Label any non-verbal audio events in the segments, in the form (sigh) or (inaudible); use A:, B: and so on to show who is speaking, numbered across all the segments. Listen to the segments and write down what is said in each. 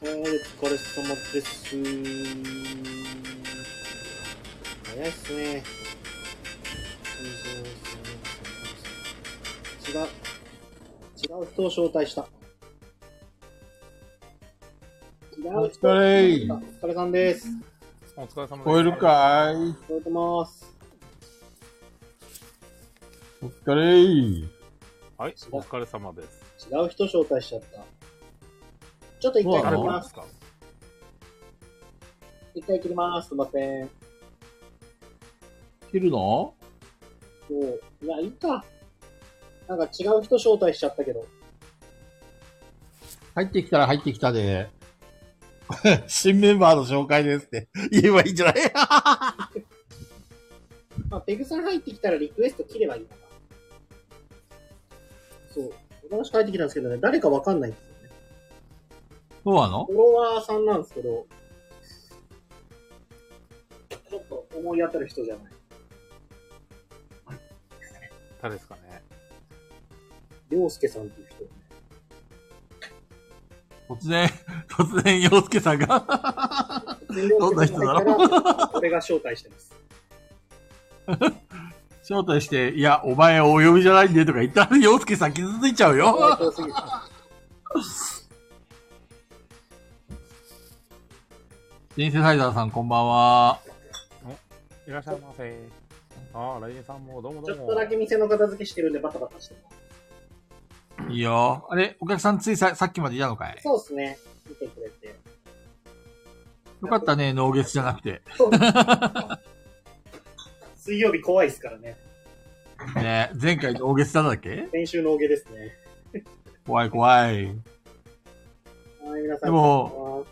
A: お疲れ様です。早いっすね。違う。違う人を招待した。違う人を招待した。
B: お
A: お疲れさんです。
C: お疲れ様です。
B: 聞こえるかい
A: 聞こえてます。
B: お疲れ
C: はい、お疲れ様です。
A: 違う人招待しちゃった。ちょっと一
B: そうな
A: 回切り
C: 誰
B: の
C: から
A: ま
C: です
A: す。
C: か
A: 一回切ります。すいません。
B: 切るの
A: そう。いや、いいか。なんか違う人招待しちゃったけど。
B: 入ってきたら入ってきたで。 (laughs) 新メンバーの紹介ですって言えばいいんじゃない
A: まあ、ペグさん入ってきたらリクエスト切ればいいのか。そう。お話入ってきたんですけどね、誰かわかんないんですよね。
B: そうなの
A: フォロワーさんなんですけど、ちょっと思い当たる人じゃない。
C: 誰ですかね
A: りょうすけさんっていう人、ね。
B: 突然、 (laughs) 突然、洋介さんが。 (laughs)
A: ど
B: んな人だろ
A: う俺が招待して
B: (laughs)
A: ます。
B: 招待して、いや、お前お呼びじゃないんでとか言ったら洋介さん傷ついちゃう
A: かわいそ
B: よ。
A: うすぎる
B: シンセサイザーさんこんばんは。
C: いらっしゃいませ。ああ、ライエさんもどうも
A: ち
C: ど
A: ょ
C: う
A: っ
C: も。
A: とだけ店の片付けしてるんでバタバタしてます。
B: いいよ。あれ、お客さんついささっきまでいたのかい
A: そうですね。見てくれて。
B: よかったね、脳月じゃなくて。
A: 水曜日怖いですからね。
B: ね前回脳月だったっけ
A: 練習のおげですね。
B: 怖い怖い。
A: はい、皆さん。
B: でも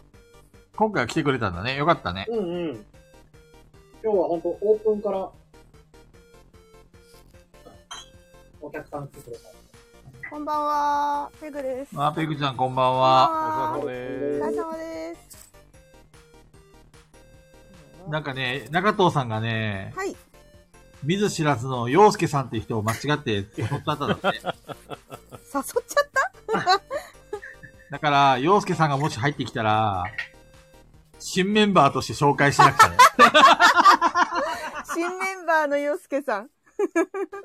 B: 今回は来てくれたんだね。よかったね。
A: うんうん。今日は本当オープンから、お客さん来てくれた。
D: こんばんは、ペグです。
B: あ、ペグちゃんこんばんは。
D: は
C: お疲れ様で
D: お疲れ様です。
B: なんかね、中藤さんがね、
D: はい、
B: 見ず知らずの洋介さんって人を間違って誘ったんだ
D: (laughs)
B: って。
D: 誘っちゃった。
B: だから、洋介さんがもし入ってきたら、新メンバーとして紹介しなくちゃ
D: (laughs)
B: ね。
D: 新メンバーの洋介さん。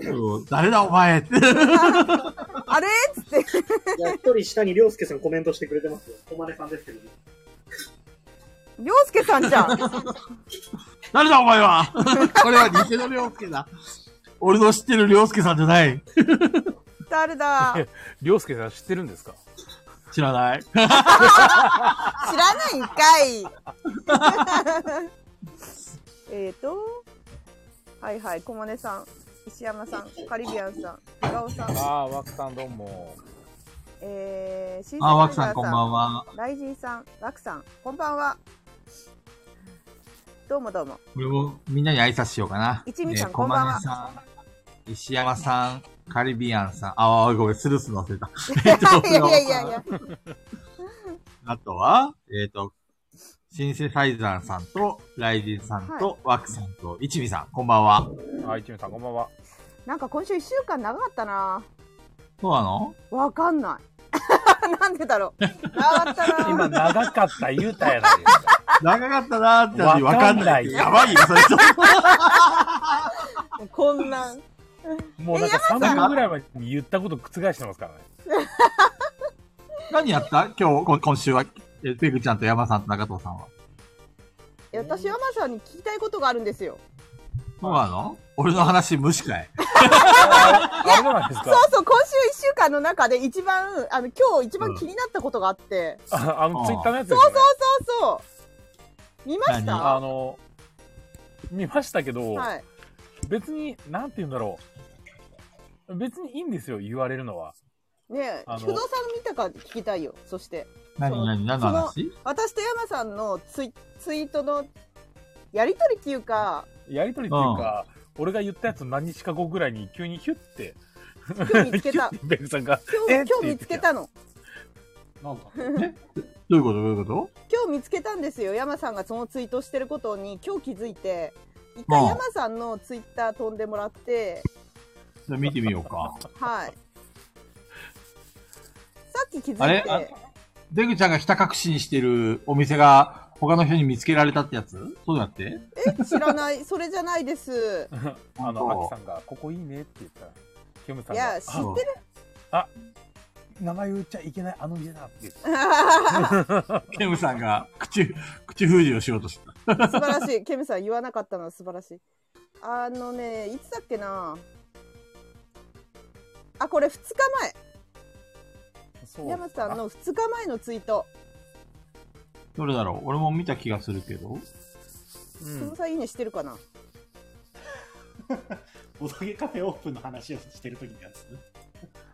B: そう誰だお前って。
D: あれっつって。
A: いや、一人下にりょうすけさんコメントしてくれてますよ。こまねさんですけどね。
D: 洋介さんじゃん。
B: 誰だお前はこれは偽の洋介だ。俺の知ってる洋介さんじゃない。
D: 誰だ。
C: す。りょうすけさん知ってるんですか
B: 知ら
D: (laughs)
B: ない。
D: 知らないんかい。 (laughs) えーと。はいはい、小金さん。石山さん、カリビアンさん、高尾さん、
C: ああ、ワクさんどうも。
D: えー、シー
B: あ、ワクさんこんば
D: ん。
B: んは。
D: ライジンさん、ワクさん、こんばんは。どう
B: (laughs)
D: もどうも。
B: 俺もみんなに挨拶しようかな。
D: 一味さん
B: ね
D: こんばん
B: 小
D: は
B: 金さん石山さん、カリビアンさん。ああ、ごめん、スルスの忘れた。えっと
D: (laughs) いやいやいやいや。
B: あとは、えっ、と、シンセサイザーさんと、ライジンさんと、ワクさんと、一味さん、こんばんは。
C: あ、いちみさんこんばんは。
D: なんか今週一週間長かったな。
B: そうなの
D: わかんない。 (laughs) なんでだろう。長かった
C: 今、
D: な。
C: 長かった言うたやないですか。
B: 長かったなーって話わ
C: わ
B: か
C: か
B: ん
C: ん
B: な。
C: ないい
B: やばいよ、それ (laughs) ちょっ
D: こんなん。
C: もうなんか3分ぐらい前に言ったこと覆してますからね。
B: と。何やった今日こ、今週は、えペグちゃんと山さんと中藤さんは。
D: 私山さんに聞きたいことがあるんですよ。
B: そうなの俺の話無視かい。
C: あれじゃないです
D: そう
C: か。
D: そう、今週一週間の中で一番、あの、今日一番気になったことがあって。
C: ああ
B: あ
C: の、
B: ー
C: ツイッターのやつですよね。
D: そうそう。見まし
B: 何
D: た
C: あ
D: は
C: の、見ましたけど、
D: い。
C: 別に、なんて言うんだろう。別にいいんですよ、言われるのは。
D: ねえ
C: あの
D: 菊蔵さん見たか聞きたいよ。そして、
B: 何、何、何の話
D: 私と山さんのツイツイートのやりとりっていうか、
C: やりとりっていうか、俺が言ったやつ何日か後ぐらいに急にヒュッて、
D: 今日見つけた
C: (laughs) ヒュ。ッてベルさんが、え
D: 今
C: って
D: 日、今日
C: 言っ
D: 見
C: て
D: つ
C: き
D: け
C: た
D: たの。
C: なんだ
B: どういうことどういうこ
D: 今日見つけたんですよ山さんがそのツイートしてることに今日気づいて一回
B: うん
D: 山さんのツイッター飛んでもらって、
B: とじゃあ (laughs) 見てみようか。
D: はいさっき気
B: あ
D: づい
B: れ
D: て
B: あデグちゃんがひた隠しにしてるお店が他の人に見つけられたってやつそうやって
D: え、知らない。それじゃな
B: (laughs)
D: いです。
C: あ
B: そう
C: の、アキさんが、ここいいねって言ったら、キムさん
D: い
C: が
D: や、、知ってる。 (laughs)
C: 名前言っちゃいけないあの店だって言って、
B: ケムさんが口、口封じをしようとしてた。
D: 素晴らしい。ケムさん言わなかったのは素晴らしい。あのね、いつだっけな。あ、これ2日
C: そ
D: 前。山
C: さ
D: さんの2日前のツイート。
B: どれだろう俺も見た気がするけど。
C: う
D: その
C: ん、
D: 際いいねしてるかな。
E: ボドゲカフェオープンの話をしてる時のや
A: (laughs)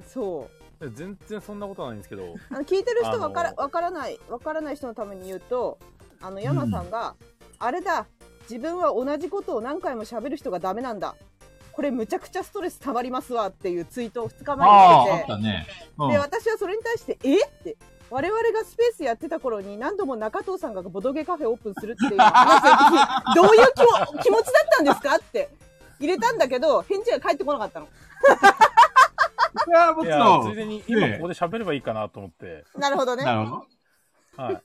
E: つ。
D: そう。
C: 全然そんなことはないんですけど、
D: あの聞いてる人わから
C: あの
D: わからないわからない人のために言うとあの山さんが、あれだ自分は同じことを何回も喋る人がダメなんだこれむちゃくちゃストレスたまりますわっていうツイートを2日前
B: あ
D: に
B: あ、あ
D: 出て
B: ったね。うん
D: で。私はそれに対してえって我々がスペースやってた頃に何度も中藤さんがボドゲカフェオープンするっていう話
B: (laughs)
D: を聞きどういう気も気持ちだったんですかって入れたんだけど返事が返ってこなかったの
B: いや、も
C: い
B: ち
C: や、
B: ろ
C: つい
B: ん。
C: でに今
B: ねえ
C: ここで喋ればいいかなと思って、
D: なるほどね
B: なるほど。
C: はい。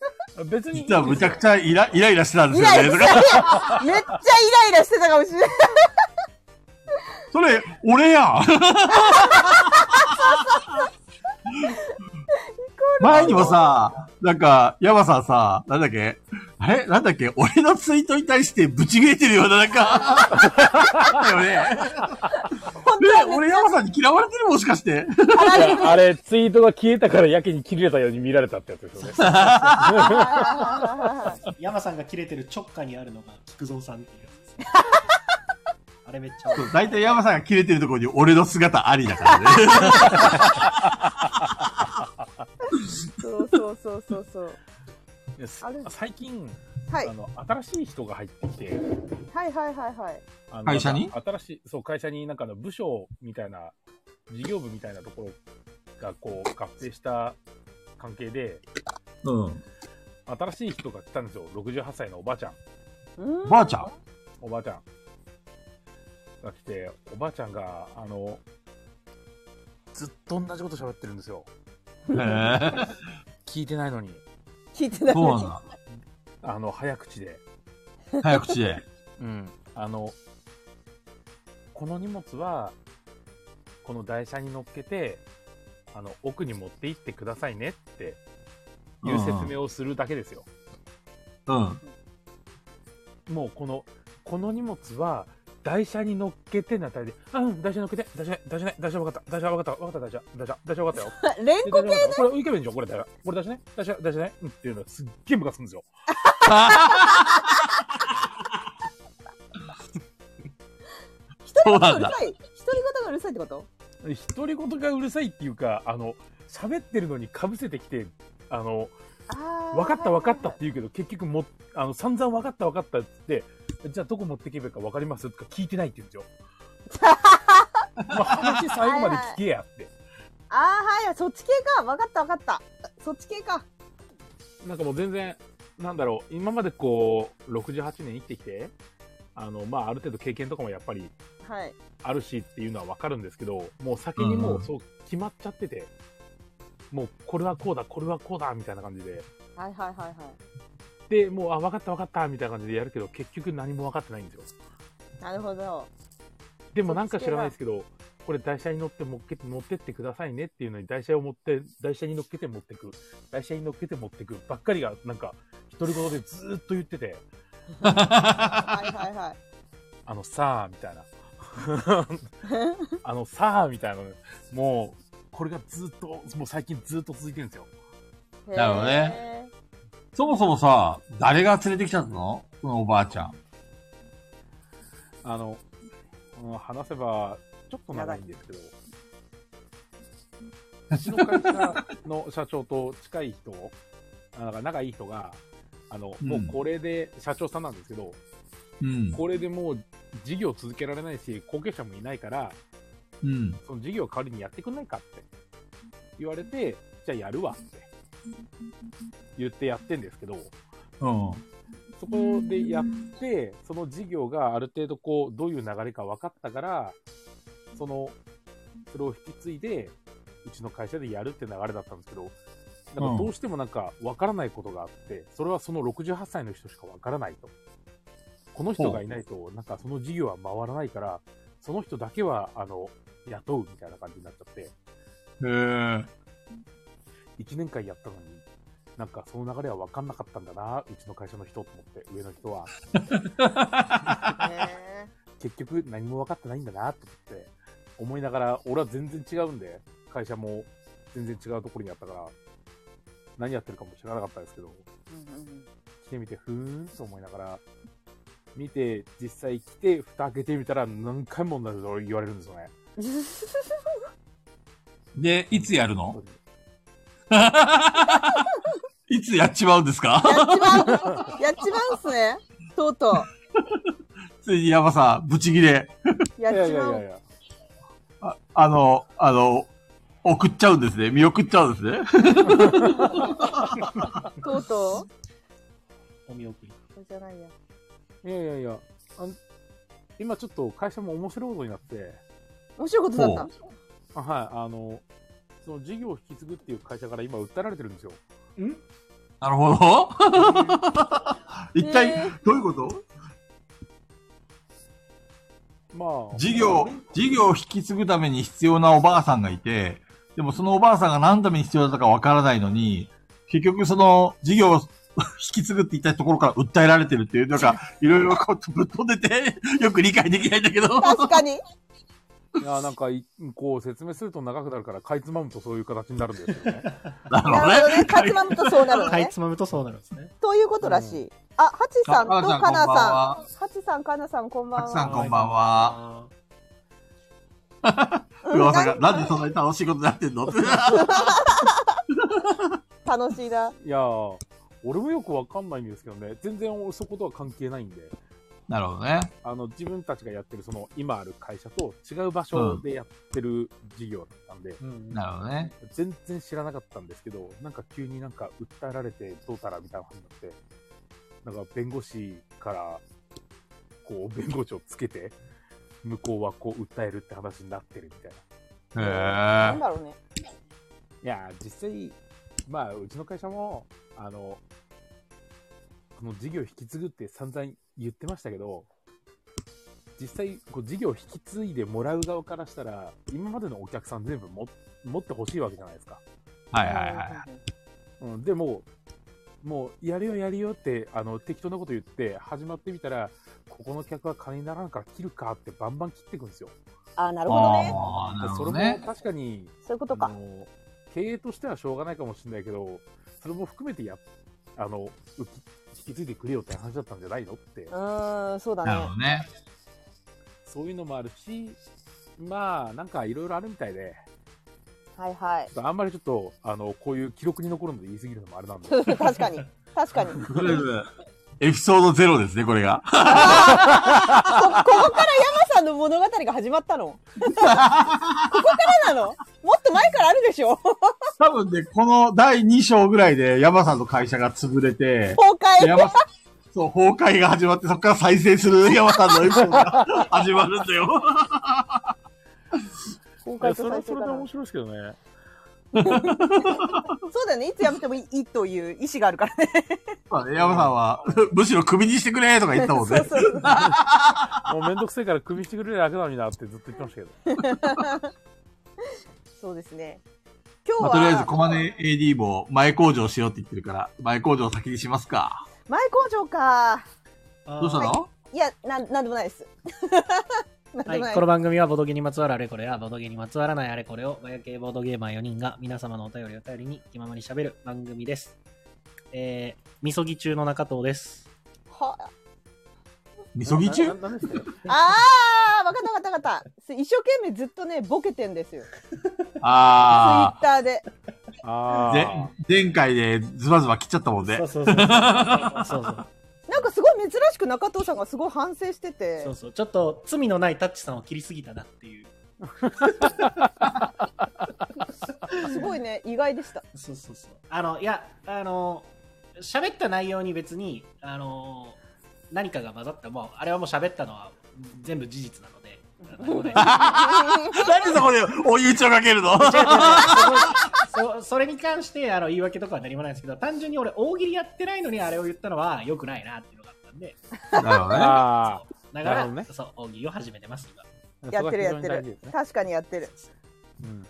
C: 別にいいんですよ。
B: 実はむちゃくちゃイライライラしてたんです
D: イライ
B: よ
D: ラ
B: ね。(laughs) と
D: して
B: か
D: ためっちゃイライラしてたかもしれない
B: それ、俺やん前にもさ、なんか、ヤマさんさ、なんだっけあれなんだっけ俺のツイートに対してブチ切れてるような、なんか。
D: (laughs)
B: あったよね。
D: 本当
B: ね
D: は
B: 俺ヤマさんに嫌われてるもしかして。
C: いやあれ、ツイートが消えたからやけに切れたように見られたってやつですよね。
A: 山さんが切れてる直下にあるのが菊蔵さんっていうやつです。 (laughs) あれめっちゃ多い。
B: 大体ヤマさんが切れてるところに俺の姿ありだからね。
D: そうそうそうそうそう。
C: いやす
D: あれ
C: 最近、
D: はい
C: あの、新しい人が入ってきて、
D: はいはいはいはい。
C: あの
B: 会社に
C: なんか新しい、そう、会社になんかあの部署みたいな、事業部みたいなところがこう合併した関係で、
B: うん。
C: 新しい人が来たんですよ。68歳のおばあちゃん。
D: うん
B: ばあちゃん
C: おばあちゃんが来て、おばあちゃんが、あの、ずっと同じこと喋ってるんですよ。
B: へえ。
C: 聞いてないのに、
D: 聞いてない
B: そう
D: の
B: なん
D: に
B: だ。
C: あの、早口で。
B: 早口で。
C: うん、あのこの荷物はこの台車に乗っけてあの奥に持って行ってくださいねっていう説明をするだけですよ、
B: うん。
C: もうこのこの荷物は台車に乗っけてなたりで「あうん台車乗っけて台車ね台車ね台車分かった台車分かった分かった台車台車台車分かった (laughs) よ」
D: 連
C: で
D: 呼
C: 台車分かったこれいけばいいんじゃんこれ台車これ台車ね台車台車ね」うんっていうのがすっげえムカつくんですよ
D: 一人
B: そう
D: 言
B: な
D: がうんる
B: だ
D: さい。一人言がうるさいってこと
C: 独り言がうるさいっていうかあの喋ってるのにかぶせてきてあの
D: あー
C: 分かった分かったって。言うけど、結局も、あの、散々分かった分かったって言って、じゃあどこ持ってけばいいか分かりますとか聞いてないって言うんですよ。まあ、話最後まで聞けやって。
D: ああ、はい、そっち系か。分かった分かった。そっち系か。
C: なんかもう全然、なんだろう、今までこう、68年生きてきて、あの、まあ、ある程度経験とかもやっぱり
D: はい。
C: あるしっていうのは分かるんですけど、もう先に
B: う
C: もうんそう決まっちゃってて、もうこれはこうだ、これはこうだ、みたいな感じで。
D: はいはいはいはい。
C: で、もう、あ、分かった分かった、みたいな感じでやるけど、結局何も分かってないんですよ。
D: なるほど。
C: でもなんか知らないですけど、これ台車に乗って持って持ってってくださいねっていうのに台車を持って、台車に乗っけて持ってく、台車に乗っけて持ってくばっかりがなんか独り言でずーっと言ってて、
D: はいはいはい。
C: あのさあみたいな。あのさあみたいなのもう、これがずーっと、もう最近ずーっと続いてるんですよ。
D: へ
B: (laughs)
D: ー
B: なるほどね。そもそもさ、誰が連れてきちゃったのそのおばあちゃん。
C: あの、うん話せばちょっと長いん
B: (laughs)
C: ですけど、うちの会社の社長と近い人、あなんか仲いい人が、あの、
B: うん
C: もうこれで、社長さんなんですけど、
B: うん。
C: これでもう事業続けられないし、後継者もいないから、
B: うん。
C: その事業代わりにやってくんないかって言われて、じゃあやるわって言ってやってんですけど、
B: うん。
C: そこでやって、その事業がある程度こう、どういう流れか分かったから、その、それを引き継いで、うちの会社でやるって流れだったんですけど、なんかどうしてもなんかわからないことがあって、それはその68歳の人しかわからないと。この人がいないと、なんかその事業は回らないから、その人だけは、あの、雇うみたいな感じになっちゃって、
B: へえ。
C: 1年間やったのに、なんかその流れはわかんなかったんだな、うちの会社の人と思って、上の人は。
D: ね
C: 結局何も分かってないんだなと思って思いながら俺は全然違うんで会社も全然違うところにあったから何やってるかも知らなかったですけど来てみてふーんと思いながら見て実際来て蓋開けてみたら何回も同じこと言われるんですよね
B: で、いつやるの (laughs) いつやっちまうんですか
D: やっちまう、やっちまうんすね。とうと
B: ついにヤバさん、ブチギレ。
D: う。や
C: いや
D: っ
C: い
D: ち
C: や
D: ま。
C: いやいうや
B: ああの、あの、送っちゃうんですね。見送っちゃうんですね。
D: とうと
A: お見送り。
D: う。そうじゃないや。
C: いやいやいやあん今ちょっと会社も面白いことになって
D: 面白いことだった。
C: あはいあのその事業を引き継ぐっていう会社から今訴えられてるんですよ
A: ん
B: なるほど。 (laughs) 一
D: え
B: 体
D: ー、
B: どういうこと
C: まあ
B: 事業、事業を引き継ぐために必要なおばあさんがいて、でもそのおばあさんが何のために必要だったかわからないのに、結局その事業を (laughs) 引き継ぐって言ったところから訴えられてるっていう、なんか、いろいろこうぶっ飛んでて、よく理解できないんだけど。
D: (laughs) 確
A: (laughs)
D: かに。
C: いやなんかいこう説明すると長くなるからかいつまむとそういう形になるんですよ
A: (laughs)
C: ね。
B: なるほ
D: な
B: ど
D: るほどね。
B: ね。
D: 勝ちまむとそうなるの
A: かい
D: ね。
A: つまむとそうなるんですね。
D: ということらしい。あ、ハチさんと
B: あ
D: カナさん。
B: ハ
D: ハチさん、カナさん、こんばん
B: ハチさあ
D: は。
B: こんばんは。 (laughs)
D: うん
B: 噂が、なんでそんなに楽しいことになってんの (laughs) って。
D: 楽しいな。
C: いやー俺もよくわかんないんですけどね全然俺そことは関係ないんで
B: なるほどね。
C: あの自分たちがやってるその今ある会社と違う場所でやってる事業だったんで、
A: うん
B: なるほどね。
C: 全然知らなかったんですけどなんか急になんか訴えられてどうたらみたいな話になってなんか弁護士からこう弁護士をつけて向こうはこう訴えるって話になってるみたいな。
B: へ
D: なん
B: え。
D: だろうね。
C: いやー、実際、まあ、うちの会社も、あの、この事業を引き継ぐって散々言ってましたけど、実際、こう事業を引き継いでもらう側からしたら、今までのお客さん全部も持ってほしいわけじゃないですか。
B: はいはいはい。
C: うん、でも、もう、やるよやるよって、あの、適当なこと言って、始まってみたら、ここの客は金にならんから切るかってバンバン切っていくんですよ。
D: あ、なるほどね。
B: ああ、なるほど
C: でそれ
B: ね
C: も。確かに、
D: そういうことか
C: あ。の経営としてはしょうがないかもしれないけど、それも含めてやあの受け引き継いでくれよって話だったんじゃないのって
D: う、ーん、そうだ
B: なるほ
D: ね。
B: どね。
C: そういうのもあるし、まあ、なんかいろいろあるみたいで、
D: はいはい (laughs)
C: ちょ。っとあんまりちょっと、あのこういう記録に残るので言い過ぎるのもあれなんで、
D: 確かに。確かに。
B: とりあえず、エピソードゼロですね、これが。
D: こここから山さんの物語が始まったのここからなのもっと前からあるでしょ
B: 多分ね、この第2章ぐらいで山さんの会社が潰れて、で
D: 崩壊
B: 山さん、そう、崩壊が始まって、そこから再生する (laughs) 山さんのエピソードが始まるんだよ。
C: いやそれはそれ
D: 崩壊と再生か
C: で
D: な
C: 面白いですけどね、
D: そうだよねいつやめてもいいという意思があるからね
B: まあね山さんは、むしろ首にしてくれとか言ったもんね。
D: そうそう
C: もうめんどくせえから首してくれるだけなのになってずっと言ってましたけど、
D: そうですね今日
B: ま
D: は、
B: あ、とりあえず、コマネ AD も前工場しようって言ってるから、前工場を先にしますか。
D: 前工場か
B: どうしたの、
A: はい
D: やなんなんでもないです (laughs) なんでも
A: い、
D: ない
A: この番組はボドゲにまつわるあれこれやボドゲにまつわらないあれこれをマヤ系ボードゲーマー4人が皆様のお便りを頼りに気ままに喋る番組です。えー、みそぎ中の中藤です。
D: は
B: みそぎ中
C: なななんでしたっけ
D: ああ分かった分かった分かったす一生懸命ずっとねボケてんですよツイッ
B: あ
D: ターで
C: あ
B: あ。
C: ー
B: ぜ、前回でズバズバ切っちゃったもんね
A: そう。そう (laughs) そう。そうそう
D: なんかすごい珍しく中藤さんがすごい反省してて
A: そうそう。ちょっと罪のないタッチさんを切りすぎたなっていう。
D: すごいね意外でした
A: そうそうそう。あの、いや、あの、喋った内容に別に、あの、何かが混ざった、もう、あれはもう喋ったのは全部事実なの (laughs) で、何もない
B: なんでそこで追い打ちをかけるの (laughs)
A: 違う違う違うそこそそれに関してあの言い訳とかは何もないんですけど単純に俺大喜利やってないのにあれを言ったのは良くないなっていうのがあったんで
B: なるほどね。
C: あ
A: だか
C: なる
A: ら、
C: ほどね
A: そう大喜利を始めてます今
C: あ。
D: (laughs) やってるやって
C: それは非常に大事で
D: る
C: す。ね
D: 確かにやってる。
C: うん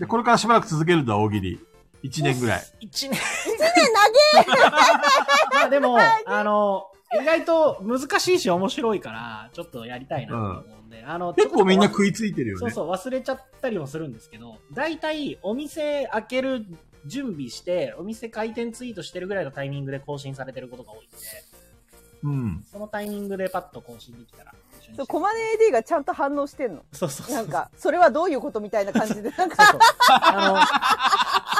B: で、これからしばらく続けると大喜利。1年ぐらい。
A: 1年
D: 1年
A: まあでもあの意外と難しいし面白いからちょっとやりたいなと思うんで、あの
B: 結構みんな
A: ちょこちょこ
B: 食いついてるよね。
A: そうそう、忘れちゃったりもするんですけど、大体お店開ける準備して、お店開店ツイートしてるぐらいのタイミングで更新されてることが多いんで、 (laughs)
B: うん。
A: そのタイミングでパッと更新できたら一緒にして
D: 投げそう、コマネ AD がちゃんと反応してんの。
A: そうそうそう。
D: なんか、それはどういうことみたいな感じで、なん
A: そ
D: か、
A: うそう、あ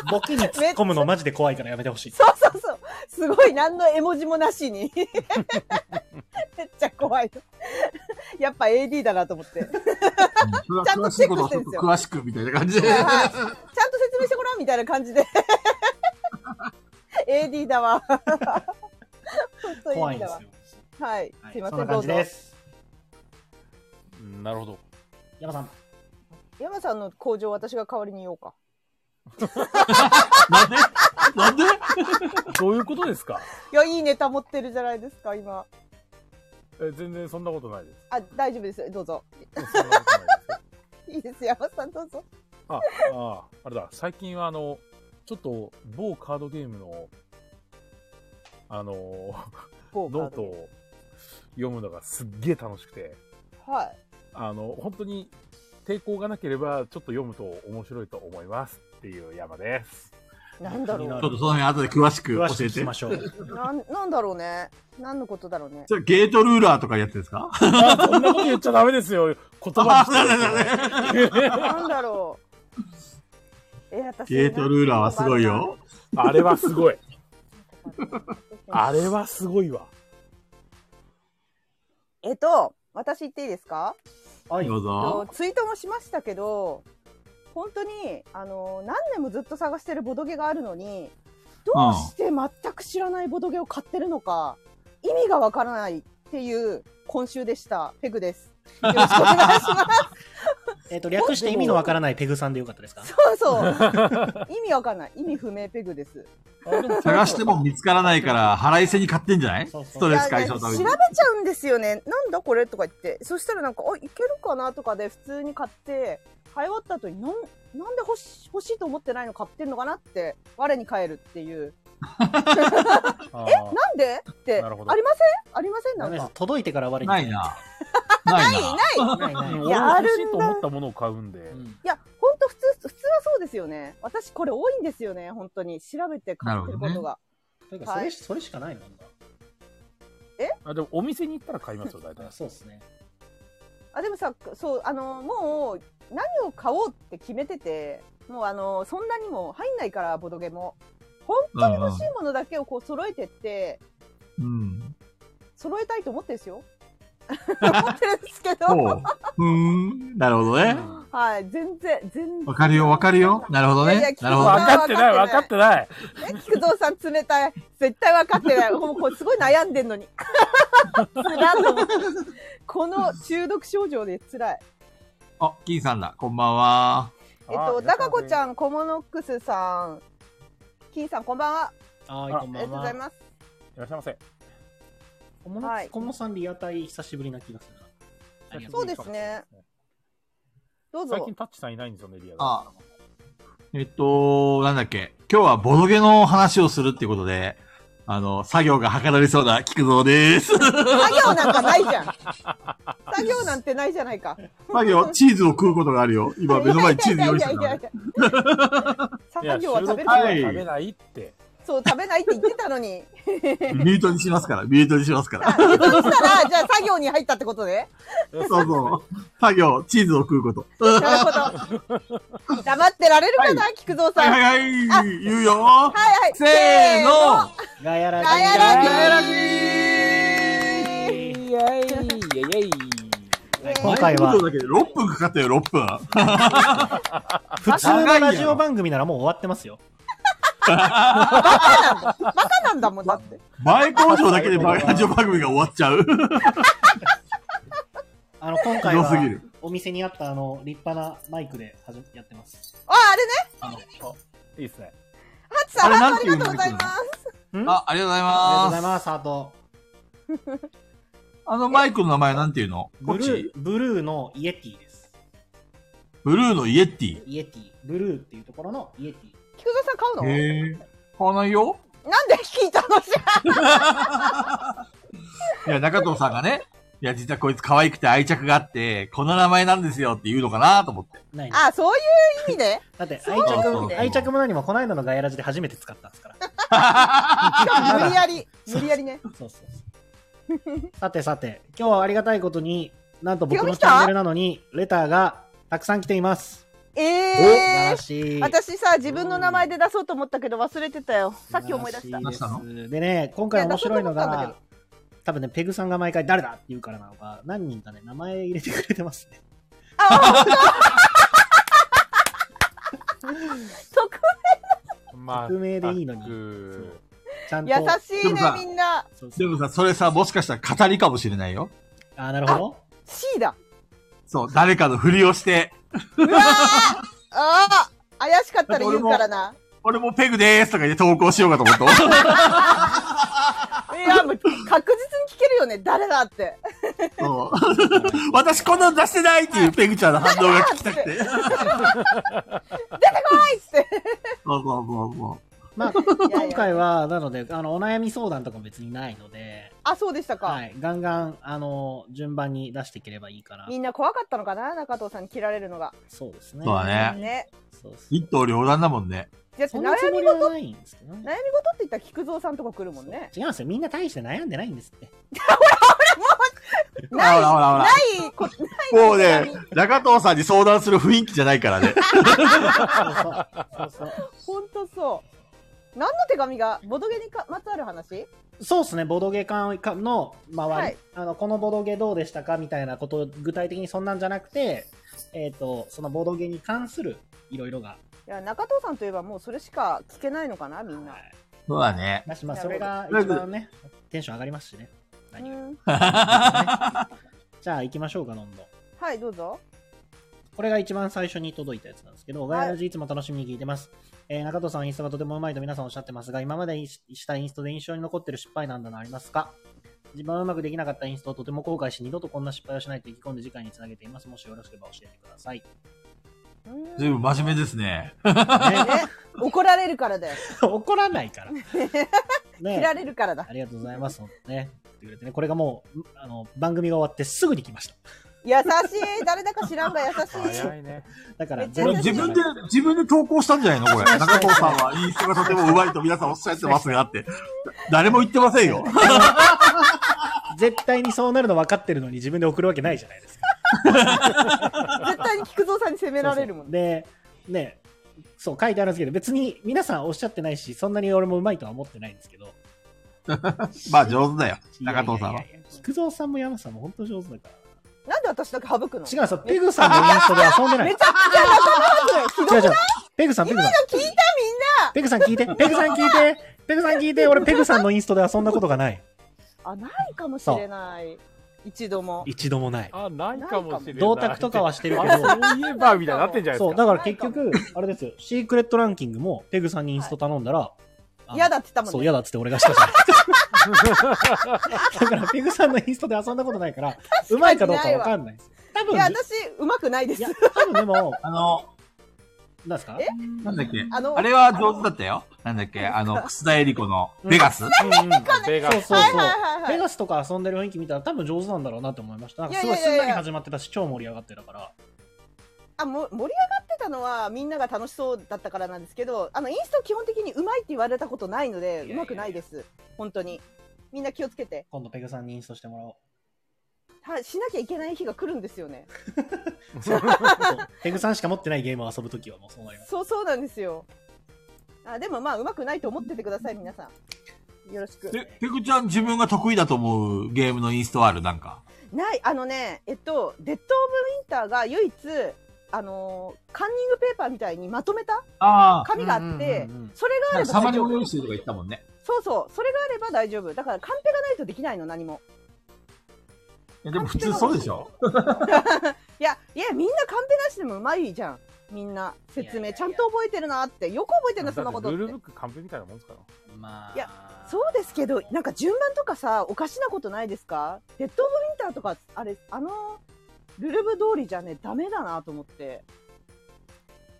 A: の、僕に突っ込むのマジで怖いからやめてほしい。
D: そうそうそう。すごい、何の絵文字もなしに。
A: (laughs)
D: めっちゃ怖いの。やっぱ AD だなと思って。
B: それは詳しいことをちょっと詳しくみたいな感じで。
D: はいちゃんと説明してごらんみたいな感じで。AD だわ。本当
A: 怖い
D: AD
A: んで
D: だ
A: すよ。。
D: わはい。
A: は
D: すい
A: い、
D: ま
A: そ
D: せん、
A: んな
D: ど
A: 感
D: う
A: じ
D: ぞ。
A: です。
C: うんなるほど。
A: 山さん。
D: 山さんの工場、私が代わりに言おうか。
B: なんでなんで
C: (laughs) どういうことですか
D: いや、いいネタ持ってるじゃないですか、今。
C: え全然そんなことないです。
D: あ、大丈夫ですよ。どうぞ。
C: そんなことないですよ
D: いいですよ、山さん、どうぞ。
C: あ、あ、あれだ、最近はあの、ちょっと某カードゲームの、あの、
D: ノ
C: ノートを読むのがすっげえ楽しくて、
D: はい。
C: あの、本当に抵抗がなければ、ちょっと読むと面白いと思いますっていう山です。
D: なんだろ
A: 気に
B: ちょ
A: な
B: っ
A: る
D: う。
B: とその辺後で詳しく
A: 詳しく
B: 教え
A: 聞
B: て
A: きま。しょう。
D: なん、なんだろうね。何のことだろうね。
B: それゲートルーラーとかやつですか
C: あそんなこと言っちゃダメですよ。言葉にして
D: (laughs)
C: る
D: なんだろう。え、私。
B: ゲートルーラーはすごいよ。
C: あれはすごい。
D: なんかあるな。
C: あれはすごいわ。
D: えっと、私言っていいですか
A: はい
B: ど。うぞ。
D: ツイートもしましたけど本当にあの何年もずっと探してるボドゲがあるのにどうして全く知らないボドゲを買ってるのか、意味がわからないっていう今週でしたペグですよろしくお願い
B: (laughs)
D: します
A: えっ、と、略して意味のわからないペグさんでよかったですか
D: そうそう意味わかんない意味不明ペグです
B: 探しても見つからないから腹いせに買ってんじゃない
A: そうそう
B: ストレス解消のため
D: い
B: に
D: やね。調べちゃうんですよねなんだこれとか言ってそしたらなんかあいけるかなとかで普通に買って買い終わった後になんなんで欲し欲しいと思ってないの買ってんのかなって我に返るっていう
C: え
D: なんでって
C: なるほど
D: ありませんありません
A: ダ
D: なん
A: メです
D: か
A: 届いてから悪いんで
B: ないな。ないな。
A: な
D: ない
A: いない。
C: 俺
D: いや
C: も
D: ある
C: 欲
D: んだ
C: しいと思ったものを買うんで
A: う。ん
D: いや本当普通普通はそうですよね私これ多いんですよね本当に調べて買ってることが、
A: というかそれ、それしかないもんだ。
C: あでもお店に行ったら買いますよ、大体
A: あ。そうですね。
D: あでもさそうあのもう何を買おうって決めててもうあのそんなにも入んないからボドゲも本当に欲しいものだけをこう揃えてって
B: うん。
D: 揃えたいと思ってるんで
B: (laughs)
D: すよ思ってるんですけど
B: ほう。うーん。なるほどね。
D: はい全然全然
B: わかるよ、わかるよ。なるほど
D: いやいや
B: ね。なるほどね。
C: 分かってない、分かってない。
D: ね、菊蔵さん冷たい。絶対分かってない。もうこれすごい悩んでんのに。 (laughs) 辛いと思ってこの中毒症状で辛い。
B: あ、金さんだ。こんばんは。
D: えっと、
C: だ
D: 高子ちゃ
C: ん。
D: ん、コモノックスさん、金さん、こんばんは。
A: はい、
C: あ
A: こん
D: あ
A: ば
D: りがと
A: ん
D: うござい
A: は。
D: ます。
C: いらっしゃいませ。
A: 小物、
D: はい
A: 小物さんリアタイ久しぶりな気がするな。ありがと
D: そう
A: ござい
D: うで
A: ます
D: すね。どう
C: 最
D: ぞ
C: 近。タッチさんいないんですよね、リアル。
B: あえっと、なんだっけ。今日はボドゲの話をするってことで、あの、作業がはかどりそうな菊蔵
D: (laughs)
B: です。
D: 作業なんかないじゃん。作業なんてないじゃないか。
B: 作業、チーズを食うことがあるよ。今、目の前にチーズ用意して
D: い
B: る
D: やいやいやいや作業は食
C: い
D: べる
C: や
D: から
B: は
C: 収録
B: い
C: は食べないって。
D: そう、食べないって言ってたのに。
B: ミュートにしますから、ミュートにします
D: (laughs)
B: から。
D: そしたら、じゃあ作業に入ったってことね。
B: そうそう。作業、チーズを食うこと。
D: なるほど。黙ってられるかな、菊蔵さ
B: は
D: ん。
B: い
D: は
B: は
D: い
B: い
D: あ
B: はい、言うよ
D: はい。
B: せーの
A: ガヤラジ
D: ガ
B: ガ
D: ヤ
B: ヤラ
D: ラ
B: ジ
D: ジ
C: イェイイェイイェイ
A: はい
D: えー
A: 今回は
B: 前のことだけで6分かかったよ、6分。
A: 普通のラジオ番組ならもう終わってますよ。
D: バカなんだもんだって。
B: 前工場だけでラジオ番組が終わっちゃう。
A: あの、今
B: ひ
A: 回
B: どすぎ
A: は
B: る。
A: お店にあったあの、立派なマイクではじやってます。
D: あ、あれね。
A: あの、
C: いいですね。
D: ハツさん、
B: あれ
D: ハ
B: なん
D: ートあ
B: て
D: り
B: いう
D: がとうございます。
B: あ、ありがとうござい
A: ありがとうござ
B: ま
A: い
B: す。
A: ます、ハート。
B: あのマイクの名前なんていうの
A: ブ
B: こっ
A: ル
B: ち
A: ー、ブルーのイエティです。
B: ブルーのイエティ。
A: イエティ。ブルーっていうところのイエティ。
D: 菊蔵さん買うの
B: へえ。買わないよ
D: なんで聞いたのじゃあ。
B: いや、中藤さんがね、いや、実はこいつ可愛くて愛着があって、この名前なんですよって言うのかなと思って。
A: ないな。
D: あ、そういう意味で
A: だって
D: そう
A: 愛
D: なんだ
A: 着も、愛着も何もこの間のガヤラジで初めて使ったんですから。
D: しかも無理やり、無理やりね。
A: そうそう
D: (laughs)
A: そう。さてさて、今日はありがたいことに、なんと僕
D: 手
A: の
D: 紙来
A: チ
D: た
A: ャンネルなのに、レターがたくさん来ています。素晴
D: え
A: ら
D: ー。
A: しい。
D: 私さ、自分の名前で出そうと思ったけど忘れてたよ。さっき思い出し
A: 素
D: た。
A: 晴ら
B: 出
A: しいですでね、今回面白いの
D: いや出そうと思
A: が
D: ったんだ、
A: 多分ね、ペグさんが毎回誰だって言うからなのか、何人かね、名前入れてくれてますね。
D: あ、 (laughs) 本
C: まあ、
A: 匿名でいいのに
C: 全く
A: ちゃんと。
D: 当優し
B: で
D: い
B: も
D: ね
B: さ、
D: みんな。
A: そうそ
B: で
A: う
B: もさ、それさ、もしかしたら語りかもしれないよ。
A: あー、なるほど。
D: C だ。
B: そう、誰かのふりをして、
D: うわーあー怪しかったら言うからな。
B: 俺もペグでーすとか言って投稿しようかと思った。
D: (laughs) いや、もう確実に聞けるよね。誰だって。
B: そう (laughs) 私こんなの出してないっていうペグちゃんの反応が聞きたく
D: (laughs)
B: て。そう
D: はいって。
B: そうそうそ
A: まあ、
D: いやい
A: 今
D: や
A: 回は、なので、あの、お悩み相談とかも別にないので、
D: あ、そうでしたか。
A: はい、ガンガン、あの、順番に出していければいいから
D: み、んな怖かったのかな中藤さんに切られるのが。
A: そうですね。
B: そうだね
D: ね。
A: そうそう
B: う。一刀両断だもんね。
D: だって
A: そ
D: 悩
A: んなつも
D: み
A: りはないんですけどね。
D: 悩み事って言ったら菊蔵さんとか来るもんね。
A: 違うんですよ。みんな大して悩んでないん
D: (laughs)
A: ですって。
B: ほらほらほらほら
D: な。いこ
B: もうね、中藤さんに相談する雰囲気じゃないからね。
A: そうそう。そうそう。
D: ほんとそう。何の手紙がボドゲにかまつわる話
A: そうですね、ボドゲ館の周り、
D: はい
A: あの、このボドゲどうでしたかみたいなこと、具体的にそんなんじゃなくて、えっ、と、そのボドゲに関するいろいろが、
D: いや中藤さんといえばもうそれしか聞けないのかなみんな
A: は。い
B: そうだね。
A: だし、まあ、
D: な
A: そ
D: る
A: れ
D: ほど
A: が一番ね、テンション上がりますしね。何より
D: うん
A: (laughs) じゃあ、行きましょうか、どんどん。
D: はいどうぞ。
A: これが一番最初に届いたやつなんですけど、ガヤラジいつも楽しみに聞いてます。えー中藤さん、インストがとてもうまいと皆さんおっしゃってますが、今までにしたインストで印象に残ってる失敗なんだのありますか自分はうまくできなかったインストをとても後悔し、二度とこんな失敗をしないと意気込んで次回につなげています。もしよろしければ教えてくだ
D: (laughs)
A: さい。
D: うん
B: ずいぶん真面目ですね。
A: ね、
D: ね怒られるからだよ。
A: 怒らないから。
D: 切ら
A: ね、
D: れるからだ
A: あ。りがとうございます。本当ね言ってくれてね、これがもうあの番組が終わってすぐに来ました。
D: 優しい誰だか知らんが優しい。
C: 早いね。
A: だから
D: めっち
B: こ
D: ゃ
B: れ
A: 全
D: 優しい
A: 然
B: 自分で、自分で投稿したんじゃないのこれ。中藤さんはインスタがとてもうまいと皆さんおっしゃってますがって。誰も言ってませんよ。
A: 絶対にそうなるの分かってるのに自分で送るわけないじゃないですか。
D: 絶対に菊蔵さんに責められるもんね。
A: で、ね、そう書いてあるんですけど、別に皆さんおっしゃってないし、そんなに俺もうまいとは思ってないんですけど。
B: まあ上手だよ。中藤さん
A: いや。
B: はい
A: やいや。菊蔵さんも山さんも本当上手だから。
D: なんで私だけ省くの
A: 違うさ、ペグさんのインストで遊んでない。
D: めちゃくちゃ仲間
A: 違
D: 外れ
A: う違う。ペグさん、ペグさん。
D: 聞いたみんな
A: ペグさん聞いて、ペグさん聞いて、ペグさん聞いて、俺ペグさんのインストで遊んだことがない。
D: あ、ないかもしれない。一度も。
A: 一度もない。
C: (laughs) あ、ないかもしれない。
A: 同卓とかはしてるけ
C: あ
A: ど、
C: そういえば、みたいになってんじゃない
A: そう、
C: です
A: だ
C: か。
A: から結局、あれですよ、シークレットランキングもペグさんにインスト頼んだら、あの
D: 嫌だって言った
A: そ
D: も
A: う、
D: んね。
A: 嫌だっつって俺がしたじゃん。だから、ペグさんのインストで遊んだことない
D: (laughs)
A: から、うまいかどうかわかんないです。多分、
D: いや、私、うまくないで
A: い
D: す
A: や。多分でも、
B: あの、
A: なんですか
D: え
B: なんだっけ
D: あの、
B: あれは上手だったよ。なんだっけあの、楠田絵理子のベガス。
A: うん
C: (laughs)
A: うん
C: ベガ
A: そう
C: ス
A: そう
D: はい
A: そう
D: はいはい。は
A: ペ
D: い
A: ガスとか遊んでる雰囲気見たら多分上手なんだろうなと思いました。なんかすごい
D: い
A: す
D: やいや
A: ん
D: いや
A: ないり
D: や
A: 始まってたし、超盛り上がってたから。
D: あ、もう盛り上がってたのは、みんなが楽しそうだったからなんですけど、あの、インスト基本的にうまいって言われたことないの
A: やい
D: で、
A: や
D: うまくないです。本当に。みんな気をつけて。
A: 今度ペグさんにインストしても
D: (laughs)
A: らおう。
D: はしなきゃいけない日が来るんです
A: (laughs)
D: よね。
A: そうペグさんしか持ってないゲームを遊ぶときはもうそうなります。
D: そうそうなんですよ。あ、でもまあ、うまくないと思っててください、皆さん。よろしく。
B: えペグちゃん自分が得意だと思うゲームのインストあるなんか。
D: ないあのねえっと「デッド・オブ・ウィンター」が唯一あのーカンニングペーパーみたいにまとめた
B: あ
D: 紙があっ
A: う
D: て
A: んうんうんうん
D: それがあれば
B: サマ
D: 大
B: リ
D: 丈
B: オ用意
D: 夫
B: してるとか言ったもんね。
D: そうそうそれがあれば大丈夫だからカンペがないとできないの何も
B: いやでも普通そうでしょ
D: いやいやみんなカンペなしでもうまいじゃんみんな説
A: いやいやい
D: 明
A: や
D: ちゃんと覚えてるなってよく覚えて
C: だ
D: るな
C: って
D: そんなことっ
C: ルールブ
D: て
C: ック完璧みたいなもんですから。
A: まあ。
D: いやそうですけどなんか順番とかさおかしなことないですかデッド・オブ・ウィンターとかあれあのルルブ通りじゃねダメだなと思って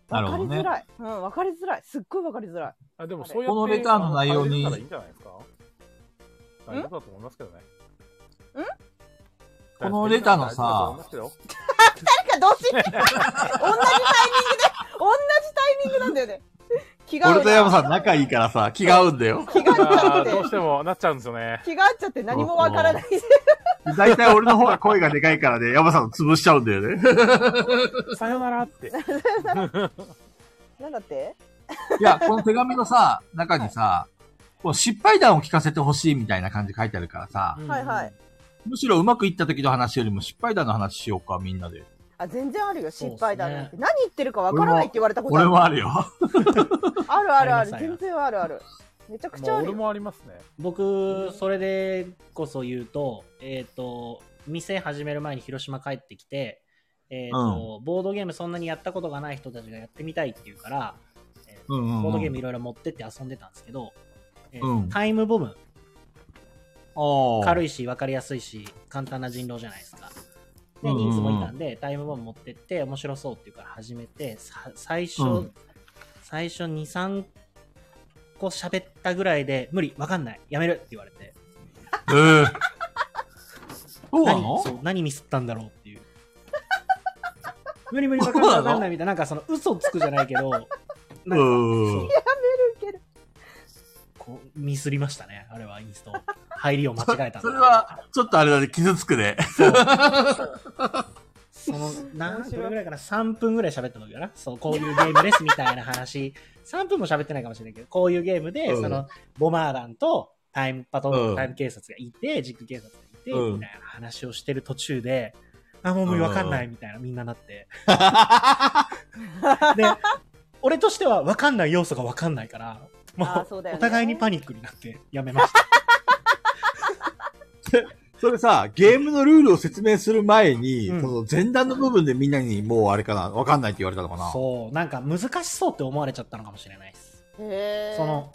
B: な
D: わ
B: る
D: か
B: ほ
D: り
B: どね
D: づらい、うんわかりづらいすっごいわかりづらい
C: あでも
D: あれ
C: そうやって
B: このレターの内容に
C: あの変えれるからいいんじゃないですか大丈夫だと思いますけどね。
B: このレターのさ
C: 大丈夫だと思いますけど
D: なんか同時に (laughs) 同じタイミングで同じタイミングなんだよね気が合うな
B: 俺と山さん仲いいからさ、気が合うんだよ。
D: 気が合っちゃ
C: あー
D: って
C: どうしてもなっちゃうんですよね。
D: 気が合っちゃって何もわからない
B: 大体俺の方が声がでかいからね、山さんを潰しちゃうんだよね。
C: さよならって。
D: (laughs) なんだって
B: いや、この手紙のさ、中にさ、こう失敗談を聞かせてほしいみたいな感じ書いてあるからさ、
D: はいはい。
B: むしろうまくいった時の話よりも失敗談の話しようか、みんなで。
D: あ全然あるよ
A: そうっす
D: 失
A: ね
D: 敗だなんて、何言ってるかわからないって言われたことあ
B: 俺
D: る
B: もあるよ。
D: あるあるある
A: あり
D: 全
A: ます
D: 然あるあるめちゃくち
C: も
D: ゃ
C: う
D: ある
C: 俺
D: よ
C: もありますね。
A: 僕、それでこそ言うと、えっ、と、店始める前に広島帰ってきて、えっ、と、ボードゲームそんなにやったことがない人たちがやってみたいっていうから、えー
B: うんうんうん
A: ボードゲームいろいろ持ってって遊んでたんですけど、えー
B: うん
A: タイムボム、軽
B: い。
A: いし分かりやすいし、簡単な人狼じゃないですか。
B: う
A: で、
B: んうんうん
A: 人数もいたんで、タイムボム持ってって、面白そうっていうから始めて、さ最初、
B: うん
A: 最初2、3個喋ったぐらいで、無理、分かんない、やめるって言われて。
B: えー、そうな
A: 何
B: の
A: そう何ミスったんだろうって
B: (laughs)
A: いう無理無理
B: そう
A: 分かんない
B: なの
A: 分かんないみたいななんかその嘘つくじゃないけどなんか
B: う
A: そ
B: ー
A: うん
D: いける
A: こうミスりましたねあれはインスト入りを間違えたんだ
B: それは、ちょっとあれだね、傷つくね。
A: その何
D: (laughs) 面白い
A: 分ぐらいかな3分ぐらい喋った時かなそうこういうゲームですみたいな話 (laughs) 3分も喋ってないかもしれないけどこういうゲームで、
B: うん
A: そのボマー団とタイムパトロール、
B: うん
A: タイム警察がいて軸警察がいて、
B: うん
A: みたいな話をしてる途中であもう無理分かんないみたいな、みんなな
D: (laughs)
A: ってで、俺としては分かんない要素が分かんないから、も
D: あー
A: う
D: そうだよね
A: お互いにパニックになってやめました。
B: それさ、ゲームのルールを説明する前に、
A: うん
B: その前段の部分でみんなにもうあれかな、わかんないって言われたのかな。
A: そう、なんか難しそうって思われちゃったのかもしれないです。
D: へー
A: その、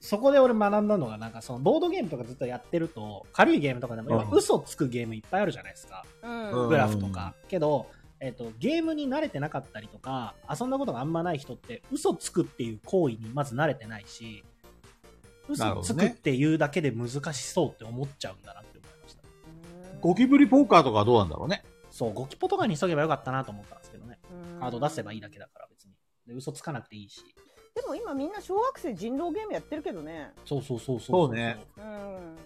A: そこで俺学んだのが、なんかそのボードゲームとかずっとやってると、軽いゲームとかでも、
B: うん
A: 要は嘘つくゲームいっぱいあるじゃないですか。
D: うん
A: グラフとか。けど、えっと、ゲームに慣れてなかったりとか、遊んだことがあんまない人って、嘘つくっていう行為にまず慣れてないし、
B: なる
A: 嘘
B: ほ
A: つ
B: ど
A: くっ
B: ね
A: ていうだけで難しそうって思っちゃうんだなって思いました。
B: ゴキブリポーカーとかはどうなんだろうね。
A: そう、ゴキポとかに急げばよかったなと思ったんですけどね。
D: うん
A: カード出せばいいだけだから別に。で、嘘つかなくていいし。
D: でも今みんな小学生人狼ゲームやってるけどね
A: そうそうそう
B: そうそうね。
D: うん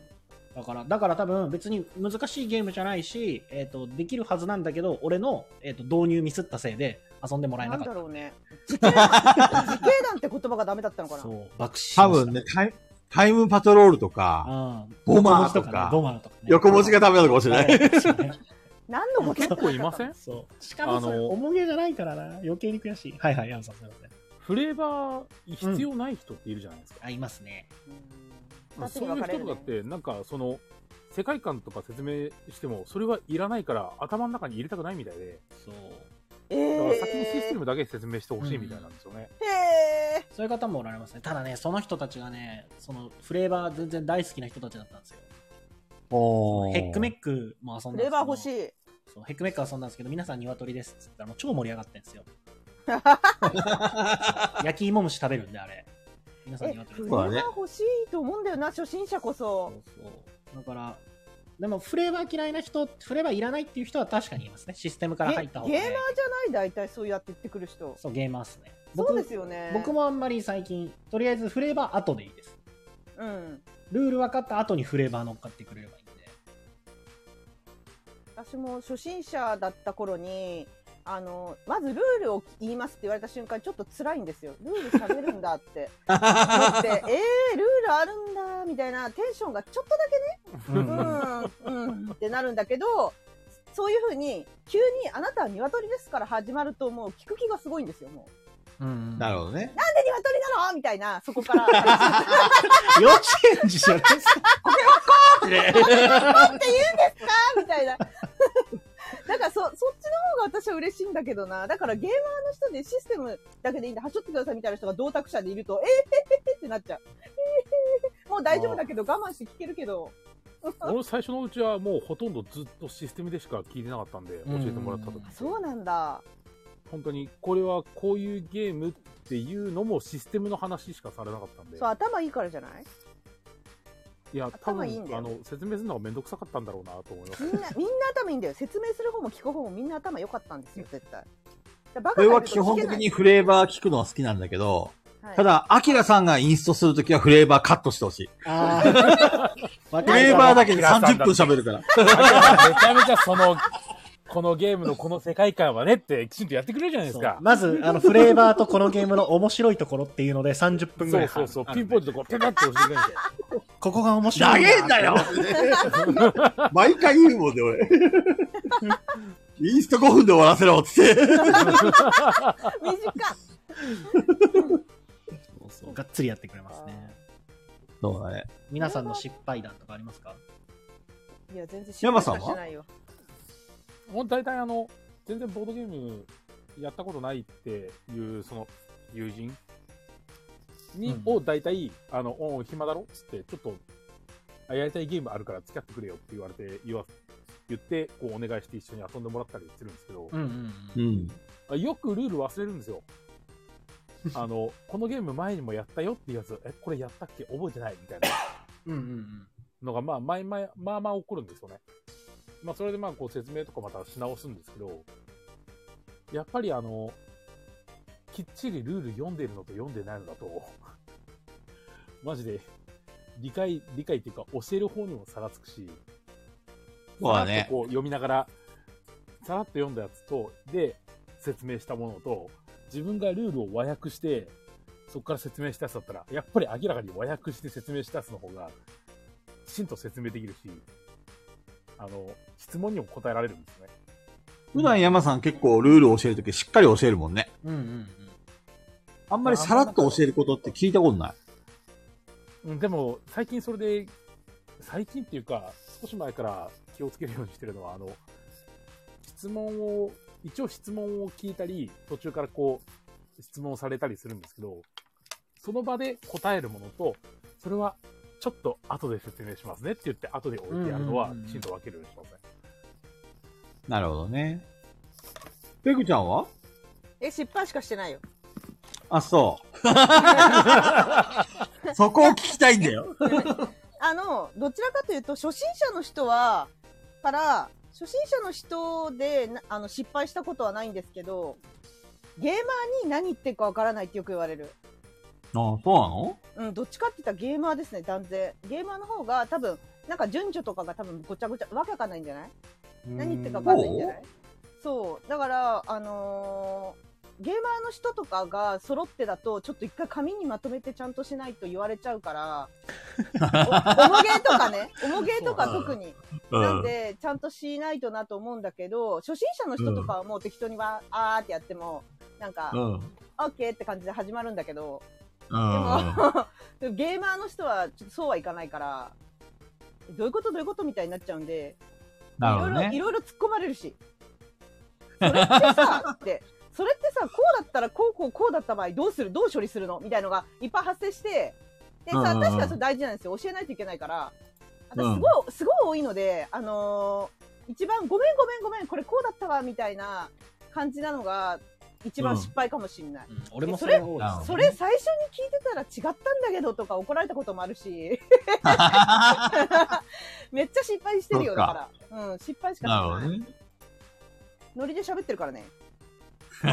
A: だから、だから多分別に難しいゲームじゃないし、えっ、と、できるはずなんだけど、俺の、えっ、と、導入ミスったせいで遊んでもらえ
D: な
A: なんかった
D: だ。ろうね時系団時系団って言葉がダメだったのかな
A: そう、爆死し
B: 多
A: ました
B: 分ね、タイタイムパトロールと
A: う
B: か、
A: ん。
B: ボマーとか
A: 横文字ねボマーとかね、
B: 横文字がダメなのかもしれな
A: ダ
B: い。
A: メですよね
D: 何のこと
C: 結構いません
A: (laughs) そう。しかもそれ
C: あの
A: 重げじゃないからな。余計に悔しい。はいはい、ヤムさんすいません。
C: フレーバー必要ない人っているじゃないですか。
A: あ、いますね。
D: 二つ
C: そ
D: に
C: ういう
D: 分かれ
C: 人
D: る
C: と
D: ね
C: かって、なんかその、世界観とか説明しても、それはいらないから頭の中に入れたくないみたいで、
A: そう。
D: え
C: だから先にシステ
D: ー
C: ムだけ説明してほしいみたいなんですよね。
D: へ
A: そういう方もおられますね。ただね、その人たちがね、そのフレーバー全然大好きな人たちだったんですよ。
B: お
A: ヘックメ
B: ッ
A: ックも遊んだん
D: ー
A: ですけど
D: レバー欲しい
A: そうヘックメック遊んだんですけど、皆さん鶏ですって言ったらもう超盛り上がってん
D: (laughs)
A: ですよ。焼き芋虫食べるんで、あれ。皆さん
D: え、
A: 鶏で
D: フ
A: す。そ
B: そう
D: レー
B: う
D: バ
B: だ
D: ー
B: ね
D: 欲しいと思うんだよな、初心者こそ。
A: そうだから、でもフレーバー嫌いな人、フレーバーいらないっていう人は確かにいますね。システムから入った方が、ね。
D: ゲゲーマーじゃない、大体そうやって言ってくる人。
A: そう、ゲーマーっすね。僕
D: そうですよね。
A: 僕。もあんまり最近、とりあえずフレーバー後でいいです。
D: うん。
A: ルール分かった後にフレーバー乗っかってくれればいいんで。
D: 私も初心者だった頃に、あの、まずルールを言いますって言われた瞬間、ちょっと辛いんですよ。ルール喋るんだって。思
A: (laughs)
D: って、えー、ルールあるんだ、みたいなテンションがちょっとだけ、うん、うん、ってなるんだけど、そういうふうに、急にあなたは鶏ですから始まると、もう聞く気がすごいんですよ、も
A: う
D: う。
A: ん
B: なるほど (laughs) ね。
D: なんで鶏なのみたいな、そこから。なんで
A: 幼稚園児じゃない
B: (laughs)
A: ですか。
D: (laughs) みたいな。なんかそ、そっちの方が私は嬉しいんだけどな。だからゲーマーの人でシステムだけでいいんで、はしょってくださいみたいな人が同卓者でいると、ええへへへってなっちゃう。えー、もう大丈夫だけど、我慢して聞けるけど。
C: 俺最初のうちはもうほとんどずっとシステムでしか聞いてなかったんで、教
A: うん
C: えてもらった時
D: そうなんだ。
C: 本当にこれはこういうゲームっていうのもシステムの話しかされなかったんで
D: そう、頭いいからじゃない
C: いや多
D: 頭
C: 分
D: いいんだよ
C: あの説明するのが面倒くさかったんだろうなと思います
D: みんな、みんな頭いいんだよ。説明する方も聞く方もみんな頭良かったんですよ、絶対。だからバカ
B: 俺
D: にな
B: は
D: ると
B: 基本的
D: 聞けない
B: にフレーバー聞くのは好きなんだけど、
D: はい
B: ただ、アキラさんがインストするときはフレーバーカットしてほしい。
A: ああ。わ
B: フ
A: か
B: レ
A: る
B: ー
A: か
B: バー
A: も。
B: だけで30分喋るから。
C: めちゃめちゃそのこのゲームのこの世界観はねってきちんとやってくれるじゃないですか
A: まず、あの、フレーバーとこのゲームの面白いところっていうので30分ぐ
C: そ
A: ら
C: う
A: い。
C: そうそうピンポイントでこうペタッと押してくれるんですよ
A: ここが面白
B: 長
A: い。
B: えんだよ毎回言うもんで、俺。インスト5分で終わらせろっつって。
D: 短っ
A: そうそうがっつりやってくれますね。
B: そうだね。
A: 皆さんの失敗談とかありますか
D: いや、全然
B: 山さんは (laughs)
D: 失敗しかしてないよ。
C: もう大体あの全然ボードゲームやったことないっていうその友人に、
A: うん
C: を大体あの「おう暇だろ?」っつってちょっとあやりたいゲームあるから付き合ってくれよって言われて言わ言ってこうお願いして一緒に遊んでもらったりしてるんですけど、
A: うんうんう。
B: うんん。
C: よくルール忘れるんで
A: (laughs)
C: すよあのこのゲーム前にもやったよっていうやつえこれやったっけ覚えてないみたいな
A: うんうんうん。
C: のが、まあ、前々、まあまあ起こるんですよね。まあ、それでまあ、こう説明とかまたし直すんですけど、やっぱりあの、きっちりルール読んでるのと読んでないのだと、マジで、理解、理解っていうか、教える方にも差がつくし、
B: そうだね
C: さらっとこう読みながら、さらっと読んだやつと、で、説明したものと、自分がルールを和訳して、そこから説明したやつだったら、やっぱり明らかに和訳して説明したやつの方が、きちんと説明できるし、あの、質問にも答えられるんですね。
B: 普段山さん結構ルールを教えるときしっかり教えるもんね。
A: うんうんうん。
B: あんまりさらっと教えることって聞いたことない。
C: うん、でも、最近それで、最近っていうか、少し前から気をつけるようにしてるのは、あの、質問を、一応質問を聞いたり、途中からこう、質問をされたりするんですけど、その場で答えるものと、それは、ちょっと後で説明しますねって言って、後で置いてやるの
A: う
C: は
A: んうんうんう、ん
C: きちんと分けるようにしますね。
B: なるほどね。ペグちゃんは
D: え、失敗しかしてないよ。
B: あ、 (laughs) そう。そこを聞きたいんだよ。
D: あの、どちらかというと、初心者の人は、から、初心者の人でなあの失敗したことはないんですけど、ゲーマーに何言ってるかわからないってよく言われる。
B: あ、そうなの
D: うん、どっちかって言ったらゲーマーですね、断然。ゲーマーの方が多分、なんか順序とかが多分ごちゃごちゃ、わけわかんないんじゃない何言ってるかわかんないんじゃないそう。だから、あのーゲーマーの人とかが揃ってだと、ちょっと一回紙にまとめてちゃんとしないと言われちゃうから、おおもげとかね、おもげとか特
B: (laughs)
D: に。なんで、ちゃんとしないとなと思うんだけど、初心者の人とかはもう適当にわーあーってやっても、なんか、
B: うん。うん。
D: オッケーって感じで始まるんだけど、
B: うん。
D: でもゲーマーの人はちょっとそうはいかないから、どういうことどういうことみたいになっちゃうんで、
B: なるほど
D: いろいろい
B: ね。
D: ろいろ突っ込まれるし。それってさ、って、それってさ、こうだったらこうこうこうだった場合どうするどう処理するのみたいのがいっぱい発生して、で
B: うんうん
D: さ、
B: うん
D: 確かにそれ大事なんですよ。教えないといけないから。
B: うん
D: 私すごい、すごい多いので、あのー一番ごめんごめんごめん、これこうだったわ、みたいな感じなのが一番失敗かもしれない。
A: うん俺もそれが多いです
B: うん
D: それ最初に聞いてたら違ったんだけどとか怒られたこともあ
B: (laughs)
D: るし、めっちゃ失敗してるよ、
B: そっか
D: だから。うん、失敗しかして
B: なるほ
D: ない
B: ど。ね。
D: ノリで喋ってるからね。
A: で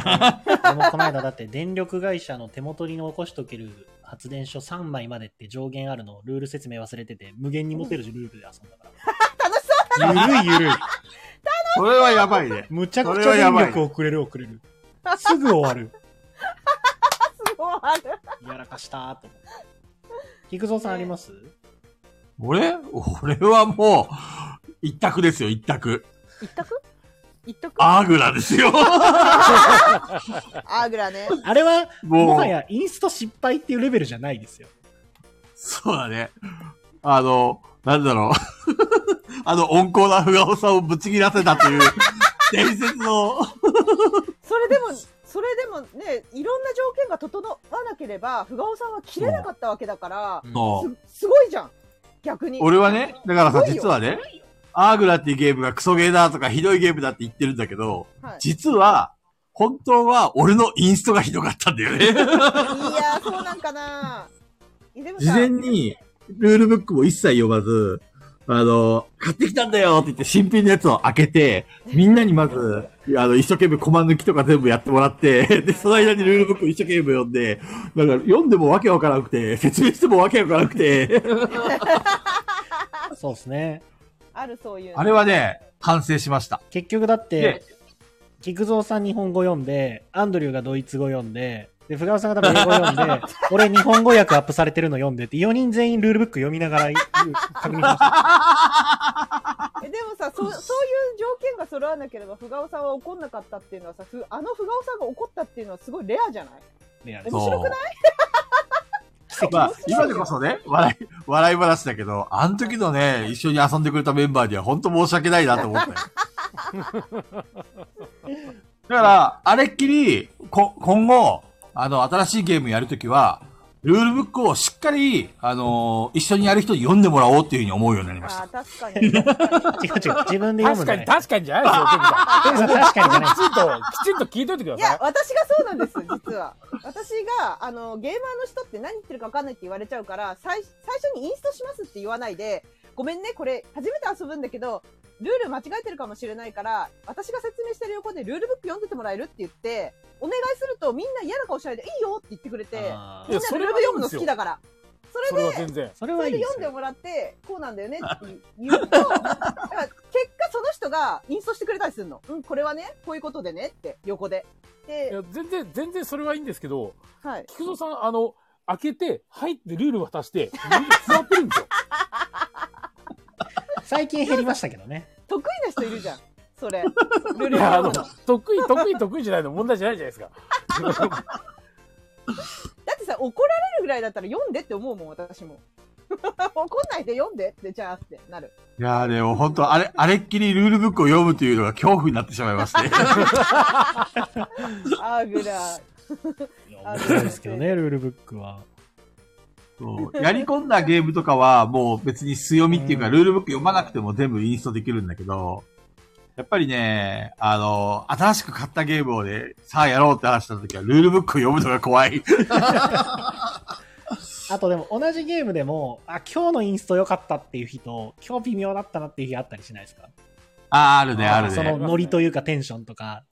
A: もこの間だって電力会社の手元に残しとける発電所3枚までって上限あるのをルール説明忘れてて無限に持てるルールで遊んだから。楽し (laughs) そうゆるいゆるい。
B: それはやばいね。
A: むちゃく
B: そ
A: ち
B: れ
A: ゃ
B: はやばい
A: 電力をくれるくれる。すぐ終わる。
D: すごいある。
A: やらかしたーと思って。菊蔵さんあります
B: 俺俺はもう、一択ですよ、一択。
D: 一択一択
B: アーグラですよ。
D: アーグラね。
A: あれは、も
B: (laughs) も
A: は
B: う、
A: やインスト失敗っていうレベルじゃないですよ。
B: そうだね。あ (laughs)
D: (laughs)
B: の、なんだろう。あの、温厚な不顔さをぶち切らせたという、伝説の。
D: それでも、それでもね、いろんな条件が整わなければ、ふがおさんは切れなかったわけだから、
B: そう
D: すすごいじゃん。逆に。
B: 俺はね、だからさ、
D: すごいよ
B: 実はね、アーグラっていうゲームがクソゲーだとかひどいゲームだって言ってるんだけど、
D: はい、
B: 実は、本当は俺のインストがひどかったんだよ (laughs) ね。
D: いやー、そうなんかな。でもさ
B: 事前に、ルールブックも一切読まず、あの、買ってきたんだよって言って新品のやつを開けて、みんなにまず、あの、一生懸命コマ抜きとか全部やってもらって、で、その間にルールブックを一生懸命読んで、だから読んでもわけわからなくて、説明してもわけわからなくて、
A: そうですね。
D: あるそういう。
B: あれはね、反省しました。
A: 結局だっ
B: で
A: て、菊蔵さん日本語読んで、アンドリューがドイツ語読んで、で、福川さんが多分英語読んで、俺日本語訳アップされてるの読んでって、4人全員ルールブック読みながらい確認しました。
D: えでもさそ、そういう条件が揃わなければ、ふがおさんは怒んなかったっていうのはさ、ふあのふがおさんが怒ったっていうのはすごいレアじゃない
A: ねあれ
D: 面白
B: (laughs)
D: くない
A: 奇跡
B: まあ、今でこそね、笑い、笑い話だけど、あの時のね、一緒に遊んでくれたメンバーには本当申し訳ないなと思った (laughs) よ。だから、あれっきり、こ、今後、あの、新しいゲームやるときは、ルールブックをしっかり、あのー一緒にやる人に読んでもらおうっていうふうに思うようになりまし
D: あ
B: た。
D: ー確か
A: (laughs)
D: に。
A: 違
D: (laughs)
A: う違う。自分で読むんじ
C: 確か
A: ゃな
C: に、
A: い。
C: 確かにじゃないですよ、
A: に。確かに (laughs) じゃない
C: きちんと、きちんと聞いといてくだ
D: い
C: さ
D: や
C: い、。
D: 私がそうなんです、実は。私が、あの、ゲーマーの人って何言ってるか分かんないって言われちゃうから、最最初にインストしますって言わないで、ごめんね、これ、初めて遊ぶんだけど、ルール間違えてるかもしれないから、私が説明してる横でルールブック読んでてもらえるって言って、お願いするとみんな嫌な顔しないで、いいよって言ってくれて、みんな
A: あ
C: い
A: ー
C: や
D: ルールブック読むの好きだから。それ
C: それは全然。
A: それ
D: そ
A: は
D: れ
A: いい
D: で
A: で
D: 読
A: す
D: んで
A: よ。
D: もらって、こうなんだよねって言うと、だから結果その人がインストしてくれたりするの。うん、これはね、こういうことでねって、横で。
C: い
D: で、
C: や全然、全然それはいいんですけど、
D: はい。
C: 菊蔵さん、あの、開けて、入ってルール渡
D: (laughs)
C: して、座ってるんですよ。
A: 最近減りましたけどね。
D: 得意な人いるじゃん。それ。ル
C: い
D: ル
C: や、あの
D: 読むの。だ、
C: 得意、得意、得意じゃないの問題じゃないじゃないですか。
D: ってさ、怒られるぐらいだったら読んでって思うもん、私も。 (laughs) 怒んないで読んでって、じゃあってなる。
B: いやーでも本当、あれ、あれっきりルールブックを読むというのが恐怖になってしまいまして。
D: あーぐらい。あー
A: そうですけどね、ルールブックは。
B: そうやり込んだゲームとかは、もう別に素読みっていうか、
A: うん
B: ルールブック読まなくても全部インストできるんだけど、やっぱりね、あの、新しく買ったゲームをね、さあやろうって話した時は、ルールブックを読むのが怖い。
A: あとでも同じゲームでも、あ、今日のインスト良かったっていう日と、今日微妙だったなっていう日あったりしないですか
B: ああ、あるね、ある
A: その
B: ね。
A: ノリというかテンションとか、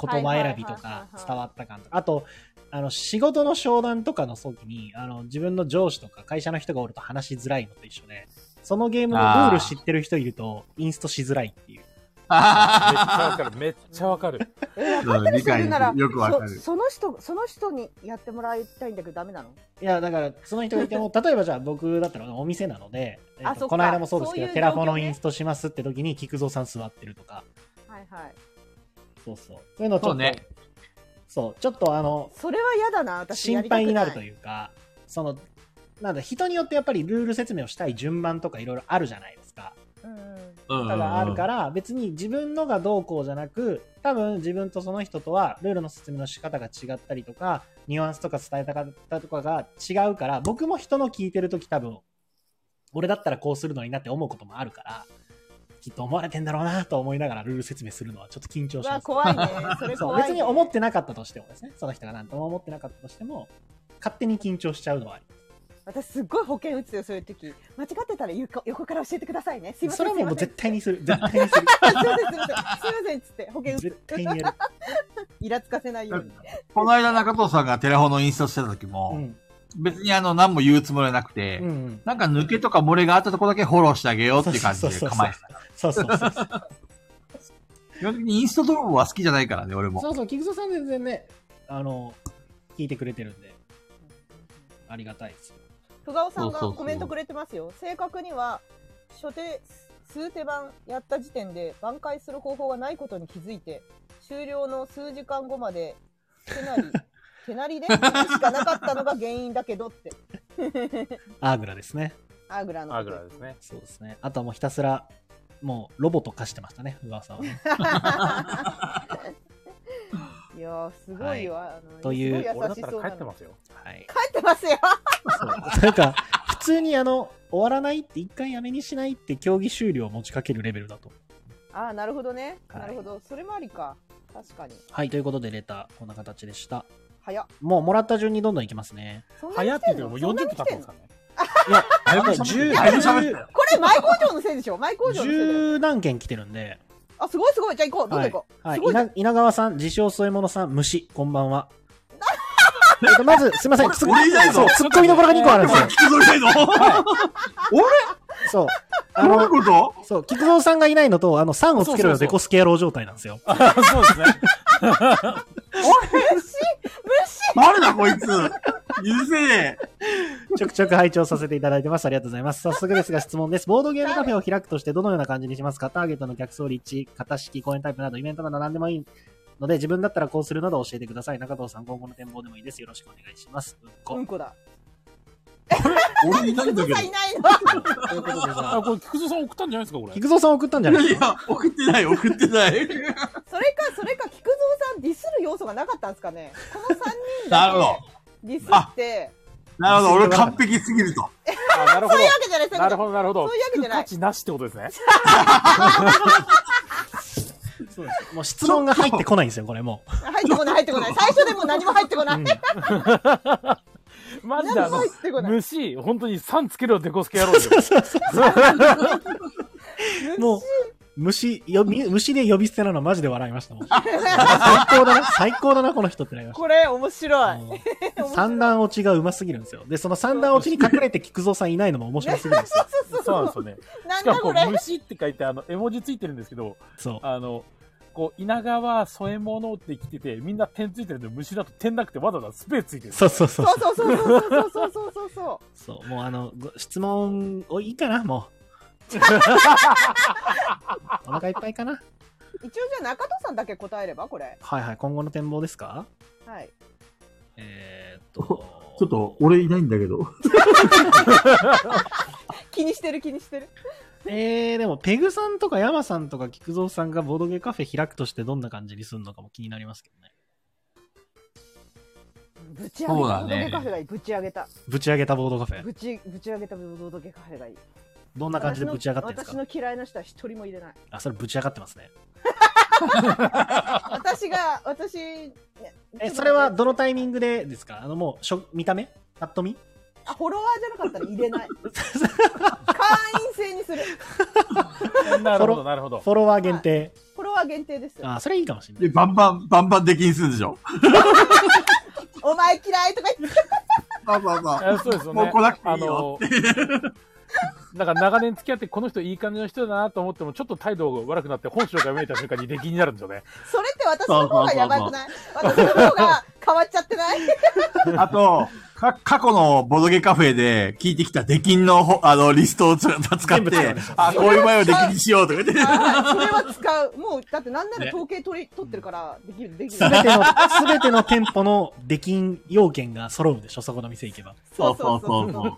A: 言葉選びと
D: はいはい
A: か
D: はいはい、
A: 伝わった感とか。あと、あの、仕事の商談とかの時に、あの、自分の上司とか会社の人がおると話しづらいのと一緒で、そのゲームのルール知ってる人いると、インストしづらいっていう。
C: めっちゃわかる、めっちゃわかる。
D: え
B: そ
D: ー、
B: う
D: 分かってる
B: 理
D: 人い
B: 解
D: るなら、
B: よくわかる
D: そその人、その人にやってもらいたいんだけどダメなの
A: いや、だから、その人がいて
D: (laughs)
A: も、例えばじゃあ僕だったらお店なので、えっと
D: あそっか
A: この間もそうですけど、
D: そういう
A: テ
D: 状況
A: ラ
D: ね
A: フォのインストしますって時に、菊蔵さん座ってるとか、
D: はいはい。
A: そうそう。そういうのちょっ
B: そ
A: と、
B: うね
A: そう、ちょっとあの、
D: それは嫌だな、私。
A: 心
D: やりたく
A: 配になると
D: う。
A: いうか、その、なんだ、人によってやっぱりルール説明をしたい順番とかいろいろあるじゃないですか。
D: うん。
B: うん
A: とかがあるから、別に自分のがどうこうじゃなく、多分自分とその人とはルールの説明の仕方が違ったりとか、ニュアンスとか伝えた方とかが違うから、僕も人の聞いてるとき多分、俺だったらこうするのになって思うこともあるから、きっと思われてんだろうなと思いながらルール説明するのはちょっと緊張
D: う
A: しま
D: わ、
A: す。
D: 怖
A: (laughs)
D: いね。それ
A: そう
D: 怖い、ね。
A: 別に思ってなかったとしてもですね、その人が何とも思ってなかったとしても、勝手に緊張しちゃうのはあり
D: 私すっごい保険打つよ、そういう時。間違ってたら横横から教えてくださいね。すいま
A: そ
D: せん。
A: れはもう
D: すいません
A: 絶対にする。絶対にする。
D: すいません、すいません。すいません、つって保
A: (laughs)
D: 険打つ。
A: 絶対にやる。
D: イラつかせないように。
B: この間中藤さんがテラフォのインストしてた時
A: う
B: も、
A: ん。
B: 別にあの、何も言うつもりはなくて
A: う、ん。
B: なんか抜けとか漏れがあったとこだけフォローしてあげようっていう感じで構えてた。
A: そうそうそうそう。
B: 基本的にインスト泥棒は好きじゃないからね、俺も。
A: そうそう、菊蔵さん全然ね、あの、聞いてくれてるんで、ありがたいですよ。
D: ふがおさん
B: そうそ
D: が
B: うそう
D: コメントくれてますよ。正確には、初手、数手番やった時点で挽回する方法がないことに気づいて、終了の数時間後まで、手なり、
A: (laughs)
D: 手なりでしかなかったのが原因だけどって。
A: アーグラですね。
D: アーグラの
C: ア
D: こ
C: ーグ
D: と
C: ラですね。
A: そうですね。あとはもうひたすら、もうロボと化してましたね、噂はね。
D: (laughs) いやーすごいよ、あの
A: という
D: すご
C: 俺だ
D: 優
C: っ
D: したそうな
C: ら帰って
D: の
C: ますよ。
A: はい。
D: 帰ってますよ (laughs)
A: そう。なんか、普通にあの、終わらないって、一回やめにしないって、競技終了を持ちかけるレベルだと。
D: ああなるほどね、
A: はい
D: なるほどそれもありか確かに
A: はい、ということで、レター、こんな形でした。
D: 早っ
A: もう、もらった順にどんどんいきますね。
D: そんな
C: 早
D: に
C: っ
D: 来
C: て言
D: て
C: って
D: んの
C: もう
D: そんな
C: 40
D: に
C: 分
D: 来
C: 経ってて
D: ん
C: ます
D: の
C: からね。
A: いや、なんか
B: い
A: 10、
B: やだいぶ喋った
A: 10
B: よ
D: これ前工場のせいでしょ前工場のせいだよ
A: 十何件来てるんで、
D: あすごいすごいじゃあ行こうどんどん行こう、
A: はい、
D: すごいじゃん
A: 稲稲川さん、自称添え物さん、虫、こんばんは。 (laughs) えっとまず、すいません、ツッ
B: 俺いないぞ
A: そうツッコミどころが2個あるん
B: で
A: で
B: (laughs) も
A: すよ
B: 聞。き取れないの
A: そう。あ
B: どういう
A: の、
B: こと
A: そう、菊蔵さんがいないのと、あの、3をつけろ
C: そうそうそ
A: よ、
C: う
A: デコスケ野郎状態なんですよ。
C: そうですね。 (laughs)
D: おい虫
B: 誰だこいつ許せねえ
A: ちょくちょく拝聴させていただいてます。ありがとうございます。早速ですが、質問です。ボードゲームカフェを開くとして、どのような感じにしますかターゲットの客層立地、型式、公演タイプなど、イベントなど何でもいいので、自分だったらこうするなど教えてください。中藤さん、今後の展望でもいいです。よろしくお願いします。うんこ
D: うんこだ
B: 俺いないんだけ
D: 嘘
B: ど。
D: さん
B: い
D: いないの
C: (laughs)
A: ということでじゃ
C: あ、
A: あ
C: これ、菊蔵さん送ったんじゃないですか、こ
A: (laughs)
C: れ。
A: 菊蔵さん送ったんじゃな
B: や
A: いで
B: い
A: すか
B: や、送ってない、送ってない。
D: それかそれか菊蔵さんディスる要素がなかったんですかねこの3人
B: なるほど
D: だ。けディスって
B: なるほど、俺完璧すぎると。
C: あなるほ
D: そういうわけじゃないそ
C: ど。
D: ういうわ
C: な
D: けじ
C: る
D: ゃな
C: ほ
D: い
C: ど、なるほど。
D: そういうわけじ (laughs) ゃな
C: 聞く
D: い
C: 価値なしってことですね。
A: そうです。もう質問が入ってこないんですよ、これもう。
D: 入ってこない入ってこない最初でも何も入って
C: (laughs)
D: こない、
C: マジであ
D: 何も
C: の
D: 入、ってこない
C: 虫、本当に3つけるよ、デコスケ野郎ですよ。
A: もう、虫、よみ虫で呼び捨てなのマジで笑いました (laughs) もん。最高だな、最高だな、この人ってなりまし
D: これ面白
A: た。
D: い
A: もう三段落ちがうますぎるんですよ。で、その三段落ちに隠れて菊蔵さんいないのも面白すぎるんですよ。
D: そう
C: そうなん
D: そ
C: で
D: う
C: すよね。
D: な
C: し
D: ん
C: か
D: だ
C: も
D: こ
C: こ
D: れ
C: う、虫って書いて、あの、絵文字ついてるんですけど、
A: そ
C: あの、こう、稲川添え物って来てて、みんな点ついてるんで、虫だと点なくてわざわざスペースついて
A: う。
C: る。
A: そうそうそう。
D: そうそうそうそうそうそうそうそう
A: そう、もうあの、ご質問、お、いいかな、も (laughs) う。お腹いっぱいかな。
D: 一応じゃあ中戸さんだけ答えればこれ
A: はいはい、今後の展望ですか
D: はい
A: えーっと、
B: ちょっと、俺いないんだけど。
D: 気にしてる気にしてる
A: えー、でも、ペグさんとか山さんとか菊蔵さんがボードゲーカフェ開くとしてどんな感じにするのかも気になりますけどね。
D: ぶち上げた
B: そうだね
D: ボードゲカフェがいいぶち上げた
A: ぶち上げたボードカフェ。
D: ぶちぶち上げたボードゲカフェがいい
A: どんな感じでぶち上がってるんです
D: 私
A: か
D: の嫌いな人は一人も入れない
A: あ、それぶち上がってますね。
D: 私が私ね
A: え、それはどのタイミングでですかあの、もう、しょ見た目パッと見
D: あフォロワーじゃなかったら入れない会員制にする
C: な
A: フ
C: るほ
A: ォロ
C: ど、なるほど。
A: フォロワー限定。
D: フォロワー限定です
A: あ、それいいかもしれな
B: で、
A: い。
B: バンバン、バンバン出禁するでしょ。
D: お前嫌いとか言って
B: そうそうそう。
C: あそうですよね。
B: もう来なくてい
C: あ
B: いよ
C: の、なんか長年付き合って、この人いい感じの人だなと思っても、ちょっと態度が悪くなって、本性が見えた瞬間に出禁になるんですよね。
D: それって私の方がやばくない私の方が変わっちゃってない
B: あと、か、過去のボドゲカフェで聞いてきた出禁のほ、あの、リストをつ使っ
A: 全部使う
B: て
A: でしょ、
B: あ、こういう場合を出禁にしようとか言って。
D: あそれは使うもうだってなんなら
A: ね
D: 統計取り取ってるからできるできる
A: すべての、すべての店舗の出禁要件が揃うでしょ、そこの店行けば。
D: そうそう
B: そ
D: そう
B: そ
D: う (laughs) そうう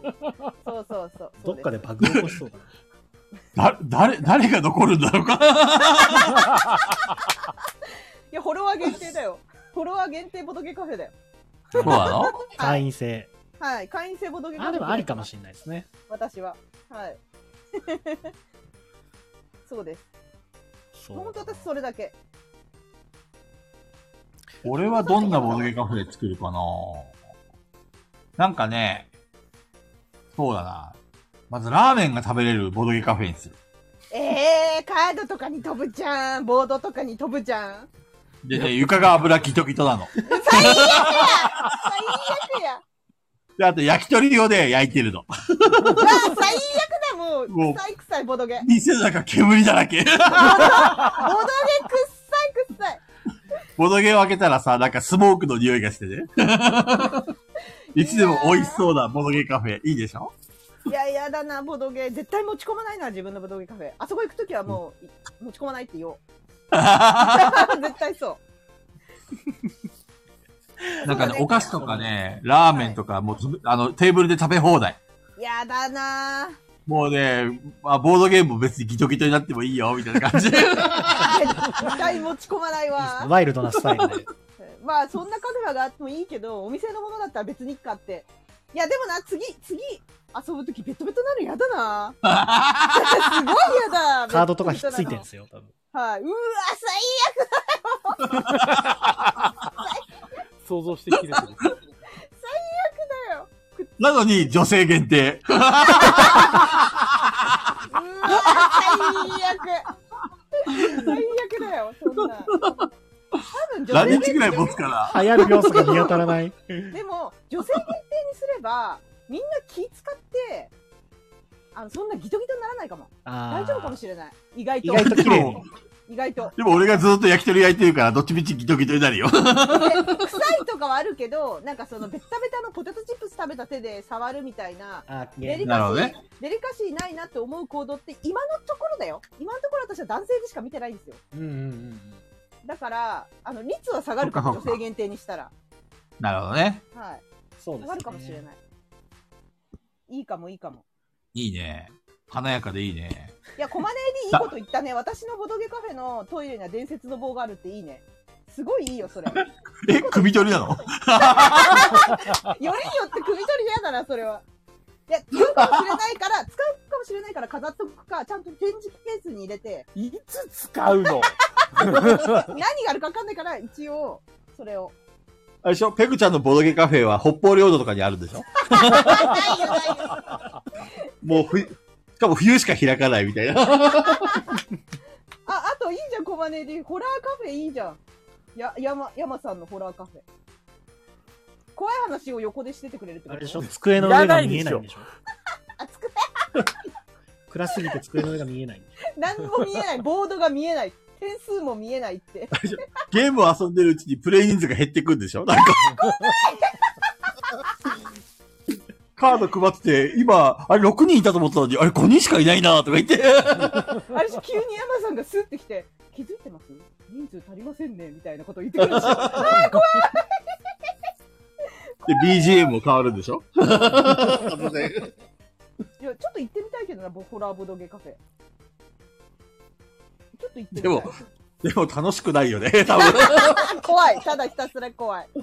D: そうそうそう
A: どっかでバグ起こしそうだ
D: (laughs)
A: な。
B: だ、誰、誰が残るんだろうか。
D: いやフォロワー限定だよフォロワー限定ボドゲカフェだよ
B: そうなの
A: 会員制。
D: はい会員制ボドゲカフェ
A: あ、でもありかもしれないですね。
D: 私ははい (laughs) そうです
A: そう
D: 本当私それだけ
B: 俺はどんなボドゲカフェ作るかななんかね、そうだな。まずラーメンが食べれるボドゲカフェにする。
D: えー、カードとかに飛ぶじゃんボードとかに飛ぶじ (laughs) ゃん
B: でね、床が油ギトギトなの。
D: 最悪や最悪や
B: で、あと焼き鳥用で焼いてるの。
D: うわ最悪だもう
B: もう
D: 臭い臭いボドゲボ
B: 店の中煙だらけ。
D: ドゲ臭い臭い
B: ボドゲを開けたらさ、なんかスモークの匂いがしてね。いつでも美味しそうなボドゲカフェ。いいでしょ
D: いやいやだなボドゲ絶対持ち込まないな自分のボドゲカフェあそこ行くときはもう、い持ち込まないっ
A: (laughs)
D: て言おう絶対そう
B: なんかね、お菓子とかね、ラーメンとか、もうつぶ、あの、テーブルで食べ放題。
D: やだな
B: もうね、まあ、ボードゲームも別にギトギトになってもいいよ、みたいな感じで。
D: 絶対持ち込まないわ。
A: ワイルドなスタイルで。
D: まあそんなカフェラがあってもいいけどお店のものだったら別にいっかっていやでもな次次遊ぶ時ベトベトなのや
A: (laughs)
D: だな (laughs) すごいやだ
A: カードとかひっついてるん
D: ベ
A: で
D: トベ
A: すよ、多分。
D: トなのはいうわ
C: 想像してきれてる。
B: なのに、女性限定。
D: 最悪うわ最悪最悪だよそんな多分女性
B: 何
D: 限
B: 日
D: 定
B: ぐらい持つから。
A: 流行る要素が見当たらない。
D: でも女性限定にすればみんな気使ってあのそんなギトギトにならないかも
A: あ
D: 大丈夫かもしれない意外
A: 意
D: と
A: 外と綺麗に。
D: 意外と
B: でも俺がずっと焼き鳥焼いてるから、どっちみちギトギトになるよ。
D: で臭いとかはあるけどなんかそのベタベタのポテトチップス食べた手で触るみたいな
A: あー、
D: デリ
B: なるほ
D: カシー、
B: どね
D: デリカシーないなって思う行動って今のところだよ今のところ私は男性でしか見てないんですよ
A: うんうんうん
D: だからあの率は下がるかも
B: そっ
D: 女
B: かそっか
D: 性限定にしたら、
B: なるほどね。
D: はい、
A: そうです、ね。
D: 下がるかもしれないいいかもいいかも
B: いいね。華やかでいいね。
D: いやコマネーにいいこと言ったね私のボドゲカフェのトイレには伝説の棒があるっていいねすごいいいよそれより
B: え、首取りなの
D: によって首取り嫌だなそれはいや使うかもしれないから使うかもしれないから飾っとくかちゃんと展示ケースに入れて
C: いつ使うの
D: 何があるか分かんないから一応それを
B: あれでしょペグちゃんのボドゲカフェは北方領土とかにあるんでしょ
D: (laughs) ないよないよ
B: もうふ、しかも冬しか開かないみたいな。
D: あ、あといいじゃん、コマネで。ホラーカフェいいじゃん。や、山、山さんのホラーカフェ。怖い話を横でしててくれるって
A: あ
D: こ
A: れでし
D: と
A: ょ机の上が見えないんでしょ
D: あ、つく、
A: 暗すぎて机の上が見えないんでしょ
D: 何も見え
A: (laughs)
D: ない。ボードが見えない。点数も見えないって。
B: (laughs) ゲームを遊んでるうちにプレイ人数が減ってくんでしょなんか。 (laughs) カード配ってて、今、あれ6人いたと思ったのに、あれ5人しかいないなとか言って。
D: あれし、急に山さんがスってきて、気づいてます人数足りませんね、みたいなこと言ってく
A: (laughs)
D: るし。
B: で、BGM も変わるんでし (laughs) ょ
D: いや、ちょっと行ってみたいけどな、ボホラーボドゲカフェ。ちょっと行ってみたい。
B: でもでも楽しくないよね、多分。 (laughs)
D: (laughs) 怖いただひたすら怖い (laughs)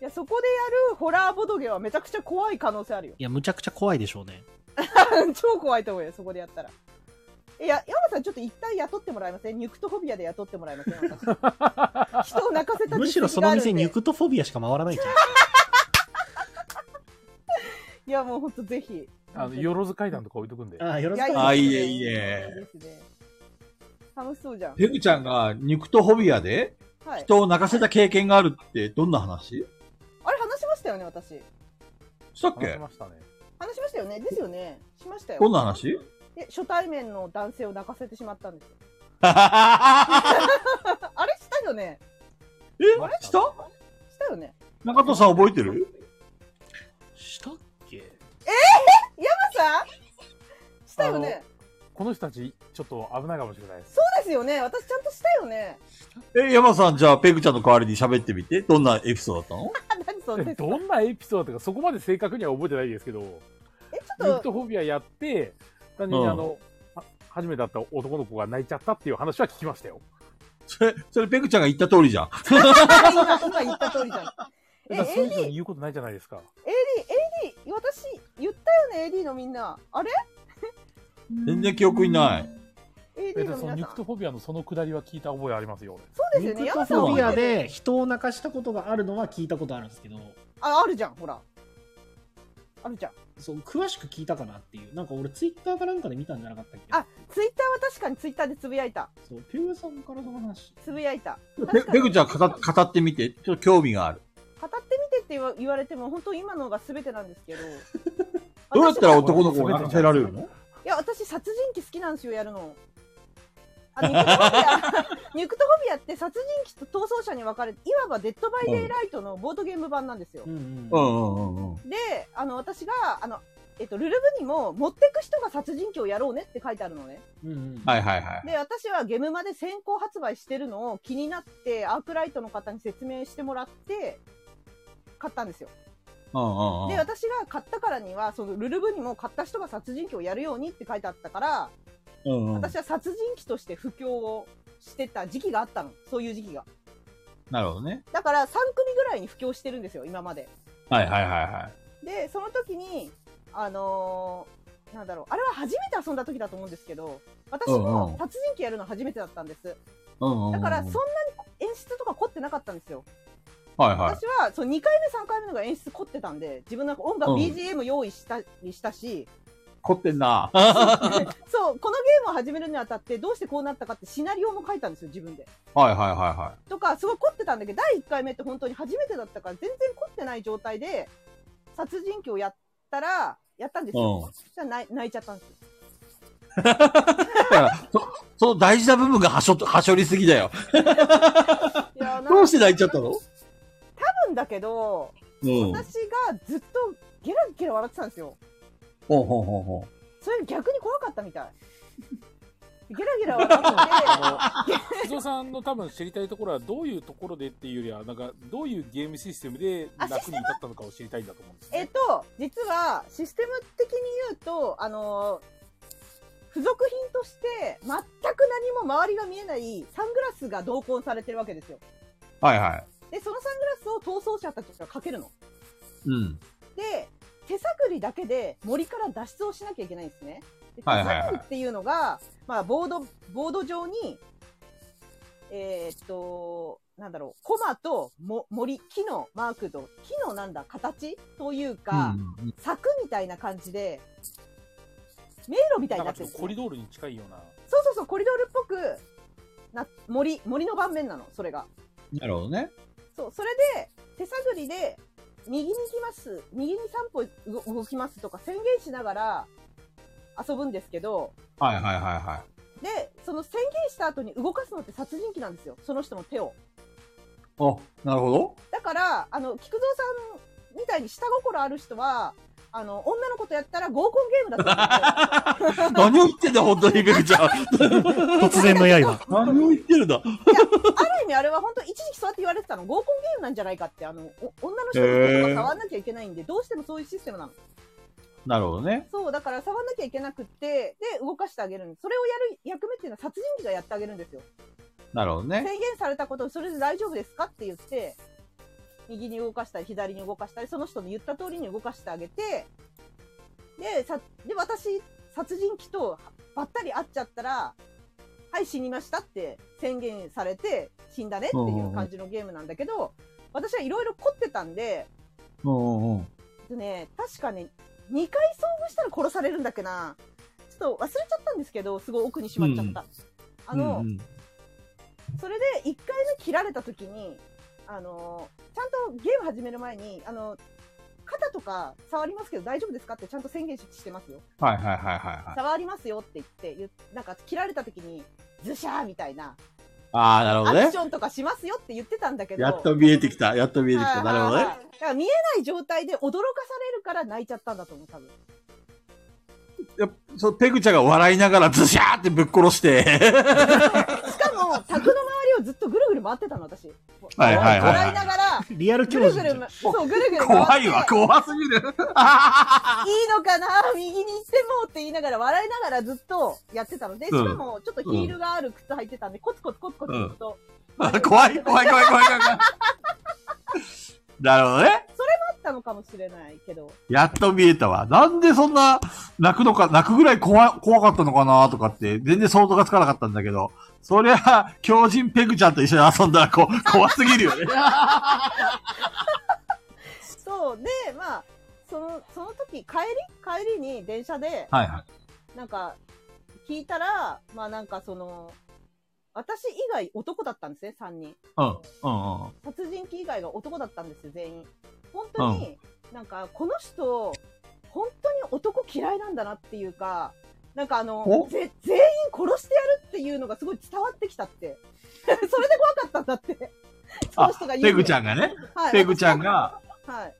D: いやそこでやるホラーボドゲはめちゃくちゃ怖い可能
A: (laughs)
D: 性あるよ
A: いや、むちゃくちゃ怖いでしょうね。
D: 超怖いと思うよそこでやったらいや山さんちょっと一旦雇ってもらえませんニュクトフォビアで雇ってもらえません私
A: (laughs)
D: 人を泣かせた
A: むしろそ
D: 実績が
A: の
D: あるんで
A: 店、ニクトフォビアしか回らないんじゃない
D: いやもうほんとぜひ
C: あの、よろず階段とか置いとくんで。
A: ああ、よろし
D: や
A: く。
B: あいいね
D: です
B: いいね
D: ですね楽しそうじゃん
B: ペグちゃんが肉とホビアで
D: はい
B: 人を泣かせた経験があるって、どんな話
D: あれ話しましたよね私
B: したっ
C: 話し
B: け
C: ましたね。
D: 話しましたよねですよねしましたよ
B: どんな (laughs) 話
D: え初対面の男性を泣かせてしまったんですよあれしたよね
B: えした
D: したよね
B: 中藤さん覚えてる
A: したっけ
D: さんしたよね
C: この人たち、ちょっと危ないかもしれないです。
D: そうですよね私ちゃんとしたよね
B: え、山さん、じゃあ、ペグちゃんの代わりに喋ってみて。どんなエピソードだったの
D: あ何そのテスト
C: どんなエピソードかそこまで正確には覚えてないですけど、ニ
D: えちょ
C: ッ
D: っと
C: トフォビアやって、単に
B: うん
C: あの、は初めて会った男の子が泣いちゃったっていう話は聞きましたよ。
B: それ、それペグちゃんが言った通りじゃん。 (laughs)
D: 今今言った通りじゃんえ
C: だから
D: AD
C: そういう人に言うことないじゃないですか。
D: AD 私言ったよね AD のみんなあれ
B: 全然記憶にない。
C: え
D: AD
C: で
D: の
C: その
D: 皆
C: ニ
D: さ
C: ク
D: ん
C: トフォビアのそのくだりは聞いた覚えありますよ。
D: そうです
A: ニ
D: よ
A: クトフ
D: ね山さん
A: ォビア
D: 覚えてる
A: で人を泣かしたことがあるのは聞いたことあるんですけど、
D: ああるじゃんほらあるじゃん
A: そう詳しく聞いたかなっていう、なんか俺、ツイッターかなんかで見たんじゃなかったっけ
D: あツイッターは確かにツイッターでつぶやいた
A: そう、ペグさんからその話。
D: つぶやいた確
B: ペ
D: か
B: ペ
D: に
B: グちゃん語っ語ってみて。ちょっと興味がある。
D: 語ってみてって言わ言われても本当今のが全てなんですけ
B: (laughs) ど
D: ど
B: うやったら
D: 私
B: 男の子を泣かせられるの
D: いや、私、殺人鬼好きなんですよ、やるの。あニクトフォビア (laughs) ニクトフォビアって殺人鬼と逃走者に分かれて、いわばデッド・バイ・デイ・ライトのボードゲーム版なんですよ
A: う。ん
B: う
A: うん。
B: んうんうんうん。
D: で、あの、私が、あの、えっと、ルルブにも、持ってく人が殺人鬼をやろうねって書いてあるのね。
A: うんうん
B: はいはいはい。
D: で、私はゲームまで先行発売してるのを気になって、アークライトの方に説明してもらって、買ったんですよ。
B: うんうん
D: で、私が買ったからには、そのルルブにも買った人が殺人鬼をやるようにって書いてあったから、
B: うんうん
D: 私は殺人鬼として布教をしてた時期があったの。そういう時期が。
B: なるほどね。
D: だから3組ぐらいに布教してるんですよ、今まで。
B: はいはいはいはい。
D: で、その時に、あのーなんだろう、あれは初めて遊んだ時だと思うんですけど、私
B: うんう
D: も
B: ん
D: 殺人鬼やるの初めてだったんです。
B: うんうんうん、
D: だからそんなに演出とか凝ってなかったんですよ。
B: はいはい。
D: 私はそう2回目、3回目のが演出凝ってたんで、自分の音楽、
B: うん
D: BGM 用意したりしたし、
B: (laughs) 凝ってんな。
D: そう、このゲームを始めるにあたって、どうしてこうなったかってシナリオも書いたんですよ、自分で。
B: はいはいはいは
D: とか、すごい凝ってたんだけど、第1回目って本当に初めてだったから、全然凝ってない状態で、殺人鬼をやったら、やったんですよ。
B: うん
D: そしたら泣い泣いちゃったんですよ。
B: い。だ (laughs) から、そその大事な部分がはしょ、はしょりすぎだよ。
D: いや
B: (laughs)
D: ー
B: どうして泣いちゃったの
D: なんだけど、
B: うん。
D: 私がずっとゲラゲラ笑ってたんですよ。
B: ほうほうほうほう。
D: それ逆に怖かったみたい。 (laughs) ゲラゲラ笑ってて、
C: あの、
D: (laughs)
C: 木造さんの多分知りたいところは、どういうところでっていうよりは、なんか、どういうゲームシステムで楽に至ったのかを知りたいんだと思うんです
B: (laughs)
D: えっ
C: ね。
D: と、実はシステム的に言うと、あのー付属品として全く何も周りが見えないサングラスが同梱されてるわけですよ。
B: はいはい。
D: で、そのサングラスを逃走者たちがかけるの。
B: うん。
D: で、手探りだけで森から脱出をしなきゃいけないんですね。で手
B: はいはいはい
D: 探りっていうのが、まあ、ボード、ボード上に、えーっと、なんだろう、コマとも森、木のマークと、木のなんだ、形というか、
B: うん
D: 柵みたいな感じで、迷路みたい
C: な
D: に
C: ん
D: な
C: か
D: って
C: ちょっとコ
D: るんですよ
C: リドールに近いような。
D: そうそうそう、コリドールっぽく、な、森、森の盤面なの、それが。
B: なるほどね。
D: そう、それで、手探りで、右に行きます、右に3歩動動きますとか宣言しながら遊ぶんですけど、
B: はいはいはいは
D: で、その宣言した後に動かすのって殺人鬼なんですよ、その人の手を。
B: い。あ、なるほど。
D: だから、あの、菊蔵さんみたいに下心ある人は、あの、女の子とやったら合コンゲームだったんですよ
B: 何を言ってんだよ、本当に、ベクちゃ (laughs) ん。
A: (laughs) 突然の
D: (laughs)
A: 刃。
B: 何を言ってるんだ。
D: ある意味あれは本当一時期そうやって言われてたの合コンゲームなんじゃないかってあのお女の人のことが触んなきゃいけないんで、どうしてもそういうシステムなの
B: なるほどね。
D: そうだから触んなきゃいけなくってで動かしてあげるんですそれをやる役目っていうのは殺人鬼がやってあげるんですよ
B: なるほど
D: 制
B: ね。
D: 限されたことをそれで大丈夫ですかって言って右に動かしたり左に動かしたりその人の言った通りに動かしてあげてでさで私殺人鬼とばったり会っちゃったら「はい死にました」って宣言されて死んだねっていう感じのゲームなんだけど私はいろいろ凝ってたんで
B: うんうんうん。
D: えっとね確かね2回遭遇したら殺されるんだっけなちょっと忘れちゃったんですけどすごい奥にしまっちゃった。あの、
B: うんうん
D: それで1回目切られた時に、あのーちゃんとゲーム始める前に、あの肩とか触りますけど大丈夫ですかってちゃんと宣言してますよ。
B: はいはいはいはいはい。
D: 触りますよって言って、言っなんか切られた時に、ズシャーみたいな、
B: ああ、なるほ
D: ア
B: ど
D: ク
B: ね
D: シ。ョンとかしますよって言ってたんだけど。
B: やっと見えてきた。やっと見えてき
D: は
B: た。
D: い
B: なるほど
D: はい
B: ね
D: はい。だから見えない状態で驚かされるから泣いちゃったんだと思う、多分。
B: やっぱそうペグちゃんが笑いながらズシャーってぶっ殺
D: (laughs)
B: して。
D: しかも、柵の周りをずっとぐるぐる回ってたの、私。
B: はいはいはい
D: 笑いながら、
A: リアル
D: ぐ
A: 教
D: る
A: 授
D: ぐ。る、そう、ぐるぐる回って。
B: 怖いわ、怖すぎる。
D: いいのかな右に行ってもって言いながら、笑いながらずっとやってたので、しかもちょっとヒールがある靴履いてたんで、コツコツコツコツずっと。
B: 怖い、怖い、怖い、怖い、怖い。なるほどね。
D: あったのかもしれないけど。
B: やっと見えたわ。なんでそんな泣くのか、泣くぐらい怖い怖かったのかなとかって、全然想像がつかなかったんだけど、そりゃ、狂人ペグちゃんと一緒に遊んだらこ怖すぎるよね。
D: そう。で、まあ、その、その時、帰り帰りに電車で、
B: はいはい。
D: なんか、聞いたら、まあなんかその、私以外男だったんですね、3人。
B: うん、うん、うん。
D: 殺人鬼以外が男だったんですよ、全員。本当に、なんか、この人、本当に男嫌いなんだなっていうか、なんかあの
B: お、
D: ぜ全員殺してやるっていうのがすごい伝わってきたって。 (laughs) それで怖かったんだって。その人が言う
B: ペグちゃんがね、
D: はい
B: ペグちゃんが
D: はい。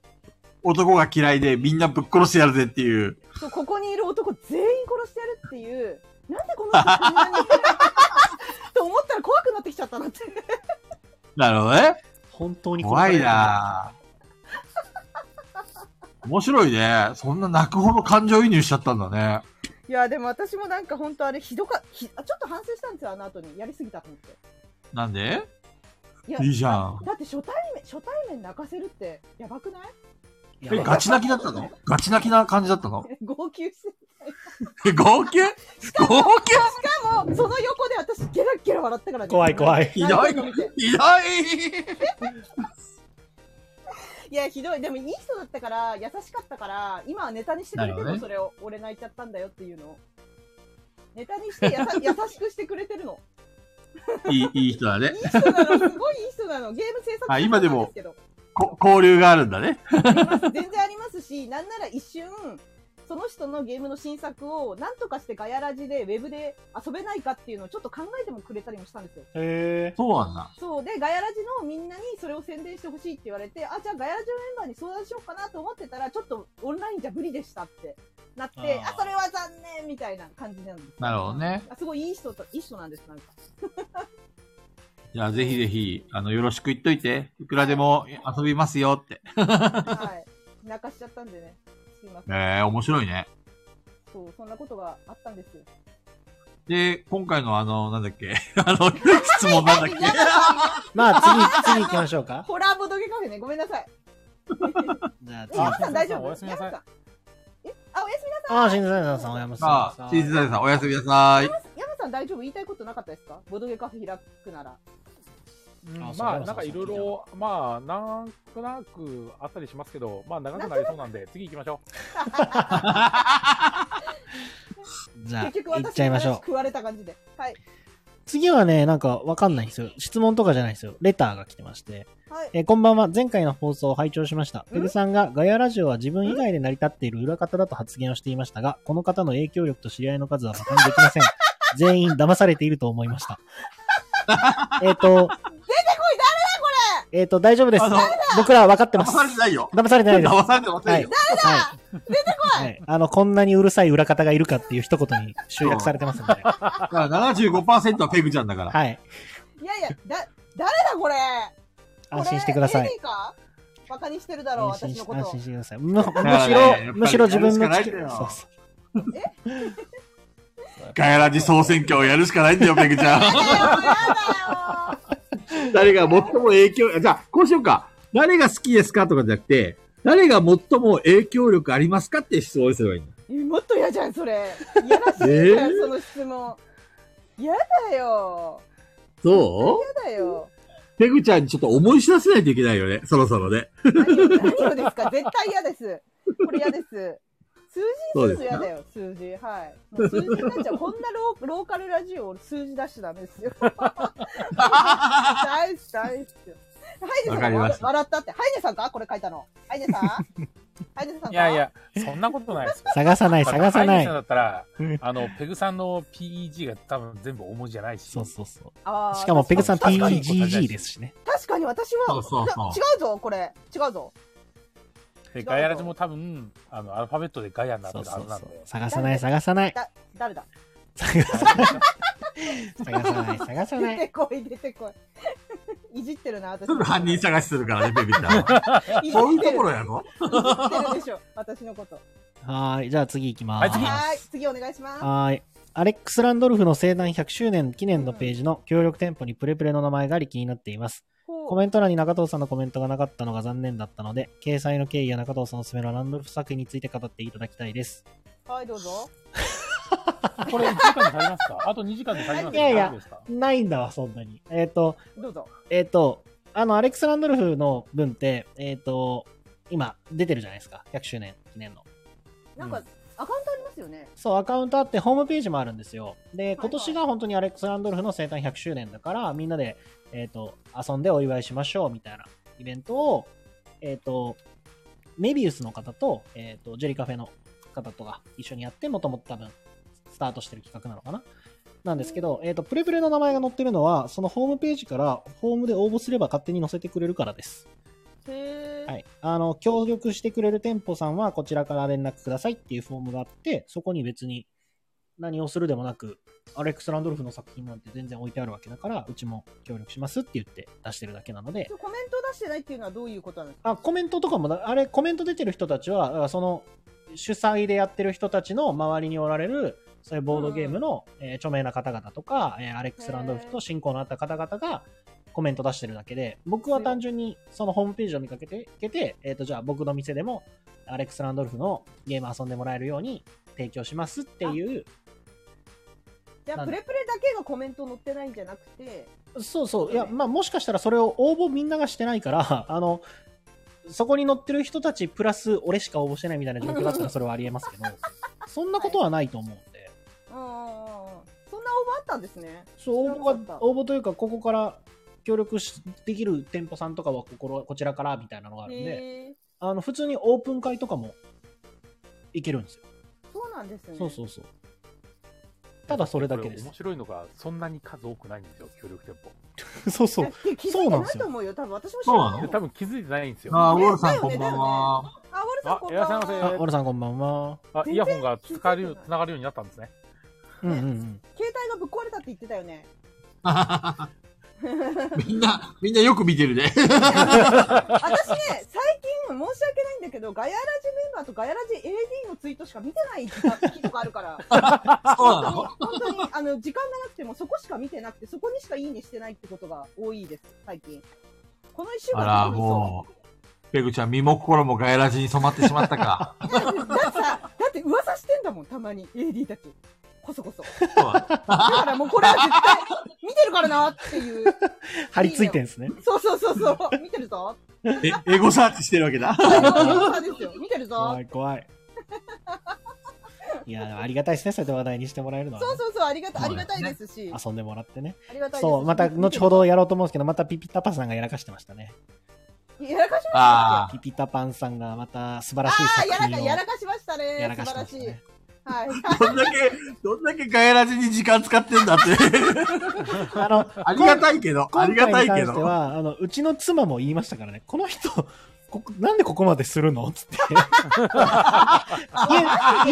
B: 男が嫌いでみんなぶっ殺してやるぜっていう。
D: そうここにいる男全員殺してやるっていう、なんでこの人 (laughs) こんなに。と思ったら怖くなってきちゃったなって。
B: なるほどね。
A: 本当に
B: 怖いなぁ面白いね。そんな泣くほど感情移入しちゃったんだね。
D: いや、でも私もなんか本当あれひどか、ひあちょっと反省したんですよ、あの後に。やりすぎたと思って。
B: なんで
D: いや
B: いいじゃん。
D: だって初対面、初対面泣かせるってやばくない (laughs)
A: いや
B: え、ガチ泣きだったのガチ泣きな感じだったの
D: 号泣して。
B: え、号泣号泣
D: しかも、その横で私ゲラッゲラ笑ったからね。
A: 怖い怖い。
B: ひどい
D: 泣てるの見て
B: ひどい
D: いや、ひどい。でもいい人だったから、優しかったから、今はネタにしてくれて
B: な
D: る
B: るほど
D: の、
B: ね
D: それを。俺泣いちゃったんだよっていうのを。ネタにしてや
B: (laughs)
D: さ優しくしてくれてるの。
B: いい、いい人だね
D: い。い人なの、すごいいい人なの。ゲーム制作
B: あ今でも
D: 者なんすけど
B: こ交流があるんだね。
D: 全然ありますし、なんなら一瞬、その人のゲームの新作を何とかしてガヤラジでウェブで遊べないかっていうのをちょっと考えてもくれたりもしたんですよ。
A: へ
B: そうなんだ。
D: そう。で、ガヤラジのみんなにそれを宣伝してほしいって言われて、あ、じゃあガヤラジのメンバーに相談しようかなと思ってたら、ちょっとオンラインじゃ無理でしたってなって、
A: あ
D: あ
A: ー
D: それは残念みたいな感じなんです。
B: なるほどね。
D: あすごいいい人と、いい人なんです、なんか。
B: じゃあぜひぜひ、あの、よろしく言っといて。いくらでも遊びますよって。
D: はい。泣かしちゃったんでね。すいません。
B: えー、面白いね。
D: そう、そんなことがあったんですよ。 (laughs)
B: で、今回のあの、なんだっけ (laughs) あの、質問なんだ
A: (laughs)
B: っけ
D: はいはい
A: ーまあ次、次行きましょうか。
D: ホラーボドゲカフェね、ごめんなさい。
A: じゃあ
D: え、
A: 次。
D: ヤ
A: あ
D: マさん大丈夫
C: おやすみなさい
D: ヤマんえ、あ、おやすみな
A: あ、新鮮さん、おやすみ
B: さ
A: な
B: あ
A: さ、い。
B: チーズダイさんおやすみなさい。
D: さい。ヤマさん大丈夫言いたいことなかったですかボドゲカフェ開くなら。
C: うん
A: あそう
C: まあ、
A: そう
C: なんかいろいろ、まあ、なんとなくあったりしますけど、まあ、長くなりそうなんで、次行きましょ
A: じゃあ、
D: 結局
A: 行っ
D: 私
A: ちゃいまし
D: 話
A: ょう。
D: 食われた感じで。はい。
A: 次はね、なんかわかんないんですよ。質問とかじゃないんですよ。レターが来てまして。
D: はい。
A: えーこんばんは。前回の放送を拝聴しました。ペグさんがガヤラジオは自分以外で成り立っている裏方だと発言をしていましたが、この方の影響力と知り合いの数は馬鹿にでき (laughs) ません。全員騙されていると思いま (laughs) した。えっと、出てこい誰だこれえっと、大丈夫です
B: あの。
A: 僕らは分かってま
B: 騙
A: す。
B: されてないよ。
A: 騙されてないです。
B: 騙されてませんよ。
A: はい、出てこい、はい、あの、こんなにうるさい裏方がいるかっていう一言に集約されてますので。
B: だから75%はペグちゃんだから。
A: はい。
D: いやいや、だ、誰だこれ
A: 安心してください
D: これ。AD かバカにしてるだろう、
A: 安心し安
D: 私のこと。
A: 心してください。むむし
B: からねやっぱり
A: ろ、むしろ自分の
B: やるしかないんだ
A: 力そ
B: よ
A: うそう
B: ガヤラジ総選挙をやるしかないんだよ、ペグちゃん。
D: やだよやだよ
B: (laughs) 誰が最も影響、じゃあ、こうしようか。誰が好きですかとかじゃなくて、誰が最も影響力ありますかって質問をすればいいんだ。
D: え (laughs) もっと嫌じゃん、それ。いやらしいじゃん、
B: えー
D: その質問。嫌だよ。
B: そ
D: 嫌だよ。
B: うペグちゃんにちょっと思い知らせないといけないよね。そろそろね。
D: 何を何をですか絶対嫌です。これ嫌です。数字にすると嫌だよ、数字。はい。もう数字になっちゃう。こんなローローカルラジオ数字出しちゃダメですよ。大好き、大好き。ハイネさ
B: わ
D: ん
B: かりま
D: 笑
B: した
D: 笑ったって。ハイネさんかこれ書いたの。
B: (laughs)
D: ハイネさんハイネさんか
C: う。いやい。や、そんなことないです。
A: 探さない、探さな
C: ハイネさんだ
A: い。
C: ったら
A: うん、
C: あの、ペグさんの PEG が多分全部大文字じゃないし。
A: そうそうそ
D: あ
A: う。
D: ー
A: しかも、ペグさん
D: 確かに
A: PGG ですしね。
D: 確かに私は、
B: そうそうそう
D: な違うぞ、これ。違うぞ。
C: で、ガヤラジも多分、あの、アルファベットでガヤになって
A: そう
C: る
A: そ
C: は
A: う
C: ず
A: そ
C: なん
A: う
C: で。。
A: 探さない、探さない。
D: だ、誰だ
A: 探さない、探さない。探さな
D: 出
A: い
D: てこい、出てこい。い (laughs) じってるな、私。
B: すぐ犯人探しするから (laughs) ね、ペグちゃんは。
D: いじってる
B: そういうところやろ
D: いじってるでしょ、私のこと。
A: はーい。じゃあ次行きまー
C: はい
A: す。
C: 次
D: はーい、次お願いします。
A: はーい。アレックス・ランドルフの生誕100周年記念のページの協力店舗にプレプレの名前があり気になっています。コメント欄に中藤さんのコメントがなかったのが残念だったので、掲載の経緯や中藤さんおすすめのランドルフ作品について語っていただきたいです。
D: はい、どうぞ。
C: これ1時間で足りま
A: (laughs)
C: すかあと2時間で足りますか
A: いやいや
C: 大丈夫ですか
A: ないんだわ、そんなに。えっ、と、
D: どうぞ。
A: えっ、と、あの、アレックス・ランドルフの文って、えっ、と、今、出てるじゃないですか。100周年記念の。
D: なんか、
C: うん
D: アカウントありますよね。
A: そう、アカウントあって、ホームページもあるんですよ。で、
D: い
A: 今年が本当にアレックス・ランドルフの生誕100周年だから、みんなで、えっ、と、遊んでお祝いしましょう、みたいなイベントを、えっ、と、メビウスの方と、えっ、と、ジェリカフェの方とが一緒にやって、もともと多分、スタートしてる企画なのかななんですけど、えっ、と、プレプレの名前が載ってるのは、そのホームページから、ホームで応募すれば勝手に載せてくれるからです。
D: へー
A: はい、あの協力してくれる店舗さんはこちらから連絡くださいっていうフォームがあって、そこに別に何をするでもなく、アレックス・ランドルフの作品なんて全然置いてあるわけだから、うちも協力しますって言って出してるだけなので、
D: コメント出してないっていうのはどういうことなんですか
A: あ、コメントとかもだ、あれ、コメント出てる人たちは、だからその、主催でやってる人たちの周りにおられる、そういうボードゲームの、えー著名な方々とか、えーアレックス・ランドルフと親交のあった方々が、コメント出してるだけで、僕は単純にそのホームページを見かけて、けて、えっ、と、じゃあ僕の店でも、アレックス・ランドルフのゲーム遊んでもらえるように提供しますっていう、
D: じゃ
A: な
D: あ
A: ん
D: プ
A: で
D: レプレだけがコメント載ってないんじゃなくて
A: そうそう、いや、まあ、もしかしたらそれを応募みんながしてない (laughs) から、あの、そこに載ってる人たちプラス俺しか応募してないみたいな状況だったらそれはありえ (laughs) ますけど、そんなことはないと思うんで、
D: うんうんうんうんそんな応募あったんですね
A: そう、
D: 知
A: 応
D: らなかっ
A: 募
D: た
A: が、応募というか、ここから協力しできる店舗さんとかはこここちらからみたいなのがあるんで、
D: へえ
A: あの、普通にオープン会とかもいけるんですよ。
D: そうなんですね
A: そうそうそう。ただそれだけです
C: こ面白いのが、そんなに数多くないんですよ、協力店舗。
A: (laughs) そう
D: い
A: そ
D: や
A: う。
D: 気
A: そ
D: づ
A: う
D: い
A: な
D: て
A: んで
D: ない
A: すよ
D: と思うよ多分私も知らない
C: 多分気づいてないんですよ。
B: あ
C: あ、
B: ー、ウォルさん
D: だよ
B: こ
D: ね
B: んばんは。
D: あウォルさんこん
C: いら
D: ば
C: っしゃい
D: ん
C: ませ。
A: あ、
D: は
A: オラさんこんばんは。
C: あ、
D: 全然
C: イヤホンが
D: 気づいてない
C: 使えるよう、繋がるようになったんですね。
A: うんうん (laughs) うん。
D: 携帯がぶっ壊れたって言ってたよ
C: (laughs)
D: ね
B: みんな、みんなよく見てる (laughs) ね。
D: 私ね、最近、申し訳ないんだけど、ガヤラジメンバーとガヤラジ AD のツイートしか見てない時とかあるから、
B: そうなの
D: 本当に、本当にあの、時間がなくてもそこしか見てなくて、そこにしかいいねしてないってことが多いです、最近。この一週間
B: あら、もう、ペグちゃん、身も心もガヤラジに染まってしまったか。
D: う。だってだってさ、だって噂してんだもん、たまに AD たち。こそこそ。だからもうこれは絶対、見てるからなっていう。
A: 張り付いてんですね。
D: そうそうそうそう、見てるぞ。
B: え、エゴサーチしてるわけだ。
D: そうそうですよ見てるぞ
A: 怖。い怖い。いや、でもありがたいですね。そうやって話題にしてもらえるのはね、
D: そうそうそう、ありがたありがたいですし。
A: 遊んでもらってね。
D: ありがたいです
A: そう、また後ほどやろうと思うんですけど、またピピタパンさんがやらかしてましたね。
D: やらかしました
B: あ
A: ピピタパンさんがまた素晴らしい
D: ああ
A: 作
D: やら
A: 品
D: か
A: を
D: やらかしましたね。
A: やらかしてました
D: 素晴らしい
A: ね。。
D: はい。
B: あ、どんだけ、どんだけガヤラジに時間使ってんだ
A: (laughs)
B: って。
A: あの、
B: ありがたいけど、あ
A: 今
B: りがた
A: 回に
B: いけ
A: 関して
B: ど。
A: は、あの、うちの妻も言いましたからね、この人、ここなんでここまでするのつって。家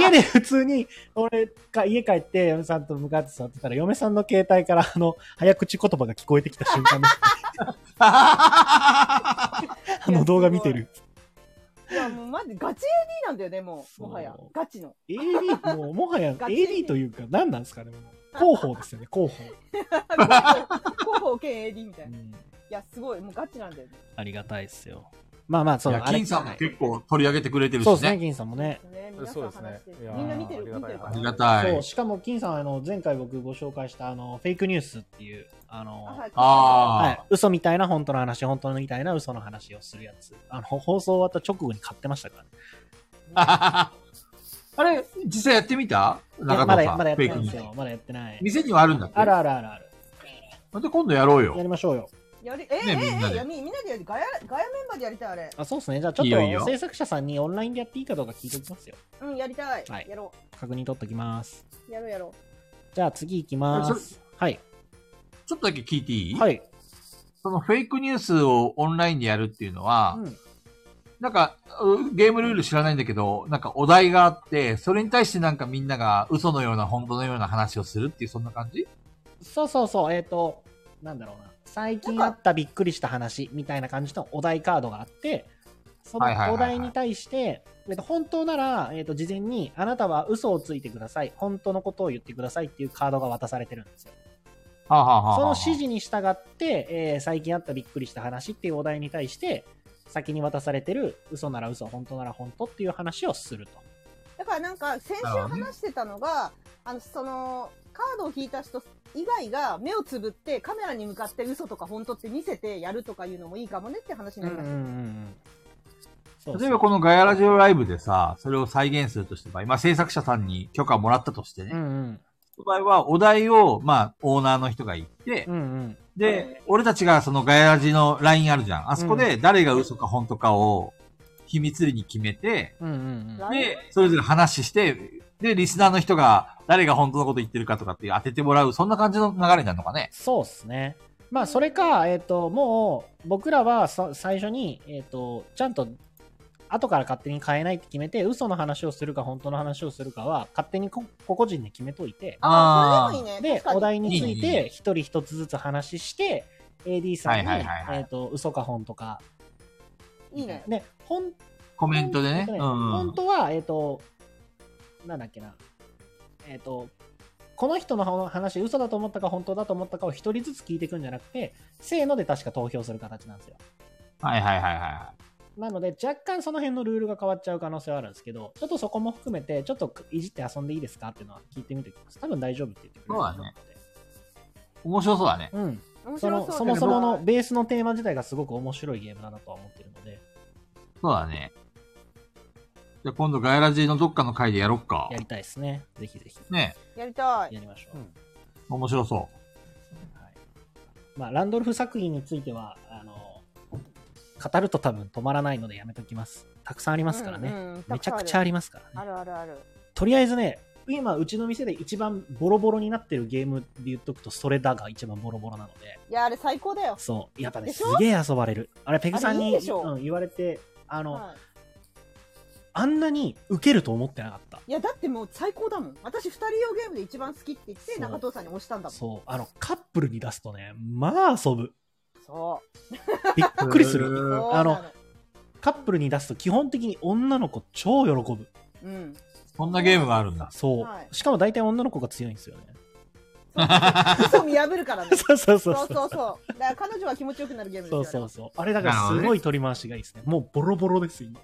A: 家で普通に、俺が家帰って嫁さんと向かって座ってたら、嫁さんの携帯から、あの、早口言葉が聞こえてきた瞬間に、
B: (laughs)
A: あの動画見てる。
D: いやもうマジガチ AD なんだよねもう
A: そう
D: もはやガチの。
A: AD、もうもはや
D: ガチで
A: AD というか、何なんですかね、もう広報ですよね、広報。
D: 広報兼 AD みたいな。
A: う
D: い
A: ん
D: やすごいもうガチなんだよね。
A: ありがたいっすよ。まあまあ、そ、
B: いうや、
A: あれ
B: 金さんも結構取り上げてくれてるし
A: そうですね、
B: ね。
A: 金さんもね。
D: ね皆さ
C: そ
D: ん
C: うですね
D: 話して
C: いや
A: ー
D: みんな見てる
C: ありが
D: 見
C: た
D: て
C: い
D: るか
B: あ
D: ら。
B: りがた
A: そう、
B: い。
A: しかも、金さん、あの、前回僕ご紹介した、あの、フェイクニュースっていう、あの、は、
D: あはいい。
B: ああ
A: 嘘みたいな本当の話、本当みたいな嘘の話をするやつ。あの、放送終わった直後に買ってましたからね。
B: あれ、 (laughs) 実際やってみた
A: いや
B: 中
A: まだ
B: 田さ
A: や、
B: ん。
A: まだやっ
B: フェ
A: て
B: イ
A: ない
B: ク
A: ん
B: ニュ
A: です
B: ース
A: よ。まだやってない。
B: 店にはあるんだっけ
A: あるあるあるある。
B: また今度やろう
A: や
B: よ。
A: りましょうよ。
D: やりええ
B: ねみんな
D: え
B: で
D: いやみみんなでやりガヤガヤメンバーでやりたいあれ。
A: あ、そうですね。じゃあ、ちょっ
B: いいよいいよ
A: と、制作者さんにオンラインでやっていいかどうか聞いておきますよ。
D: うんやりたい
A: はい。
D: やろ
A: 確認取っときます。
D: うやろうやろ
A: じゃあ、次行きます。はい。
B: ちょっとだけ聞いていい
A: はい。
B: そのフェイクニュースをオンラインでやるっていうのは
A: う、ん。
B: なんか、うゲームルール知らないんだけど、なんかお題があって、それに対してなんかみんなが嘘のような本当のような話をするっていう、そんな感じ
A: そうそうそう、えっ、と、なんだろうな。最近あったびっくりした話みたいな感じのお題カードがあって、その
B: はいはいはい
A: お
B: はい
A: 題に対して、えっと本当なら、えっと事前にあなたは嘘をついてください、本当のことを言ってくださいっていうカードが渡されてるんですよ。
B: はあ、はあはあはあ
A: その指示に従って、えー最近あったびっくりした話っていうお題に対して、先に渡されてる嘘なら嘘、本当なら本当っていう話をすると。
D: う。だからなんか先週話してたのがあのそのカードを引いた人以外が目をつぶってカメラに向かって嘘とか本当って見せてやるとかいうのもいいかもねって話になりました。
A: そうそう
B: 例えばこのガヤラジオライブでさ、それを再現するとしてば、今制作者さんに許可もらったとしてね、
A: うんうん
B: その場合はお題を、まあ、オーナーの人が言って、
A: うんうん
B: で、俺たちがそのガヤラジのラインあるじゃん。あそこで誰が嘘か本当かを秘密裏に決めて、
A: うんうん
D: ライブ
B: で、それぞれ話して、で、リスナーの人が誰が本当のこと言ってるかとかっていう当ててもらう、そんな感じの流れになるのかね。
A: そうっすね。まあ、それか、えっ、と、もう、僕らはさ最初に、えっ、と、ちゃんと後から勝手に変えないって決めて、嘘の話をするか本当の話をするかは、勝手にこ個々人で決めといて、
D: ああ、それでもいいね。
A: で、お
D: 確かに。
A: 題につい
B: いいねいい
A: て、一人一つずつ話して、AD さんに、
B: はいはいはいはい
A: えっと、嘘か本とか。
D: いいね。
A: で、本
B: コメントでね。うん。
A: 本当は、えっ、と、なんだっけな、えっ、と、この人の話、嘘だと思ったか本当だと思ったかを一人ずつ聞いていくんじゃなくて、せーので確か投票する形なんですよ。
B: はいはいはいは
A: なので、若干その辺のルールが変わっちゃう可能性はあるんですけど、ちょっとそこも含めて、ちょっといじって遊んでいいですかっていうのは聞いてみておきます。多分大丈夫って言ってくれると思ので。
B: い。面白そうだね。
A: うん。
D: 面
A: そ
D: 白
A: の
D: そう。
A: そもそもの。ベースのテーマ自体がすごく面白いゲームだなとは思ってるので、
B: そうだね。じゃあ今度ガイラジのどっかの回でやろっか
A: や。りたいですね。ぜひぜひ。
B: ね
D: やりたい。
A: やりましょう。
C: うん
B: 面白そ
A: はいまあ、ランドルフ作品についてはあの語ると多分止まらないのでやめときますたくさんありますからね、
D: ね
A: めちゃくちゃあ
D: り
A: りますから
D: あ
A: ね
D: るあるある。
A: とりあえずね今うちの店で一番ボロボロになってるゲームで言っとくとそれだが一番ボロボロなので
D: いや、あれ最高だよ。
A: そうやっぱね
D: ですしょ
A: げえ遊ばれるあれペグさん
D: あれい
A: に
D: いでしょ
A: うん、言われてあの、
D: は
A: あんなにウケると思ってなかった
D: いいや、だってもう最高だもん。私、二人用ゲームで一番好きって言って、
A: そう
D: 中藤さんに押したんだもん。
A: そうあのカップルに出すとねまあ遊ぶ
D: そ
A: びっくりす
D: (laughs)
B: う
A: る
D: う。そう
A: あ
D: な
A: のカップルに出すと基本的に女の子超喜ぶ
D: うん。
B: う。そんなゲームがあるんだ。
A: そう、
D: はい
A: しかも大体女の子が強いんですよね。
D: 嘘見破るからね。
A: そう (laughs) そうそう
D: そ
A: そ
D: う
A: う。
D: そうそう。だから彼女は気持ちよくなるゲームです
A: そ
D: よ
A: う
D: ね。
A: そうそう。あれだからすごい取り回しがいいですね。もうボロボロです、今。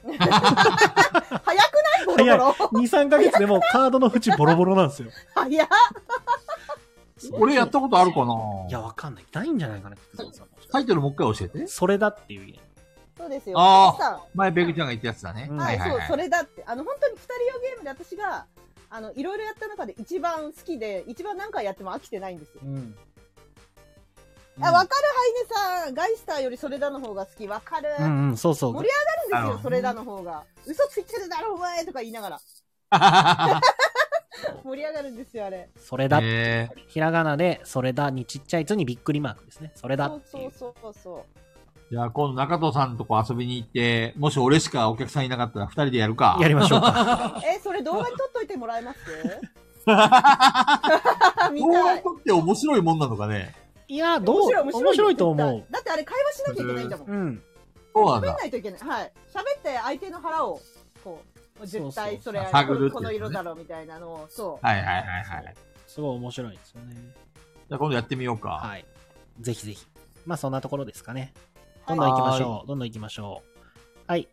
D: 早くないボロボロ。
A: 2、3ヶ月でもうカードの縁ボロボロなんですよ。
D: 早っ。
A: そう
B: 俺やったことあるかない
A: や、わかんない。ないんじゃないかな、菊蔵さんも。
B: タイトルもう一回教えて。
A: それだっていうゲーム。
D: そうですよ。
B: あー
D: さ
B: 前、ベグちゃんが言ったやつだね。
A: うん
D: あ、
B: はいはい
D: そう、そ
B: はい。
D: れだって。あの、本当に二人用ゲームで私が、あの、いろいろやった中で一番好きで、一番何回やっても飽きてないんですよ。
A: うん。
D: あ、わかるハイネさん。ガイスターよりそれだの方が好き。わかる。
A: う
D: あ
A: んうん、そうそう。
D: 盛りるんです
B: あ
D: よ
B: の、
D: それだの方が。嘘ついてるだろ、お前とか言いながら。盛り上がるんですよ、あれ。
A: それだ。
B: へ
A: ひらがなで、それだにちっちゃいつにびっくりマークですね。それだ
D: そ
A: っ
D: う
A: てい。
D: そううそうそう。
B: ーじゃあ今度中藤さんとこ遊びに行って、もし俺しかお客さんいなかったら二人でやるか。
A: やりましょうか。
D: え、それ動画に撮っといてもらえます見
B: 動
D: た
B: 画
D: い。
B: 撮って面白いもんなのかね。
A: いや、どう
D: 面白い
A: 面白いと思
D: 絶
A: う
D: 対。だってあれ会話しなきゃいけないんだもん。
A: うん。
B: そうなん
D: 喋ん
B: だ
D: な。いといけない。はい。喋って相手の腹を、こう、絶対それ、
B: そうそう探るっていう
D: こ
B: かね
D: の色だろうみたいなのを、そう。
B: はいはいはいはい。
A: すごい面白いですよね。
B: じゃあ今度やってみようか。
A: はい。ぜひぜひ。まあそんなところですかね。ど
D: はい
A: んどん行きましょう。どんどん行きましょう。はい。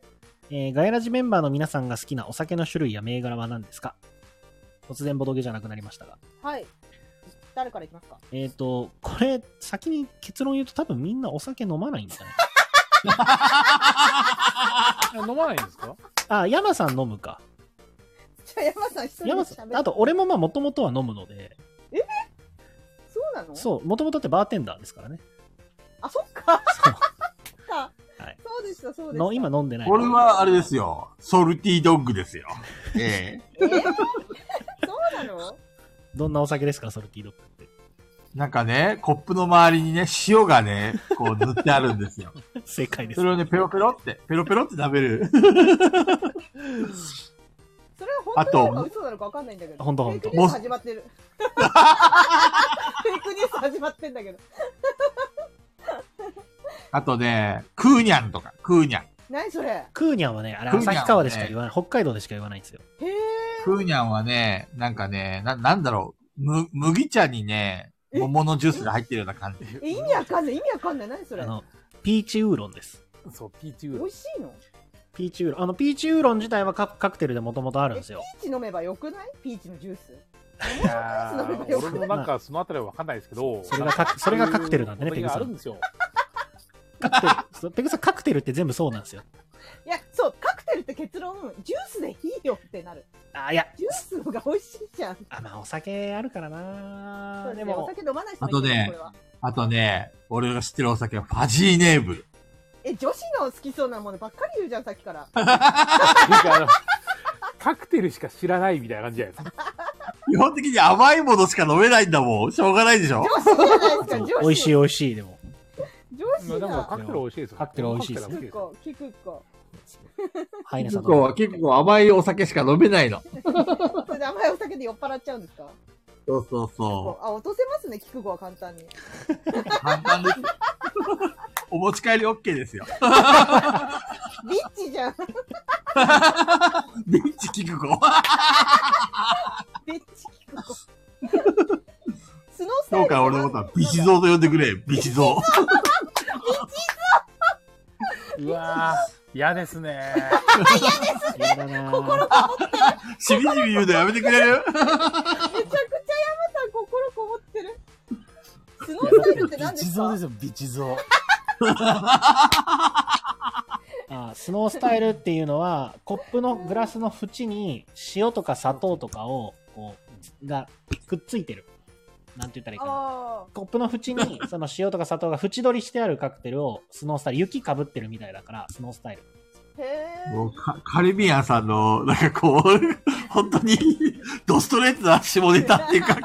A: えーガイラジメンバーの皆さんが好きなお酒の種類や銘柄は何ですか突然ボドゲじゃなくなりましたが。
D: はい。誰からいきますか
A: えっ、と、これ、先に結論言うと多分みんなお酒飲まないんじゃない
C: え飲まないんですか
A: (laughs) あ、山さん飲むか。
D: じゃあ山さん一人で
A: 山
D: 喋
A: さ
D: っ
A: ん。
D: て
A: あと、俺もまあもともとは飲むので、
D: そうなの
A: そう、もともとってバーテンダーですからね。
D: あ、そっか。
A: そう
D: そっか
A: はい
D: そうでした、そうでした。
A: の今飲んでない。
B: 俺はあれですよ。ソルティドッグで
A: (laughs)
B: すよ。ええ
D: えーそうなの
A: どんなお酒ですか、ソルティドッグって。 (laughs)
B: なんかね、コップの周りにね、塩がね、こう塗ってあるんですよ。
A: 正解 (laughs) です
B: そ。れをね、ペロペロって、ペロペロって食べる。
D: それは本当なのか嘘なのかわかんないんだけど。
A: ほんとほん
D: フ
A: と
D: ェイクニュース始まってる。フェイクニュース始まってんだけど。
B: あとね、クーニャンとか、クーニャン。
D: 何それへ
A: クーニャンはね、あれ、
B: クーニャンはね
A: 旭川でしか言わない、北海道でしか言わないんですよ。
D: え。
B: クーニャンはね、なんかね、な、なんだろう、む、麦茶にね、
D: え
B: 桃のジュースが入ってるような感じ。
D: え意味わかんない、意味わかんない。何それ
A: あの、ピーチウーロンです。
C: そう、ピーチウー
D: 美
C: ロン
D: 味。しいの
A: ピーチウーロン。あの、ピーチウーロン自体はカカクテルでもともとあるんですよ。
D: ピーチ飲めばよくないピーチのジュース。
C: いやー俺もなんかそのあたりはわかんないですけど、
A: それがカクそれがカクテルなんでね
C: これがあるんですよ。
A: カクテルそう。ペグさん、カクテルって全部そうなんですよ。
D: いや、そう、カクテルって結論、ジュースでいいよってなる。
A: あ、いや、
D: ジュースの方が美味しいじゃん。
A: あ、まあ、お酒あるからな
D: で
A: で
D: も、お
A: も、
D: 酒飲まない人
B: あと
D: もいるよ
B: ね
D: これは。
B: あとね、俺が知ってるお酒はファジーネーブル。
D: え、女子の好きそうなものばっかり言うじゃん、さっきから。
C: なんかあのカクテルしか知らないみたいな感じじゃないですか。
B: 基本的に甘いものしか飲めないんだもん。しょうがないでしょ
D: 女子じゃないですか、
A: そう
D: 女子。
A: 美味しい美味しい、でも。
D: 女
C: まあでも
D: 子だ。
C: カクテル美味しいですよ。
A: カクテル美味しいです
D: キクコ、キクコ。
A: ですね。ハイネさん
B: 結
A: どう
B: 構、
A: も。
B: 結構甘いお酒しか飲めないの。
D: それで甘いお酒で酔っ払っちゃうんですか
B: そうそうそ
D: あ、落とせますね、菊子は簡単に。
B: う。簡単です。お持ち帰り OK ですよ。
D: ビッチじゃん。
B: ビッチキクコ。
D: ビッチ菊子。スノースタ
B: 今
D: イル
B: 日から俺のことはビチゾウと呼んでくれ、ビチゾウ。
C: うわー、嫌です (laughs) ね。
A: 嫌だなぁ
B: しみじみ言うのやめてくれる
D: めちゃくちゃ山さん心こもってる。スノースタイルって何ですか
C: すよ、ビチゾ
A: (laughs) あスノースタイルっていうのは、コップのグラスの縁に塩とか砂糖とかを、こう、がくっついてる。なんて言ったらいいかな。
D: あ
A: コップの縁
D: (laughs)
A: に、その塩とか砂糖が縁取りしてあるカクテルを、スノースタイル、雪かぶってるみたいだから、スノースタイル。
D: あ。へえ。
B: もうカカリビアンさんの、なんかこう、本当に、ドストレートな下ネタっていうか、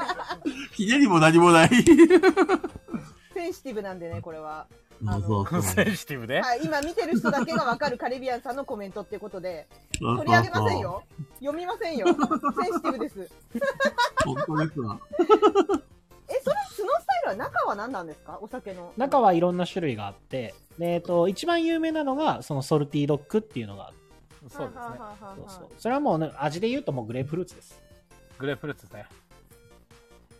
B: ひねりも何もない。
D: センシティブなんでね、これは。
B: そうそう
C: ウ。
B: そ
C: セ
B: う
C: ンシティブね。
D: はい、今見てる人だけがわかるカリビアンさんのコメントっていうことで、
B: そう
D: 取り上げませんよ。読みませ
B: (laughs)
D: んよ。センシティブです。
B: 本当ですわ。
D: え、それ、スノースタイルは中は何なんですかお酒の。
A: 中はいろんな種類があって、でえっと、一番有名なのが、そのソルティドッグっていうのがあって、
C: そう
A: そう
C: ですね。
A: そう
D: は。
A: それはもうね、味で言うともうグレープフルーツです。
C: グレープフルーツですね。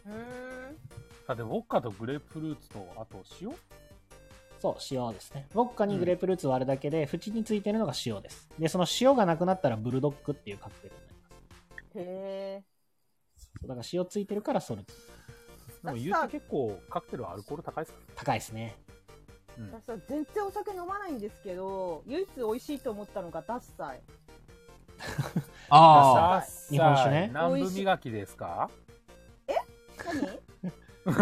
D: いはいはい。う
C: だって、ウォッカとグレープフルーツと、あと塩
A: そう、塩ですね。ウォッカにグレープフルーツを割るだけで、縁についてるのが塩です。で、その塩がなくなったらブルドッグっていうカクテルになります。
D: ーんへえ。
A: そうだから塩ついてるからソルティ
C: でも言うて結構カクテルはアルコール高いですか
A: 高いですね。
C: ら、ね
D: 私は全然お酒飲まないんですけど、唯一美味しいと思ったのがダッサイ。
B: ああ。
C: さ
A: 日本酒ね
C: 南部磨きですか
D: 何何何何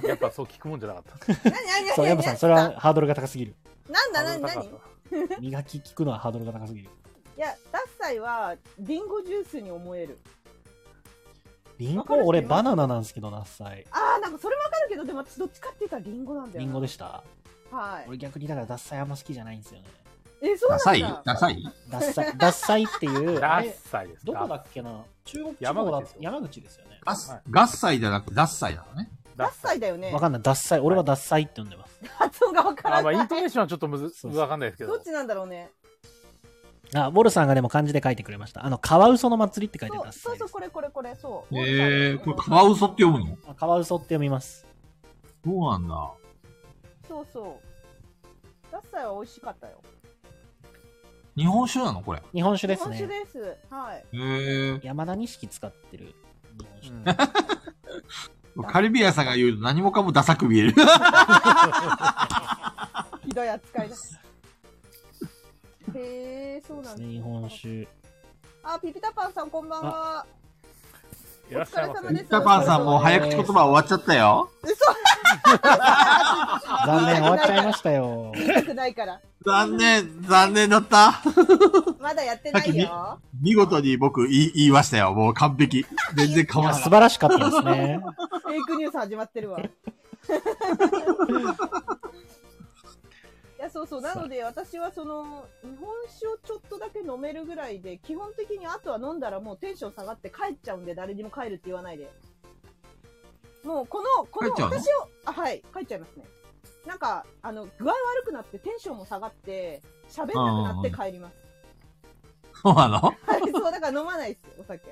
C: いややっぱそう聞くもんじゃなかった。
D: 何何何
A: そう、ヤマさん、それはハードルが高すぎ
D: (laughs)
A: る。
D: なんだ
C: ハー
D: 何
C: ドル高
D: 何
C: か
D: い
C: った
A: 磨き聞くのはハードルが高すぎる。
D: や、ダッサイは、リンゴジュースに思える。
A: リン
D: わかる
A: ゴ俺バナナなんですけどな、さい。
D: あー、なんかそれわかるけど、でも私どっちかって言ったらリンゴなんだよな。
A: リンゴでした。
D: はい。
A: 俺逆にだからダッサイあんま好きじゃないんですよね。
D: え、そうなん
B: ダ
D: だ。
B: サいダサい
A: ダ
D: (laughs)
A: ッサイ、ダッサイっていう、あ
C: ダ
A: れ
C: ッ、サイです
A: ど
C: か
A: こだっけな中国地方
C: 山口
A: だ
C: ですよ
A: 山口ですよね。
B: ガス、ガッサイじゃなくてダッサイなのね。
D: ダッサイだよね
A: わ。かんない。ダッサイ。俺はダッサイって呼んでます。
D: 発音がわから
C: あ、まあ、
D: な
C: イン
D: い。
C: トネーションはちょっとむず、
A: そうそう
C: わかんないですけ
D: ど
C: ど
D: っ。ちなんだろうね。
A: あ、ウォルさんがでも漢字で書いてくれました。あの、カワウソの祭りって書いて
D: そ
A: るダ
D: う
A: ッサ
D: そう
A: イで
D: そう、
A: す
D: こ。れこれこれ、そう。
B: ええー、これカワウソって読むの
A: あカワウソって読みます。
B: そうなんだ。
D: そうそう。ダッサイは美味しかったよ。
B: 日本酒なのこれ。
A: 日本酒
D: 日
A: です
D: 本酒
A: ね。
D: です。はい。
B: ええー。
A: 山田錦使ってる日本
C: (laughs)
A: 酒。
B: カリビアンさんが言うと何もかもダサく見える。
D: ひどい扱いだ。へえ、そうなん
A: です
D: だ
A: ね。日本酒。
D: あ、ピピタパンさんこんばんは。
C: いらっしゃいま
D: お疲れ様で
C: せ
D: す。
B: タパンさんもう早口言葉終わっちゃったよ。
D: 嘘
A: 残念、終わっちゃいました
D: (laughs)
A: よ。
D: 言いたくないから。
B: 残念、残念だった。
D: まだやってないよ。
B: 見事に僕言い言いましたよ。もう完璧。全然か
A: いや
B: わ
A: 素
B: さ
A: 晴らしかったですね。
D: フェイクニュース始まってるわ。いやそうそうなので私はその日本酒をちょっとだけ飲めるぐらいで基本的にあとは飲んだらもうテンション下がって帰っちゃうんで誰にも帰るって言わないでもうこのこの
B: 帰っちゃうの
D: 私をあはい帰っちゃいますねなんかあの具合悪くなってテンションも下がって喋んなくなって帰ります
B: そうなの
D: はいそうだから飲まないですお酒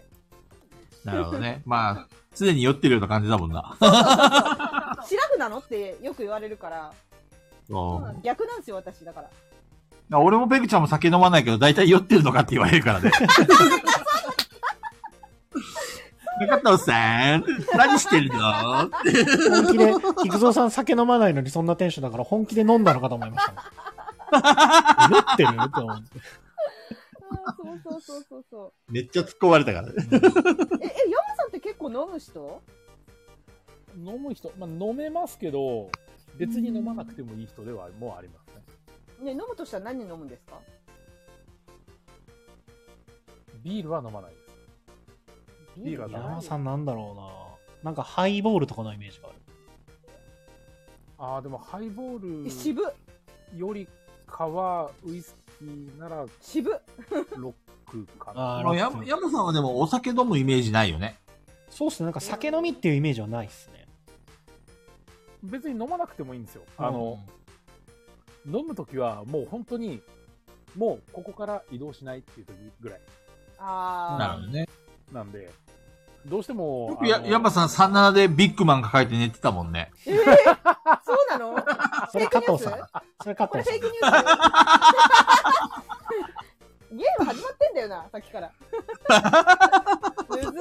B: なるほどね。まあ、常に酔ってるような感じだもんな。
D: シラフなのってよく言われるからそうなん逆なんですよ私だから
B: あ俺もペグちゃんも酒飲まないけど、大体酔ってるのかって言われるからね。中藤さん、何してるのって
A: 本気で、菊蔵さん酒飲まないのにそんなテンションだから本気で飲んだのかと思いましたもん。酔ってると思って。
D: あーそうそうそうそうそう
B: めっちゃ突っ込まれたからね。
D: え、え、ヤマさんって結構飲む人
C: 飲む人、まあ、飲めますけど、別に飲まなくてもいい人では、もうありますね。
D: ね、飲むとしたら何飲むんですか
C: ビールは飲まないです。ビールは飲ま
A: 山
C: ない
A: 田。さんなんだろうな。なんかハイボールとかのイメージがある。
C: ああ、でもハイボー
D: え渋っ
C: ルより川、ウイスキーなら
D: 渋っ
C: ロックか
A: あ
C: な。
A: ー
B: まあヤムヤムさんはでもお酒飲むイメージないよね。
A: そうっすね。なんか酒飲みっていうイメージはないっすね。
C: 別に飲まなくてもいいんですよ。あの、飲むときはもう本当に、もうここから移動しないっていうときぐらい
D: あ
B: なるほどね。
C: なんで、どうしても。
B: よくや
C: あの
B: ヤマさん37でビッグマン抱えて寝てたもんね。
D: ええそうなの
A: (laughs) それ加藤さん
D: フェイクニュー。
A: それ加
D: これ
A: 藤さ
D: フェイ
A: ん
D: ク。ニュース (laughs) ゲーム始まってんだよなさっきからむずっ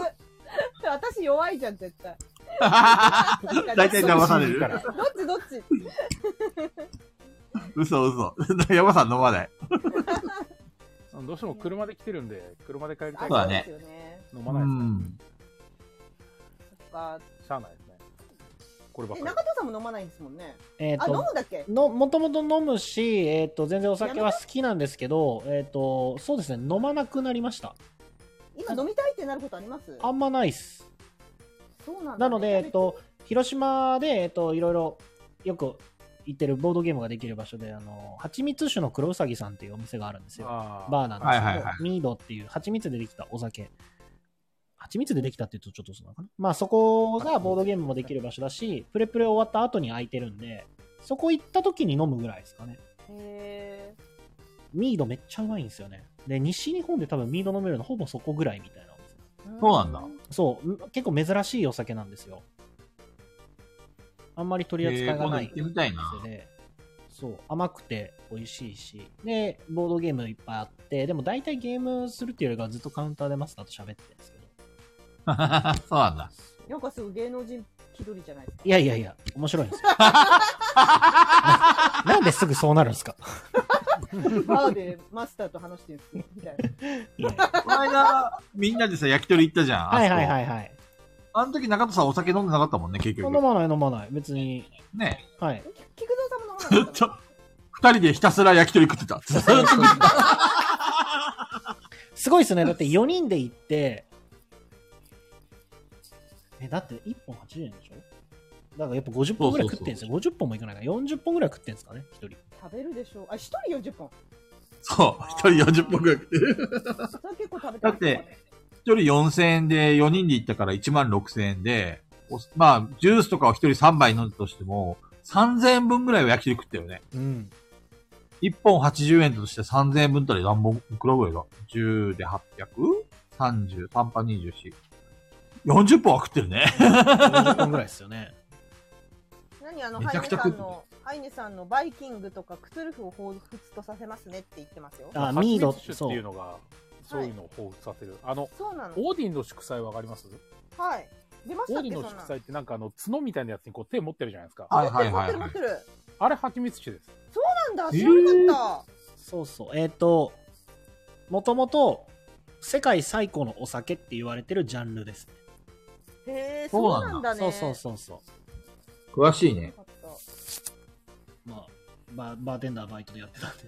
D: 私弱いじゃん絶対
B: 大体騙され
C: いい
B: る
C: か。ら
D: どっちどっち
B: 嘘嘘。 (laughs) ヤマさん飲まない。
C: あのどうしても車で来てるんで、車で帰りた
D: あ
C: い
B: そうだ
C: から
B: ね
D: ですよね
C: 飲
B: う
C: まないですね。
B: ん。
D: そっか
C: しゃあないですね。こればっ
D: え
C: か
D: 中田さんも飲まないんですもんね
A: えっ
D: あ飲む
A: と、
D: んだっけ
A: の、もともと飲むし、えっと、全然お酒は好きなんですけど、えっと、そうですね。飲まなくなりました。
D: 今飲みたいってなることあります
A: あんまないっす。
D: そうなん
A: な
D: だ
A: ので、えっと、広島で、えっと、いろいろ、よく行ってるボードゲームができる場所で、あの、蜂蜜酒の黒うさぎさんっていうお店があるんです
C: り。
A: よ。
C: あ
A: バーなんですけど、
B: はいはいはい
A: ミードっていう蜂蜜でできたお酒。蜂蜜でできたって言うとちょっとそうなのかな。まあそこがボードゲームもできる場所だし、プレプレ終わった後に空いてるんで、そこ行った時に飲むぐらいですかね。
D: へ
A: ミードめっちゃうまいんですよね。で、西日本で多分ミード飲めるのほぼそこぐらいみたいなお店。
D: ー
B: そうなんだ
A: そう、ん結構珍しいお酒なんですよ。あんまり取り扱いがない
B: えー今度行ってみたいな
A: お店で、そう、甘くて美味しいし、で、ボードゲームいっぱいあって、でも大体ゲームするっていうよりかはずっとカウンターでマスターと喋ってるんですけど。
B: そうなんだ。
D: なんかすぐ芸能人気取りじゃないですか
A: いやいやいや、面白いんですよ。ななんですぐそうなるんですか
B: (laughs)
D: バーでマスターと話してるんですよみたいな
A: いやい
B: こ
A: や
B: の間、みんなでさ、焼き鳥行ったじゃん。。
A: はいはいはいいはい。
B: あの時中田さんお酒飲んでなかったもんね、結
A: 飲
B: 局。
A: まない飲まない。別に。
B: ね。 (laughs)
A: はい。
D: 菊蔵さんも飲ま
B: ず
D: な
B: っ
D: い
B: と、二人でひたすら焼き鳥食ってた。ずっと食ってた。
A: すごいですね。だって4人で行って、え、だって1本80円でしょだからやっぱ50本ぐらい食ってんですよ。50本もいかないから、40本ぐらい食ってんですかね、1人。
D: 食べるでしょうあ一人40本
B: そう、一人40分くらい食ってる。
D: それは結構食べて
B: だって一人4000円で、4人で行ったから1万6000円で、おまあ、ジュースとかを一人3杯飲んだとしても、3000円分ぐらいは焼き鳥食ったよね。
A: うん。
B: 1本80円として3000円分ったら何本、いくらぐらいだ ?10 で 800?30、3パ24。40本は食ってるね。
A: 40本ぐらいですよ
C: (laughs)
A: ね。
D: 何あの
B: め
D: ハ
B: ち
D: イ
B: ゃ
D: ネ
B: くちゃ
D: さ
B: 食っ
D: ん
B: て
D: のハイネさんのバイキングとかクトゥルフを彷彿とさせますねって言ってますよ
A: あ、
C: 蜂蜜
A: ミード、
C: 酒って
A: そ
C: いう
A: う。
C: のが、そういうのを彷彿させる。あの、
D: そうなの
C: オーディンの祝祭わかります
D: はい出まし
C: オー
D: たっ
C: デ
D: け
C: ィの
D: そんな
C: 祝祭ってなんかあの、角みたいなやつにこう手持ってるじゃないですか。
B: (laughs) は
D: あ
B: い
D: 持って
B: はい
D: る持っ
B: はい
D: て
B: はい
D: る持ってる
C: あれ、蜂蜜酒です。
D: なんだ知らなかっ
A: そうそう。えっ、と、もともと、世界最古のお酒って言われてるジャンルですね。
D: たへえ
B: そう
D: そ
B: な
D: うん
B: だ
D: なんだね
A: そうそうそうそ
B: 詳しいね。
D: よかっ
A: う。まあ、バーバーテンダーバイトでやってたんで。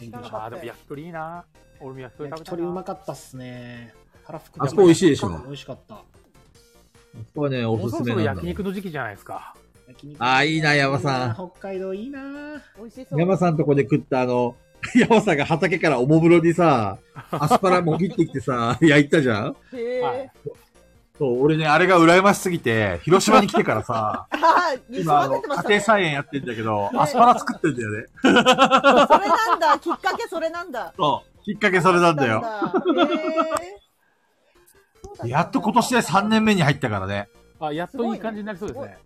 A: 勉強し
D: あ
A: た。
C: ああ、でも焼き鳥いいな。俺も焼き鳥食
A: 焼
C: べ
A: き
C: たい
A: 鳥う
C: な
A: ま。かったっすね。腹膨
B: あそこ美味しいでしょ
A: 美味しかった。
B: これね、
C: も
B: お
C: う
B: す
C: そ
B: す
C: ろそ
B: め
C: ろ
B: なんだ
C: 焼肉の時期じゃないですか。
A: 焼肉
B: あーいいな山さん
A: いいな北海道いいな
D: た美味しそう
B: 山さんとこで食ったあの、 (laughs) 山さんが畑からおもむろにさ、アスパラもぎってきてさ、 (laughs) 焼いたじゃん
D: へえ、
C: はい
B: そう、俺ね、あれが羨ましすぎて、広島に来てから
D: (laughs)
B: さ、
D: (laughs) ああ
B: 今あ
D: 育
B: の、
D: ててまし
B: 家
D: た
B: 庭
D: ね
B: 菜園やってんだけど、アスパラ作ってんだよね。
D: それなんだきっかけそれなんだ
B: そう、きっかけそれなんだ
D: そ
B: よ。
D: うなんだへえそうだったんだ
B: やっと今年で3年目に入ったからね。
C: あ、やっといい感じになりそうです
D: す
C: ね。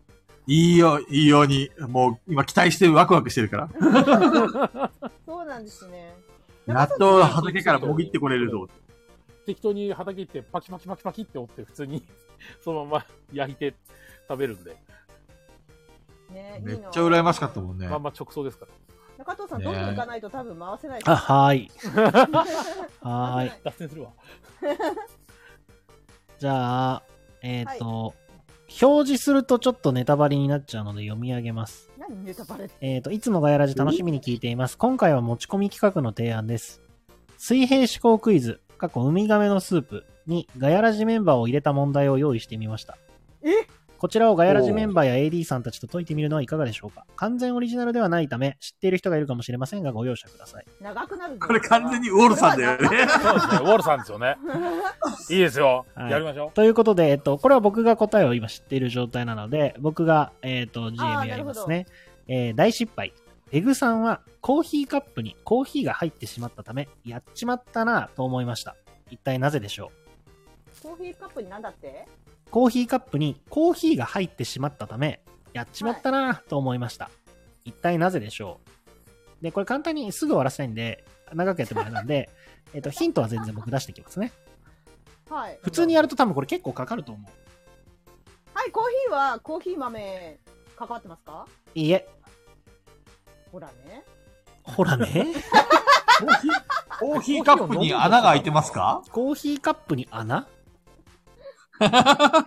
B: いいよ、いいように、もう今期待してワクワクしてるから。
D: そうなんですね
B: やっと畑からもぎってこれると思って。
C: 適当に畑行ってパキパキパキパキって折って普通に (laughs) そのまま焼いて食べるんで、
D: ね
B: めっちゃ羨ましかった
D: ん
B: もんね
C: ま。んま直送ですから。
D: 中藤さん
B: ね
D: どんどん行かないと多分回せないです
A: あ、は (laughs) ーい。はーい。
C: 脱線するわ。
A: じゃあ、えっ、と、表示するとちょっとネタバレになっちゃうので読み上げます。
D: 何ネタバレって
A: えっ、と、いつもガヤラジ楽しみに聞いています。今回は持ち込み企画の提案です。水平思考クイズ、過去ウミガメのスープにガヤラジメンバーを入れた問題を用意してみました。
D: え
A: こちらをガヤラジメンバーや AD さんたちと解いてみるのはいかがでしょうか完全オリジナルではないため、知っている人がいるかもしれませんが、ご容赦ください。
D: 長くなるぞ
B: これ完全にウォルさんだよね。
C: そうですね。ウォルさんですよね。いいですよ。
A: はい
C: やりましょ
A: ということで、えっと、これは僕が答えを今知っている状態なので、僕が、えっと、
D: あ
A: GM
D: ー
A: や
D: な
A: り
D: るほ
A: ま
D: ど
A: すね。えー大失敗。ペグさんはコーヒーカップにコーヒーが入ってしまったため、やっちまったなぁと思いました。一体なぜでしょ
D: (laughs) コーヒーカップになんだって
A: うコーヒーカップにコーヒーが入ってしまったため、やっちまったなぁと思いました。一体なぜでしょうで、これ簡単にすぐ終わらせたいんで、長くやってもあれなん
D: (laughs)
A: で、えっと、ヒントは全然僕出していきますね。
D: はい
A: 普通にやると多分これ結構かかると思う。
D: はいコーヒーはコーヒー豆関わってますか
A: いいえ、
D: ほらね
A: ほらね。
B: コーヒーカップに穴が開いてますか
A: コーヒーカップに
B: (laughs)
A: 穴あ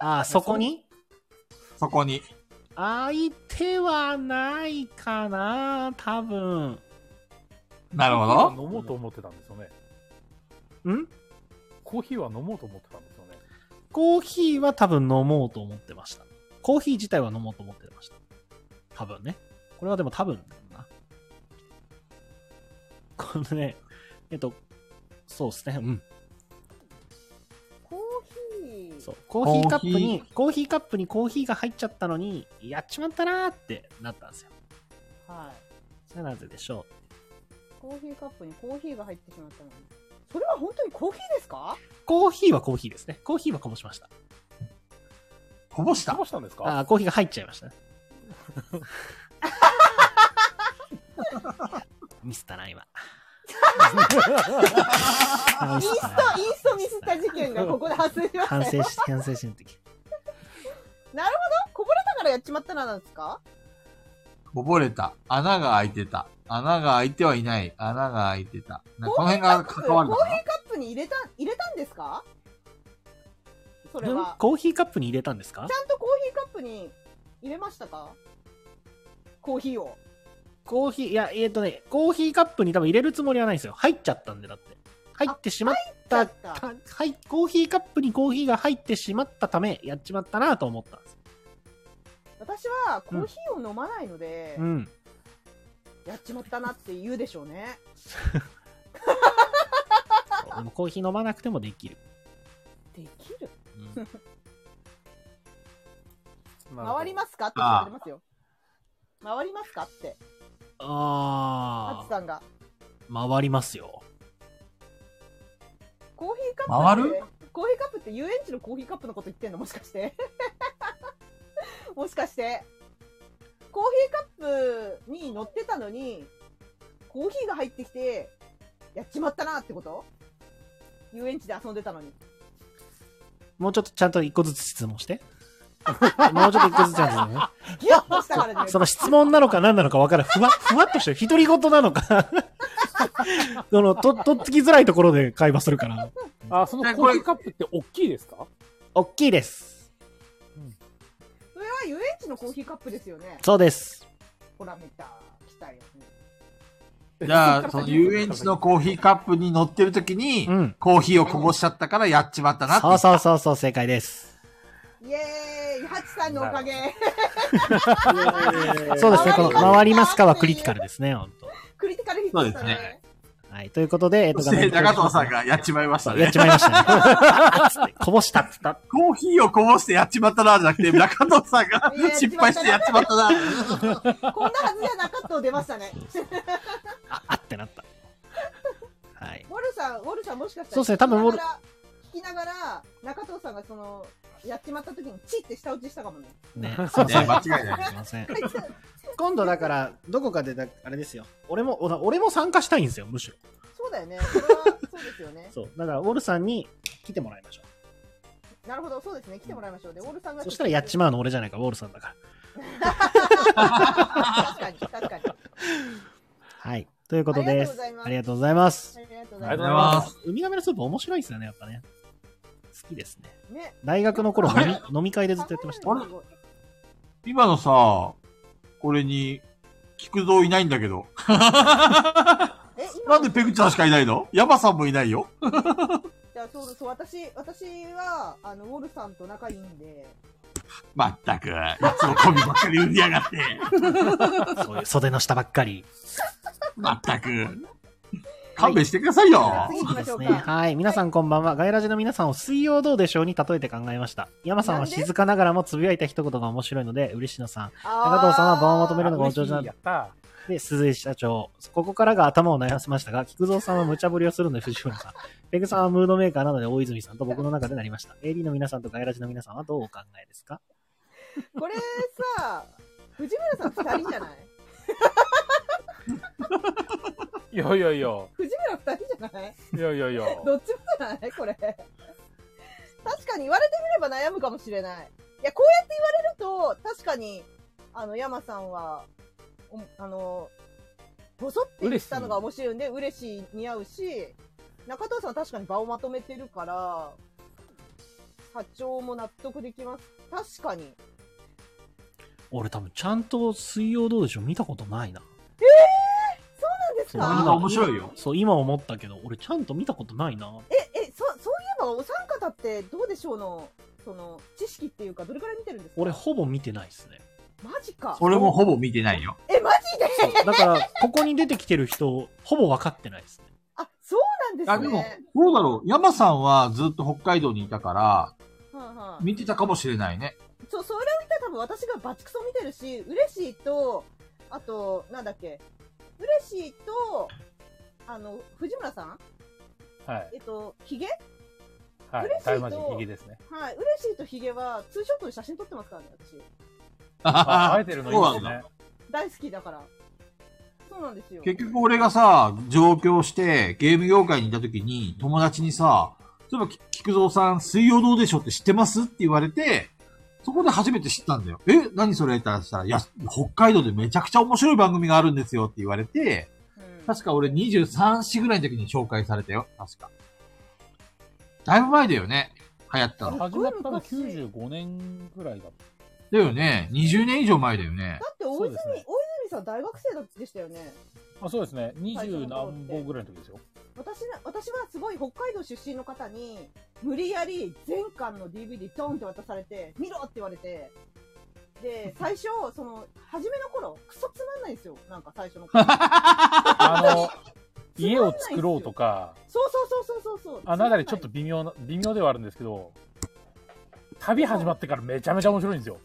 A: ー、そこに
B: そこに。
A: 開いてはないかな多分。
B: なるほ
C: う。
B: ど。
C: 飲もうと思ってたんですよね。
A: ん
C: コーヒーは飲もうと思ってたんですよね。
A: コーヒーは多分飲もうと思ってました。コーヒー自体は飲もうと思ってました。多分ね。これはでも多分だな。このね、えっと、そうですね。うん。
D: コーヒー
A: そう。コーヒーカップに、コーヒーカップにコーヒーが入っちゃったのに、やっちまったなーってなったんですよ。
D: はい
A: それはなぜでしょう
D: コーヒーカップにコーヒーが入ってしまったのにそれは本当にコーヒーですか
A: コーヒーはコーヒーですね。コーヒーはこぼしました。
B: こぼし
C: ど
B: た。
C: うしたんです
A: あ
C: か
A: あー、コーヒーが入っちゃいました (laughs) ね。ミスったな、今。あーミ
D: イン
A: スっ
D: ス
A: たな
D: トインストミスった事件がここで発生しました
A: 反
D: よ
A: 省し、反省しんとき。
D: こぼれたからやっちまったらなんですか
B: こぼれた。穴が開いてた。穴が開いてはいない。穴が開いてた。なこの辺が
D: コーヒーカップ
B: 関わるのかな
D: カップに入れた入れたんですかそれは
A: コーヒーカップに入れたんですか
D: ちゃんとコーヒーカップに入れましたかコーヒーを
A: コーヒー、いや、えっ、とね、コーヒーカップに多分入れるつもりはないんですよ。入っちゃったんで、だって。入ってしまった
D: 入っちゃった
A: たはい、コーヒーカップにコーヒーが入ってしまったため、やっちまったなと思ったんです。
D: 私はコーヒーを飲まないので、
A: うん。
D: やっちまったなって言うでしょうね
A: そう (laughs) でもコーヒー飲まなくてもできる。
D: できる
A: うん
D: (laughs) 回り
C: す。
D: ますかって言われますよ回りますかってハ
A: あ
D: ツさんが
A: あ、回りますよ。
D: コーヒーカップって
B: 回
D: コーヒーカップって遊園地のコーヒーカップのこと言ってんのもしかして (laughs) もしかしてコーヒーカップに乗ってたのにコーヒーが入ってきてやっちまったなってこと遊園地で遊んでたのに
A: もうちょっとちゃんと一個ずつ質問 (laughs) して。もうちょっと一個ずつちゃんと質
D: (laughs)
A: 問ね
D: ギュッとしたからね
A: その質問なのか何なのか分からん。ふわ、ふわっとしてる。独り言なのか。 (laughs) その、と、とっつきづらいところで会話するから。
C: あ、そのコーヒーカップって大きいですか
A: おっきいです。
D: それは遊園地のコーヒーカップですよね
A: そうです。
D: ほら見た来たよね
B: じゃあ、その遊園地のコーヒーカップに乗ってる時に
A: う、ん。
B: コーヒーをこぼしちゃったからやっちまったなって
A: そうそうそうそう、正解です。
D: イエーイハチさんのおかげ
A: そうですね。この、
D: 回
A: 回り
D: りますか
A: ますかはクリティカルですね、本当
D: (laughs) クリティカルヒットでした
B: そうです
D: ね
A: はい。ということで、え
B: (laughs)
A: っと、
B: そして、
A: 画面
B: 中藤さんがやっちまいました
A: やっ
B: ね。
A: ちまいましたね。あつ (laughs) ってこぼしたっつった。
B: コーヒーをこぼしてやっちまったな、じゃ
D: (laughs)
B: なくて、中藤さんが
D: いや
B: 失敗してやっちまったな。
D: こんなはずじゃなかったの出ましたね
A: あ、あってなった。はい。
D: ウォルさん、ウォルさんもしかしたら
A: そうですね多分ウォル
D: 聞きながら、聞きながら中藤さんがその、やっちまった時にチって下打ちしたかもね。
B: (laughs)
A: ね、すいませ
B: ね
A: ん。
B: 間違いない。
A: すいません。今度だから、どこかでだ、あれですよ。俺も、お俺も参加したいんですよ、むしろ。
D: そうだよね。それは、そうですよね。
A: そう。だから、ウォルさんに来てもらいましょ
D: なるほど、そうですね。来てもらいましょう。で、ウォルさん
A: う。
D: が。
A: そしたら、やっちまうの俺じゃないか、ウォルさんだから。
D: 確かに、確かに。
A: はい。ということです。
D: あ
A: あ
D: り
A: りが
D: が
A: とうございます。
D: ありがとうご
C: あ
D: ざ
C: りがと
D: い
C: ご
D: うま
C: ざいます。
A: ウミガメのスープ面白いですよね、やっぱね。好きですね。
D: す。ね。
A: 大学の頃飲
B: (laughs)
A: み、飲み会でずっとやってました。
D: 考えるのがす
B: 今のさ、これに、菊蔵いないんだけど。
D: ごいえ、今
B: な
D: の
B: んでペグちゃんしかいないのヤマさんもいないよ。
D: じゃあそうそう、私、私は、あの、ウォルさんと仲いいんで、
B: まったく、いつもコビばっかり売りやがって。
A: そういう袖の下ばっかり。
B: まったく。勘弁してくださいよ。
D: 次
A: そ
D: 行き
A: う
D: ま
A: で
D: し
A: す
D: ょう
A: ね。
D: か。
A: はい。皆さんこんばんは。ガイラジの皆さんを水曜どうでしょうに例えて考えました。山さんは静かながらもつぶやいた一言が面白いので、嬉野さん。
D: あー
A: 中藤さんは場を求めるのがお上手
C: あ
A: な
C: 嬉しいやった
A: で、鈴井社長。ここからが頭を悩ませましたが、菊蔵さんは無茶ぶりをするので藤村さ (laughs) ん。ペグさんはムードメーカーなので大泉さんと僕の中でなりました。AD の皆さんとガイラジの皆さんはどうお考えですか
D: これさ、藤村さん二人じゃない
C: いやいやいや、
D: 藤村二人じゃない
C: いやいやいや。
D: どっちもじゃないこれ。確かに言われてみれば悩むかもしれない。いや、こうやって言われると、確かに、あの、山さんは、おあの、ボソって言ったのが面白いんで、嬉しい似合うし、中藤さんは確かに場をまとめてるから、社長も納得できます。確かに。
A: 俺多分ちゃんと水曜どうでしょう見たことないな。
D: なんです
A: そう
B: みんな
D: か
B: 面白いよ。
A: そう、今思ったけど、俺ちゃんと見たことないな。
D: え、え、そ、そういえばお三方ってどうでしょうの、その、知識っていうか、どれくらい見てるんですか
A: 俺ほぼ見てないですね。
D: マジか。
B: 俺もほぼ見てないよ。
D: え、マジで
A: そうだから、ここに出てきてる人、ほぼ分かってないですね。
D: あ、そうなんですね。
B: あ、でも、どうだろう。山さんはずっと北海道にいたから、
D: はいはい
B: 見てたかもしれないね。
D: そう、それを言ったら多分私がバチクソ見てるし、嬉しいと、あと、なんだっけ、嬉しいと、あの、藤村さん
C: はい。
D: えっと、ヒゲ
C: はい
D: 嬉しい。と
C: 大魔人右ですね。
D: はい、嬉しいとヒゲは、ツーショットで写真撮ってますからね、私。
C: あ、会えてるのいいで
B: そ
C: す
B: うなん
C: ね
B: だ。
D: 大好きだから。そうなんですよ。
B: 結局俺がさ、上京してゲーム業界にいた時に友達にさ、例えば菊蔵さん水曜どうでしょうって知ってますって言われて、そこで初めて知ったんだよ。え何それって話したら、いや、北海道でめちゃくちゃ面白い番組があるんですよって言われて、
D: うん
B: 確か俺23歳ぐらいの時に紹介されたよ。確か。だいぶ前だよね。流行ったの。
D: すっ
C: 始
D: ご
C: ま
D: い
C: ったの
D: 昔
C: 95年ぐらいだった。
B: だよね。20年以上前だよね
D: だ。って大泉、
C: そうですね
D: 大泉さん大学生だでしたよね。
C: あそうですね。二
D: 最初
C: 十
D: の頃って
C: 何本ぐらいの時ですよ。
D: 私な私はすごい北海道出身の方に、無理やり全巻の DVD ドンって渡されて、見ろって言われて、
C: (laughs)
D: で、最初、その、初めの頃、クソつまんないんですよ。なんか最初
C: (laughs)
D: の頃。
C: あの、
D: つまんないっすよ
C: 家を作ろうとか、
D: そうそうそうそうそうそう。
C: あのあたりちょっと微妙な、微妙ではあるんですけど、旅始まってからめちゃめちゃ面白いんですよ。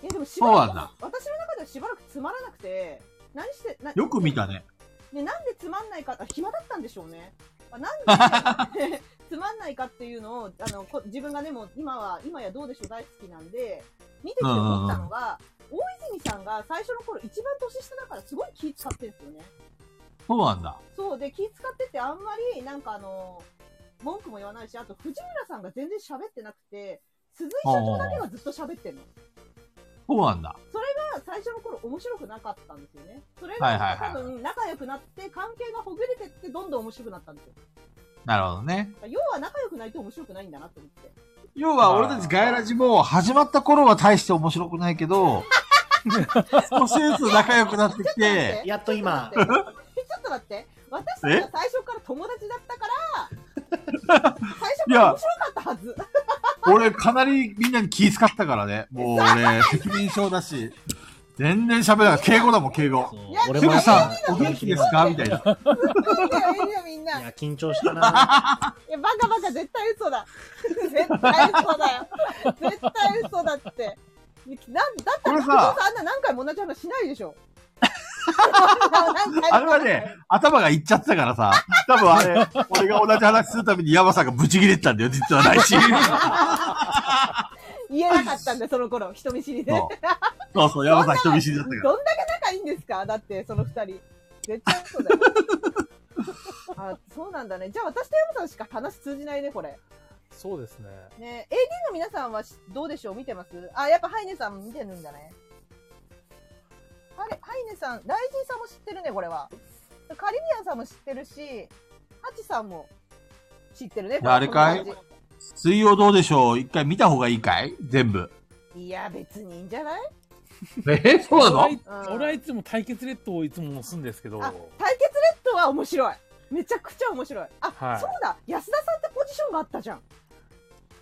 D: いやでもしばらく
B: そうなんだ
D: 私の中ではしばらくつまらなくて、何して、な
B: よく見たね。
D: で、なんでつまんないか、あ暇だったんでしょうね。ま
B: (laughs)
D: あ、なんで (laughs) つまんないかっていうのを、あの、こ自分がね、もう今は、今やどうでしょう大好きなんで、見てきて思ったのが、大泉さんが最初の頃一番年下だからすごい気使ってんですよね。
B: そうなんだ。
D: そう、で、気使っててあんまり、なんかあの、文句も言わないし、あと藤村さんが全然喋ってなくて、鈴井社長だけがずっと喋ってんの。
B: そうなんだ。
D: が最初の頃面白くなかったんですよね。それ
B: はいはい
D: が
B: はい
D: 多分仲良くなって、関係がほぐれてってどんどん面白くなったんですよ。
B: なるほどね。
D: 要は仲良くないと面白くないんだなと思って。
B: 要は俺たちガイラジも始まった頃は大して面白くないけど、少しずつ仲良くなってきて、
A: やっと今
D: ちょっと待ってちょっと待って。私たちは最初から友達だった
B: (laughs)
D: から、最初から面白かったはず。
B: 俺かなりみんなに気遣ったからね。もう俺、責任症だし、全然喋らない。敬語だもん、敬語
A: そ。う
D: いや
A: 俺
B: す
A: も
B: ぐ
A: やっ
B: さ
A: ぱ
B: ん、お元気ですかみたいな。
D: いやいやみんな。
A: い
D: い
A: や、緊張したな。
D: や、バカバカ絶対嘘だ。絶対嘘だよ。絶対嘘だって。なんだっ
B: こ
D: たら、
B: れさ
D: 加藤さんあんな何回も同じ話しない
B: (laughs)
D: でしょ。何回も
B: あれはね、頭がいっちゃってたからさ、多分あれ、俺が同じ話するたびにヤマさんがブチ切れてたんだよ、実は来週。
D: 言えなかったんだよ、その頃。人見知りで。
B: そうそうそう、ヤマさん人見知りだ
D: ど
B: っ
D: ん
B: たから。
D: だけ仲いいんですかだって、その二人。絶対そうだよ。あ、そうなんだね。じゃあ私と山さんしか話通じないね、これ。
C: そうですね。
D: ね AD の皆さんはしどうでしょう見てますあ、やっぱハイネさんも見てるんだね。あれ、ハイネさん、ライジンさんも知ってるね、これは。カリビアンさんも知ってるし、ハチさんも知ってるね。これ
B: あれかい
D: この感
B: 水曜どうでしょう一回見た方がいいかい全部。
D: じいや、別にいいんじゃない
B: えそうなの
C: 俺はい俺はいつも対決列島をいつも押すんですけど、
D: あ対決レッドは面白いめちゃくちゃ面白いあ、
C: はい
D: そうだ安田さんってポジションがあったじゃん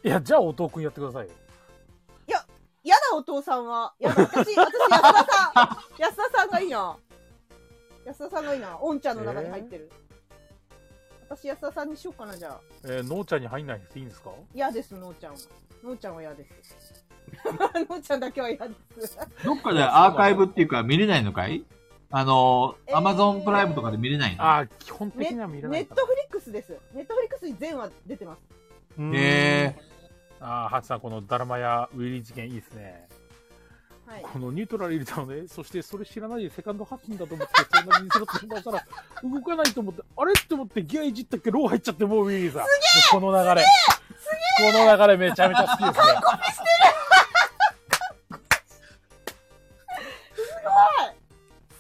C: いや、じゃあ、おとうくんやってくださいよ。
D: 嫌だ、お父さんは。やだ、私、私、安田さん。安田さんがいいな。安田さんがいいな。おんちゃんの中に入ってる。私、安田さんにしようかな、じゃあ。
C: えー、のーちゃんに入んないでいいんですか
D: 嫌です、のーちゃんは。のーちゃんは嫌です。 (laughs) のーちゃんだけは嫌です。
B: どっかでアーカイブっていうか見れないのかいあの、
D: えー
B: アマゾンプライムとかで見れないの
C: ああ、基本的には見れな
D: ネ
C: い
D: ッ
C: か
D: トフリックスです。ネットフリックスに全話出てます。
C: な。
B: へえ
C: ー。ああ、ハチさん、このダルマやウィリー事件いいですね。
D: はい。
C: このニュートラル入れたのね、そしてそれ知らないでセカンド発進だと思って、そんなに水の突破したら、動かないと思って、あれって思ってギアいじったっけ、ロー入っちゃって、もうウィリーさん。この流れ。この流れめちゃめちゃ好き
D: (laughs)
C: ですね。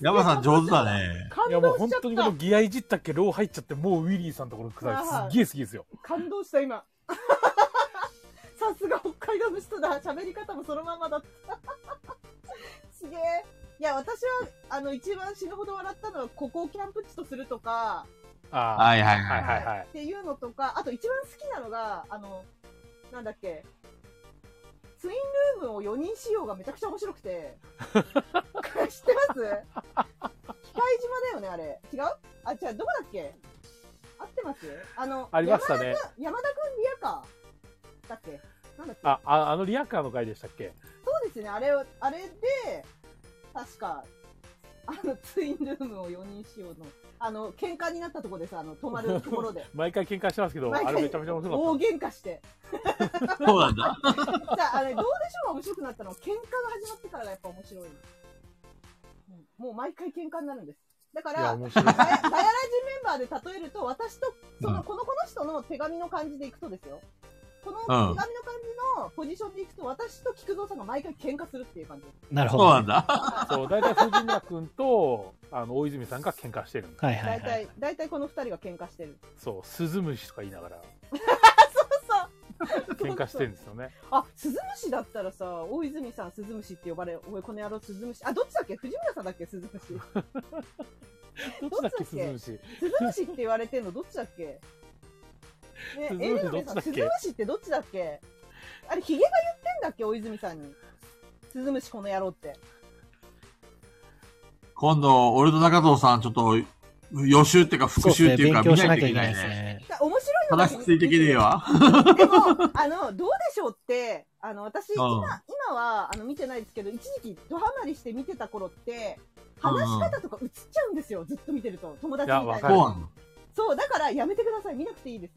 B: 山さん上手だね。
D: 感
C: いやもう
D: 動
C: 本
D: しちゃっ
C: 当にこの
D: た。
C: ギアいじったっけ、ロー入っちゃって、もうウィリーさんのところくだり、すっげえ好きですよ。
D: 感動した、今。 (laughs) さすが北海道の人だ。喋り方もそのままだった。すげえ。いや、私は、あの、一番死ぬほど笑ったのは、ここをキャンプ地とするとか、
C: あ
B: はいはい
C: あ、
B: は。
C: はいいはいはい
D: っ。ていうのとか、あと一番好きなのが、あの、なんだっけ、ツインルームを4人使用がめちゃくちゃ面白くて、 (laughs) 知ってます機械島だよね、あれ。違うあ、違う、どこだっけ合ってますあの、
C: ありましたね。
D: 山田くんリアカーだっけなんだっけ
C: あ、ああのリアカーの回でしたっけ
D: そうですね、あれを、あれで、確か、あの、ツインルームを4人使用の、あの、喧嘩になったとこでさ、あの、泊まるところ
C: (laughs)
D: で。
C: 毎回喧嘩してますけど、
D: 毎
C: あ
D: 回
C: れめちゃめちゃ面白か
D: 大
C: っ
D: 喧嘩して。
B: そうなんだ。
D: じゃあ、あれ、どうでしょうが面白くなったのは、喧嘩が始まってからがやっぱ面白い、うんもう毎回喧嘩になるんです。だか
C: た。いや、
D: ら、
C: 面白い
D: ガ。ヤガヤラジメンバーで例えると、私と、その、
B: うん
D: このこの人の手紙の感じでいくとですよ。この手
B: う
D: 紙
B: ん
D: の感じのポジションでいくと、私と菊蔵さんが毎回喧嘩するっていう感じです。
A: (laughs) なるほ
B: そう
A: ど。は
B: なんだ。
C: そう、大体藤村くんと、あの、大泉さんが喧嘩してるんです。
A: いは
D: 大
A: いはい。
D: 体、大体この二人が喧嘩してる。
C: そう、鈴虫とか言いながら
D: そう
C: 喧嘩してるんですよね。
D: あ、鈴虫だったらさ、大泉さん鈴虫って呼ばれ、おい、この野郎鈴虫。あ、どっちだっけ藤村さんだっけ鈴虫。
C: どっちだっけ、
D: どっちだっけ
C: 鈴虫。
D: 鈴虫って言われてんのどっちだっけね
C: 鈴
D: え、
C: 虫
D: 江上さ
C: ど
D: ん、
C: っちだっけ
D: 鈴虫ってどっちだっけあれ、ヒゲが言ってんだっけ大泉さんに。鈴虫この野郎って。
B: 今度、俺と中藤さん、ちょっと、予習っていうか復習っていうか
A: 勉
B: 見
A: 強し
B: な
A: ないき
B: と
A: ゃ
B: い
A: いけ
B: けな
A: ないいで
B: ね
A: す。ね。
D: だ面白いのだけ
B: 話ついてきねえわ。
D: でも、あの、どうでしょうって、あの、私、
B: ん
D: 今、今は、あの、見てないですけど、一時期、ドハマりして見てた頃って、話し方とか映っちゃうんですよ、ずっと見てると。友達み
C: いやわ
D: た
C: か
D: い
C: る
D: に。
B: そうなんだ。
D: そう、だから、やめてください。見なくていいです。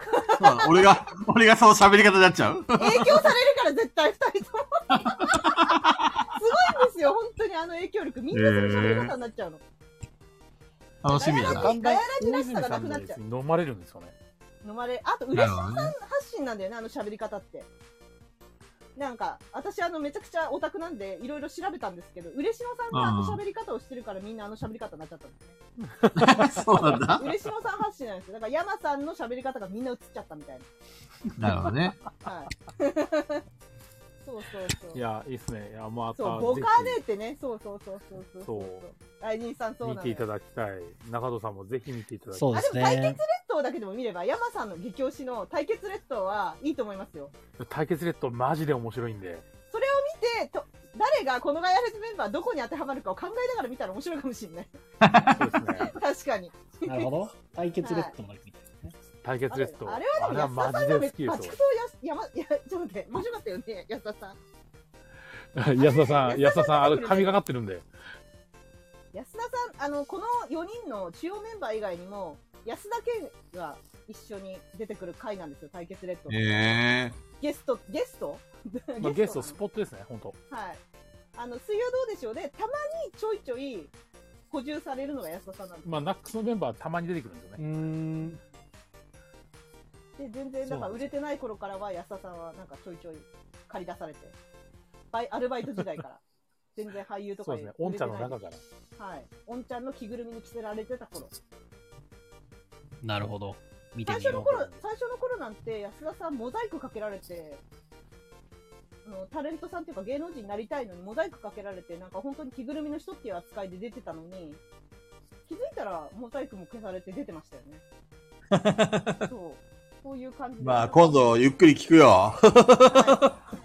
B: そうなんだ俺が、俺がその喋り方になっちゃう。
D: 影響されるから絶対二人とも。すごいんですよ、本当にあの影響力。みんなその喋り方になっちゃうの。
B: 楽しみだな。
C: だんだん
D: ガ
C: 大
D: ヤラジらし
C: 泉
D: さが
C: さ
D: なんく
C: の
D: なっ
C: や
D: ちゃ
C: つ
D: う
C: に飲まれるんですよね。
D: 飲まれ、あと、
B: な
D: 嬉
B: る
D: し
B: ほどね。
D: 発信なんだよね、あの喋り方って。なんか、私あの、めちゃくちゃオタクなんで、いろいろ調べたんですけど、嬉野さんがあの喋り方をしてるからみんなあの喋り方になっちゃったんですね。
B: そうなんだ。
D: 嬉野さん発信なんですよ。だから山さんの喋り方がみんな映っちゃったみたい
B: なるほどね。
D: な。はい。 (laughs) そうそうそう。
C: いや、いいっすね。いや、まあ、
D: そう、ボ
C: ぜ
D: カーネってね、そうそうそうそうそう
C: そう
D: 大臣さん
C: ひ
D: そう
C: 見
D: なの
C: てい
D: よ。
C: ただきたい。中戸さんもぜひ見ていただきたい。
A: そうです
D: あでも対
A: ね。
D: レッドだけでも見れば、山さんの激推しの対決レッドはいいと思いますよ。
C: 対決レッドマジで面白いんで。
D: で、と誰がこのガイアレスメンバーどこに当てはまるかを考えながら見たら面白いかもし
C: (laughs)
D: れない。
C: そうです
D: (laughs)
C: ね。
D: 確かに。
A: なるほど。対決レッドもあるみたいですね。
C: 対決レッド。
D: あれあれはでも
C: マ
D: 安田さ
C: ジで
D: んが
C: 好
D: めっ
C: き
D: ちゃ爆
C: で
D: 走
C: す
D: や、 (laughs) やいや、ちょっと待って、面白かったよね、安田さん。
C: よ。安田さん、安田さん、あ
D: 安田さん
C: の、
D: (laughs)
C: 神がかってるんで。
D: 安田さん、あの、この4人の主要メンバー以外にも、安田健が一緒に出てくる回なんですよ、対決レッドの。
B: ええ
D: ゲスト、ゲスト
C: まあ、ゲスト、
D: なの
C: スポットですね、本当
D: はい。あの、水曜どうでしょうで、たまにちょいちょい補充されるのが安田さんなんで
C: まあ、ナックスのメンバーたまに出てくるんですよ
A: う
C: ね。
A: ーん。
D: す。で、全然、なんか売れてない頃からは安田さんはなんかちょいちょい借り出されて。バイア (laughs) ルバイト時代から。全然俳優と
C: そ
D: か
C: うですね。おんちゃんの中から。
D: はい。おんちゃんの着ぐるみに着せられてた頃。
A: なるほど。見て
D: 最
A: み
D: 初の
A: よ
D: 頃、最初の頃なんて安田さんモザイクかけられて、あのタレントさんっていうか芸能人になりたいのにモザイクかけられて、なんか本当に着ぐるみの人っていう扱いで出てたのに、気づいたらモザイクも消されて出てましたよ
C: (laughs)
D: ね。そう。そういう感じで
B: まあ、今度、ゆっくり聞くよ。
D: はい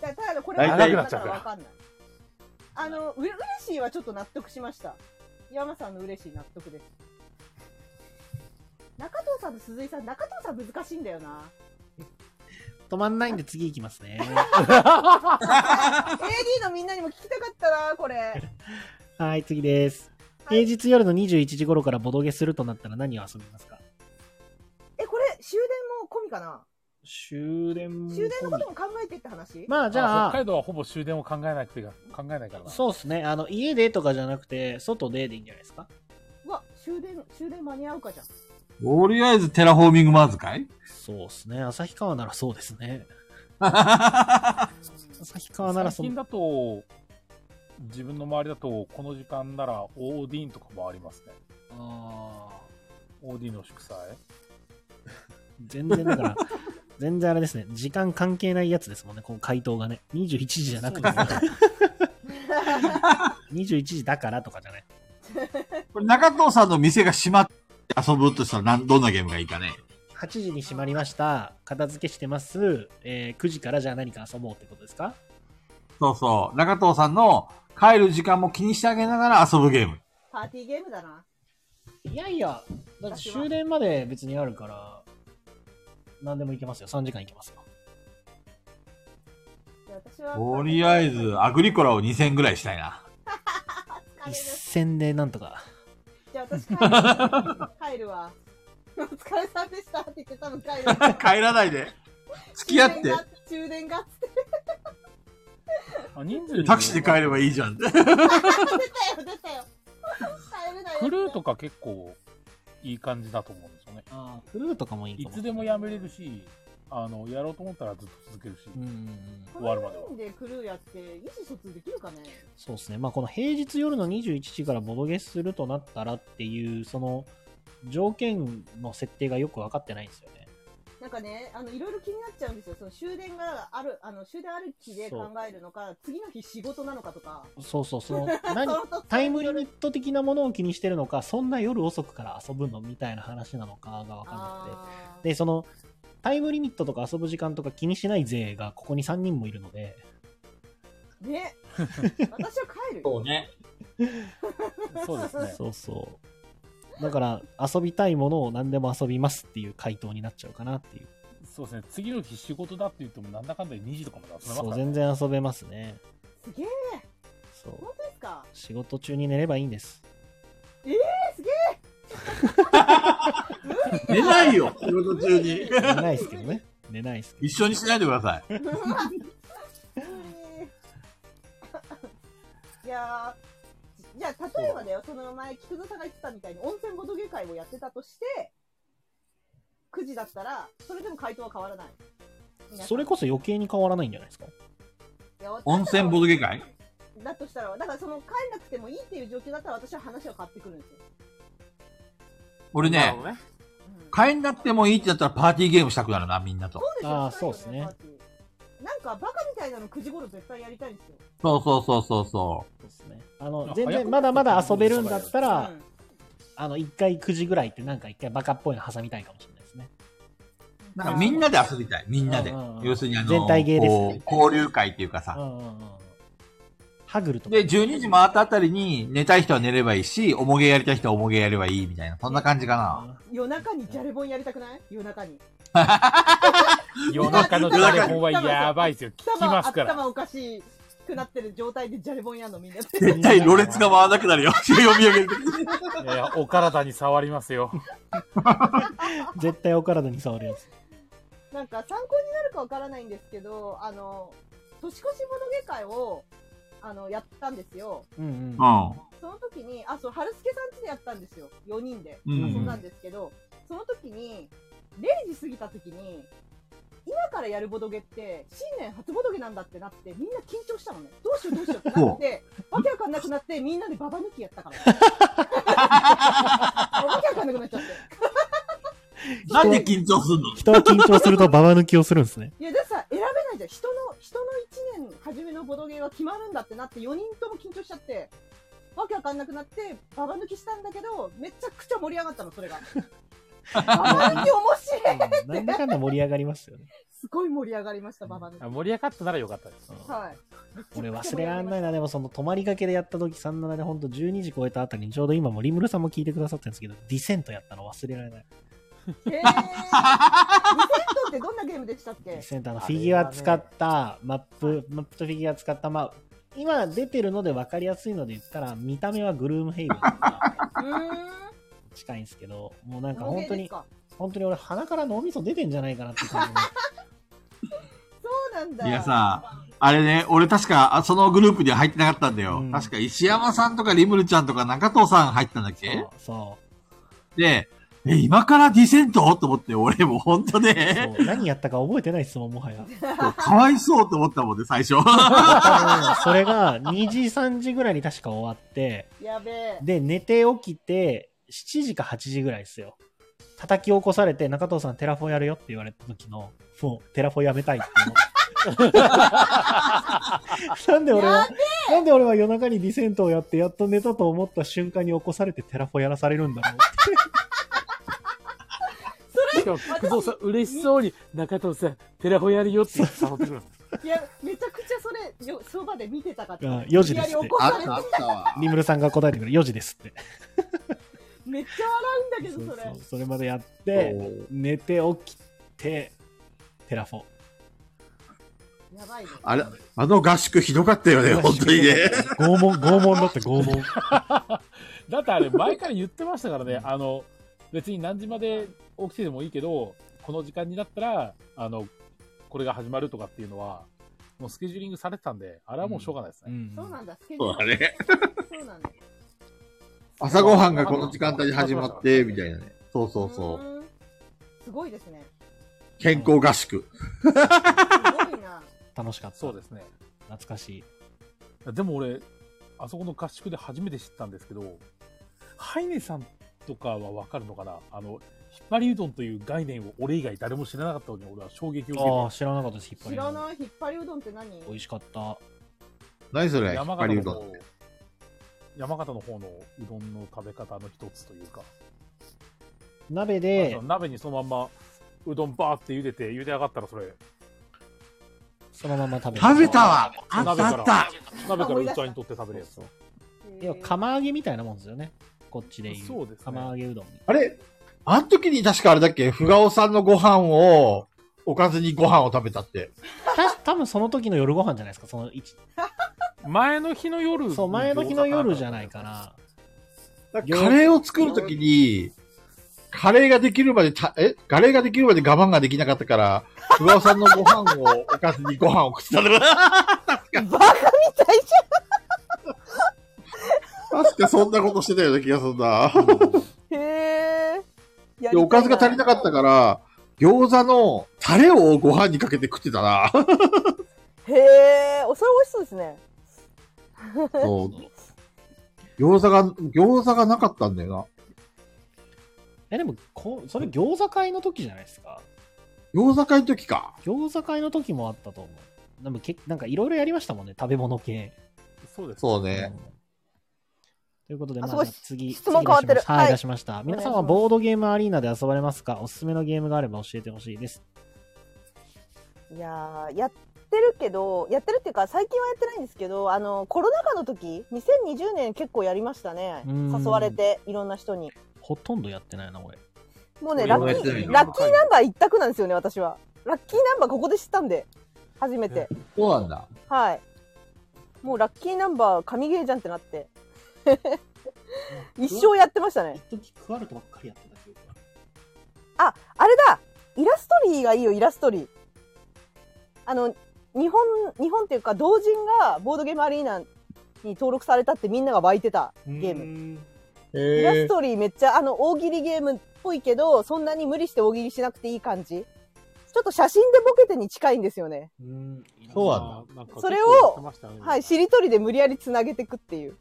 D: だからただこれこ
B: 大
D: れ
B: 体
D: が何だかわかんない。あの、うれ嬉しいはちょっと納得しました。山さんの嬉しい納得です。中藤さんと鈴井さん、中藤さん難しいんだよ
B: (laughs)
D: な。
A: 止まんないんで次行きますね。
D: AD のみんなにも聞きたかったな、これ。
A: (laughs) はい、次です。
D: は
A: 平
D: い
A: 日夜の21時頃からボドゲするとなったら何を遊びますか
D: え、これ終電も込みかな
A: 終電も込
D: 終
A: み
D: 電のことも考えてって話
A: まあじゃ
C: 北
A: あ
C: 海、道はほぼ終電を考えなくてが考えないからな。
A: そうですね。あの、家でとかじゃなくて、外ででいいんじゃないですか
D: うわ、終電、終電間に合うかじゃん。
B: とりあえずテラフォーミングマーズかい
A: そうですね。旭川ならそうですね。
B: あ
A: 旭川ならそ
C: 最近
A: の、
C: だと、自分の周りだと、この時間なら、オーディーンとかもありますね。
A: あー
C: オーディーンの祝祭。
A: 全然だから、 (laughs) 全然あれですね。時間関係ないやつですもんね。この回答がね。21時じゃなくても、21時だからとかじゃない。
B: これ中藤さんの店が閉まって遊ぶとしたらなんどんなゲームがいいかね。
A: 8時に閉まりました。片付けしてます。えー9時からじゃあ何か遊ぼうってことですか
B: そうそう。中藤さんの帰る時間も気にしてあげながら遊ぶゲーム。
D: パーティーゲームだな。
A: いやいや、だって終電まで別にあるから、何でも行けますよ。3時間行けますよ。
D: じゃあ私は。
B: とりあえず、アグリコラを2000ぐらいしたいな。
D: 疲れる
A: 一戦でなんとか。
D: じゃあ私帰る帰るわ。お疲れさんでしたって言って多分帰る
B: (laughs) (laughs)
D: わ。
B: 帰らないで。付き合 (laughs) って。
D: 充電が充電が
C: あ人数
B: タクシーで帰ればいい
C: ゃ
B: じゃんって。
D: 出たよ出たよ。帰れない。
C: ん。クルーとか結構、いい感じだと思うんですよね。
A: ああ、クルーとかもいい
C: い
A: かも。
C: つでもやめれるし、あの、やろうと思ったらずっと続けるし。
A: うんうんうん。
D: こ
C: 終わるまでは
D: の4人でクルーやって意思疎通できるかね。
A: そうですね。まあ、この平日夜の21時からボドゲするとなったらっていう、その、条件の設定がよく分かってないんですよね。
D: なんかね、あのいろいろ気になっちゃうんですよ。その終電があるあの終電あるきで考えるのか、次の日仕事なのかとか。
A: そうそう
D: (laughs)
A: そう。何
D: その時
A: タイムリミット的なものを気にしてるのか、そんな夜遅くから遊ぶのみたいな話なのかが分かんな
D: あ
A: くて。
D: ー
A: で、その、タイムリミットとか遊ぶ時間とか気にしない勢がここに3人もいるので、
D: ね。私は帰るよ。
E: そうね。
C: そうですね。
A: そうそう。だから、遊びたいものを何でも遊びますっていう回答になっちゃうかなっていう。
C: そうですね。次の日仕事だって言っても、なんだかんだで2時とかまで集めます
A: そ
C: か
A: う、
C: らね
A: 全然遊べますね。
D: すげえ。
A: そう。
D: 本当ですか。
A: 仕事中に寝ればいいんです。
B: 寝ないよ、仕事中に。
A: 寝ないですけどね。 (laughs) 寝ないですけ
B: 一緒にしないでください。
D: うわ無理 (laughs) いやーじゃあ例えばだよその前菊野さんが言ってたみたいに温泉ごと下会をやってたとして9時だったらそれでも回答は変わらない
A: ど。 (laughs) それこそ余計に変わらないんじゃないですか。
D: いや
B: 温泉ボドゲ会
D: だとしたらだからその帰んなくてもいいっていう状況だったら私は話を買ってくるんですよ、
B: 俺
F: なる
B: ね
F: ほ、どね。
D: うん
B: 帰んなくてもいいってなったらパーティーゲームしたくなるな、みんなと。
D: そうでしょ
A: あー
D: したいよ
A: そうっすね
D: パーティーなんかバカみたいなの9時頃絶対やりたいんですよ、
B: そうそうそうそうそ
A: そうですね。あの
C: あ、
A: 全
C: 早く
A: 然、まだまだ遊べるんだった
D: う
A: ら、
D: ん
A: あの、一回9時ぐらいってなんか一回バカっぽいの挟みたいかもしれないですね。
B: う。なんかみんなで遊びたい、みんなで
A: うんうんうん。
B: 要するにあの、
A: 全体ゲーですね
B: こう交流会っていうか
A: う
B: さ。
A: んうんうんうん。ハグルとか。
B: で、12時回ったあたりに寝たい人は寝ればいいし、おもげやりたい人はおもげやればいいみたいな、そんな感じかな。
D: 夜中にジャレボンやりたくない夜中に
C: 夜中のドラゴンはやばいですよ。聞き
D: 頭
C: ますから。
D: 頭おかしくなってる状態でジャレボンやんのみんなで
B: 絶対、ろれつが回らなくなるよ。読み上げる時に
C: いやいや、お体に触りますよ。
A: 絶対お体に触るやつ。
D: なんか参考になるかわからないんですけどあの年越しボドゲ会をあのやったんですよ
A: うん
B: う
D: その時にあそう春輔さん家でやったんですよ4人で
B: ん。う
D: 遊ん
B: ん
D: だんですけど、その時に0時過ぎた時に今からやるボドゲって新年初ボドゲなんだってなってみんな緊張したのねどうしようどうしようってなってわけわかんなくなってみんなでババ抜きやっ
B: (laughs)
D: たからわけわかんなくなっちゃって
A: うん。
B: なんで緊張すんの
A: 人は緊張するとババ抜きをするんですね。
D: いや、だってさ、選べないじゃん。人の、人の1年初めのボドゲーは決まるんだってなって、4人とも緊張しちゃって、わけわかんなくなって、ババ抜きしたんだけど、めちゃくちゃ盛り上がったの、それが。ババ抜き面白い。
A: (laughs) うんなんだかんだ盛り上がります (laughs) よね。
D: すごい盛り上がりました、ババ抜き。
C: あ盛り上がったならよかったです。
D: はい。
A: 俺忘れられないな、でもその泊まりがけでやった時37でほんと12時超えたあたりにちょうど今もリムルさんも聞いてくださってるんですけど、ディセントやったの忘れられない。
D: へー。リセットってどんなゲームでしたっ
A: ディ
D: け
A: セントあの
C: あ
A: フ
C: れはね
A: ィギュア使った、マップ、マップとフィギュア使った、まあ、今出てるので分かりやすいので言ったら、見た目はグルームヘイブンとか
D: うーん。
A: 近いんですけど、もうなんか
D: モ
A: 本
D: ゲ
A: 当
D: です
A: に、
D: か
A: 本当に俺鼻から脳みそ出てんじゃないかなって感じの。
D: そうなんだ。
B: いやさ、あれね、俺確か、あそのグループには入ってなかったんだよ。
A: うん
B: 確か、石山さんとかリムルちゃんとか中藤さん入ったんだっけ
A: そう。
B: で、え、今からディセントと思って、俺もう本当ね、
A: そう何やったか覚えてない質問もはや。
B: そうかわいそうと思ったもんね、最初。
A: それが2時3時ぐらいに確か終わって、
D: やべえ。
A: で、寝て起きて、7時か8時ぐらいですよ。叩き起こされて、中藤さんテラフォやるよって言われた時の、もうテラフォやめたいって
D: (laughs)
A: 思って。なんで俺は、なんで俺は夜中にディセントをやって、やっと寝たと思った瞬間に起こされてテラフォやらされるんだろうって。
C: しかも、工藤さん、嬉しそうに、中藤さん、テラフォやるよって誘ってくる。
D: いや、めちゃくちゃそれ、よそばで見てたかった。
A: うん4時ですって
D: いきなり怒られて
B: たわ。
A: リムルさんが答えてくる4時ですって。
D: めっちゃ笑うんだけど、それ。
A: そうそれまでやって、寝て起きて、テラフォ。
D: やばいね。
B: あれ、あの合宿ひどかったよね、本当にね。
A: (laughs) 拷問、拷問だって拷問。
C: だってあれ、前から言ってましたからね、あの、別に何時まで起きてでもいいけど、この時間になったら、あの、これが始まるとかっていうのは、もうスケジューリングされてたんで、あれはもうしょうがないですね。
D: そうなんだ、スケジ
B: そ
D: ュ
B: う
D: ー
B: だ
D: ル。
B: ね。
D: そうなんだ。
B: 朝ごはんがこの時間帯に始まって、みたいなね。そうそうそう。
D: うーん。すごいです (laughs) ね。
B: 健康合宿。
D: すごいな。
A: 楽しかった。
C: そうですね。
A: 懐かしい。
C: でも俺、あそこの合宿で初めて知ったんですけど、ハイネさんとかはわかるのかなあの、引っ張りうどんという概念を俺以外誰も知らなかったのに俺は衝撃を受けて
A: ああ、知らなかったです、引っ張
D: 知
A: り
D: ら
A: の。
D: ない、引っ張りうどんって何
A: 美味しかった。
B: 何それ引っ
C: 山
B: 張
C: 形
B: りう
C: の
B: ど
C: 方
B: ん。
C: 山形の方のうどんの食べ方の一つというか、
A: 鍋
C: あ
A: で
C: の、鍋にそのまんまうどんバーって茹でて茹で上がった
A: (laughs)
C: らそれ
A: そのまま食べる。
B: 食べたわあったあった
C: 鍋から器に取って食べるやつ
A: そうそう要
D: え
A: は釜揚げみたいなもんですよね。こっちで言う。
C: そうですね
A: 釜揚げうどん。
B: あれあの時に確かあれだっけふがおさんのご飯を、おかずにご飯を食べたって。
A: た多分その時の夜ご飯じゃないですか。その一
C: 前の日の夜
A: そう、前の日の夜じゃないかな。
B: カレーを作る時に、カレーができるまでた、えカレーができるまで我慢ができなかったから、ふがおさんのご飯を、おかずにご飯を食ってたんだ (laughs) から。確か、
D: 大丈
B: 確かそんなことしてたような気がするな。
D: 夫へーやりたい
B: で、
D: な
B: おかずが足りなかったから、餃子のタレをご飯にかけて食ってた (laughs) な。
D: へーお、それ美味しそうですね。
B: そう餃子が、餃子がなかったんだよ
A: え、でもこう、それ餃子会の時じゃないですか。
B: な。餃子会の時か。
A: 餃子会の時もあったと思う。でもけなんかいろいろやりましたもんね。食べ物系。
C: そうです
B: そう
A: う
B: ね。
A: んということで、
D: あ
A: まあ、
D: すごい
A: じゃあ次、
D: 質問変わってる
A: 次出しましたはい、
D: はい
A: 出しました。皆さん
D: お
A: は
D: 願いします
A: ボードゲームアリーナで遊ばれますかおすすめのゲームがあれば教えてほしいです。
D: いやーやってるけどやってるっていうか最近はやってないんですけどあのコロナ禍の時2020年結構やりましたね
A: うん
D: 誘われていろんな人に
A: ほとんどやってないな、俺。
D: もうね
C: 俺
D: ラ
C: も
D: ッキ
B: やってない
D: ー
B: な
D: ラッキーナンバー一択なんですよね私はラッキーナンバーここで知ったんで初めて
B: そうなんだ。
D: はいもうラッキーナンバー神ゲーじゃんってなって一生やってましたね
A: 時クワルトばっかりやってたけど。
D: あれだイラストリーがいいよイラストリーあの日本日本っていうか同人がボードゲームアリーナに登録されたってみんなが湧いてたゲーム
A: ム。
D: イラ
B: え
D: ストリーめっちゃあの大喜利ゲームっぽいけどそんなに無理して大喜利しなくていい感じちょっと写真でボケてに近いんですよね、
A: うん。
B: そうなんだ
C: ん
D: それをはいしりとりで無理やりつなげてくっていう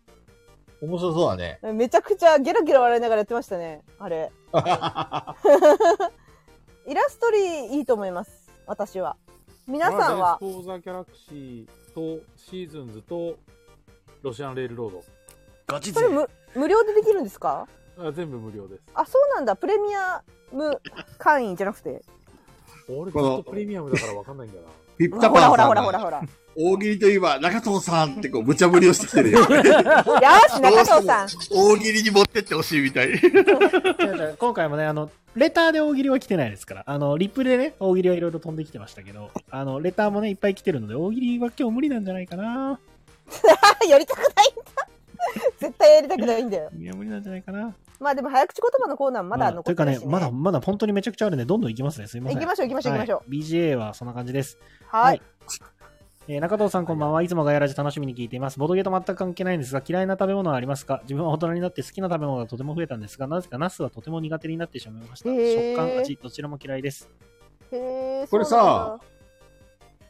B: 面白そうだね。
D: めちゃくちゃゲラゲラ笑いながらやってましたねあれイラストリーいいと思います私は皆さんは
C: スポーザーキャラクシーとシーズンズとロシアンレールロー
A: ガチ
D: それ無無料でできるんですか
C: ドあ全部無料です
D: あそうなんだプレミア無会員じゃなくて。
C: 俺ず
B: こ
C: っ
B: の
C: とプレミアムだからわかんないんだよな。
B: ピッ
D: ほ
B: タ
D: ら
B: パンさん
D: ほ
B: が
D: らほらほらほら。
B: 大喜利といえば中藤さんってこう無茶ぶりをしてきてるよ。
D: よし、 (laughs) 中藤さん。
B: 大喜利に持ってってほしいみた (laughs) い。
A: 違う違う今回もね、あの、レターで大喜利は来てないですから、あの、リップでね、大喜利はいろいろ飛んできてましたけど、あの、レターもね、いっぱい来てるので、大喜利は今日無理なんじゃないかな。
D: あやりたくないんだ。絶対やりたくないんだよ。
A: いや、無理なんじゃないかな。
D: まあでも早口言葉のコーナーまだ残
A: という
D: って
A: か
D: る
A: ね
D: し、、
A: まだ、まだ本当にめちゃくちゃあるんで、どんどん行きますね。すいません。
D: 行きましょう行きましょう行きましょ
A: はい BGA はそんな感じです。
D: う。はい。
A: えー中藤さんこんばんは。いつもガヤラジ楽しみに聞いています。ボドゲと全く関係ないんですが、嫌いな食べ物はありますか自分は大人になって好きな食べ物がとても増えたんですが、なぜかナスはとても苦手になってしまいました。
D: へー
A: 食感、味、どちらも嫌い
B: (laughs)
A: です。
D: へー
B: これさ、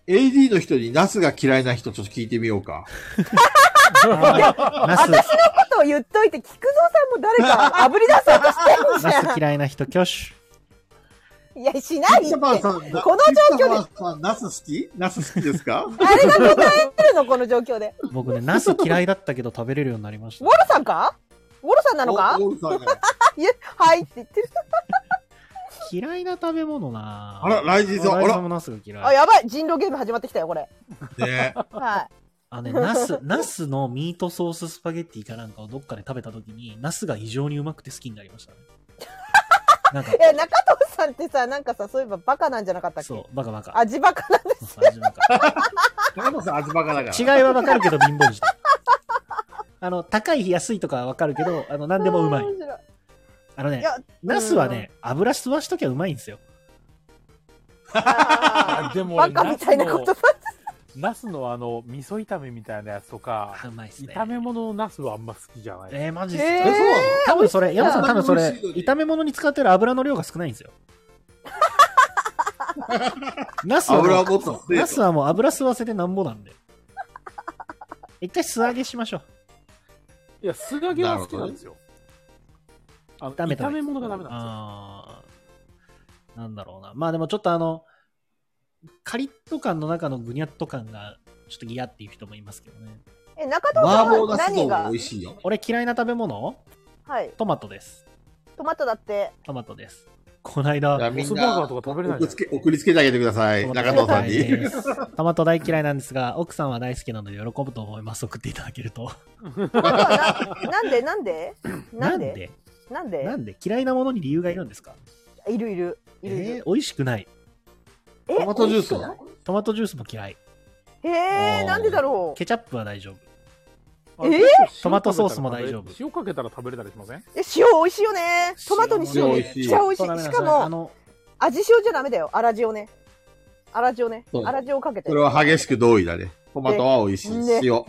B: AD の人にナスが嫌いな人ちょっと聞いてみようか。
A: ナス、
D: そうなんだことを言っといて、菊蔵さんも誰か炙り出そうとしてんじ
A: ナス
D: ゃ
A: 嫌いな人、挙手。
D: ん。いや、しないって。
B: ピッタパンさ
D: 誰
B: ん、こ
D: この状況で
B: で。さん、ナス好きナス好きですか
D: が答えるの、この状況で。
A: 僕ね、ナス嫌いだったけど食べれるようになりまし
D: ウ
A: た
D: ォ。ロさんかウォロさんなのか
B: おおうさんが
D: いやはいって言ってる。
A: 嫌いな食べ物な
B: あら、ライジンさん、あ
A: ライさん
B: ら
A: もナスが
D: あ、
A: 嫌い。
D: やばい。人狼ゲーム始まってきたよ、これ。
B: ね
D: は
A: あのね、ナス、ナスのミートソーススパゲッティかなんかをどっかで食べた時に、ナスが異常にうまくて好きになりましたね。なんか
B: (laughs)
D: い。、え、中藤さんってさ、なんかさ、そういえばバカなんじゃなかったっけ
A: そう、バカバカ。
D: 味バカなんです。
A: そう味バカ
B: 中藤さん、味バカだから。
A: 違いはわかるけど貧乏人。あの、高い、安いとかはわかるけど、あの、何でもうまい。
D: 面白
A: あの
D: い
A: ね
D: や、
A: ナスはね、油吸わしときゃうまいんですよ。
D: あ
C: (laughs) (laughs) あでも
D: ーバカみたいなことさ。
C: ナスのあの、味噌炒めみたいなやつとか、
A: あ、うまいっすね。
C: 炒め物のナスはあんま好きじゃない。
A: えー、マジっす
D: え
A: か
D: ー、
A: 多分それ、山さん多分それ、
B: 美味しいのに
A: 炒め物に使ってる油の量が少ないんです (laughs) よ。ナスは
B: 油
A: も
B: を
A: う、
B: もっと。
A: ナスはもう油吸わせてなんぼなんで。一回素揚げしましょう。
C: いや、素揚げは好きなんですよ。あの
A: ダメダ
C: 炒
A: メ
C: め物がダメなん
A: あーなんだろうな。まあでもちょっとあの、カリッと感の中のぐにゃっと感がちょっと嫌っていう人もいますけどね。
D: え、中藤さ
B: 麻
D: ん
B: 婆
D: は
B: ナス
D: 何
B: 丼が
D: が
B: 美味しいよ。
A: 俺嫌いな食べ物
D: はい。
A: トマトです。
D: トマトだって。
A: トマトです。こない
B: じゃあ
A: だ、
B: みん
C: モスバーガ
B: な
C: ーとか食べれない
B: 送りつけ送りつけてあげてください。
A: トマ
B: 中
A: ト
B: 藤さん
A: 大嫌い
B: に。
A: ですトマト大嫌いなんですが、奥さんは大好きなので喜ぶと思います。送っていただけると。
D: トマトはななんでなんでなんでなんで
A: なんで嫌いなものに理由がいるんですか
D: いるいる。いるい
A: え
D: る。
A: ー、美味しくない。
D: え
B: トマトジュースは
A: トマトジュースも嫌い。
D: へ
B: あ
D: え、
B: ー
D: なんでだろう。
A: ケチャップは大丈夫。
C: ですよ。
D: えー
C: あれ結構
A: ト
C: 塩かけたら食べ
A: マトソースも大丈夫
C: 塩かけたら食べれたりしません
D: え、塩美味しいよね。トマトに
B: 塩
D: 塩
B: 美
D: め
B: 味しい
D: っちゃ美味し
A: そうダメな
D: い。し
A: んです
D: か
A: あ
D: も、
A: の、
D: 味塩じゃダメだよ。粗塩ね。粗塩ね
B: そう。
D: 粗塩かけて。
B: それは激しく同意だね。トマトは美味しい
D: ね。
B: 塩。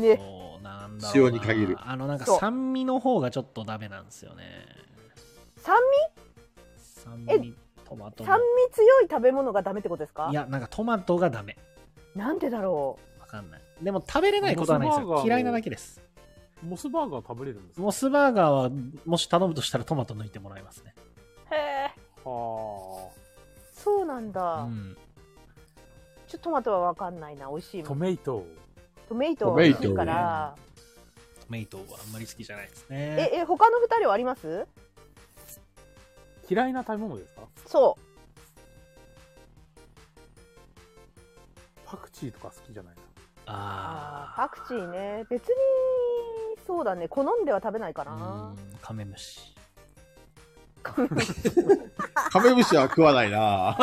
D: ね。
A: そうなんだろうな
B: 塩に限る
A: あのなんか
D: そう
A: 酸味の方がちょっとダメなんですよね
D: 酸
A: 酸
D: え
A: 味トマト
D: 味
A: も
D: 酸味強い食べ物がダメってことですか
A: いやなんかトマトがダメ
D: なんでだろ
A: わかんないでも食べれないことはないです
C: モスバーガ
A: よ
C: ーも
A: 嫌いなだけです
C: モスバーガー食べれるんですか
A: モスバーガーはもし頼むとしたらトマト抜いてもらいますね
D: う。へえ。
C: は
D: そうなん
A: う
D: だ。
A: ん
D: ちょっとトマトはわかんないな。美味しい
C: あ。
D: も
C: ト
D: ん。
C: メイト。
D: トメイト
B: ト
D: 美
B: メイ
D: 味
B: ト
D: しいから。
A: トメイトはあんまり好きじゃないです
D: え
A: ね、
D: え、他の二人はあります
C: 嫌いな食べ物ですか
D: そう。
C: パクチーとか好きじゃないな。
A: あ
D: パクチーね。別に、そうだね。好んでは食べないか
A: あ
D: な。
A: カメムシ
B: カメムシは食わないな。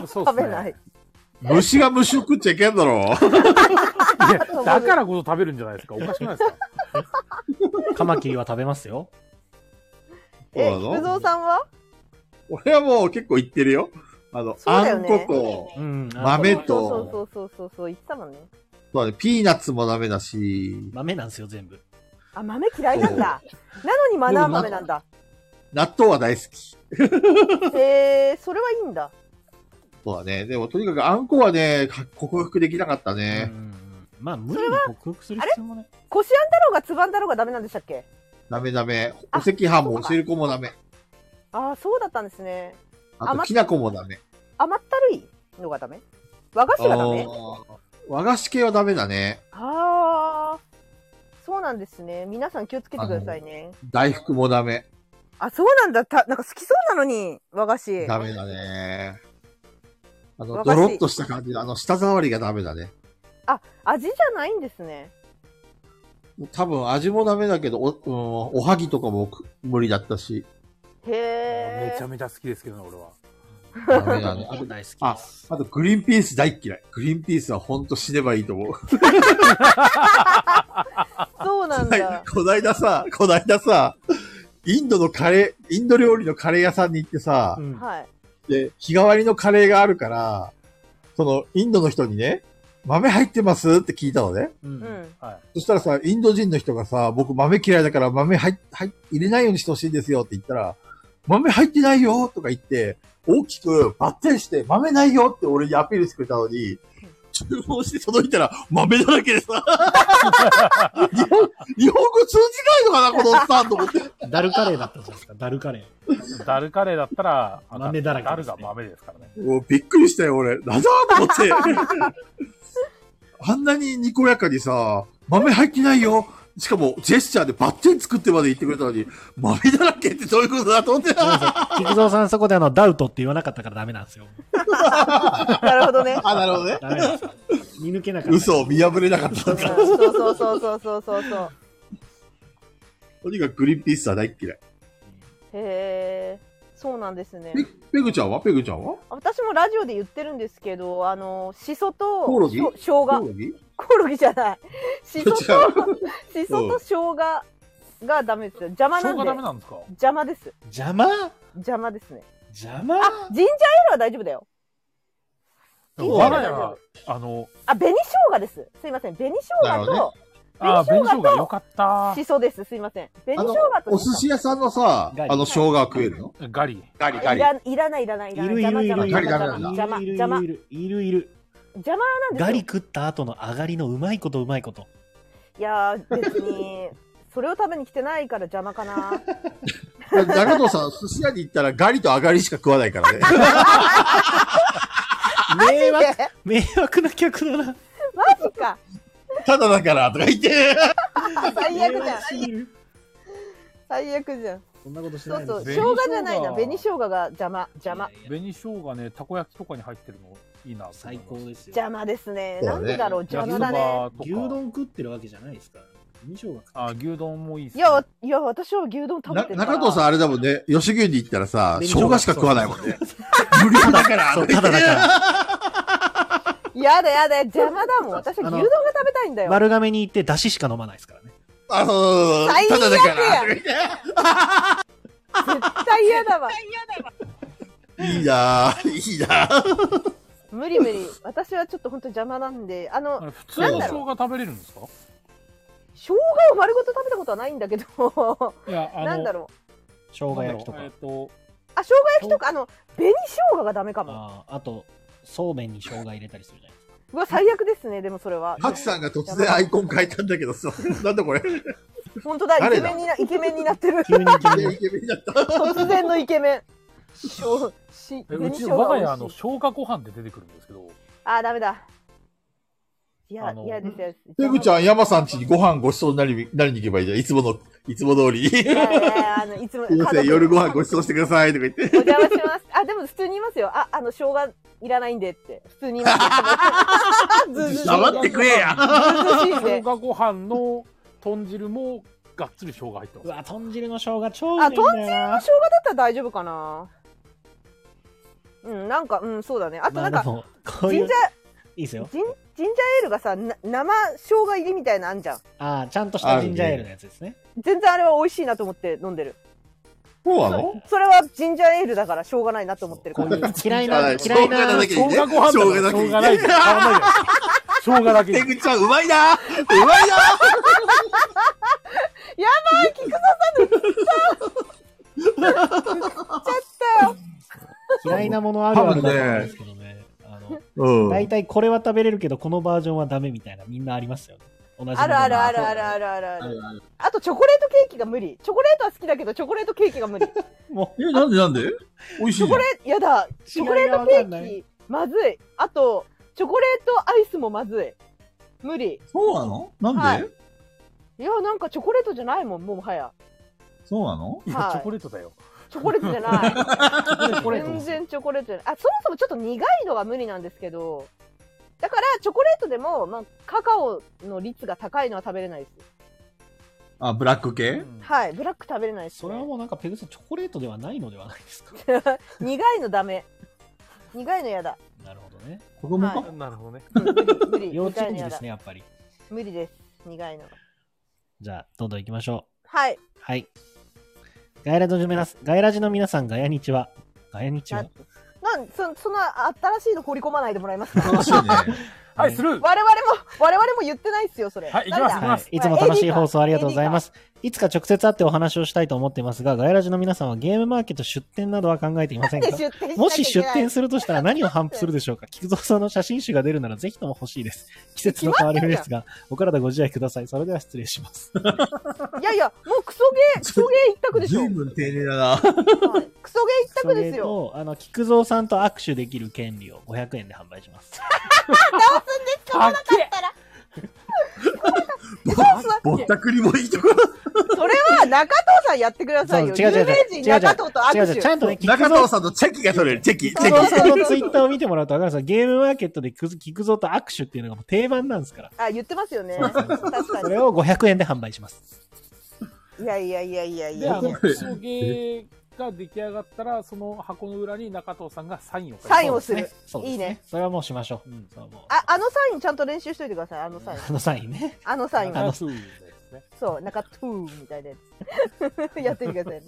C: そうっす
D: 食
C: ね
D: べない。
B: 虫が虫を食っちゃいけんだろ。
C: い
D: (laughs)
C: やだからこそ食べるんじゃないですか。おかしくないですか。
A: カマキリは食べますよ
D: (laughs) え、
B: そうなの
D: 菊蔵さんは
B: 俺はもう結構言ってるよ。あの、
D: そうだ
B: あ
D: よ
B: ん
D: ね
B: こと、
A: うんあの
B: 豆
D: そう
B: と
D: そうそうそうそう、言ってたもんね。
B: そうだね、ピーナッツもダメだし、
A: 豆なんですよ全部
D: あ、豆嫌いなんだ。なのにマナー豆なんだ。
B: 納豆は大好き。
D: へえー、それはいいんだ。
B: そうだね。でもとにかくあんこはね、か克服できなかった
A: うんうん
B: ね。
A: うんまあ無理に克服する必要もない
D: こしあんだろうがつばんだろうがダメなんでしたっけ
B: ダメダメ。お
D: あ
B: 赤飯も
D: そう
B: お
D: か
B: 汁粉もダメ。
D: ああ、そうだったんですね。
B: あと、
D: 甘っ
B: きな粉もダメ。
D: 甘ったるいのがダメ和菓子がダメ
B: あー和菓子系はダメだね。
D: ああ、そうなんですね。皆さん気をつけてくださいね。
B: 大福もダメ。
D: あ、そうなんだ。た、なんか好きそうなのに、和菓子。
B: ダメだね。あの、
D: 和
B: ド
D: 菓子
B: ロッとした感じの、あの、舌触りがダメだね。
D: あ、味じゃないんですね。
B: 多分味もダメだけど、お、うん、おはぎとかも無理だったし、
D: へ
C: めちゃ
D: ー。
C: めちゃ好きですけどね、俺は。
B: ダメだね。あと
A: 大好き
B: あ
A: です。
B: あと、グリーンピース大っ嫌い。グリーンピースはほんと死ねばいいと思う。
D: そうなん
B: はい
D: だ。、
B: こないださ、こないださ、インドのカレー、インド料理のカレー屋さんに行ってさ
A: う、ん
D: はい。
B: で、日替わりのカレーがあるから、その、インドの人にね、豆入ってますって聞いたのね。
A: う。
D: うんん。
C: はい。
B: そしたらさ、インド人の人がさ、僕豆嫌いだから豆入っ、入っ、入れないようにしてほしいんですよって言ったら、豆入ってないよとか言って、大きくバッテンして、豆ないよって俺にアピールしてくれたのに、注文して届いたら豆だらけでさ、 (laughs) 日本、日本語通じないのかなこのおっさんと思って。
A: ダルカレーだったじゃないですか、ダル (laughs) カレー。
C: ダルカレーだったら、あ
A: 豆だらけですね
C: ダルが豆ですからね。
B: もうびっくりしたよ、俺。なんだと思って。あんなににこやかにさ、豆入ってないよ。しかも、ジェスチャーでバッテン作ってまで言ってくれたのに、豆だらけってどういうことだと思って。
A: ごめんなさい菊蔵さんそこであの、ダウトって言わなかったからダメなんですよ。
D: なるほどね。
B: あ、なるほどね。
A: ダメなんですよ。見抜けなかった。
B: 嘘を見破れなかった
D: うんそうそうそうそうそうそうそう。
B: とにかくグリーンピースは大っ嫌い。
D: へえ。そうなんですね。
B: ペペグちゃんはペグちゃんは
D: 私もラジオで言ってるんですけど、あの、しそと、
B: コオロギ
D: しょ生姜
B: コオ。ロギ
D: コオロギじゃ
B: (laughs)
D: ない。しそと、
B: 違 (laughs) う。
D: しそと生姜がダメですよ。邪魔な
C: 生姜ダ
D: ん
C: メ
D: で。
C: なんですか
D: 邪魔です。
A: 邪魔
D: 邪魔ですね。
A: 邪魔
D: ジンジャーエールは大丈夫だよ。
B: そう
C: 我が家は、あの、
D: あ、紅生姜です。すいません。紅生
B: なる
D: 姜
B: ほど
D: と
C: あー、
D: 紅
C: 紅
D: 生姜と
C: 生姜よかった
D: し。そです。すいません。紅
B: あ
D: 生
B: の
D: 姜、と
B: お
D: し
B: 寿
D: そ
B: 司屋さんのさ、
A: ガリ
B: あの生姜は食えるの
C: ガリ。
B: ガリガ
D: い
B: リ。
D: らいらないいらないい
A: い
D: らない
A: るい
D: 邪魔
A: るいるいるいる
D: 邪
B: ガリガリな
D: 魔邪魔
A: いる
B: んだ
D: 邪魔邪魔
A: いるいるいる
D: 邪魔なんですよ
A: ガリ食った後の上がりのうまいことうまいこと
D: いやー別にそれを食べに来てないから邪魔
B: (laughs)
D: かな
B: 中藤さん、寿司屋に行ったらガリと上がりしか食わない
A: (laughs)
B: からね。
A: 迷惑迷惑な客だな
D: マジか
B: ただだから、とか言って。
D: 最悪じ
A: 迷
D: ゃん
A: 惑すぎる
D: 最悪じゃん
A: そんなことして
D: そ
A: な
D: う
A: い
D: そう
A: です
D: 生
A: よ
D: 姜じゃないな
C: 紅生
D: 紅
C: 姜
D: 生姜が邪魔邪魔
A: いやいや
C: 紅生姜ね、たこ焼きとかに入ってるのいいなと思います。
A: 最高ですよ
D: 邪魔ですね
B: そう
D: な
B: だ
D: ん
B: ね
D: でだろう
C: 焼
D: 邪
C: き
D: 魔
C: そ
D: だね
C: ばとか。
A: 牛丼食ってるわけじゃないですから紅生姜食
C: あー、牛丼もいいっす
D: い
C: ね。
D: やいや私は牛丼食べ
B: な
D: てるから
B: 中藤さん、あれだもんね、吉牛に行ったらさ、生
A: 紅生姜
B: 姜しか食わないもんね。無料だから。
A: そうただだ
D: (laughs)
A: から
D: やだやだ邪魔だもん私は牛丼が食べたいんだよ
A: 丸亀に行って出汁しか飲まないですからね
B: あ、そうそう
D: 最
B: そうそう。ただだから。
D: 悪絶対嫌だわ
B: いいなぁ、いいなぁ。
D: 無理無理私はちょっと本当邪魔なんであの
C: あれ普通の生姜食べれるんですか
D: 生姜を丸ごと食べたことはないんだけど
C: いや、あの、
D: なんだろう
A: 生姜焼きと
C: なん
A: か
C: だろう
D: あ、生姜焼きとか、あの、紅生姜がダメかも。
A: あーあとそうめんに生姜入れたりするじゃないう
D: わ、最悪ですね、でもそれは。
B: ハチさんが突然アイコン変えたんだけどさ、 (laughs) なんだこれ。
D: 本当だ、イ
B: 誰
D: ケ
B: だ
D: メンにな、イケメンになってる。
A: 急に急
D: (laughs)
A: に
B: イケメンになった。
D: 突然のイケメン。しょう、し、
C: えっと、
D: 紅
C: う
D: 生
C: ち
D: 姜
C: の我が家、あ
D: 美
C: の、
D: 味しい
C: 生姜ご飯って出てくるんですけど、
D: あ、ダメだ。いや
C: あ、の
D: いやですよ。
B: ペグちゃん、山さん家にご飯ごちそうになり、なりに行けばいいじゃん。いつもの、いつも通り。す
D: いやいやあの、いつも、。
B: いません、夜ご飯ごちそううしてくださいとか言って。
D: お邪魔します。あ、でも普通に言いますよ。あ、あの、生姜いらないんでって。普通に言いますよ。ずうずうしい
B: 黙ってくれや。
D: ずうずうしいん
C: 生
D: で。
C: 姜ご飯の豚汁もがっつり生姜入って
A: う
C: ま
A: わ豚汁の生姜超うめえんだよな
D: 生姜だったら大丈夫かな。うん、なんか、うん、そうだね。あと
A: ま
D: な
A: あ
D: ん
A: で
D: か、
A: もこう
D: ジ
A: い
D: ン
A: う
D: ジャー
A: いいですよ
D: ジンジンジャーエールがさな生生姜入りみたいなのあんじゃん
A: ああちゃんとしたジンジャーエールのやつですね
D: 全然あれは美味しいなと思って飲んでる
B: そうなの
D: それはジンジャーエールだからしょうがないなと思ってるか
A: こ (laughs)
D: ら
A: ういう嫌い
B: あ
A: な
B: 生
A: 嫌
B: 姜
A: いな
B: だけ
C: す。
B: にね。
C: 生姜ご飯だ
B: 生姜だけ
C: しょ
B: に
C: うがない
B: ね
C: じゃん。変わんないじゃん。生姜だけ
B: ペ
C: に。
B: グちゃん、うまいなうまいな
A: 嫌いなものあるあるだと思うんですけどね。あの、
B: うん。
A: 大体これは食べれるけど、このバージョンはダメみたいな、みんなありますよね。同じものが
D: あるあるあるあるあるあるあるあとチョコレートケーキが無理チョコレートは好きだけどチョコレートケーキが無理チ
A: も
G: え、なんでなんで美味しいじ
D: ョ
G: ゃん
D: コレートやだ
A: う、
D: チョコレートケーキまずいあとチョコレートアイスもまずい無理
G: そうなのなんで、
D: はいいやなんかチョコレートじゃないもんもうはや
B: そうなの
C: いや、
D: はい
C: チョコレートだよ。
D: チョコレートじゃな
C: (laughs)
D: い。
C: チョコレート
D: 全然チョコレートじゃない。あ、そもそもちょっと苦いのが無理なんですけど、だからチョコレートでも、まあ、カカオの率が高いのは食べれないです。
B: あ、ブラック系
C: うん
D: はい、ブラック食べれないです、
A: それは
D: ね。
A: もうなんかペグさんチョコレートではないのではないですか
D: (laughs) 苦いのダメ。苦いのやだ。
A: なるほどね
B: 子供
D: は
B: か
D: い
C: なるほどね。
D: 無理、無理。
A: 幼稚
D: 苦い
A: 園
D: の
A: 児
D: や
A: で
D: だ
A: すね。やっぱり
D: 無理です。苦いのが。
A: じゃあどんどん行きましょ
D: はい。
A: うはいガヤラジの皆さんガヤラジの皆さんガヤニチはガヤニチは
D: ななんそそんな新しいの放り込まないでもらえますか (laughs)
B: 楽しいね。
C: はい、スルー
D: 我々も、我々も言ってないっすよ、それ。
C: はい
D: なんだ
C: 行きます行き
A: はい、いつも楽しい放送ありがとうございます。いつか直接会ってお話をしたいと思っていますが、ガイラジの皆さんはゲームマーケット出店などは考えていません
D: で
A: か
D: 出店
A: もし出店
D: す
A: するとしたら何を反布するでしょうか菊蔵さんの写真集が出るならぜひとも欲しいです。季節の変わり目ですが、お体ご自愛ください。それでは失礼します。
D: いやいや、もうクソゲー、クソゲー一択でし
A: (laughs)
D: ょ。
B: 随分丁寧だな。
D: はいクソゲー一
A: そ
D: 択で
A: れ
D: すよ。
A: と、あの、菊蔵さんと握手できる権利を500円で販売します。
C: かっけえ
B: ぼったくりもいいところ。
D: それは中藤さんやってくださいよ。
A: そう違う違う違う
D: 有名人中藤と
A: 違う
D: 握
A: 違う、
D: 手。
A: ちゃんとね、菊
B: 中
A: 蔵
B: 藤さんのチェキが取れる。チェキ、チ
A: 菊蔵
B: ェキ。
A: さんのツイッターを見てもらうとわかるんですよ。ゲームマーケットで菊菊蔵と握手っていうのがもう定番なんですから。
D: あ、言ってますよね。
A: (laughs) そうそうそう
D: 確か
A: それを500円で販売します。
D: に。いやいやいやいやい
C: で、あ
D: や。
C: の、クソゲーが出来上がったら、その箱の裏に中藤さんがサインを書いて
D: サインをする。
A: そうです
D: いいね。
A: それはもうしましょう。
C: うん
A: そうもう
D: あ、あのサインちゃんと練習しといてください。あのサイン。
A: あのサインね。
D: あのサイン。
C: 中藤ですね。
D: そう、中藤みたいなやつ。 (laughs) やってみてください。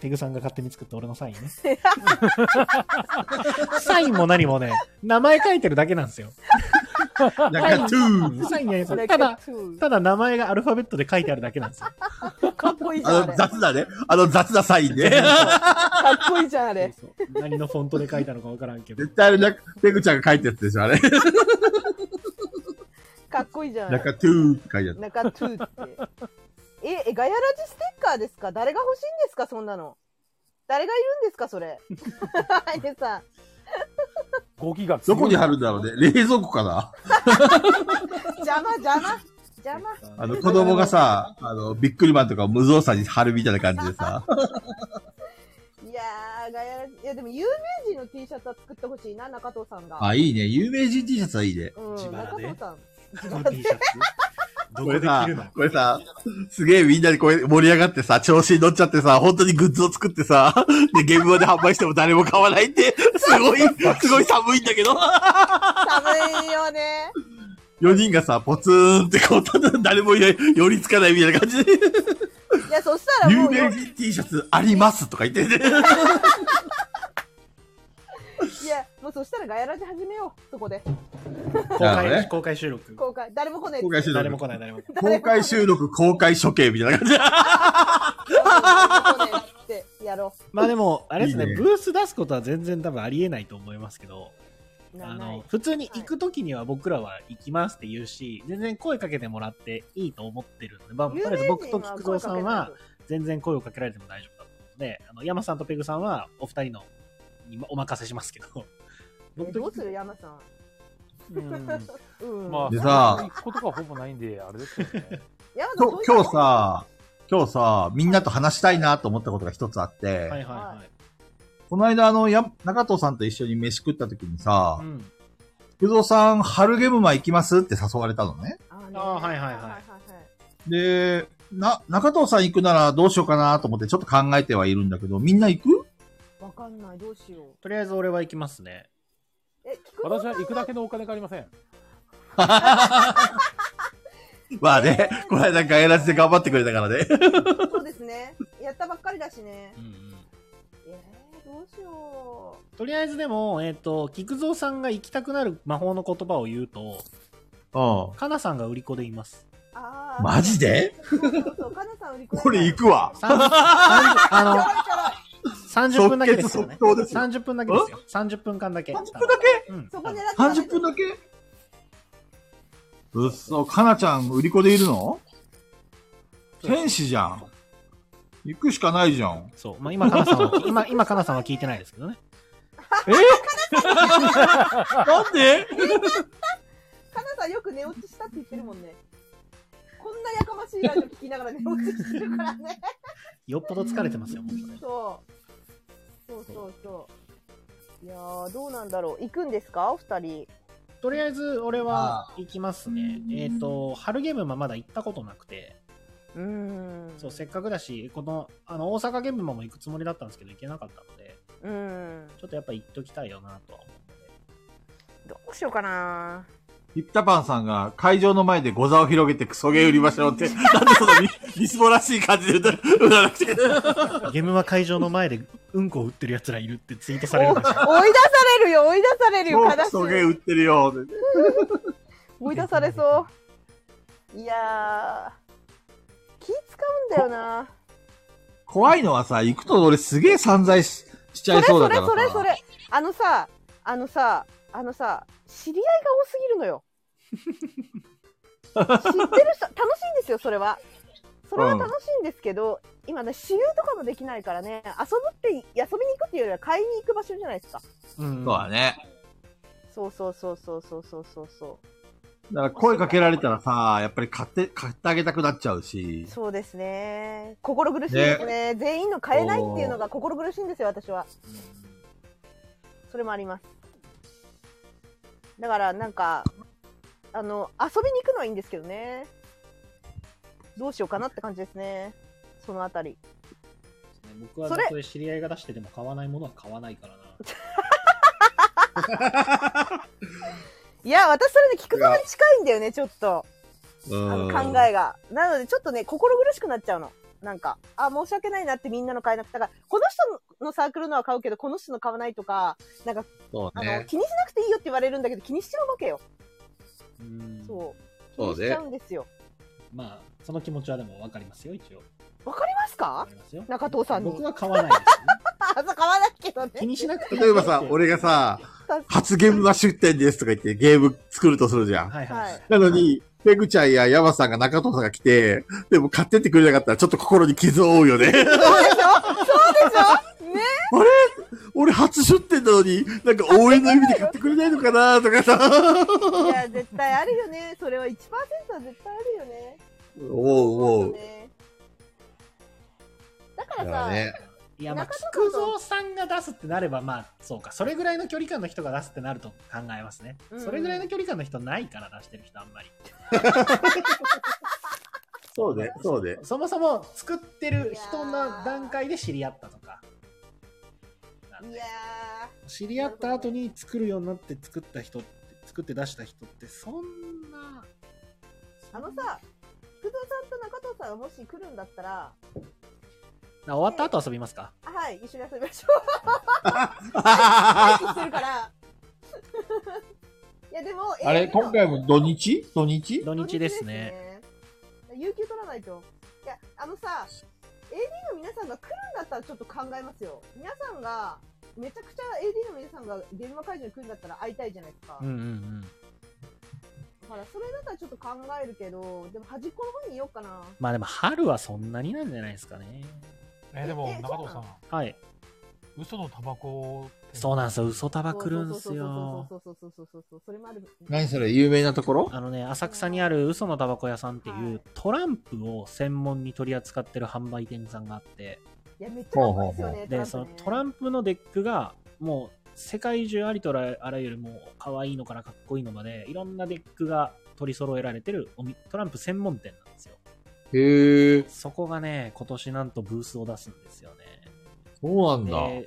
A: ペグさんが勝手に作った俺のサイン
D: (laughs)
A: ね。サインも何もね、名前書いてるだけなんですよ。
B: 中トゥー。
A: サインやり
D: そ
A: そ
D: れ
A: う。ただ、
D: Cartoon
A: ただ名前がアルファベットで書いてあるだけなんですよ。
D: かっこいいじゃん、
B: あ
D: あれ
B: の。雑だね。あの雑なサインね。
D: かっこいいじゃん、あれ。
A: そうそう何のフォントで書いたのかわからんけど
B: (laughs) 絶。対あれな、ペグちゃんが書いたやつでしょ、あれ。
D: かっこいいじゃん。あれ
B: 中トゥーって書いてある。
D: 中トゥーって。え、えガヤラジステッカーですか誰が欲しいんですかそんなの。誰がいるんですかそれ。 (laughs) ハイネさん。
C: 5ギガ
B: どこに貼るんだろうね。冷蔵庫かな。
D: 邪魔、邪魔。邪魔。
B: あの、子供がさ、あの、ビックリマンとかを無造作に貼るみたいな感じでさ。
D: いやー、ガヤラジ、いやでも有名人の T シャツは作ってほしいな、中藤さんが。
B: あ、いいね。有名人 T シャツはいいね。
D: うん、
A: 自腹
D: 中
A: で
D: 藤さん。
A: この T シャツ。ど
B: こ
A: こ
B: れ
A: で
B: さ
A: 着るの、
B: これさ、すげえみんなでこう盛り上がってさ、調子に乗っちゃってさ、本当にグッズを作ってさ、 (laughs) で、ゲームまで販売しても誰も買わないって、すごい、すごい寒いんだけど、
D: 寒いよね。
B: 4人がさ、ポツーンってこう、ただ誰もいない、寄りつかないみたいな感
A: (laughs)
B: じで、
D: いや、そしたらも
B: 有
D: う、
B: 名
D: い
B: 人 T シャツありますとか言
A: (laughs)
B: ってね。
D: や、もうそしたらガヤラジ始めよう、そこで。
A: 公
B: なるほどね
A: 開、公開収録。
D: 公開。誰も来ない
B: 公開収
A: 誰も
B: 録。
A: 来ない、誰も来ない。
B: 公開収録、公開処刑みたい
A: (laughs)
B: な感じで。
D: 誰も来ないってやろ
A: まあでも、あれですね
B: いいね
A: ブース出すことは全然多分ありえないと思いますけど、
D: う。
A: あ
D: な
A: の、普通に行くときには僕らは行きますって言うし、全然声かけてもらっていいと思ってるので、まあ、とりあえず僕と菊蔵さんは、全然声をかけられても大丈夫だと思うので、あの、山さんとペグさんはお二人のにお任せしますけど、
D: 有名人は声かけないとえどう
A: と
D: する山さん。うん。
C: まあ、
B: でさ
C: 行くことがほぼないんで、あれですけどね。
D: 山さん
B: 今日今日、さ、今日さ、みんなと話したいなと思ったことが一つあって、
A: はいはいはい。
B: この間あの、や中藤さんと一緒に飯食った時にさ、
C: (laughs)
A: うん。
B: 不動さん、春ゲームマン行きますって誘われたのね。
D: あーね
A: あーはいはいはい
B: で、な、中藤さん行くならどうしようかなと思ってちょっと考えてはいるんだけど、みんな行く
D: い。わかんない、どうしよう。
A: とりあえず俺は行きますね。
D: え、菊蔵
C: 私
D: さ
C: は
D: ん
C: 行くだけのお金がありません。
B: まあね、 (laughs) この間ガイラジで頑張ってくれたからね。
D: そうですね。やったばっかりだしね
A: う。んうん。
D: えー、どうしよう。
A: とりあえずでも、えっ、と、菊蔵さんが行きたくなる魔法の言葉を言うと、
B: う
A: かなさんが売り子でいます。
D: あ
B: ん。マジで
D: そうそうそう、かなさん売り込
B: これ行くわ。
A: 30 (laughs) 30あの、30分
D: く。
B: 即
A: だけで
B: 決
A: すよね
B: 即。答ですよ。
A: 30分だけですよ。30分間だけ。30分だけうん。
D: そこ狙って。
B: 30分だけうっそ、かなちゃん売り子でいるの天使じゃん。行くしかないじゃん。
A: そう。まあ今、かなさんは、今、今、かなさんは聞いてないですけどね。
B: なんで
D: かなさんよく寝落ちしたって言ってるもんね。こんなやかましいラジオ聞きながら寝落ちしてるから (laughs) ね。
A: よっぽど疲れてますよ、もうそれ。
D: そう。そうそうそう。いやー、どうなんだろう。行くんですかお二人。
A: とりあえず、俺は行きますね。えっ、と、春ゲームはまだ行ったことなくて、
D: うーん。
A: そう、せっかくだし、この、あの、大阪ゲームも行くつもりだったんですけど、行けなかったので、
D: うーん。
A: ちょっとやっぱ行っときたいよなとは思うので。
D: どうしようかな
B: ピピタパンさんが会場の前でゴザを広げてクソゲー売りましょう (laughs) って、なんでそんなみみすぼらしい感じで歌わなく
A: (laughs)
B: て。
A: ゲームは会場の前でうんこを打ってる奴らいるってツイートされるらしい。
D: 追い出されるよ、追い出されるよ、
B: もう
D: 悲
B: ク
D: し
B: ソゲ
D: い
B: ー売ってるよって。
D: 追い出されそう。いやー。気使うんだよな
B: 怖いのはさ、行くと俺すげえ散財ししちゃいそうだ
D: それ
B: からさ。
D: それそれそれあのさあのさあのさ知り合いが多すぎるのよ知ってる人楽しいんですよそれはそれは楽しいんですけど、今ね私有とかもできないからね遊ぶって遊びに行くっていうよりは買いに行く場所じゃないですか
A: うん
B: そうだね。
D: そうそうそうそうそうそうそうそ
B: だから声かけられたらさ、やっぱり買って、買ってあげたくなっちゃうし
D: う。そうですね心苦しいですね全員の買えないっていうのが心苦しいんですよ私はそれもありますだからなんかあの遊びに行くのはいいんですけどねどうしようかなって感じですねそのあたり
A: (laughs) 僕は
D: それ
A: それ知り合いが出してても買わないものは買わないからな。
D: いや私それで聞くのに近いんだよねちょっと
B: うん
D: あの考えがなのでちょっとね心苦しくなっちゃうのなんかあ申し訳ないなってみんなの買えなくてだからこの人のサークルのは買うけどこの人の買わないとかなんか
B: そう
D: あの、
B: ね。
D: 気にしなくていいよって言われるんだけど気にしちゃうわけよ
A: うん
D: そう気
B: そ
D: に
B: う
D: し
B: ね
D: ちゃうんですよ
A: まあ、その気持ちはでも分かりますよ、一応。
D: わかります
A: わ
D: か
A: か
D: (laughs)
A: りますよ。
D: 中藤さんに
A: 僕は買わないです、ね。
D: あそう買わないけどね
A: 気にしなくていい
B: 例えばさ、俺がさ、初ゲームは出店ですとか言ってゲーム作るとするじゃん。
A: はいはい。
B: なのに、ペグちゃんやヤマさんが中藤さんが来て、でも買ってってくれなかったらちょっと心に傷を負うよね。
D: そうでしょそうでしょね
B: 俺初出店なのに、なんか応援の意味で買ってくれないのかなとかさ、
D: いや、絶対あるよね。それは1%は絶対あるよね。
B: 思う思う。
D: ねだか
B: だ
D: ら
B: か
D: さ、
B: らね、
A: いや、まあ、
D: 中
A: 菊蔵さんが出すってなれば、まあ、そうか、それぐらいの距離感の人が出すってなると考えますね。
D: うん
A: それぐらいの距離感の人ないから出してる人、あんまり。
B: そうね、そう (laughs) ね。
A: そもそも作ってる人の段階で知り合ったとか。
D: いや
A: 知り合った後に作るようになって作った人って、作って出した人って、そんな。
D: ー、あのさ、福藤さんと中藤さんがもし来るんだったら、
A: な終わった後遊びますか
D: あはい、一緒に遊びましょう。 (laughs) 待機してるから。いや、でも、
B: あれ、今回も土日土日
A: 土日ですね。。
D: 有給取らないと。いや、あのさ、AD の皆さんが来るんだったらちょっと考えますよ。皆さんが、めちゃくちゃ AD の皆さんがゲーム会場に来るんだったら会いたいじゃないですか。
A: うんうんうん。
D: だからそれだったらちょっと考えるけど、でも端っこの方にいようかな。
A: まあでも春はそんなになんじゃないですかね。
C: え、でも
D: え、
C: 中藤さ
D: そ
C: ん、
A: はい。
C: 嘘のタバコって
A: そうなんですよ。嘘タバ来るんすよ。
D: そうそうそうそうそうそうそうそうそう、それもある。
B: 何それ、有名なところ
A: あのね、浅草にある嘘のタバコ屋さんっていう、
D: はい
A: トランプを専門に取り扱ってる販売店さんがあって、
D: いや、めっちゃかっこいいですよね。
A: で、そのトラ
D: ン
A: ンプのデックが、もう世界中ありとらあらゆるもう可愛いのからかっこいいのまで、いろんなデックが取り揃えられてるおみトランプ専門店なんですよ。
B: へえ、
A: そこがね、今年なんとブースを出すんですよね。
B: そうなんだ。
A: で、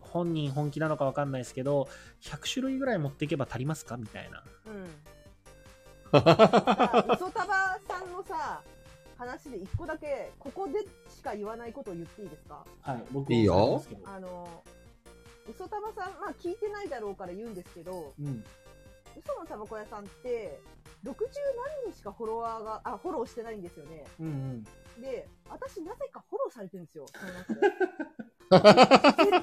A: 本人本気なのかわかんないですけど、100種類ぐらい持っていけば足りますかみたいな。
D: プ。うん。ウソタバさんのさ、話で一個だけ、ここでしか言わないことを言っていいですか
A: はい、僕
B: いいよ
A: そうなんです
D: あの、ウソタバさん、まあ聞いてないだろうから言うんですけど、
A: けどうん。
D: 嘘のタバコ屋さんって、60何人しかフォロワーが、あ、フォローしてないんですよね。
A: うんうん。
D: で、私なぜかフォローされてるんです
A: (laughs)
D: よ、その中で絶対間違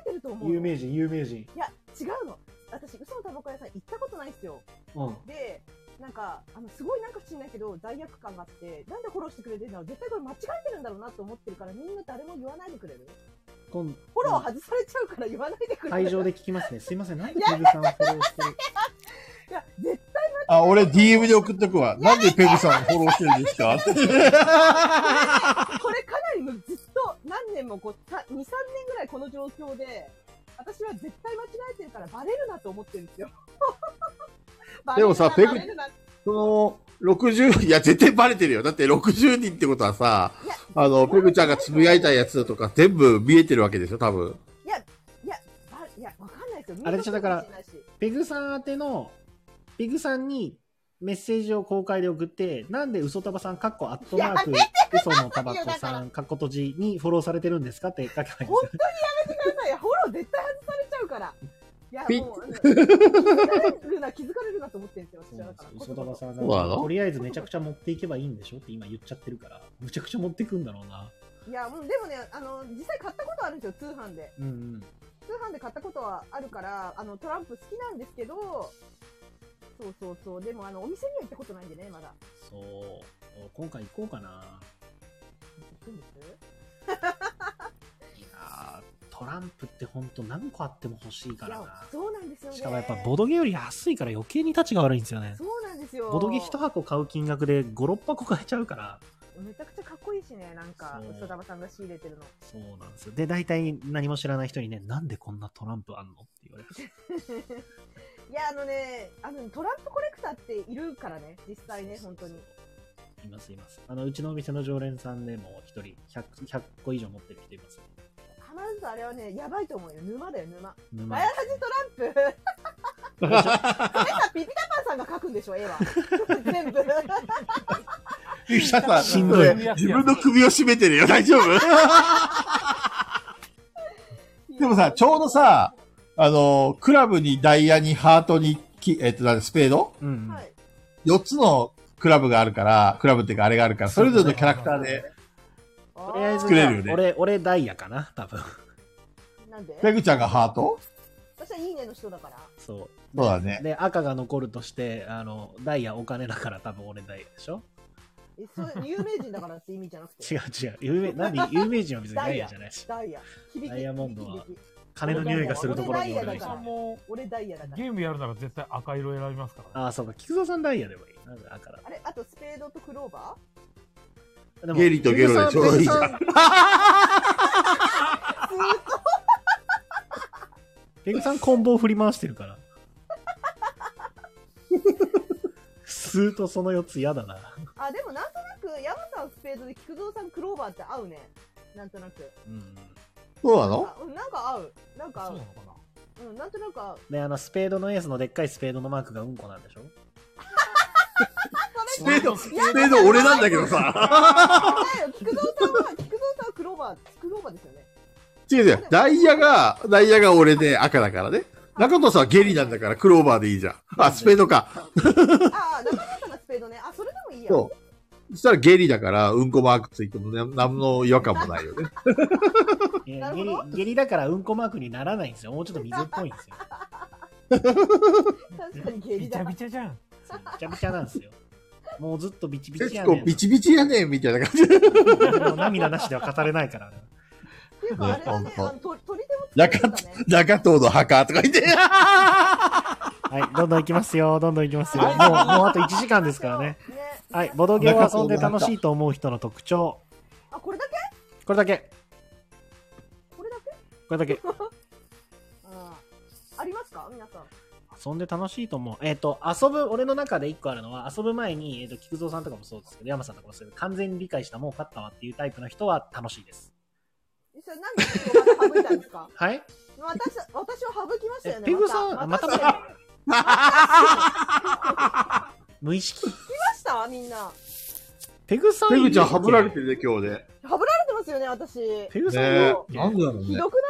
D: えてると思う。
A: 有名人、有名人。
D: いや、違うの。私、嘘のタバコ屋さん行ったことないんですよ。
A: うん。
D: で、なんか、あの、すごいなんか不思議ないけど、罪悪感があって、なんでフォローしてくれてるんだろう絶対これ間違えてるんだろうなと思ってるから、みんな誰も言わないでくれる
A: 今
D: フォロー外されちゃうから言わないでくれる
A: 会場で聞きますね。すいません、なんでペグさんをフォローしてる
D: いや、絶対
B: あ、俺 DM で送っとくわ。なんでペグさんフォローしてるんですかって (laughs)
D: これかなりもうずっと何年もこう、2、3年ぐらいこの状況で、私は絶対間違えてるからバレるなと思ってるんですよ。 (laughs) バレ
B: で
D: るな
B: もさペグ
D: バレるな
B: その、60、いや、絶対バレてるよ。だって60人ってことはさ、あの、ペグちゃんがつぶやいたやつとか全部見えてるわけでしょ、多分。
D: いや、いや、ばいや、わかんないですよ。
A: あれでしょだから
D: 見たことないし
A: ペグさん宛ての、ペグさんにメッセージを公開で送って、なんで嘘タバさん、カッコアットマーク、嘘のタバコさん、カッコ閉じにフォローされてるんですかって書けばいいんですよ。
D: 見てください。フォロー絶対外されちゃうから。いや、
B: ピッ
D: もう、あの気づかれるな、気づかれるなと思ってるんですよ、私は。だから。
A: 嘘タバさん
B: そうなの
A: とりあえずめちゃくちゃ持っていけばいいんでしょって今言っちゃってるから、むちゃくちゃ持ってくんだろうな。
D: いや、もう、でもね、あの、実際買ったことあるんですよ、通販で。
A: うんうん。
D: 通販で買ったことはあるから、あの、トランプ好きなんですけど、そうそうそう。でも、あの、お店には行ったことないんでね、まだ。
A: そう。今回行こうかな。
D: 行くんです
A: いやートランプってほんと何個あっても欲しいか
D: い
A: ら
D: や
A: な、。
D: そうなんですよね。
A: しかもやっぱボドゲより安いから余計に立ちが悪いんですよね。
D: そうなんですよ。
A: ボドゲ1箱買う金額で5、6箱買えちゃうから。
D: めちゃくちゃかっこいいしね、なんか、
A: そう
D: 嘘玉さんが仕入れてるの。
A: そうなんですよ。で、大体何も知らない人にね、なんでこんなトランプあんのって言われる。
D: いや、あのね、あの、トランプコレクターっているからね、実際ね、本当に。
A: いますいます。 (laughs) あの、うちのお店の常連さんでも一人 100, 100個以上持ってる人います、ね。
D: 必ずあれはね、やばいと思うよ。沼だよ、沼。
A: 沼
D: マヤラジトラ
A: (laughs)
D: ンプ。それさ、ピピタパンさんが描くんでしょ、絵は。全部。
B: ゆきさ (laughs) ん、
A: しんどい
B: それ自分の首を絞めてるよ、大丈夫でもさ、ちょうどさ、あの、クラブにダイヤにハートにき、えっと、なんだスペード
A: うんうん、
D: はい。
B: ?4 つのクラブがあるから、クラブっていうかあれがあるから、それぞれのキャラクターで、
D: と
A: とりあえず、
B: 作れるよね
A: 俺、俺ダイヤかな多 (laughs) 分。
D: なんで
B: ペグちゃんがハート
D: 私はいいねの人だから。
A: そう。
B: そうだね。
A: で、赤が残るとして、あの、ダイヤお金だから多分俺ダイヤでしょ
D: え、そう、有名人だからって意味じゃなく
A: 違う違
D: て。
A: う。有名、なんで有名人は別にダイヤじゃないし。
D: ダイヤ。響き
A: ダイヤモンドは
D: 響き響き
A: 金の匂いがするところに俺
D: 俺ダ
A: が
D: イ
A: いる
D: ヤだ
C: さん
D: か
C: も
D: 俺ダイヤだから。
C: ゲームやるなら絶対赤色選びますから、ね。
A: ああ、そうか。菊蔵さんダイヤでもいい。なんで赤だ。
D: あれあとスペードとクローバ
A: でも
B: ゲリとゲロでちょうどいいじゃ
A: (laughs)
B: ん。
A: ペグさんコンボを振り回してるから。すーとその4つ嫌だな。
D: ーあ、でもなんとなく、ヤマさんスペードで菊蔵さんクローバーって合うね。なんとなく。
A: うん。
B: そうなの
D: あうんなんか合う。なんか合
C: そう
D: う
C: な。のかな
D: うん、なんとなく合う。
A: で、あの、スペードのエースのでっかいスペードのマークがうんこなん
B: (laughs)
A: でしょ
B: スペード、スペード俺なんだけどさ。
D: だよ、菊蔵さんは、菊蔵さんはクローバー、クローバーですよね。
B: (laughs) 違う違う。ダイヤが、ダイヤが俺で赤だからね。中藤さんはゲリなんだからクローバーでいいじゃん。あ、スペードか。
D: ああ、中村さんがスペードね。あ、それでもいいや。
B: そう。そしたらゲリだから、うんこマークついてもね、なんの違和感もないよね。
A: い
D: な
A: や下
D: る
A: 痢
D: ほど
A: 下痢だからうんこマークにならないんですよ。もうちょっと水っぽいんですよ。
D: 確かに下痢
C: びちゃ
D: だ。
C: びちゃじゃん。
A: そうびちゃびちゃなんです
B: (laughs)
A: よ。もうずっとビチビチ
B: 結
A: や
B: 構
A: ねん。
B: (laughs) ビチビチやねん、みたいな感じ。
A: もう涙なしでは語れないから。
D: っていうか、あれだね、あの、と鳥でも作
B: 中
D: れるんだね。
B: 中藤の墓とか (laughs) 言って。
A: はい、どんどん行きます (laughs) よ。どんどん行きますよ。もう、もうあと1時間ですからね。
D: ね。
A: はい、ボドゲを遊んで楽しいと思う人の特徴。
D: あ、これだけ
A: これだけ。
D: これだけ
A: これだけ。
D: あありますか皆さん。
A: 遊んで楽しいと思う。えっ、と、遊ぶ、俺の中で一個あるのは、遊ぶ前に、えっ、と、菊蔵さんとかもそうですけど、山さんとかもそうですけど、完全に理解した、もう勝ったわっていうタイプの人は楽しいです。
D: えそれなんで私をまた省いたんですか
A: はい
D: 私、私を省きましたよ
A: え
D: ね。
A: ペグさん、ま
D: ま
A: た
D: た
A: ま
D: ま
A: た
D: た。。
A: 無意識。
D: ましたみんな。は
A: ペグさん。
B: ペグちゃん、はぶられてるね、今日ね。
D: ぶられてますよね、私。
A: ペグさん
B: ね
A: よ、
B: なんでだろう
D: ひ
B: ね。
D: どくない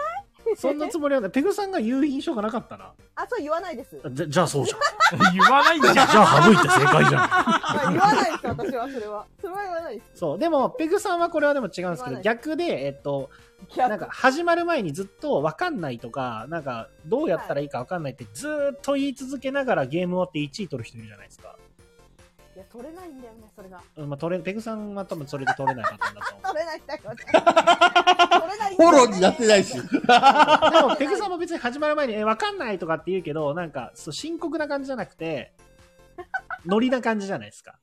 A: そんなつもりはない。ペグさんが言う印象がなかったな。
D: (laughs) あ、そう言わないです。
A: じゃ、じゃあそうじゃん。
C: 言わないんじゃん。
A: じゃあ省いて正解じゃん。
D: あ言わないです、私は、それは。それは言わないで
A: (laughs)
D: す。
A: そう。でも、ペグさんはこれはでも違うんですけ
D: 言わな
A: ど、
D: い
A: 逆で、えっ、と、
D: キ
A: (laughs)
D: ャ
A: なんか始まる前にずっと分かんないとか、なんかどうやったらいいか分かんないってずーっと言い続けながらゲーム終わって1位取る人いるじゃないですか。
D: いや、取れないんだよね、それが。
A: うんまあ、取れ、ペグさんは多分それで取れなかったんだと思
B: (laughs)
D: 取れないんだよね。取れないん
B: フ
D: だ
B: ォ
D: よね
B: ローになってないし。
A: う。でもペグさんも別に始まる前に、え、分かんないとかって言うけど、なんかそう深刻な感じじゃなくて、か、ノリな感じじゃないですか。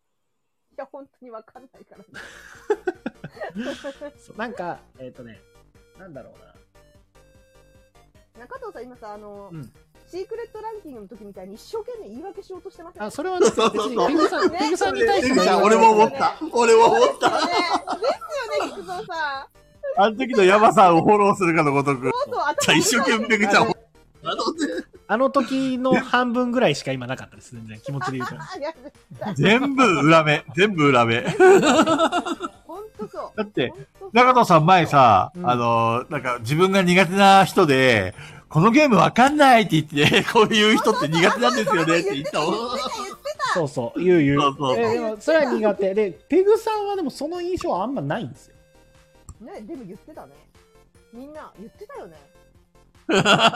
D: や、本当にわかんないから。
A: そうなんか、えっ、とね、なんだろうな。
D: 中藤さん、今さ、あの、
A: うん
D: シークレットランキングの時みたいに一生懸命言い訳しようとしてません
A: あ、それはね、別
B: そうそうそう
A: に、ペグさん、
D: ね
A: ペグさんに対して
B: ペ
A: の
B: グちゃん、俺も思った。俺も思った。
D: ねですよね、菊蔵さん。
B: あの時のヤマさんをフォローするかのごとく。
D: そうそう、
B: じゃ
D: 頭
B: あ一生懸命ペグちゃんを。なので
A: あの時の半分ぐらいしか今なかったです、全然。気持ち
B: (laughs)
A: で言うと。
D: あいや
B: 全部裏目。全部裏目。
D: 本当そう。
B: だって
D: 本当そう、
B: 中藤さん前さ、
A: うん
B: あの、なんか自分が苦手な人で、このゲームわかんないって言って、こういう人って苦手なんですよねって言ったもん。
A: そうそう、言う言う。
B: そうそう
A: えでも、それは苦手。で、ペグさんはでもその印象はあんまないんですよ。
D: ね、でも言ってたね。みんな言って
B: (laughs)
D: たよね。みんなアーカ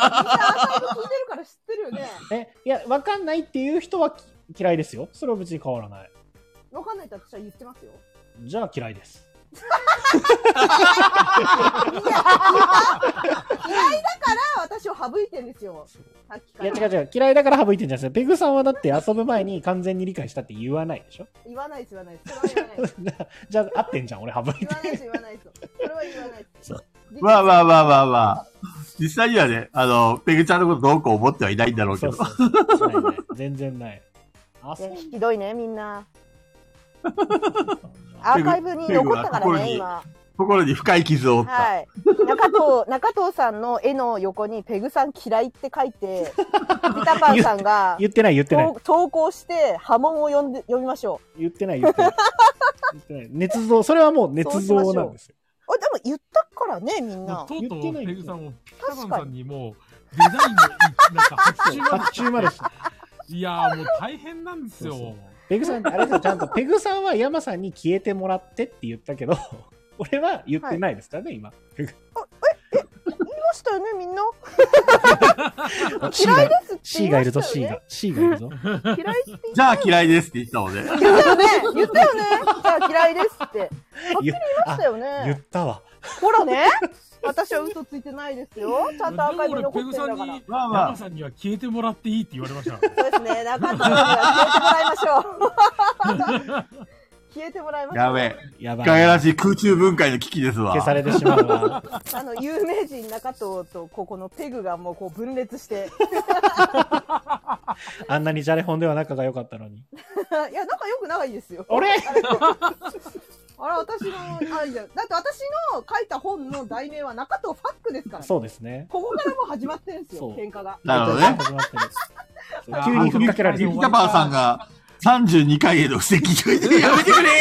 D: イブ聞いてるから知ってるよね。
A: え、いや、わかんないっていう人はき嫌いですよ。それは別に変わらない。
D: わかんないと私は言ってますよ。
A: じゃあ嫌いです。
D: あ私を省いてんですよ。さっきか
A: いや
D: ら。
A: 違う違う、嫌いだから省いてんじゃないですよ。ペグさんはだって遊ぶ前に完全に理解したって言わないでしょ (laughs)
D: 言わないです、言わないです。それは言わないです。
A: じゃあ合ってんじゃん、俺省い
D: 言
A: て
D: わ。ないです、言わないです。それは言わないです。
B: まあまあ
D: あ。
B: まあまあまあ。実際にはね、あの、ペグちゃんのことどうこう思ってはいないんだろうけ
A: そう
B: ど。
A: そうそう。ないない全然ない。あ、そう
D: ひどいね、み
A: (laughs)
D: んな。
B: あ
D: アーカイブに残ったからね、
B: ペグ
D: 今。
B: 心に深い傷を負った。
D: はい。中藤、中藤さんの絵の横にペグさん嫌いって書
A: (laughs)
D: いて、ピタパンさんが
A: 言ってない言ってない
D: 投投稿して波紋を読んで読みましょ
A: 言ってない言ってない。言ってない。捏造、それはもう捏造なんですよ。
D: う。あ、でも言ったからね、みん
C: も
D: な
C: う。とうと
A: 言ってな
C: う
A: い
C: ペグさんもピカソン
D: 確か
C: さんにもうデザインのなんか発注まで
A: 発注までして。
C: いやーもう大変なんですよ。
A: そうそうペグさん、あれですよちゃんと、ペグさんは山さんに消えてもらってって言ったけど、 (laughs) 俺は言ってないですからね、今。
D: 言いましたよね、みんな。
A: C
D: 嫌
A: が、
D: いですって
A: C
D: 言い
A: が
D: ま
A: いるぞ、
D: した
A: C
D: よ
A: が C が
D: ね。。
A: いる (laughs) ぞ。
D: 嫌いって言っ
B: じゃあ嫌いですって言ったので、
D: 言った
A: (laughs)
D: よね。言ったよね。じゃあ嫌いですって。
A: 言
D: 言っ
A: あ
D: たよ
A: 言っ
D: ね。
A: たわ。
D: ほらね。私は嘘ついてないですよ。ちゃんとアーカイブに
C: でも
D: 残
C: 俺ペグ
D: ってるん
C: さ
D: だ
C: ん
D: から
C: に。、
B: まあまあ
C: ヤマさんには消えてもらっていいって言われましたからね。
D: そうですね。中藤さんには消えてもらいましょう。消えてもらいましょう。
B: やべえ。
A: やば
B: ガヤら
A: い。
B: しい空中分解の危機ですわ。
A: 消されてしまうわ。
D: あの有名人中藤とここのペグがもうこう分裂して、
A: あんなにじゃれ本では仲が良かったのに。
D: いや仲良くないですよ。
A: あれ
D: あれ私のあいやだって私の書いた本の題名は中藤ファックですから、ね。
A: そうですね。
D: ここからもう始まってるんです
A: そう
D: よ喧嘩が。
B: なるほどね。
A: 始まってる
C: いや
A: 急にふっかけられて
C: あ
A: る
C: の
A: (laughs)
B: ピタパンさんが32回への布石と言ってやめてくれ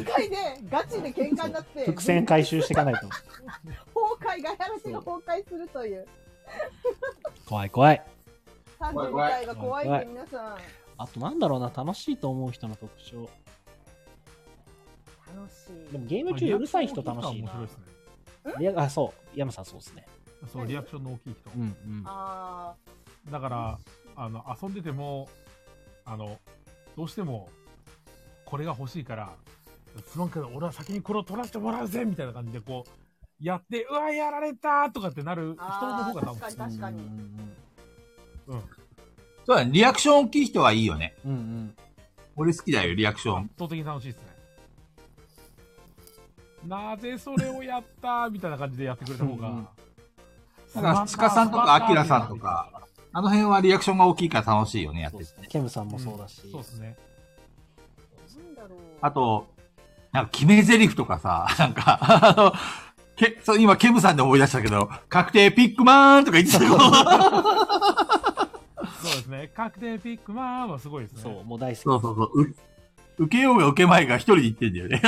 D: 32回でガチで喧嘩になって
A: 伏線回収していかないと。
D: 崩壊がやらしが崩壊するという
A: (laughs) 怖い怖い。
D: 32回が怖いんで皆さん
A: あとなんだろうな、楽しいと思う人の特徴。
D: 楽しい
A: でもゲーム中うるさい人楽しいな
C: リアクション大き人は面。白いですね。
A: いや、あ、そう。山さんそうですね。
C: そう、リアクションの大きい人
A: う。んうん。
D: あ
C: だから、あの、遊んでても、あの、どうしても、これが欲しいから、すまんけど、俺は先にこれを取らせてもらうぜみたいな感じで、こう、やって、うわ、やられたとかってなる人の
D: あ
C: 方
D: ー
C: が多分
D: 確かに確かに
A: うん
B: そうだね、リアクション大きい人はいいよね。
A: うんうん。
B: 俺好きだよ、リアクショ
C: 圧
B: ン。
C: 倒的に楽しいですね。なぜそれをやったみたいな感じでやってくれた方
A: うんうん
C: が。
B: だから鹿さんとかアキラさんとかあの辺はリアクションが大きいから楽しいよね、やってて。
A: ケムさん
C: う
A: も
C: ん。
A: そうだし。
C: そうですね。
D: ーなんだろう
B: あと、なんか決め台詞とかさ、 (laughs) なんか、あの、け、そう今、ケムさんで思い出したけど、確定ピックマンとか言って
A: (laughs)
B: たよ。
C: そうですね。確定ピックマンはすごいですね。
A: そう、もう大
B: そ
A: 好
B: う
A: き。
B: そうそう。う受けようが受けまいが一人で言ってんだよね。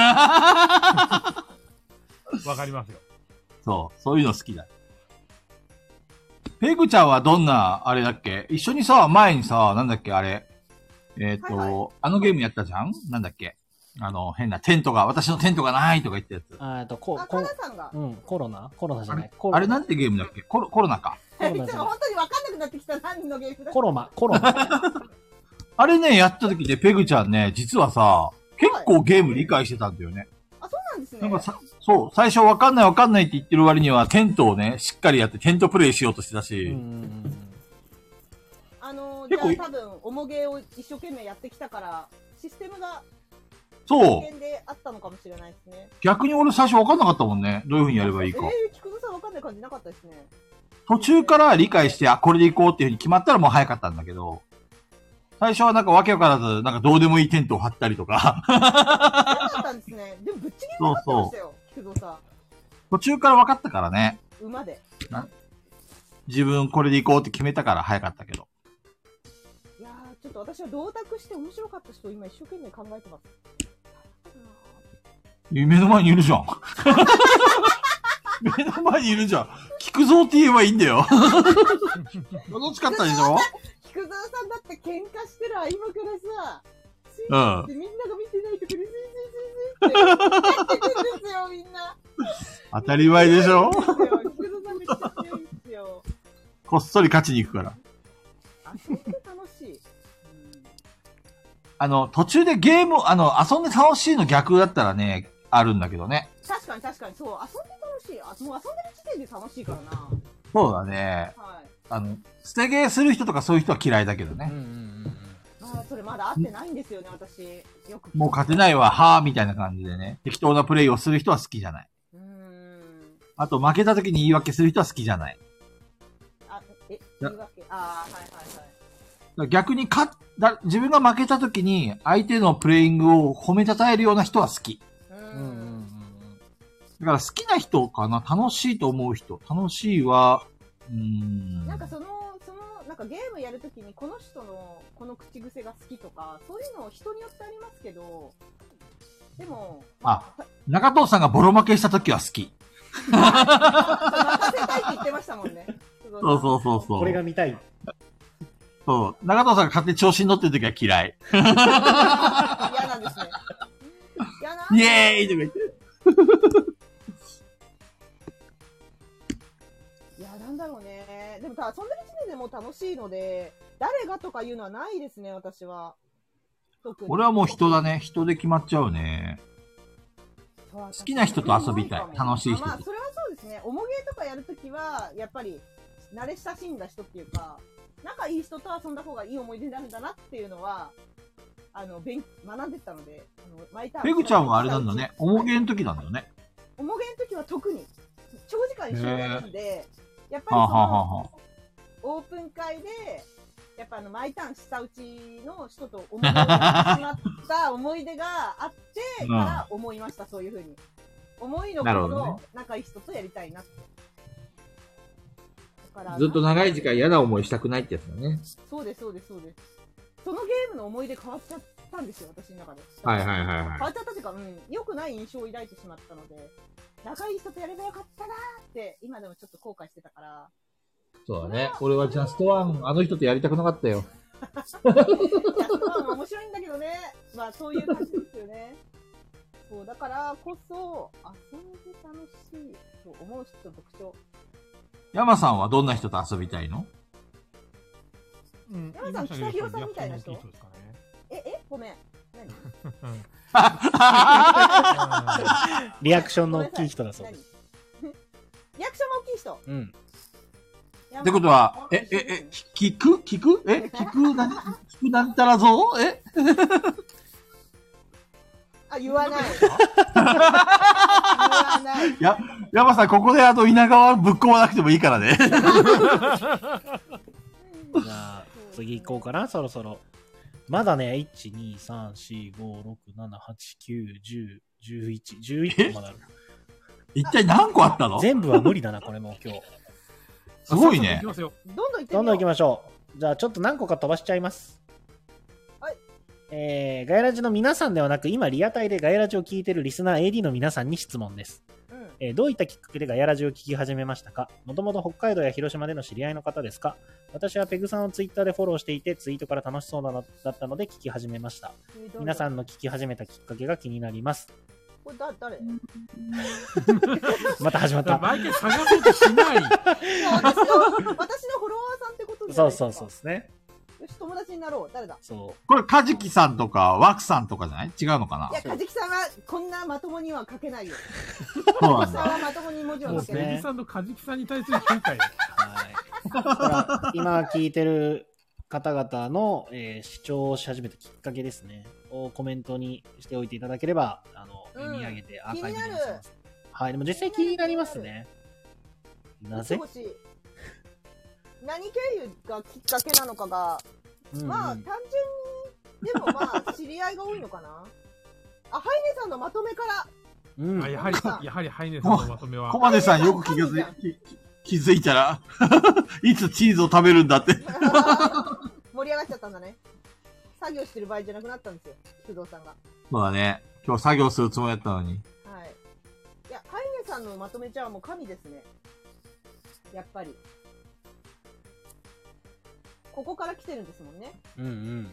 C: わかりますよ。
B: そう、そういうの好きだ。ペグちゃんはどんな、あれだっけ一緒にさ、前にさ、なんだっけ、あれ。えっ、と、
D: はい
B: あのゲームやったじゃんなんだっけあの、変なテントが、私のテントがないとか言ったやつ。
A: あーえっと、こ
D: あ、
A: こ
D: か
A: ん
D: なさんが。
A: うん、コロナコロナじゃない。コロ
B: あれなんてゲームだっけコロコロナか。
A: コロ
D: (laughs) い
A: ナ
D: つ
A: じゃ
D: も
A: ない
D: 本。当に分かんなくなってきた何のゲームだ
A: コロマ、コロマ。
B: (laughs) あれね、やった時でペグちゃんね、実はさ、結構ゲーム理解してたんだよね。
D: あ、そうなんですね。
B: なんかさ、そう、最初わかんないわかんないって言ってる割には、テントをね、しっかりやってテントプレイしようとしてた
A: うんう
B: し、
A: ん
D: あのじゃあ
B: 結構
D: 多分、おもげを一生懸命やってきたから、システムが
B: そう
D: 危。険であったのかもしれないですね。
B: 逆に俺最初分かんなかったもんね。どういう風にやればいい
D: え
B: か。
D: ー、菊野さん分かんない感じなかったです
B: (laughs)
D: ね。
B: 途中から理解して、あ、これで行こうっていう風に決まったらもう早かったんだけど、最初はなんかわけわからず、なんかどうでもいいテントを張ったりとか、 (laughs)
D: なかったんですね。でもぶっちぎり分かってましたよ、菊野さ
B: 途中から分かったからね。
D: ん。馬で。
B: 自分これで行こうって決めたから早かったけど。
D: いやー、ちょっと私は同卓して面白かった人を今一生懸命考えてます。
B: 目の前にいるじゃん。 (laughs) 目の前にいるじゃん。聞くぞって言えばいいんだよ。楽しかったでしょ
D: 菊沢さんだって喧嘩してる合間からさ、スイ
B: うん
D: ッチってみんなが見てないとこにスイスイスイスイってやってくんですよ、みんな。
B: 当たり前でしょ
D: そうですよ菊蔵さんめっちゃ強いんですよ。
B: こっそり勝ちに行くから。
D: あ、それで楽しい。
B: あの、途中でゲーム、あの、遊んで楽しいの逆だったらね、あるんだけどね。
D: 確かに確かに、そう、遊んで楽しい。あ、もう遊んでる時点で楽しいからな。
B: そうだね。
D: はい。
B: あの、捨てゲーする人とかそういう人は嫌いだけど
C: う
B: ね。
C: んうんうん
D: あーそれまだ会ってないんですよね、私。よく。
B: もう勝てないわ、はぁ、みたいな感じでね。適当なプレイをする人は好きじゃない。
D: うーん。
B: あと、負けた時に言い訳する人は好きじゃない。
D: あ、え、言い訳。あー、はいはいはい。
B: だから逆に勝っだ、自分が負けた時に相手のプレイングを褒めたたえるような人は好き。
D: う
C: うんうんうんうん
D: ん。
B: だから好きな人かな楽しいと思う人。楽しいは、うーん。
D: なんかその、その、なんかゲームやるときにこの人のこの口癖が好きとか、そういうの人によってありますけど、でも、
B: あ、中藤さんがボロ負けした時は好き。
D: 任せたいって言ってましたもんね。
B: (laughs) そうそうそうそう。
A: これが見たい。
B: そう。中藤さんが勝手に調子に乗ってる時は嫌い。
D: 嫌なんですね。嫌な
B: イエーイとか言って。
D: いや、なんだろうね。でもた、遊んでる時点でもう楽しいので、誰がとかいうのはないですね、私は。特に
B: 俺はもう人だね。人で決まっちゃうね。
D: 好
B: きな人と遊びたい楽しい人と
D: まあ、それはそうですね。おもげとかやるときは、やっぱり、慣れ親しんだ人っていうか、仲いい人と遊んだ方がいい思い出になるんだなっていうのは、あの、勉学んでったので、あの、毎ターン
B: ペグちゃんはあれなんだね。おもげん時なんだね。
D: おもげの時は特に、長時間一緒にやるんで、やっぱりそ
B: はあ、
D: の、
B: はあはあはあ、
D: オープン会で、やっぱあの、毎ターン下打ちの人と思い出をやってしまった思い出があってから思いました、そういうふうに。思いのこ
B: なるほど
D: の仲いい人とやりたいなって。だから
B: ずっと長い時間嫌な思いしたくないってやつだね。
D: そうです、そうです、そうです。そのゲームの思い出変わっちゃったんですよ、私の中で。
B: はいはいはいはい
D: 変わっちゃったというか、うん、良くない印象を抱いてしまったので、仲いい人とやればよかったなーって、今でもちょっと後悔してたから。
B: そうだね。俺はジャストワン、あの人とやりたくなかったよ。
D: いや、そこは面白いんだけどね。まあ、そういう感じですよね。そう、だからこそ、遊んで楽しいと思う人の特徴。
B: 山さんはどんな人と遊びたい
D: (laughs)
B: の
H: うん
D: 山さ
H: 言
D: ん
H: いましたけど
D: 北広さんみたいな人
H: やっぱり大きいですかね
D: え、えごめん。何
A: リアクションの大きい人だそう
D: 何
A: で
D: リアクションも大きい人。
A: す。うん。
D: っ
B: ってことは、え、え、え、聞く聞くえ聞くな、聞くなんたらぞえ
D: あ、言わない。言わない。
B: や、山さん、ここであの、稲川ぶっ込まなくてもいいからね。
D: (laughs)
A: じゃあ、次行こうかな、そろそろ。まだね、1、2、3、4、5、6、7、8、9、10、11、11個まだある。
B: 一体何個あったのす
A: 全部は無理だな、これもう今日。
B: ごいね
H: き。ますよ。
D: どんどん行ってみよう。
A: どんどん行きましょう。じゃあ、ちょっと何個か飛ばしちゃいます。
D: はい。
A: えー、ガイラジの皆さんではなく、今、リアタイでガイラジを聞いてるリスナー AD の皆さんに質問です。
D: うん。
A: えーどういったきっかけでガヤラジを聞き始めましたかもともと北海道や広島での知り合いの方ですか私はペグさんをツイッターでフォローしていて、ツイートから楽しそうだなだったので聞き始めました。皆さ
D: ん。
A: んの聞き始めたきっかけが気になり
D: (laughs)
A: ます。
D: これだ、誰い
A: また始まっ
H: だから
A: た。
H: 毎回探そうとしない。
D: や私の、私のフォロワーさんってことじゃ
A: そ
D: ないうですか
A: そうそうですね。
D: よし、友達になろう。誰だ
A: そ
B: これ、カジキさんとか、ワクさんとかじゃない違うのかない
D: や、かじきさんはこんなまともには書けないよ。
B: (laughs) そうな
D: か
B: ん
D: じきさん
B: だ。
D: はまともに文字
H: も
D: を
H: う
D: 書け
H: ペ
D: ない。
H: ギさんとカジキさんに対する評価よ。
A: う。はい。ほら今聞いてる方々の、えー視聴し始めたきっかけですね、をコメントにしておいていただければ、あの、
D: うん
A: 読み上げてアー
D: 気
A: カイ
D: に
A: ブに
D: な
A: 載
D: る
A: せます。はい、でも実際気になりますね。なぜ
D: 見てほしい何経由がきっかけなのかが、
A: うんうん
D: まあ単純に、でもまあ知り合いが多いのかなあ、ハイネさんのまとめから、 (laughs)
A: うん
C: あやはり、やはりハイネさんのまとめは
B: コ、マネさんよく気がついき気づいたら、 (laughs) いつチーズを食べるんだって。
D: 盛り上がっちゃったんだね。作業してる場合じゃなくなったんですよ、工藤さんが。
B: そうだね。今日作業するつもりだったのに。
D: はい。いや、ハイネさんのまとめちゃんはもう神ですね。やっぱり。ここから来てるんですもんね。
A: うんうん。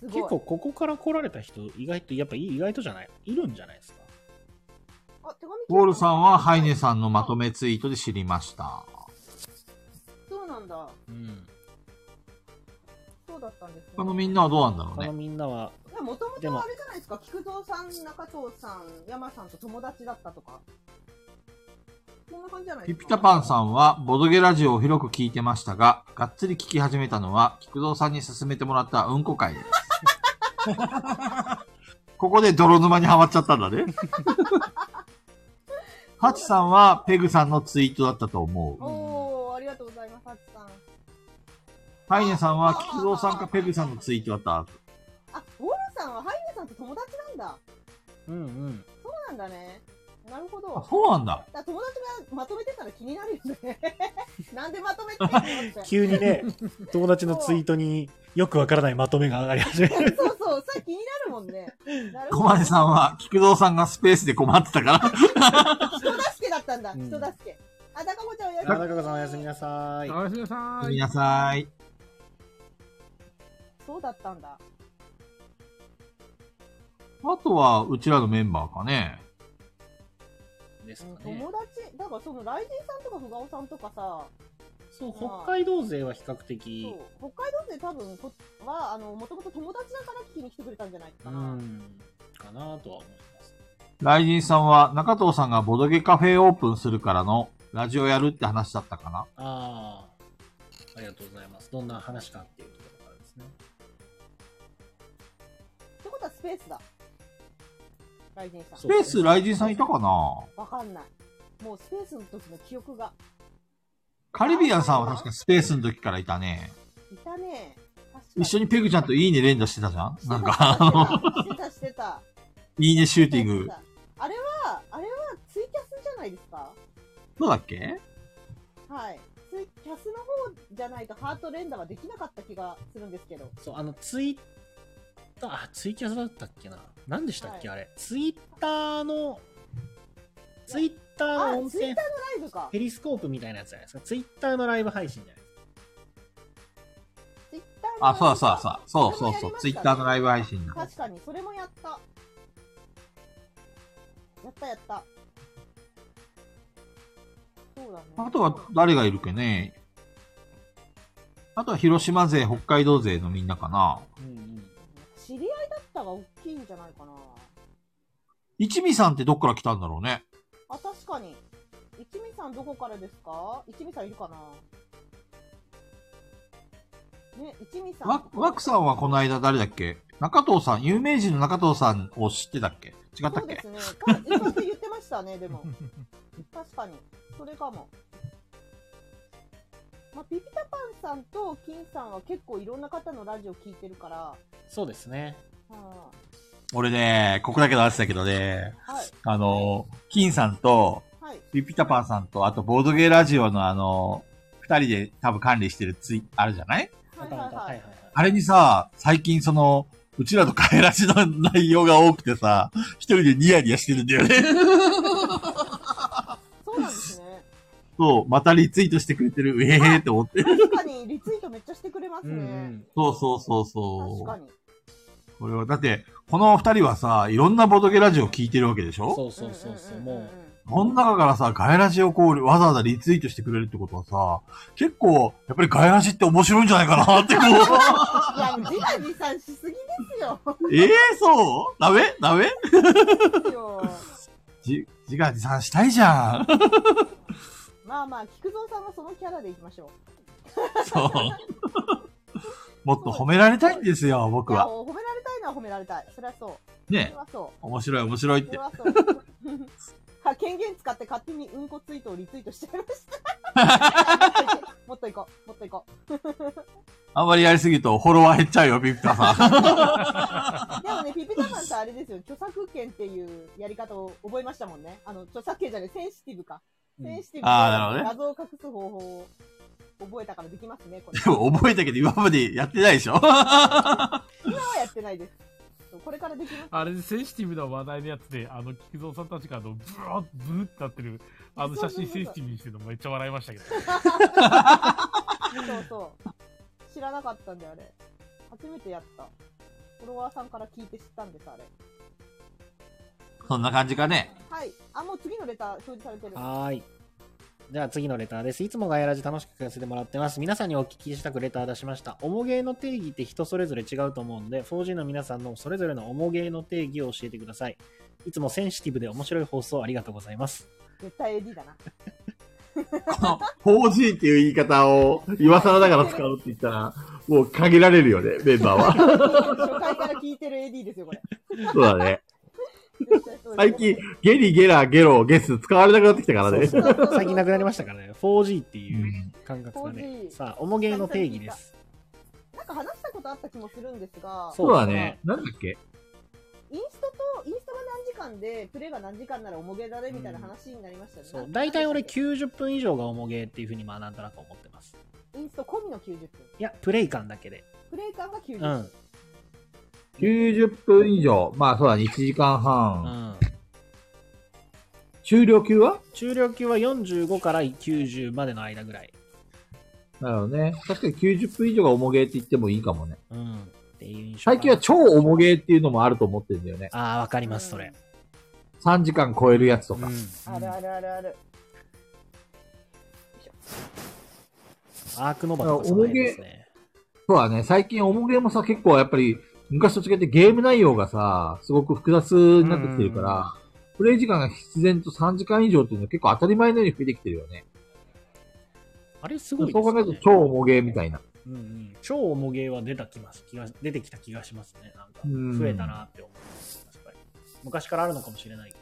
D: すごい。
A: 結構ここから来られた人、意外と、やっぱいい意外とじゃないいるんじゃないですか。
D: あ、手紙来た
B: ウォールさんはハイネさんのまとめツイートで知りました。
D: そうなんだ。
A: うん。
D: そうだったんですね。
B: 他のみんなはどうなんだろう
A: 他の
B: ね。
A: みんなは、
D: もとも
A: で
D: と
A: も
D: あれじゃないですか、菊蔵さん、中藤さん、山さんと友達だったとか。そんな感じじゃないで
B: ピ
D: すか。
B: ピタパンさんは、ボドゲラジオを広く聞いてましたが、がっつり聞き始めたのは、菊蔵さんに勧めてもらったうんこ会です。ここで泥沼にはまっちゃったんだね。ハチさんは、ペグさんのツイートだったと思う。
D: おー、ありがとうございます、ハチさん。
B: ハイネさんは、菊蔵さんかペグさんのツイートだった。
D: あ、ゴールさんはハイネさんと友達なんだ。
A: うんうん。
D: そうなんだね。なるほど。
B: あ、そうなんだ。
D: だから友達がまとめてたら気になるよ
B: (laughs)
D: ね。なんでまとめてんのって。
A: 急に
D: (laughs)
A: ね、友達のツイートによくわからないまとめが上がり始め
D: (laughs)
A: る。
D: そうそう、それ気になるもんね。なる
B: 小
D: ほど。
B: 金さんは、菊蔵さんがスペースで困ってたから、
D: 人助けだったんだ、
A: うん
D: 人助け。あ、高子ちゃんおやす
A: あ
D: み。
A: 高子さんおやすみなさい。
C: おやすみなさ
B: ごめん
C: い。
B: なさい。
D: そうだったんだ。
B: あとは、うちらのメンバーかね。
A: ですかね
D: 友。達、だからその雷神さんとかふがおさんとかさ、
A: そう、北海道勢は比較的
D: そ、う北海道で多分こはあのもともと友達だから聞きに来てくれたんじゃないか
A: う
D: な、
A: ん、かなとは思います。
B: ライジンさんは、中藤さんがボドゲカフェオープンするからの、ラジオやるって話だったかな。
A: ああ、ありがとうございます。どんな話かっていうところからですね。
D: ってことはスペースだ雷神さ
A: そ
B: ス
A: うで
B: ペー
A: すね
B: ス、ライジンさんいたかなん
D: わかんないもうスペースの時の記憶が
B: カリビアンさんは確かスペースの時からいたね。
D: いたね確か
B: 一緒にペグちゃんといいね連打してたじゃんなんか、あの、
D: かしてたしてた
B: いいねシューティン
D: して
B: グ。
D: たあれはあれはツイキャスじゃないですか
B: そうだっけ
D: はいツイキャスの方じゃないとハート連打はできなかった気がするんですけど
A: そう、あの、ツイッター、あ、ツイキャスだったっけな。何でしたっけ、
D: は
A: あれ。ツイッターの、ツイッターの
D: あ
A: 温
D: ツイ
A: 泉
D: ッター、のライブか
A: ペリスコープみたいなやつじゃないですか。ツイッターのライブ配信じゃないですか。
D: ツイッターのライブか
B: あ、そうだそうだそうだ。そうそうそう。ツイッターのライブ配信だ。
D: 確かにそれもやったやったやったそうだね
B: あとは誰がいるっけねあとは広島勢、北海道勢のみんなかな。
A: うんうん。
D: 知り合いだったが大きいんじゃないかな
B: 一味さんってどっから来たんだろうね。
D: あ確かに一味さんどこからですか一味さんいるかなね一味さん
B: わ、わくさんはこの間誰だっけ中藤さん、有名人の中藤さんを知ってたっけ違った
D: そ
B: っ
D: うで
B: け
D: すねた意外と言ってましたね
B: (laughs)
D: でも確かにそれかもまあ、ピピタパンさんと金さんは結構いろんな方のラジオ聞いてるから、
A: そうですね。
D: は
B: 俺ね、ここだけの話だけどね、
D: あはい、
B: あの、金さんと、
D: はい、
B: ピピタパンさんと、あとボードゲーラジオのあの、二人で多分管理してるツイ、あるじゃない
A: な
D: は、
A: いかなか、
D: は
A: はい
D: い
A: はいはい。
B: あれにさ、最近その、うちらの帰らしの内容が多くてさ、一人でニヤニヤしてるんだよね。
D: そうなんで
A: (laughs)
D: すね。
B: そう、またリツイートしてくれて (laughs) る、ええーって思って。
D: 確かにリツイートめっちゃしてくれます
A: う
D: ね。
A: んうん。
B: そうそうそう
D: 確か
B: そう。
D: に。
B: これは、だって、この二人はさ、いろんなボードゲーラジオ聞いてるわけでしょ
A: そうそうそうそう。
D: んんんん
A: も
B: この中からさ、ガイラジをこう、わざわざリツイートしてくれるってことはさ、結構、やっぱりガイラジって面白いんじゃないかなってこ
D: (laughs) いや、自画自賛しすぎですよ。 (laughs)
B: う。ええそうダメダメ
D: ですよ
B: じ、自画自賛したいじゃ (laughs) ん。
D: まあまあ、菊蔵さんはそのキャラでいきましょ
B: そう。
I: もっと褒められたいんですよ、僕
D: いや
I: は。
D: 褒められたいのは褒められたい。それはそう。そ
I: ね
D: れはそう。
I: 面白い、面白い
B: (laughs)
D: (laughs)
I: っ
D: それ
I: て。
D: はそう。は権限使って勝手にうんこツイートをリツイートしちゃいました。もっといこう、もっといこ
I: あんまりやりすぎるとフォロワー減っちゃうよ、ビクター
B: (laughs)
I: さん。
D: う。でもね、ピピタパンさんあれですよ、著作権っていうやり方を覚えましたもんね。あの、著作権じゃない、センシティブか。センシティブ
I: あーなるほどね
D: 画像を隠す方法を覚えたからできますね、これ。
I: でも覚えたけど今までやってないでしょ
D: 今はやってないです。そうこれからできます。
C: あれ、センシティブな話題のやつで、あの、菊蔵さんたちが、あの、ブワーブーってなってる、あの写真センシティブにしてるのめっちゃ笑いましたけど。
D: そうそう。知らなかったんだよ、あれ。初めてやった。フォロワーさんから聞いて知ったんです、あれ。
I: そんな感じか
A: (laughs)
I: ね。
D: はい。あ、もう次のレター表示されてる。
A: はーい。じゃあ次のレターです。いつもガヤラジ楽しく聞かせてもらってます。皆さんにお聞きしたくレター出しました。おもげの定義って人それぞれ違うと思うので、4G の皆さんのそれぞれのおもげの定義を教えてください。いつもセンシティブで面白い放送ありがとうございます。
D: 絶対 AD
A: (laughs)
D: だな。
I: こ
B: 4G っていう言い方を今更だから使うって言ったら、もう限られるよね、メンバー
A: (laughs)
B: は。
D: 初回から聞いてる AD ですよ、これ。
B: そうだね。
D: 絶対そうです
B: 最近、ゲリ、ゲラ、ゲロ、ゲス使われなくなってきたからね。
A: そうそう最近なくなりましたからね。4G っていう感覚がね。
D: 4G
A: さあ、おもげの定義です。
D: なんか話したことあった気もするんですが、
A: そ
B: そう
A: う
B: だ
A: だ
B: ね
A: ね。
B: なんだっけ
D: インストと、インストが何時間で、プレイが何時間ならおもげだね、みたいな話になりましたよね。
A: そ
D: な。
A: うん
D: か
A: 大体俺90分以上がおもげっていうふうにまあなんとなく思ってます。
D: インスト込みの90分。
A: いや、プレイ感だけで。
D: プレイ感が90
A: う
D: 分。
A: ん。
B: ?90 分以上。まあそうだね、1時間
A: うん。
B: 半。終了級は
A: 中量級は45から90までの間ぐらい。
B: なるほどね。確かに90分以上が重ゲーって言ってもいいかもね。
A: うん。っていう印象かな。
B: 最近は超重ゲーっていうのもあると思ってるんだよね。
A: ああ、わかります、それ。
B: 3時間超えるやつと
A: うん
B: か。。
D: あるあるあるある。
A: アークノバとかその辺ですね。
B: そうだね、最近重ゲーもさ、結構やっぱり昔と違ってゲーム内容がさ、すごく複雑になってきてるから、プレイ時間が必然と3時間以上っていうのは結構当たり前のように増えてきてるよね。
A: あれす
B: そ
A: ご
B: う
A: いですね。
B: 考えると超重ゲーみたいな。
A: うんうん。超おもげは出た気が気が、出てきた気がしますね。なんか
B: う、ん
A: 増えたなって思う。確かに昔からあるのかもしれないけど。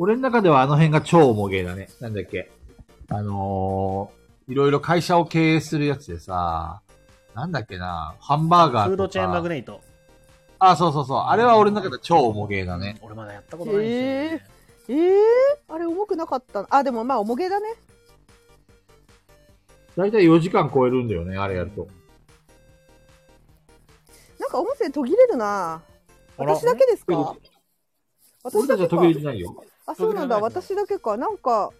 B: 俺の中ではあの辺が超重ゲーだね。なんだっけ。あのー、いろいろ会社を経営するやつでさ、なんだっけな、ハンバーガーとか。
A: フードチェーンマグネイト。
B: あ、そうそうそう。あれは俺の中では超重ゲーだね。
A: 俺まだやったことないんですよね。
D: ええあれ重くなかったあ、でもまあ、おもげだね。
B: だいたい4時間超えるんだよね、あれやると。
D: なんか音声途切れるな
A: あら
D: 私だけですか
B: 俺
D: 私
B: た
D: だ
B: ちは
D: け
B: 途切れ
D: か
B: てないよ。
D: あ、そうなんだ。
A: 途切れないです
D: 私だけか。なんか、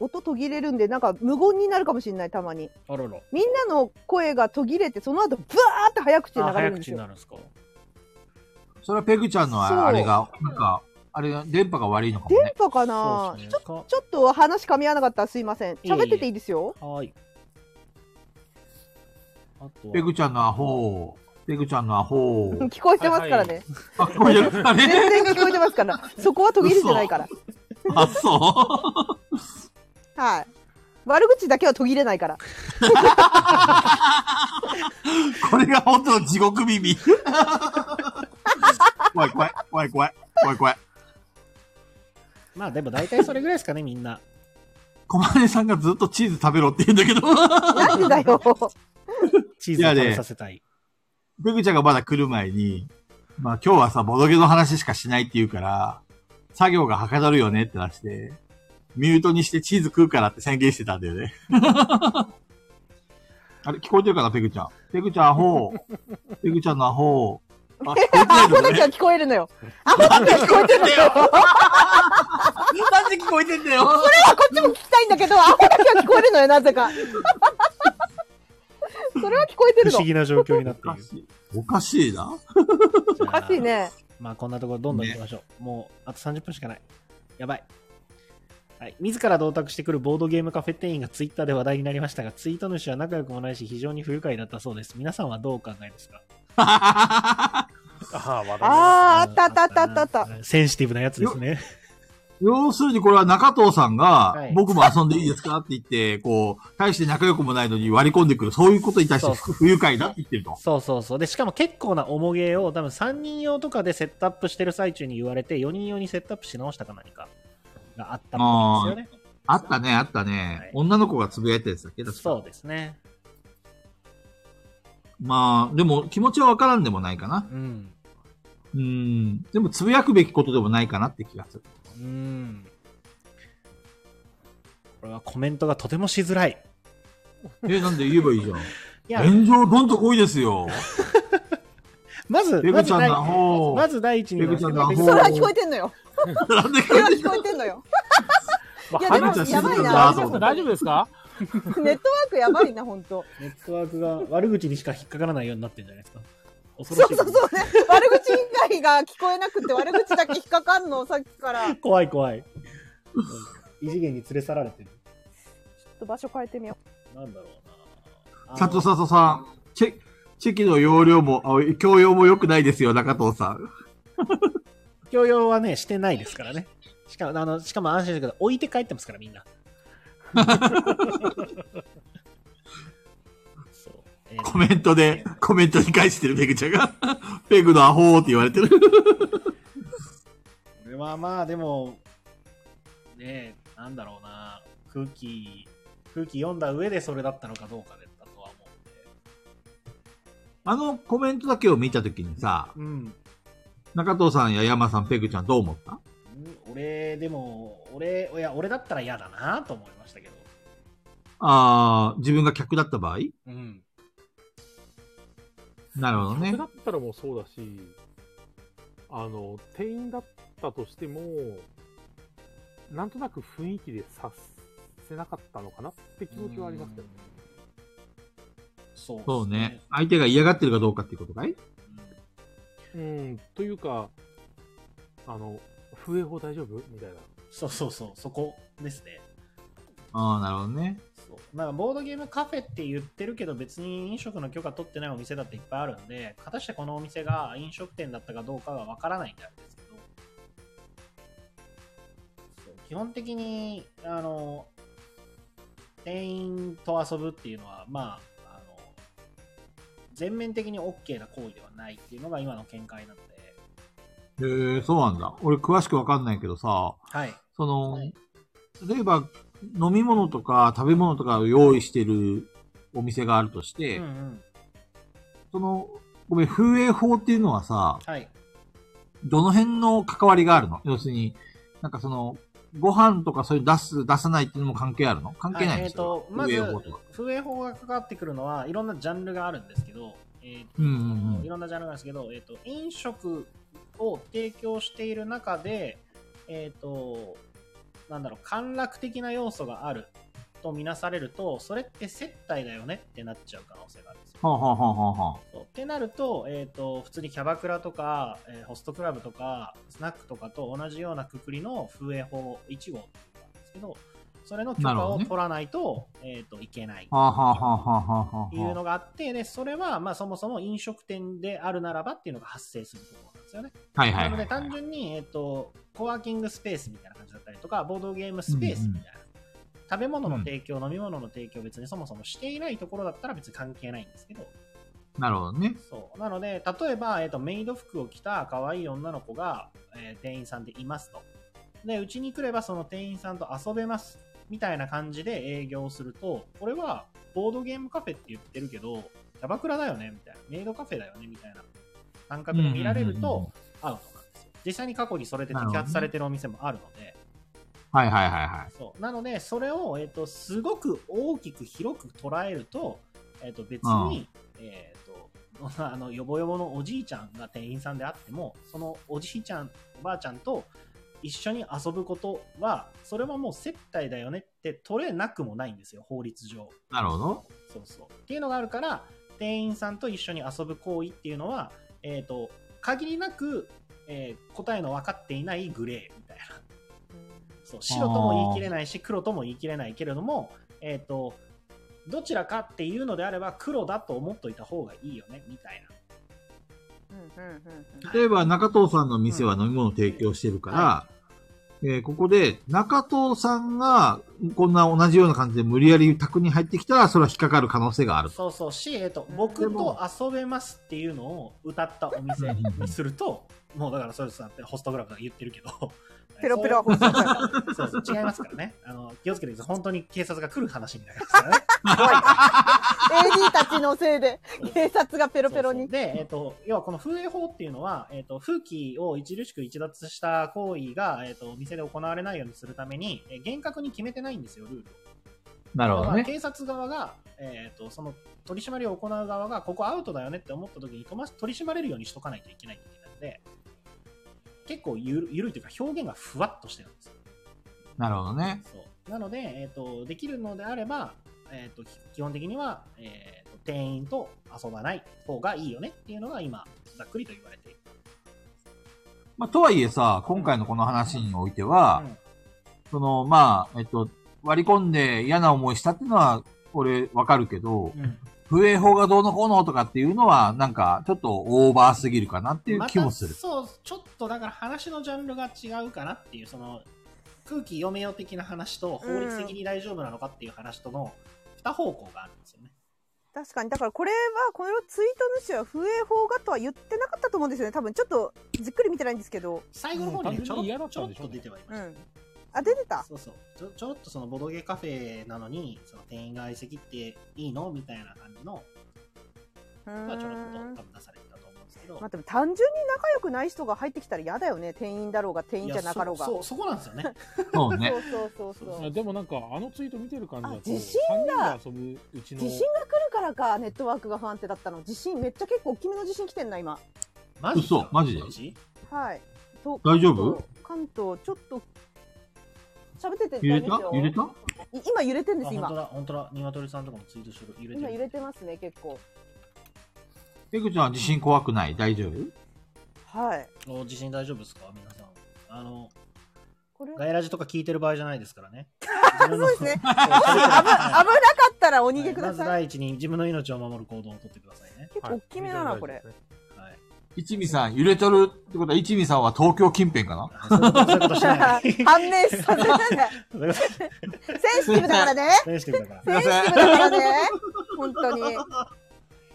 D: 音途切れるんで、なんか無言になるかもしれない、たまに。
A: あらら。
D: みんなの声が途切れて、その後、ブワーって早口で
A: あ
D: 流れ
A: 早
D: るんです
A: 口に
D: よ。
A: なるんですか。
B: それはペグちゃんの
D: そう
B: ああれが、なんか、あれが、電波が悪いのかも
D: 電
B: ね。
D: 波かな、
A: そうです
D: ちょ
A: ねか
D: ちょっと話噛み合わなかったらすいません。
A: えいえ
D: 喋ってていいですよ。
A: はーい。あと
B: ペ
A: は、
B: グちゃんのアホー。ペグちゃんのアホー。
D: 聞こえてますからね。
B: あ、これやるあれ
D: 全然聞こえてま
A: (laughs)
D: すから。そこは途切れてないから。
B: あ、そう
D: はい。悪口だけは途切れないから。
I: これが本当の地獄耳。怖い怖い、怖い怖い、怖い怖い。
A: まあでも大体それぐらいですかね、みんな。
I: 小金さんがずっとチーズ食べろって言うんだけど、
D: なんでだ
A: (laughs)
D: よ。
A: チーズを食べさせたい。
I: ペグちゃんがまだ来る前に、まあ今日はさ、ボドゲの話しかしないって言うから、作業がはかどるよねってなして、ミュートにしてチーズ食うからって宣言してたんだよね。 (laughs) あれ、聞こえてるかな、ペグちゃん。ペグちゃんアホー。ペグちゃんのアホー。あ、聞こえてない
D: アホ
I: の
D: だけ
I: ね
D: は。聞こえるのよ。アホだけは聞こえてるのよ。
I: (laughs) なんで聞こえてんだよ。
D: こっちも聞きたいんだけど、アホだけは聞こえるのよ、な
A: (laughs)
D: ぜか。それは聞こえてる
A: 不
D: の
A: 思。議な状況になって
I: お
A: い
D: (laughs)
I: か
A: る。
I: しい。おかしいな。
D: おかしいね。
A: まあこんなところどんどん行きましょう。もうあと30分しかない。やばい。はい、自ら同卓してくるボードゲームカフェ店員がツイッターで話題になりましたが、ツイート主は仲良くもないし、非常に不愉快だったそうです。皆さんはどうお考えですか
J: ああ、わかりま
D: ああ、あったあったあったあったあった。
A: センシティブなやつですね。
B: 要するにこれは中藤さんが、
A: はい
B: 僕も遊んでいいですかって言って、こう、大して仲良くもないのに割り込んでくる、そういうことに対して
A: そ
B: 不不愉快だって言ってると。
A: そうそうそう。で、しかも結構な重げを多分3人用とかでセットアップしてる最中に言われて、4人用にセットアップし直したか何かがあったんですよね。
B: あったね、あったね。
A: はい
B: 女の子がつぶやいたやつだっけ確か
A: そうですね。
B: まあ、でも気持ちはわからんでもないかな。
A: うん。
B: うん。でもつぶやくべきことでもないかなって気がする。
A: うん。これはコメントがとてもしづらい。
B: え、なんで言えばいいじゃん。
A: (laughs) いや、
B: 炎上どんとこいですよ。
A: まず、
B: ペ
A: ま
B: グ
A: ず
B: ちゃん
A: 第
B: だ
A: (laughs)
B: ほう。
A: まず第一になんですけど、
B: ペグちゃんだほう
K: それは聞こえてんのよ。
B: なんで
K: それは
A: (laughs)
K: 聞こえてんのよ。
C: ま
K: い
C: あ
K: や、で
B: はる
K: も
B: ちゃん
K: やばい
B: 静か
K: な。
B: だなと思って
C: 大丈夫ですか
K: ネットワークやばいな、ほんと。
A: ネットワークが悪口にしか引っかからないようになってるんじゃないですか。恐
K: そ
A: ろ
K: う
A: しい
K: そ
A: こ
K: う
A: と。
K: そうね。悪口以外が聞こえなくて、悪口だけ引っかかんの、さっきから。ちょ
A: 怖い怖い。異次元に連れ去られてる。
K: っと場所変えてみよ。
A: なんだろうな。
B: 佐藤佐藤さん、チェ、チェキの容量も、あ教養も良くないですよ、中藤さん。
A: 強要はね、してないですからね。しかも、あの、しかも安心してください。置いて帰ってますから、みん
B: (laughs)
A: な。そう。えー
B: コメントで、コメントに返してるペグちゃんが、 (laughs) ペグのアホーって言われてる。
A: これはまあ、でも、ねえ、なんだろうな。空気、空気読んだ上でそれだったのかどうかだったとは思
B: あのコメントだけを見たときにさ、
A: うんで。
B: 中藤さんや山さん、ペグちゃんどう思った
A: うん。俺、でも、俺、いや、俺だったら嫌だなと思いましたけど。
B: あー、自分が客だった場合
A: うん。
B: なるほどね
C: 客だ。ったらもうそうだし、あの、店員だったとしても、なんとなく雰囲気で察せなかったのかなって気持ちはありますけどね。
A: そうです
B: そうね。。相手が嫌がってるかどうかっていうことかい
A: うん
C: うん、というか、あの、風営法大丈夫みたいな。
A: そうそうそう、そこですね。
B: あー、なるほどね。
A: そうまあ、ボードゲームカフェって言ってるけど別に飲食の許可取ってないお店だっていっぱいあるんで果たしてこのお店が飲食店だったかどうかはわからないんであれですけどそう基本的にあの店員と遊ぶっていうのはまああの全面的に OK な行為ではないっていうのが今の見解なので
B: へー、そうなんだ。俺詳しくわかんないけどさ、
A: はい
B: その、
A: はい
B: 例えば飲み物とか食べ物とかを用意してるお店があるとして、
A: うんうん
B: その、ごめん、風営法っていうのはさ、
A: はい
B: どの辺の関わりがあるの要するに、なんかその、ご飯とかそういう出す、出さないっていうのも関係あるの関係な
A: は
B: いの
A: えっ、と、
B: そ
A: ま
B: れ
A: ず
B: は風営法とか。、
A: 風営法がかかってくるのは、いろんなジャンルがあるんですけど、えーと
B: うんうんうん
A: いろんなジャンルがあるんですけど、えっ、と、飲食を提供している中で、えっ、と、なんだろう、陥落的な要素があるとみなされると、それって接待だよねってなっちゃう可能性があるんですよ。
B: はあ、はあはあはあはあ、
A: そうってなると,、えー、と普通にキャバクラとか、えーホストクラブとかスナックとかと同じようなくくりの風営法1号っていうのがあるんですけどそれの許
B: なるほ
A: 可
B: ど
A: を
B: ね
A: 取らないと,、えー、といけないっ
B: はあ、はあはあはあはあはあ
A: ていうのがあってでそれは、まあ、そもそも飲食店であるならばっていうのが発生するところなんですよね。
B: はいは
A: な
B: い
A: の
B: は
A: で
B: い。
A: 単純に、えー、とコワーキングスペースみたいな感じだったりとかボードゲームスペースみたいな。食べ物の提供、飲み物の提供、別にそもそもしていないところだったら別に関係ないんですけど、
B: なるほどね。
A: そうなので、例えば、えー、とメイド服を着た可愛い女の子が、えー店員さんでいますと。で、うちに来ればその店員さんと遊べますみたいな感じで営業すると、これはボードゲームカフェって言ってるけど、キャバクラだよねみたいな、メイドカフェだよねみたいな感覚で見られる
B: うんうんうんうん
A: とアウトなんですよ。実際に過去にそれで摘発されてるお店もあるので、
B: はいはいはいはい。
A: そうなので、それを、えっとすごく大きく広く捉えると、えっと別に、えっと (laughs) あのよぼよぼのおじいちゃんが店員さんであっても、そのおじいちゃん、おばあちゃんと一緒に遊ぶことは、それはもう接待だよねって取れなくもないんですよ、法律上。
B: なるほど。
A: そうそう。っていうのがあるから、店員さんと一緒に遊ぶ行為っていうのは、えっと限りなく、えー答えの分かっていないグレーみたいな。そう白とも言い切れないし黒とも言い切れないけれども、えー、とどちらかっていうのであれば黒だと思っといた方がいいよねみたいう
K: うんうんうんうん
B: 例えば中藤さんの店は飲み物提供してるから、えーここで、中藤さんが、こんな同じような感じで無理やり宅に入ってきたら、それは引っかかる可能性があると。
A: そうそうし、えっと、僕と遊べますっていうのを歌ったお店にすると、もうだからそれさってホストグラフが言ってるけど、
D: (laughs) ペロペロ
A: そうそうそうそう違いますからねあの。気をつけてください。本当に警察が来る話になりますからね。
D: AD たちのせいで、警察がペロペロ
A: そう
D: に。
A: そうで、えっと、要はこの風営法っていうのは、えっと、風紀を著しく逸脱した行為が、えっと、お店で行われないようにするために、え厳格に決めてないんですよ、ルールを。
B: なるほど
A: まあ
B: ね。
A: 警察側が、えーと、その取り締まりを行う側が、ここアウトだよねって思った時に、とま取り締まれるようにしとかないといけないって言ってたので、結構ゆるゆるいというか、表現がふわっとしてるんですよ。
B: なるほどね。
A: そうなので、えーと、できるのであれば、えーとき基本的には、えーと店員と遊ばない方がいいよねっていうのが今、ざっくりと言われている。
B: まあ、とはいえさ、今回のこの話においては、
A: うん
B: その、まあ、えっと、割り込んで嫌な思いしたっていうのは、俺、わかるけど、
A: うん
B: 不衛法がどうのこうのとかっていうのは、なんか、ちょっとオーバーすぎるかなっていう
A: ま
B: 気
A: た
B: もする。
A: そうちょっとだから話のジャンルが違うかなっていうその空気読めよ的な話と法律的に大丈夫なのかっていう話との二方向があるんですよね。
D: 確かに、だからこれは、このツイート主は不衛法がとは言ってなかったと思うんですよね。多分ちょっとじっくり見てないんですけど。
A: 最後の方に、
C: う
A: ね、
C: ん
A: ちょろ
C: 単純に嫌だ
A: っ
C: ったんでしょ
A: と出てはいま
D: う
A: した。
D: ん。あ、出てた。
A: そうそうちょちょろっとそのボドゲカフェなのにその店員が相席っていいのみたいな感じのこ
D: う
A: とはちょろっと
D: ーん
A: 多分出されてたと思うんですけど、
D: まあでも単純に仲良くない人が入ってきたら嫌だよね。店員だろうが、店員
A: い
D: じ
A: や
D: ゃなかろうが。
A: そそ
D: そう
A: うそこなんですよね。
B: そうね。
D: うそうそうそう。
C: でもなんか、あのツイート見てる感じだと、
D: あ地震だ
C: 3人で遊ぶうちの、
D: 地震が来るからか、ネットワークが不安定だったの。地震、めっちゃ結構大きめの地震来てんな、今。
A: マジですか
B: 嘘マジで
A: マジ
D: はい。と
B: 大丈夫
D: 関東、関東ちょっと、喋ってて
B: 揺
D: 大
B: れ
D: 丈
B: た
D: 夫
B: 揺
D: で
B: れ
D: すよ
B: た
D: い今揺れてんで
A: あ
D: す、
A: 本当
D: 今。
A: だ本当だ。ニワトリさんとかもツイートしてる揺れて
D: 今
A: る。
D: 揺れてますね、結構。
B: ペグちゃんは地震怖くない大丈夫
D: はい。
A: お地震大丈夫ですか皆さん。あの
D: これ、
A: ガイラジとか聞いてる場合じゃないですからね。そうです
D: (laughs)
A: ね。危な
D: 危なかったらお逃げくだ
A: まず
D: さい。
A: 第一に自分の命を守る行動をとってくださいね。
D: 結構大きめだな、これ。
A: はい。
B: 一味さん、揺れとるってことは、一味さんは東京近辺かな
A: そういうことそういうことしな
D: 判
A: い。
D: (laughs) 明しさせない。
A: そういうこと
D: センシティブだからね。
A: 大丈夫だから。
B: すいません。
D: センシティブだからね。本当に。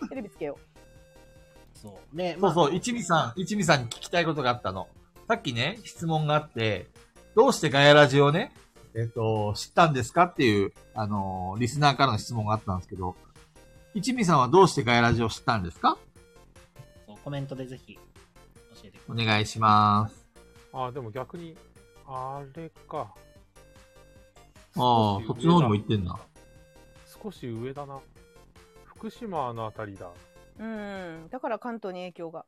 D: テレビつけよ
A: そう。ね、。
B: そうそうう、一味さん、一味さんに聞きたいことがあったの。さっきね、質問があって、どうしてガヤラジをね、えっ、と、知ったんですかっていう、あのーリスナーからの質問があったんですけど、一味さんはどうしてガヤラジを知ったんですか
A: そうコメントでぜひ教えてく
B: お
A: ださい。
B: 願いします。
C: ああ、でも逆に、あれか。
B: ああ、そっちの方にも行ってんな。
C: 少し上だな。福島のあたりだ。
D: う。うん。だから関東に影響が。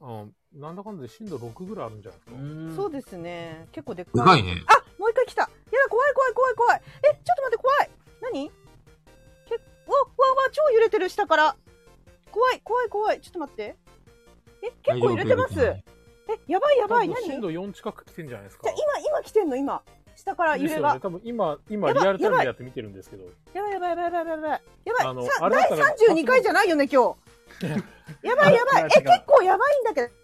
C: うん。なんだかんだで震度6ぐらいあるんじゃないですか。
A: ん
D: そうですね。結構でっかい。
B: でかいね。
D: あもう一回来た。やだ、怖い怖い怖い怖い。え、ちょっと待って、怖い。何けわわわ、超揺れてる、下から。怖い怖い怖い。ちょっと待って。え、結構揺れてます。え、やばいやばい。
C: 多分
D: 何じゃ
C: 震
D: あ
C: 度4近く来てんじゃないですか。
D: 今、今来てんの、今。下から
C: で
D: 揺
C: す
D: れ
C: よね
D: が。
C: 多分今、今
D: やば
C: リ
D: い
C: アルタイムでやって見てるんですけど。
D: やばいやばいやばいやばいやばい。
C: あ
D: やば
C: の
D: い。さ
C: あれだったら
D: 第32回じゃないよね、今
A: (laughs)
D: 日。やばいやばい。
A: 違う
D: え、
A: 違う
D: 結構やばいんだけど。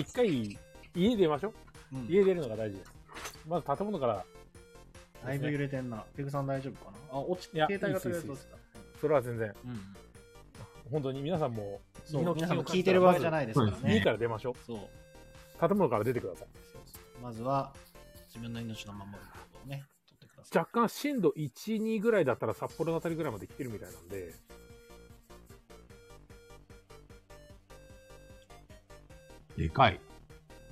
C: 一回、家出ましょう。
B: うん
C: 家出るのが大事です。まず建物から、
A: だいぶ揺れてんな。ペグさん大丈夫かなあ、落ち、
C: いや
A: 携帯がとりあえず
C: いいっ
A: 落
C: す
A: ちた。
C: それは全然、
A: うん。
C: 本当に皆さんも、
A: そう、皆さんも聞いてる場合じゃないですから
B: そうです
A: ね。
C: 家から出ましょ
A: そう。
C: う。建物から出てください。
A: まずは、自分の命の守る行動をね、とってください。
C: 若干震度1、2ぐらいだったら札幌のあたりぐらいまで来てるみたいなんで、
B: でかい。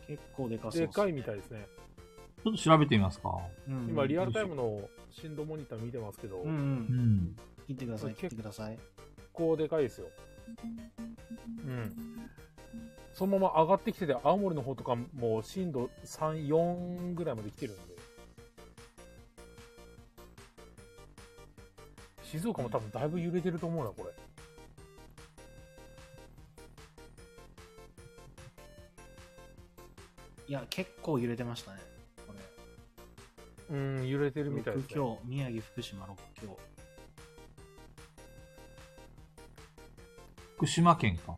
A: 結構でかそう
C: で
A: っすね
C: かいみたいですね。
B: ちょっと調べてみますか。
A: うん
C: 今、リアルタイムの震度モニター見てますけど、
A: うんう。
C: 結
B: うんん。
A: 切ってください、
C: 結構
A: 切ってください。
C: 構でかいですよ。うん。そのまま上がってきてて、青森の方とかも震度3、4ぐらいまで来てるんで。静岡も多分だいぶ揺れてると思うな、これ。
A: いや、結構揺れてましたね。これ。
C: うん、揺れてるみたい
A: 6
C: ですね。
A: 強、宮城、福島6強。
B: 福島県か。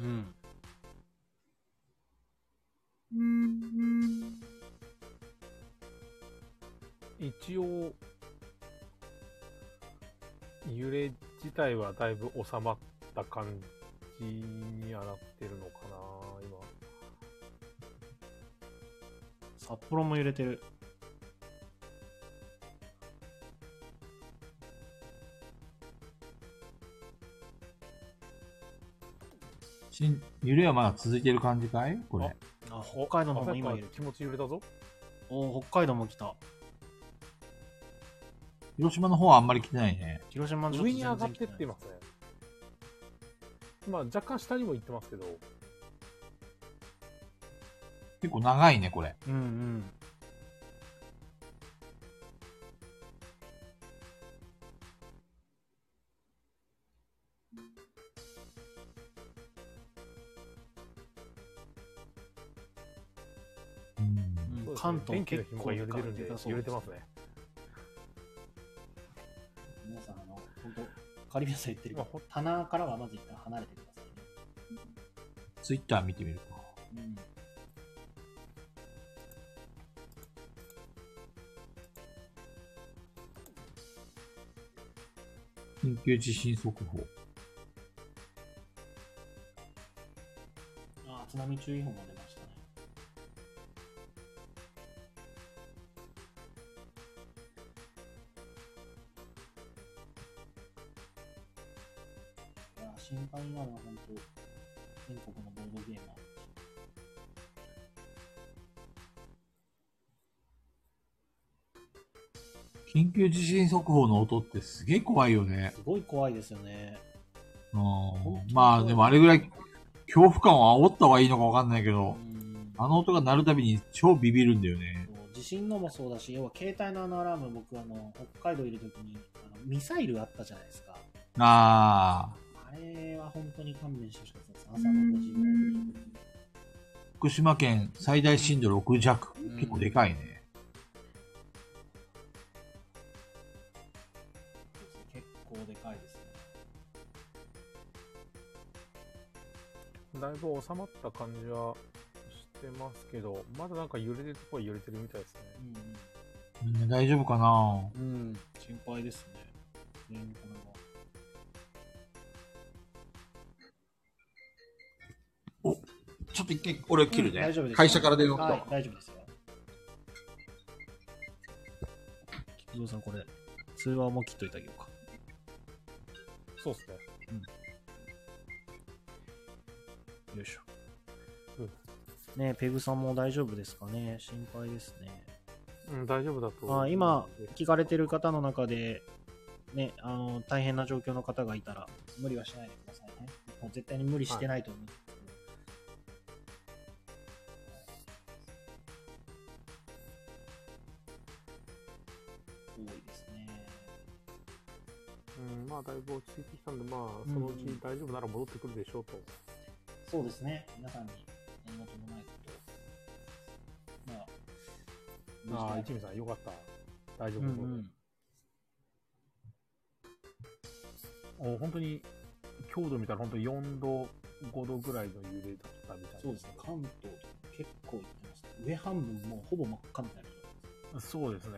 A: うん。
C: 一応、揺れ自体はだいぶ収まった感じにはなってるのかな、今。
A: 札幌も揺れてる。
B: しん揺れはまだ続いてる感じかいこれ。
A: あ、北海道の方も今揺れ
C: 朝やって
A: る。
C: ぱ気持ち揺れたぞ。
A: おー北海道も来た。
B: 広島の方はあんまり来てないね。
A: 広島のちょっと
C: 上に
A: 全然
C: 上がってって
A: 来
C: いますね。まあ若干下にも行ってますけど、
B: 結構長いね、これ。
A: てない。うんうん。うん
B: うん
C: そうですね
A: 関東
C: 天気の
A: 結
C: 紐
A: 構
C: が揺れてるんで
A: か、そう
C: 揺れてますね。
A: 皆さん、あの、本当カリビアさん言ってるけ
C: まあほ
A: ど、棚からはまず一旦離れてください
B: ツイッター見てみるか。
A: ね。うん。
B: 緊急地震速報。
A: あー津波注意報も出ましたね。いやー心配なのは本当、全国のボードゲーマーたち。
B: 緊急地震速報の音ってすげえ怖いよね。
A: すごい怖いですよね。
B: うん。まあ、でもあれぐらい恐怖感を煽った方がいいのかわかんないけ
A: う
B: ど、
A: ん
B: あの音が鳴るたびに超ビビるんだよね。
A: そう地震のもそうだし、要は携帯のあのアラーム、僕あの、北海道いるときにあの、ミサイルあったじゃないですか。
B: ああ、
A: あれは本当に勘弁してほしかったです。朝の5時ぐらいに。
B: 福島県最大震度6弱。結構でかいね。
A: 結構でかいですね。
C: だいぶ収まった感じはしてますけど、まだなんか揺れてるとこは揺れてるみたいですね。
B: みんな大丈夫かな
A: うん、うん。心配ですね。全員これは。
B: ちょっと一回俺切る
A: うん大丈夫
B: ね。
A: です
B: 会社から出よう
A: はい
B: と、。
A: 大丈夫ですよ。菊蔵さん、これ、通話も切っといてあげようか。
C: そうですね。
A: よいしょ。
C: うん
A: ねえペグさんも大丈夫ですかね心配ですね。
C: うん、大丈夫だと思う
A: ま
C: ん
A: あ、
C: で。
A: 今、聞かれてる方の中で、ね、あの、大変な状況の方がいたら、無理はしないでくださいね。もう絶対に無理してないと思うんですけど。多いですね。
C: うん、まあだいぶ落ち着いてきたんで、まあそのうち大丈夫なら戻ってくるでしょうと。
A: そうですね。皆さんに何事もないことを。まあ、
C: ああ、一味さんよかった。大丈夫
A: うん
C: そううで。
A: ん。
C: もう本当に、強度見たら本当4度、5度ぐらいの揺れだったみたいな。
A: そうですね、関東とか結構行ってますね。上半分もうほぼ真っ赤みたいな状態です。
C: そうですね。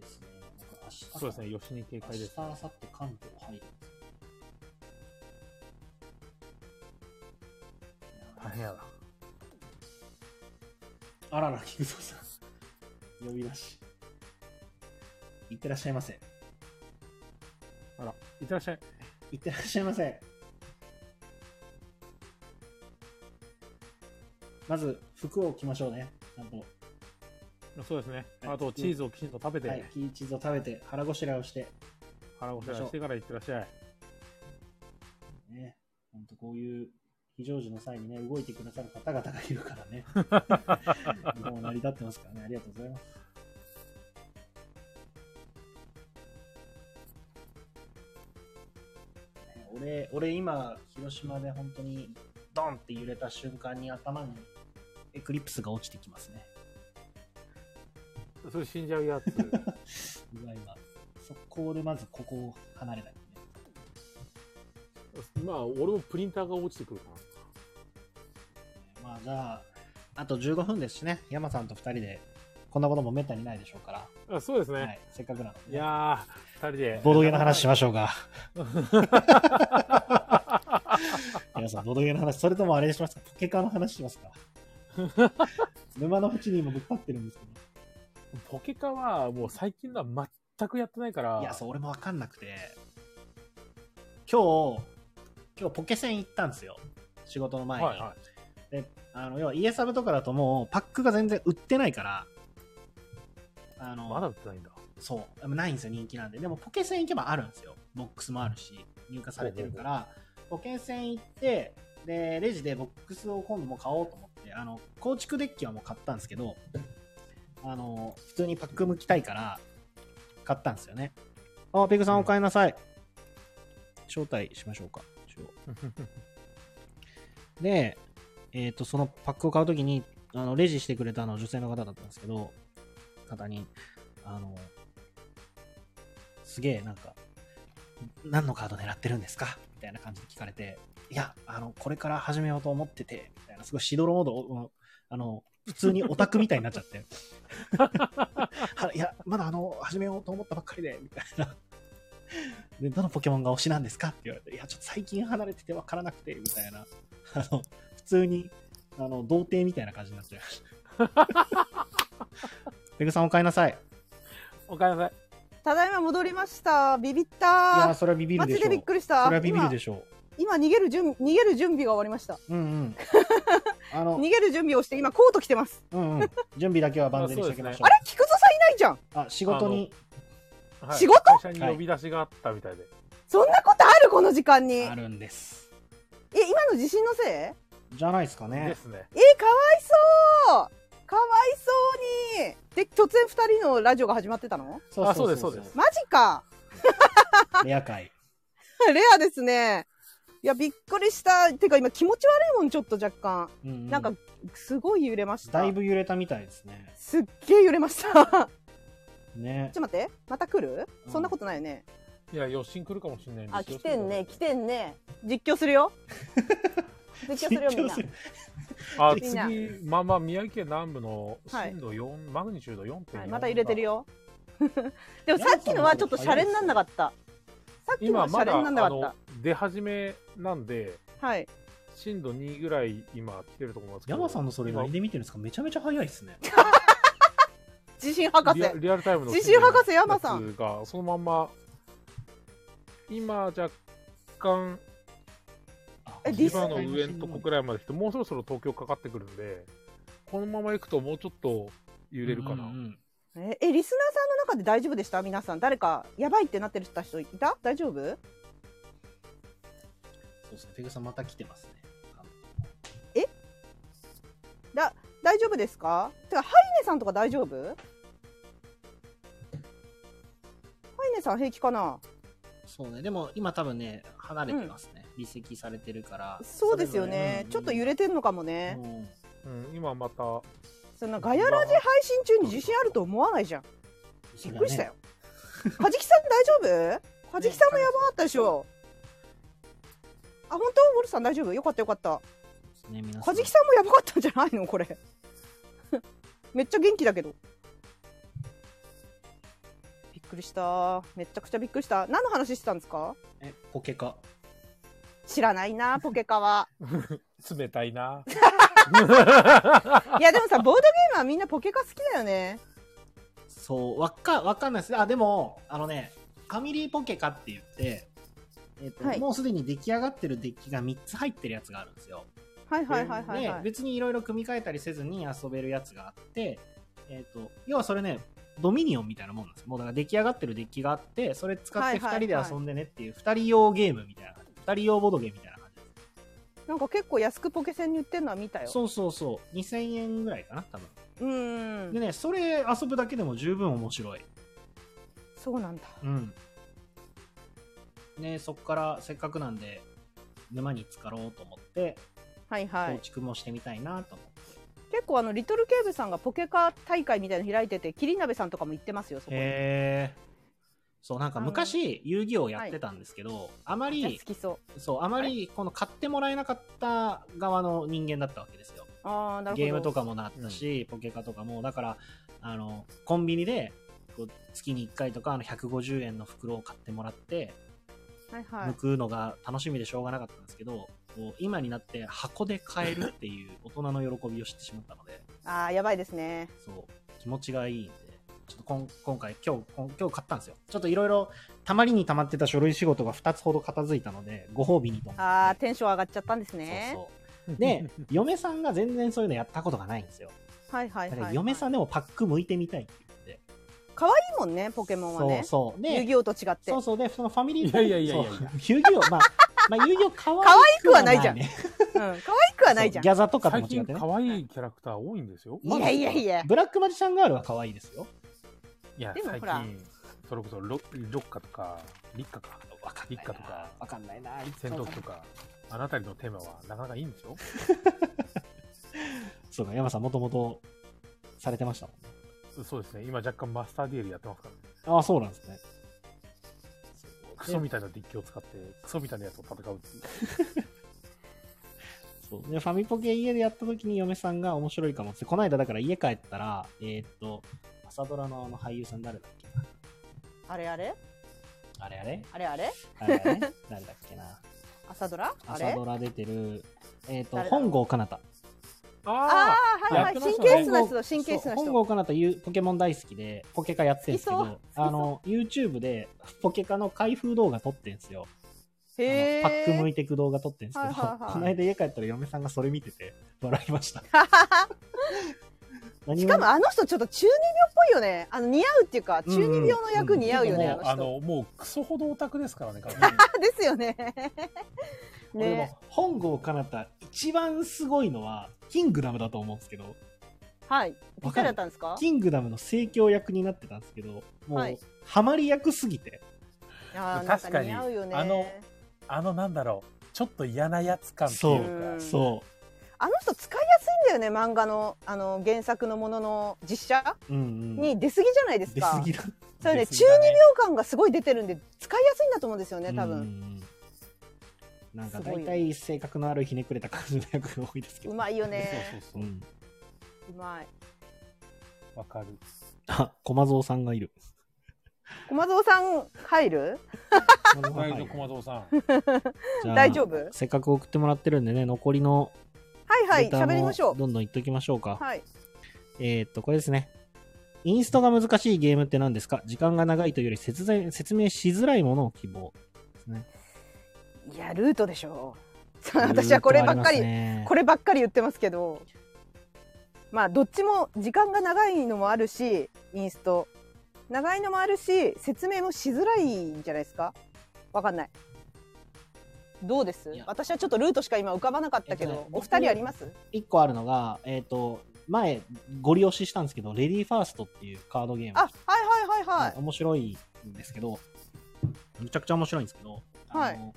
A: ですね。なんか明日
C: そうですね。吉に警
A: 明
C: 戒
A: 日、
C: です、
A: 明
C: ね。
A: 後日関東入るんですよ。
C: 大変やな。
A: あらら、菊蔵さん。呼び出し。いってらっしゃいませ。
C: あら、いってらっしゃい。
A: いってらっしゃいませ。まず、服を着ましょうね。ちゃんと。
C: そうですね。
A: はい
C: あと、チーズをきちんと食べて、
A: はい、キーチーズを食べて、腹ごしらえをして。
C: 腹ごしらえしてからいってらっしゃい。
A: ね、本当こういう非常時の際にね、動いてくださる方々がいるからね。もう成り立ってますからね、ありがとうございます。ね俺、俺今、広島で本当にドンって揺れた瞬間に頭にエクリプスが落ちてきますね。
C: それ死んじゃうやつ。 (laughs)
A: うわ、今、速攻でまずここを離れない、ね。
C: まあ、俺もプリンターが落ちてくるか
A: まあじゃあ、あと15分ですしね、山さんと2人で、こんなこともめったにないでしょうから、
C: な。あそうですね。、
A: はいい、せっかくなので、
C: やー、二人で。 (laughs)
A: ボードゲーの話しましょうか。皆さん、ボードゲーの話、それともあれにしますか、ポケカの話します
C: (laughs)
A: か。沼の淵に今僕立ってるんですけど。
C: ポケカは、もう最近のは全くやってないから。
A: いや、そう、俺もわかんなくて。今日、今日ポケセン行ったんですよ。仕事の前に。
C: はいは
A: であの要は家サブとかだともうパックが全然売ってないからあ
C: い。
A: の
C: まだ売ってないんだ。
A: そうないんですよ人気なんででもポケセン行けばあるんですよボックスもあるし入荷されてるからポケセン行ってでレジでボックスを今度もう買おうと思ってあの構築デッキはもう買ったんですけどあの普通にパック向きたいから買ったんですよねあペグさんお帰りなさい、招待しましょうか一応で、えっ、と、そのパックを買うときに、あの、レジしてくれたあの女性の方だったんですけど、方に、あの、すげえ、なんか、何のカード狙ってるんですかみたいな感じで聞かれて、いや、あの、これから始めようと思ってて、みたいな、すごいしどろもどろ、うんあの、普通にオタクみたいになっちゃって。はいや、まだあの、始めようと思ったばっかりで、みたいな。で、どのポケモンが推しなんですかって言われて、いや、ちょっと最近離れててわからなくて、みたいな。あの、普通に、あの、童貞みたいな感じになっちゃいまし
D: (laughs)
A: た。ペグさんお帰りなさい。
C: (laughs) おかえりなさい。
D: ただいま戻りました。ビビっ
A: いやー、
D: た。
A: それはビビる
D: マ
A: で
D: ジ
A: しょ
D: で
A: う。
D: びっ
A: そ
D: くりし
A: れ
D: た。
A: はビビる
D: 今
A: でしょ
D: 今逃げる準逃げる準備が終わりました。
A: う。うんう
D: (laughs)
A: ん。あの、
D: 逃げる準備をして今コート着てます。
A: うんうん。準備だけは万全にしておきましょう
D: あ。れ菊蔵さんいないじゃん。
A: あ仕事に、
C: はい
D: 仕事
C: 会社に呼び出しがあったみたいで。
D: そんなことあるこの時間に。え
A: あるんです。
D: 今の地震のせい？え
A: じゃないですか
C: で
A: ね。
C: すね。
D: かわいそう。かわいそうに。で突然二人のラジオが始まってたの？
A: そ
C: あそうですそうです
D: マジか。 (laughs)
A: レア会。
D: レアですね。いやびっくりした。てか今気持ち悪いもんちょっと若干。
A: うん、うん。
D: (laughs) なんかすごい揺れました。
A: だいぶ揺れたみたいですね。
D: すっげえ揺れました。 (laughs) ちょっ
A: ね。
D: と待って、また来る、
A: うん
D: そんなことないよね。
C: いや、余震来るかもしれないんで。
D: あ、来てんね、
C: 気を
D: 来
C: つ
D: てんね。実況するよ。実況するよ、みんな。
C: けて。あ、
D: みんな
C: 次、まあまあ、宮城県南部の
D: はい
C: 震度4、マグニチュード4.4。
D: はい、また揺れてる。よ。 (laughs) でもさっきのはちょっとシャレになんなかった。さっきの
C: 今
D: はシャ
C: ま
D: レ
C: だ
D: に
C: あ
D: なんなかっ
C: の出始めなんで
D: た。はい。
C: 震度2ぐらい今来てると思いますけど
A: 山さんのそれ何
C: 今
A: で見てるんですかめちゃめちゃ早いですね。
D: 地震博士
C: リア。リアルタイムの
D: 地震博士山さん
C: 震度のやつがそのまんま今若干
D: えデ
C: 千
D: ィス
C: 葉の上のとこくらいまで来てもうそろそろ東京かかってくるんでこのまま行くともうちょっと揺れるかな、
A: うんうん
D: え、えリスナーさんの中で大丈夫でした皆さん。誰か、やばいってなってる人人いた大丈夫
A: そうですね。ペグさんまた来てますね。
D: 大丈夫ですかてか、ハイネさんとか大丈夫ハイネさん平気かな
A: そうね。でも今多分ね、離れてますね。離席されてるから。
D: そうですよね。ちょっと揺れてんのかも
A: て
D: ね。
C: うん、今また
D: そんなガヤラジ配信中に地震あると思わないじゃん。びっくりしたよ。カジキさん大 (laughs) 丈夫カジキさんもやばかったでしょ。あ、本当ウォルさん大丈夫よかったよかった。
A: ね、皆さん
D: カジキさんもやばかったんじゃないのこれ。 (laughs) めっちゃ元気だけど。びっくりした。めっちゃくちゃびっくりした。何の話してたんですか
A: え、ポケカ。
D: 知らないな、ポケ
A: (laughs)
D: カは。
C: 冷たいな
D: いや、でもさ、ボードゲームはみんなポケカ好きだよね。
A: そう、わっか、わかんないですね。あ、でも、あのね、ファミリーポケカって言って、えっと
D: はい
A: もうすでに出来上がってるデッキが3つ入ってるやつがあるんですよ。
D: はいはいはいはい、は
A: で
D: い。
A: 別にいろいろ組み替えたりせずに遊べるやつがあって、えっと要はそれねドミニオンみたいなもんなんですよもうだから出来上がってるデッキがあってそれ使って
D: はいはい
A: 2人で遊んでねっていう2人用ゲームみたいな感じ2人用ボードゲームみたいな感じです
D: なんか結構安くポケセンに売ってるのは見たよ。
A: そうそうそう2000円ぐらいかな多分
D: うー
A: で
D: ん。
A: ねそれ遊ぶだけでも十分面白い
D: そうなんだ。
A: うん。ね、そこからせっかくなんで、沼に浸かろうと思って、
D: はいは
A: 構
D: い。
A: 築もしてみたいなと思って。
D: 結構あの、リトルケーブさんがポケカ大会みたいなの開いてて、キリナベさんとかも行ってますよ、そこに。
A: へそう、なんか昔、遊戯王やってたんですけど、あま
D: いや
A: り
D: 好、きそう。
A: そう、あまり、この買ってもらえなかった側の人間だったわけですよ。
D: ああ、なるほど。
A: ゲームとかもなったし、ポケカとかも、だから、あの、コンビニで、こう月に1回とか、あの、150円の袋を買ってもらって、
D: はいは
A: 抜
D: い。
A: くのが楽しみでしょうがなかったんですけど、こう今になって箱で買えるっていう大人の喜びを知ってしまったので、
D: ああ、やばいですね。
A: そう、気持ちがいいんで、ちょっとこん今回、今日、こん今日買ったんですよ。ちょっといろいろ、たまりにたまってた書類仕事が2つほど片付いたので、ご褒美にと思って。
D: ああ、テンション上がっちゃったんですね。
A: そうそう。で、嫁さんが全然そういうのやったことがないんですよ。
D: はいはい
A: だ
D: は
A: から
D: い、
A: 嫁さんでもパック剥いてみたいって言って。
D: 可愛いもんね、ポケモンはね。
A: そうそう。
D: 遊
A: で、
D: 戯王と違って。
A: そうそう。で、そのファミリー
C: いやいやいやいや
A: そう遊戯
D: (laughs)
A: 王、まあ、まあ、遊戯王可愛
D: 可愛くはないじゃん
A: ね
D: うん。可愛くはないじゃん
A: ギ。ャザとかと
C: 最
A: も違
C: 近
A: ってね。
C: 可愛いキャラクター多いんですよ。
D: いやいやいや。
A: ブラックマジシャンガールは可愛いですよ。
C: いや
D: で、も
C: 最
D: ほら
C: 近、それこそロロッカとか、リッカか、
A: わかん
C: リ
A: ない
C: ッ
A: な
C: カとか、
A: わかんないな。いつ
C: 戦
A: か
C: 闘機とか、あなたりのテーマはなかなかいいんですよ。
A: そうか、山さんもともとされてましたもんね。
C: そうですね、今若干マスターディエルやってますからね。
A: ああ、そうなんですね。
C: クソみたいなデッキを使って、クソみたいなやつと戦うっていう。
A: そうでファミポケ家でやった時に嫁さんが面白いかもっつって、この間だから家帰ったら、えーっと、朝ドラのあの俳優さん誰だっけな
D: あれあれ
A: あれあれ
D: あれあれ
A: あれあ
D: (laughs)
A: れ誰だっけな
D: 朝ドラあ
A: 朝
D: れ
A: ドラ出てる、えーっと、
D: 誰だ
A: 本郷かなた。
D: あ
C: あ
D: あ、はいは
C: やっ
D: い。
C: てまし
D: 神
C: たね
D: 経質な人だ、神経質な
A: そう本
D: 人。
A: 郷かなたゆポケモン大好きで、ポケカやってるんですけ
D: 好きそ
A: ど
D: う、
A: あの、YouTube でポケカの開封動画撮ってんすよ。あの
D: へえ。
A: パック向いてく動画撮ってんですけど、
D: はいはいはい
A: この間家帰ったら嫁さんがそれ見てて、笑いました。何
D: (laughs) しかもあの人ちょっと中二病っぽいよね。あの似合うっていうか、中二病の役似合うよね、
C: も
D: あ
C: う
D: の
C: あ
D: 人。
C: の、もうクソほどオタクですからね、彼
D: あ (laughs) ですよね。
A: (laughs) 俺でも、
D: ね。
A: 本郷かなた、一番すごいのは、キングダムだと思うんですけど、
D: はい。ぴ
A: わ
D: っ
A: か
D: た
A: る
D: りだったんですか
A: キングダムの盛況役になってたんですけど、もう、
D: はい
A: ハマり役すぎて、
D: あーなんか似合うよ
C: 確かにあの
D: ね。
C: あの、なんだろう、ちょっと嫌なやつ感っていう
D: うん
C: か。
A: そ
D: あの人使いやすいんだよね、漫画の、あの、原作のものの実写
A: う。うんうん。
D: に出過ぎじゃないです
A: 出
D: か。
A: 過ぎだ。
D: それね、
C: です
D: 中
C: よね
D: 二病感がすごい出てるんで、使いやすいんだと思うんですよね、多
A: うんう
D: 分。
A: んうん。なんか、
D: すごい
A: 大
D: よ
A: 体性格のあるひねくれた感じの役が多いですけ
D: う
A: ど。
D: まいよ
C: そう
D: ね。
C: そう
A: う
C: そう。
A: ん。
D: うまい。
C: わかる。
A: あ、駒蔵さんが
D: (laughs)
A: いる。
D: 駒蔵さん入る
C: 大丈夫、駒蔵さん。
A: じゃあ
D: 大丈夫
A: せっかく送ってもらってるんでね、残りの
D: はいはい、
A: レターも
D: 喋りましょう。
A: どんどん言っときましょうか。
D: はい。
A: えーっと、これですね。インストが難しいゲームって何ですか時間が長いというより節電説明しづらいものを希望。
D: いや、ルートでしょう。そう (laughs) 私はこればっかり、こ
A: れ
D: ればっかり言ってますけど、まあ、どっちも時間が長いのもあるし、インスト。長いのもあるし、説明もしづらいんじゃないですかわかんない。どうです
A: いや
D: 私はちょっとルートしか今浮かばなかったけ
A: えっと
D: ど
A: ね、
D: お二人あります
A: 一個あるのが、えーっと、前、ご利用ししたんですけど、レディーファーストっていうカードゲーム。
D: あ、はいはいはいはい。
A: 面白いんですけど、むちゃくちゃ面白いんですけど、
D: はい
A: あの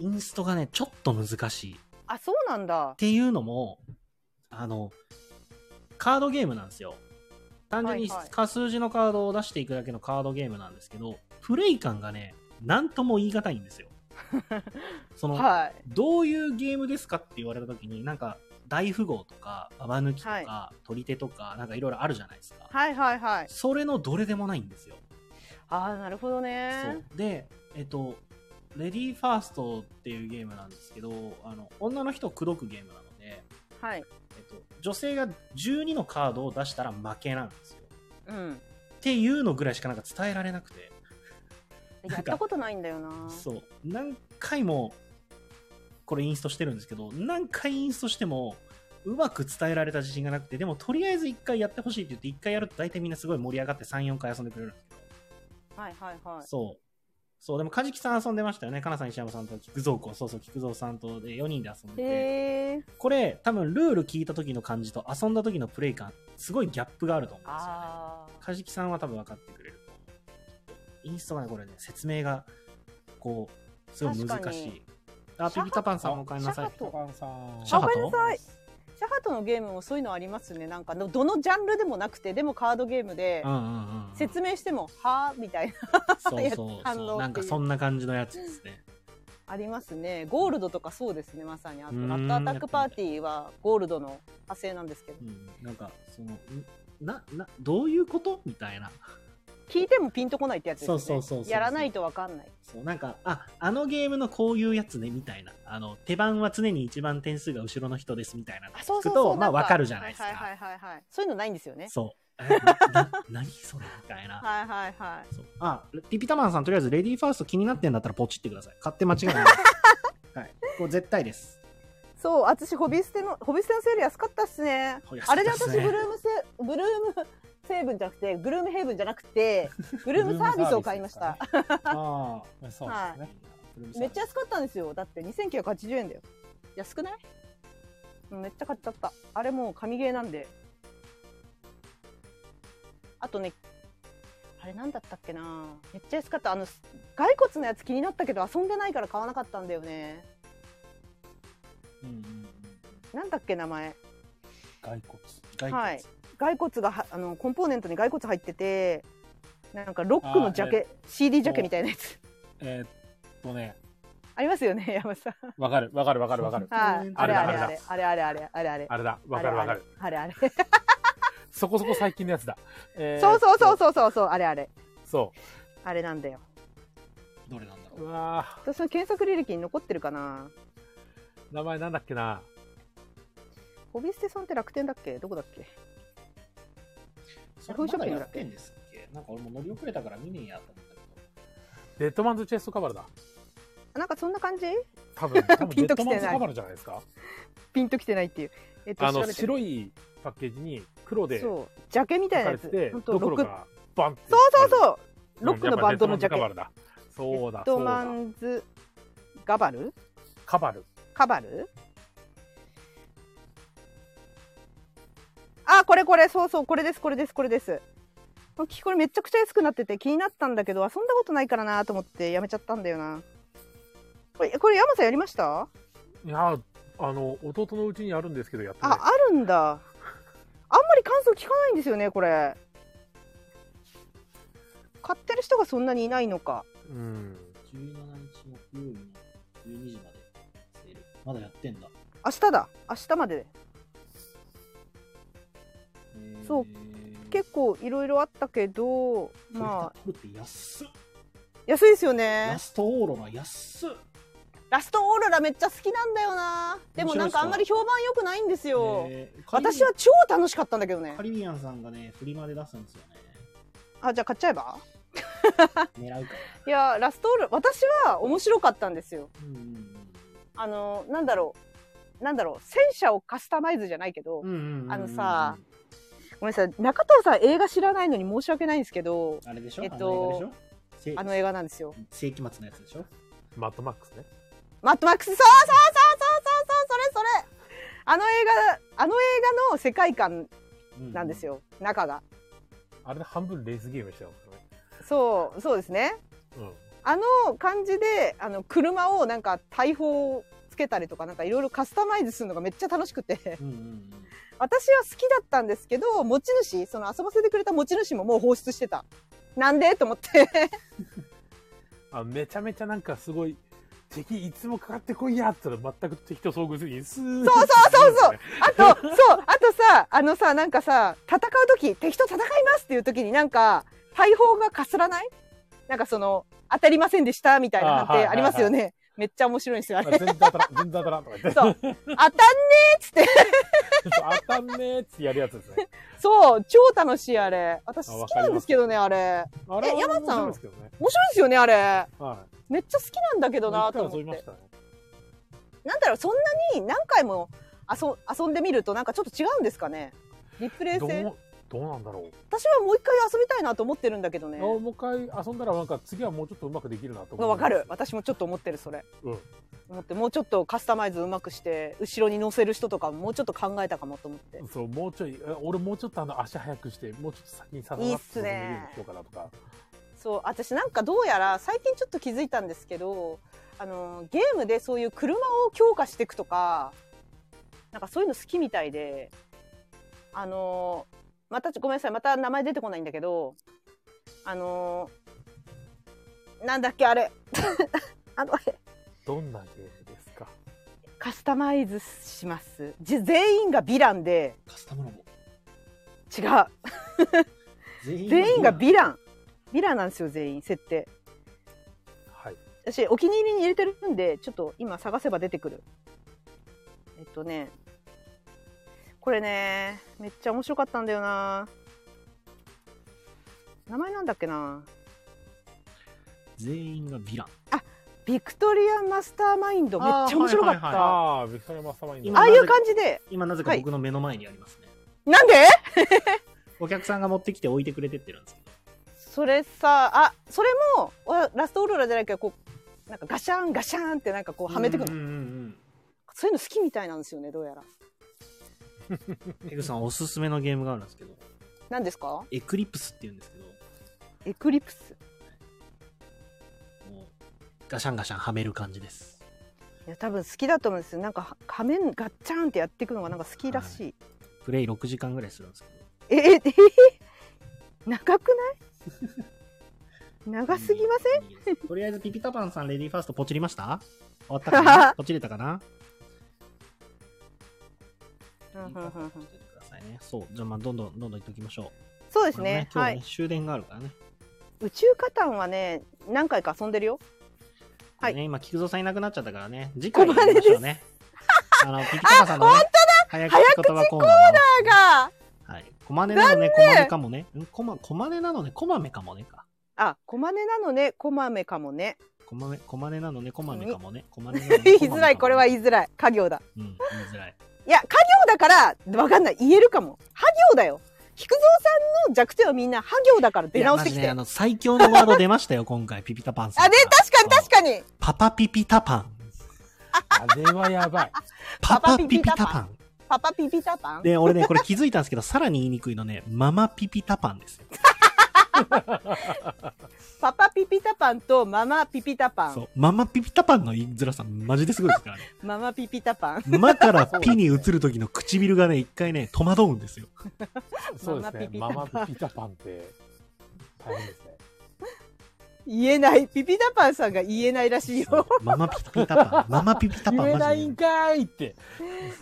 A: インストがね、ちょっと難しい。っ
D: あ、そうなんだ。
A: ていうのも、あの、カードゲームなんですよ。単純に
D: はいはい
A: か数字のカードを出していくだけのカードゲームなんですけど、プレイ感がね、なんとも言い難いん
D: (laughs)
A: ですよ。その、
D: はい。
A: どういうゲームですかって言われた時に、なんか、大富豪とか、ババ抜きとか、
D: は
A: 取り手とか、なんかいろいろあるじゃないですか。
D: はいはいはい。
A: それのどれでもないんですよ。
D: ああ、なるほどね。
A: そうでえっと「レディーファースト」っていうゲームなんですけどあの女の人を口説くゲームなので、
D: はい。
A: えっと、女性が12のカードを出したら負けなんですよ
D: うん。
A: っていうのぐらいしかなんか伝えられなくて
D: やったことないんだよな。
A: そう何回もこれインストしてるんですけど何回インストしてもうまく伝えられた自信がなくてでもとりあえず1回やってほしいって言って1回やると大体みんなすごい盛り上がって34回遊んでくれるんですけど
D: はいはいはい。
A: そう。そう、でも、カジキさん遊んでましたよね。かなさん、石山さんと、菊蔵子、そうそう、菊蔵さんとで4人で遊んでて。
D: へえ。
A: これ、多分、ルール聞いた時の感じと遊んだ時のプレイ感、すごいギャップがあると思うんですよね。
D: ああ。
A: カジキさんは多分分かってくれると思う。インストがね、これね、説明が、こう、すごい難
D: 確か
A: し
D: に
A: い。あ、ピピタパンさんもお帰りなさい。
D: シャカト
C: パンさん。
A: シャカ
D: ごめんなさいシシャハトのゲームもそういうのありますね。なんかど、どのジャンルでもなくて、でもカードゲームで
A: う、んうんうん。
D: 説明しても、はぁみたいな。
A: そう
D: (laughs)
A: そうそ
D: 反応っていう
A: う。なんかそんな感じのやつですね。
D: ありますね。ゴールドとかそうですね、まさに。あと、
A: う
D: ラ
A: ーん
D: ットアタックパーティーはゴールドの派生なんですけど。
A: うん。なんか、その、んな、な、どういうことみたいな。
D: 聞いてもピンとこないってやつですよね。
A: そうそうそうそう
D: やらないとわかんない。
A: そう、なんか、あ、あのゲームのこういうやつね、みたいな。あの、手番は常に一番点数が後ろの人です、みたいなの
D: あ、そ
A: 聞
D: うそ
A: く
D: うそ
A: と、
D: う。
A: まあ、
D: なん
A: わかるじゃないです
D: はいはい
A: か。
D: はいはいはい。そういうのないんですよね。
A: そう。えなな (laughs) 何それみたいな。
D: はいはいはい。
A: そうあ、ピピタマンさん、とりあえず、レディーファースト気になってんだったらポチってください。買って間違いない。 (laughs) はい。これ絶対 (laughs) です。
L: そう、私、ホビステの、ホビステのセール安かったっすね。あれで私、ブルームセ、ブルーム成分じゃなくて、グルームヘイブンじゃなく
A: (laughs)
L: て、グルームサービスを買いました。
A: あ
C: あそうですね。
L: めっちゃ安かったんですよ。だって2980円だよ。
D: 安くない
L: うんめっちゃ買っちゃった。あれもう神ゲーなんで。
D: あとね、あれなんだったっけなめっちゃ安かった。あの、骸骨のやつ気になったけど遊んでないから買わなかったんだよね。
A: うんうんうん。
D: なんだっけ名前。
A: 骸骨。骸骨。
D: はい。骸骨がは、あの、コンポーネントに骸骨入ってて、なんかロックのジャケ、CD ジャケみたいなやつ。
C: えーっとね、
D: ありますよね、山さん。
C: わかる、わかる、わかる、わかる。
D: はい。あ
C: あ
D: れ
C: れだ
D: あれ
C: あ
D: あれ
C: れ
D: あれあれあれあれあれ。
C: あれだ、わかる、わかる。
D: あれあれ。あれあ
C: そこそこ最近のやつだ。え
D: れ
C: ー
D: そうそうそうそうそうそう、あれあれ。
C: そ
D: あれなんだよ。
A: どれなんだろ
C: う。うわー
D: 私の検索履歴に残ってるかな
C: 名前なんだっけな。
D: ホビステさんって楽天だっけどこだっけ
A: う。
D: ヤフーショッピングだ
A: やってんですっけなんか俺も乗り遅れたから見ねえやと思ったけど。
C: デッドマンズチェストカバルだ。
D: あなんかそんな感じ
C: 多
D: (laughs)
C: 分、多分
D: ピ
C: デ
D: ンと
C: ッ
D: き
C: ドマ
D: てない
C: ンズカバルじゃないですか。
D: ピンときてないっていう。えっと、
C: あの、
D: 調べてみ
C: 白いパッケージに黒で書
D: そう、ジャケみたい
C: か
D: なや
C: れ
D: つ
C: て。て、
D: 本
C: ド
D: 当
C: ク
D: ロ
C: ロ
D: ック。
C: がバンって。
D: そうそう
C: う
D: そう。
C: ん。
D: ロックのバンドのジャケ。
C: やっぱデッドマンズカバルだ。そうだ、
D: ッ
C: そ
D: ド
C: うだ。
D: マンズガバル
C: カバル。
D: カバルあ、これこれ、そうそう、これです、これです、これです。これめちゃくちゃ安くなってて気になったんだけど、遊んだことないからなと思ってやめちゃったんだよな。これ、これ山さんやりました
C: いや、あの、弟のうちにあるんですけど、やってない
D: あ、。あるんだ。あんまり感想聞かないんですよね、これ。買ってる人がそんなにいないのか。
C: うん。
A: 17日の夜の12時までセール。まだやってんだ。
D: 明日だ。明日まで。そう結構いろいろあったけど、
A: 構ま (laughs)
D: まあ、
A: あ。取るって安っ。
D: 安いですよね
A: ラ。ストオーロラ安っ。
D: ラストオーロラめっちゃ好きなんだよな。でもなんかあんまり評判良くないんですよ。
A: えー
D: 私は超楽しかったんだけどね
A: カ。リビアンさんがね、フリマで出すんですよね。
D: あ、じゃあ買っちゃえば
A: 狙うか
D: いや、ラストオーロラ、私は面白かったんですよ。
A: ら。うんうん
D: あの、なんだろう。なんだろう。戦車をカスタマイズじゃないけど、
A: うんうんうんうんうん。
D: あのさごめんなさい。中藤さん映画知らないのに申し訳ないんですけど、
A: あれでしょ
D: え
A: えっ
D: っと
A: と、せ
D: あの映画なんですよ。
A: 世紀末のやつでしょ
C: マッドマックスね。
D: マットマックス、そうそうそうそうそうそう、それそれ。あの映画、あの映画の世界観なんです。よ、中が。
C: あれで半分レースゲームしてますからね。
D: そう、そうですね。
C: うん。
D: あの感じで、あの車をなんか大砲をつけたりとか、なんかいろいろカスタマイズするのがめっちゃ楽しくて。
A: う
D: (laughs)
A: んうんうん。
D: 私は好きだったんですけど、持ち主、その遊ばせてくれた持ち主ももう放出してた。なんでと思って。 (laughs)
C: あめちゃめちゃなんかすごい敵いつもかかってこいやって言ったら全く敵と遭遇せずにスーッ
D: そうそうそうそう
C: ね
D: あと、そう、あとさ、あのさ、なんかさ、戦う時敵と戦いますっていう時になんか、大砲がかすらないなんかその、当たりませんでしたみたいな
C: あは
D: 判
C: いはい
D: 定
C: はい
D: ありますよね。めっちゃ面白いんですよ、あ
C: (laughs) あ
D: れ。
C: 全然当たらん全然当たらんとか言って
D: そう。当たん、
C: 当たんねーってやるやつですね
D: そう、超楽しい、あれ。私
C: あ
D: 好
C: わ
D: き
C: かります
D: なんですけどね、あれ。
C: あれ
D: え山
C: 面
D: さん
C: 白いですけどね
D: 面白いですよね、あれ。
C: はい
D: めっちゃ好きなんだけどな
C: 一
D: と
C: 回遊び
D: 思っ。
C: ましてたね
D: なんだろう、そんなに何回も遊遊んでみるとなんかちょっと違うんですかね。リプレイ
C: ど
D: 性。
C: うどうなんだろ
D: 私はもう一回遊びたいなと思ってるんだけどね
C: う。あもう一回遊んだらなんか次はもうちょっとうまくできるなと思う
D: わかる。私もちょっと思ってる、それ。
C: うん
D: 思ってもうちょっとカスタマイズうまくして後ろに乗せる人とかもうちょっと考えたかもと思って
C: そうもうちょいえ俺もうちょっとあの足早くしてもうちょっと先にささ
D: いい
C: さ
D: っす
C: 進んで
D: ね
C: みようとかなとか
D: そう私なんかどうやら最近ちょっと気づいたんですけどあのゲームでそういう車を強化していくとかなんかそういうの好きみたいで、あのーまたちょごめんなさい、また名前出てこないんだけど、あのーなんだっけあれ、 (laughs) あのあれ、
C: どんなゲームですか
D: カスタマイズします。じ全員がヴィランで、
A: カスタムロボ。
D: 違う。
A: 全
D: 全員が
A: ビ
D: ヴィラン。ヴィランなんですよ、全員、設定。
C: はい。
D: 私、お気に入りに入れてるんで、ちょっと今探せば出てくる。えっとね、これね、めっちゃ面白かったんだよな名前なんだっけな
A: 全員がビラン。
D: ビクトリアマスターマインド、めっちゃ面白かった。
A: あーはいはいは
C: ああ、ビクトリアマスターマインド
A: 今
D: ああいう感じで、
A: 今なぜか僕の目の前にありますね。
D: なんで
A: お客さんが持ってきて置いてくれてってるんですけど。
D: それさ、あ、それも、わラストオーロラじゃないけど、こう、なんかガシャンガシャンってなんかこうはめてく
A: う
D: の。
A: んうん
D: そういうの好きみたいなんですよね、どうやら。
A: うん。ペグさんおすすめのゲームがあるんですけど、
D: 何ですか
A: エクリプスって言うんですけど、
D: エクリプス。
A: もうガシャンガシャンはめる感じです。
D: いや多分好きだと思うんですよなんかは仮面ガッチャンってやっていくのがなんか好きらしい、
A: プレイ6時間ぐらいするんですけど。
D: えええ長くない (laughs) 長すぎません
A: せんとりあえずピピタパンさんレディーファーストポチりました終わったか
D: (laughs)
A: なポチれたかな
D: うんうんうんうん
A: くださいね。そう。じゃあ、まあ、どんどん、どんどんいっときましょう。
D: そうで
A: です
D: ね
A: 今
D: は
A: 日ね
D: い、
A: 終電があるからね。
D: 宇宙カタンはね何回か遊んでるよ
A: は。
D: はいい
A: ね、今、菊蔵さんいなくなっちゃったからね。次回
D: こ
A: に
D: こま
A: し
D: で
A: ましょうね。あ
D: (laughs)
A: の、ピピタパンさんのね、早口言葉コーナー
D: だが
A: を。はい。コマネなのね、コマネかもね。んコマ、コマネなのね、コマメかもねか。
D: あコマネなのねコマメかも (laughs) ね
A: コマメ、コマネなのね、コマメかもね。コマネなのね
D: (laughs) 言いづらいこれは言
A: い。
D: いづらい家業だ
A: うん、言いづらい。
D: いや家業だからわかんない言えるかも家業だよ菊蔵さんの弱点はみんな家業だから (laughs) 出直してき
A: い
D: て
A: や
D: あ
A: マジであの、
D: で
A: 最強のワード出ましたよ、今回、ピピタパンさん。
D: 確かに確かに
A: パパピピタパン。
C: あれはやばい。
A: パパ
D: パ
A: ピ
D: ピ
A: ピ
D: ピ
A: タ
D: タ
A: パ
D: パ
A: ン。
D: パパピピタパン
A: で、俺ね、これ気づいたんですけど、さらに言いにくいのね、ママピピタパンですよ。
D: パパピピタパンとママピピタパ
A: そ
D: ン。
A: う。ママピピタパンの言いづらさ、マジですごいですからね。 (laughs)
D: ママピピタパン。
A: マからピに移る時の唇がね、一回ね、戸惑うんですよ。
C: そうですね。マ
D: ママ
C: マ
D: ピピタパン
C: ピピタパンって、大変ですね。
D: 言えない。ピピタパンさんが言えないらしいよ。
A: ママピピタ
C: (laughs)
A: パン。ママピピタパン。
C: 言えないん
A: マ
C: かいって。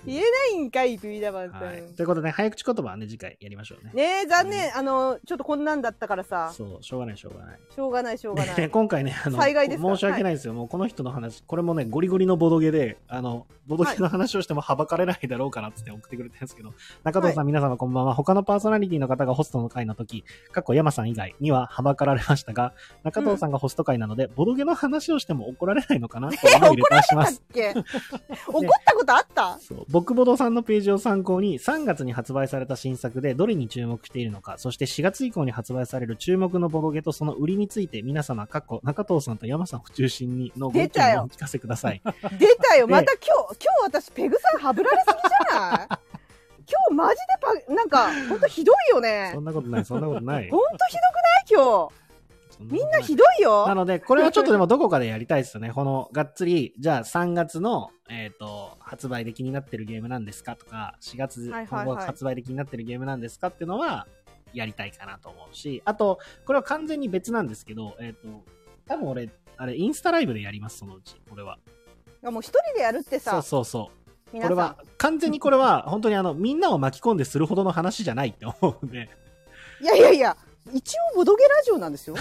D: 言えないんかい、ピピタパン
A: ジ
D: さ
A: で
D: ん。
A: はい。ということでね、早口言葉はね、次回やりましょうね。
D: ねえ、残念。あの、ちょっとこんなんだったからさ。
A: そう、しょうがない、しょうがない。
D: しょうがない、しょうがな
A: でね (laughs)
D: い。
A: 今回ね、あの、
D: 災害ですから
A: 申し訳ないですよ。もうこの人の話、これもね、ゴリゴリのボドゲで、あの、ボドゲの話をしてもはばかれないだろうかなっつって送ってくれたんですけど、中藤さん、皆様こんばんは。他のパーソナリティの方がホストの会の時、かっこ山さん以外にははばかられましたが、中藤さんがホスト会なので、ボドゲの話をしても怒られないのかなと思いを入れたりし
D: だ
A: ま
D: っ
A: す。 (laughs)
D: け怒ったことあった
A: そう。僕ボドさんのページを参考に、3月に発売された新作でどれに注目しているのか、そして4月以降に発売される注目のボドゲとその売りについて、皆様、かっこ中藤さんと山さんを中心にのご意
D: 出た
A: 見
D: よ
A: をお聞かせください。
D: 出たよ。
A: で
D: また今日、今日私、ペグさんはぶられすぎじゃ
A: (laughs)
D: ない今日マジでパ、なんか、ほんとひどいよね
A: そ。んなことない、そんなことない
D: (laughs) ほ。んとひどくない今
A: そ
D: 日。みんなひ
A: ど
D: どい
A: な
D: よ。
A: ので、これはちょっとでもどこかでやりたいですよね。 (laughs) この、がっつり、じゃあ3月の、えっ、と、発売で気になってるゲームなんですかとか、4月、
D: はいはいはい
A: 今後発売で気になってるゲームなんですかっていうのは、やりたいかなと思うし、あと、これは完全に別なんですけど、えっ、と、多分俺、あれ、インスタライブでやります、そのうち、これは。
D: もう一人でやるって
A: そ
D: さ
A: う、そうそう。こ
D: 皆
A: れ
D: さん
A: は、完全にこれは、本当にあの、みんなを巻き込んでするほどの話じゃないって思うんで、 (laughs)
D: いやいやいや、一応ボドゲラジオなん
A: (laughs)
D: ですよ。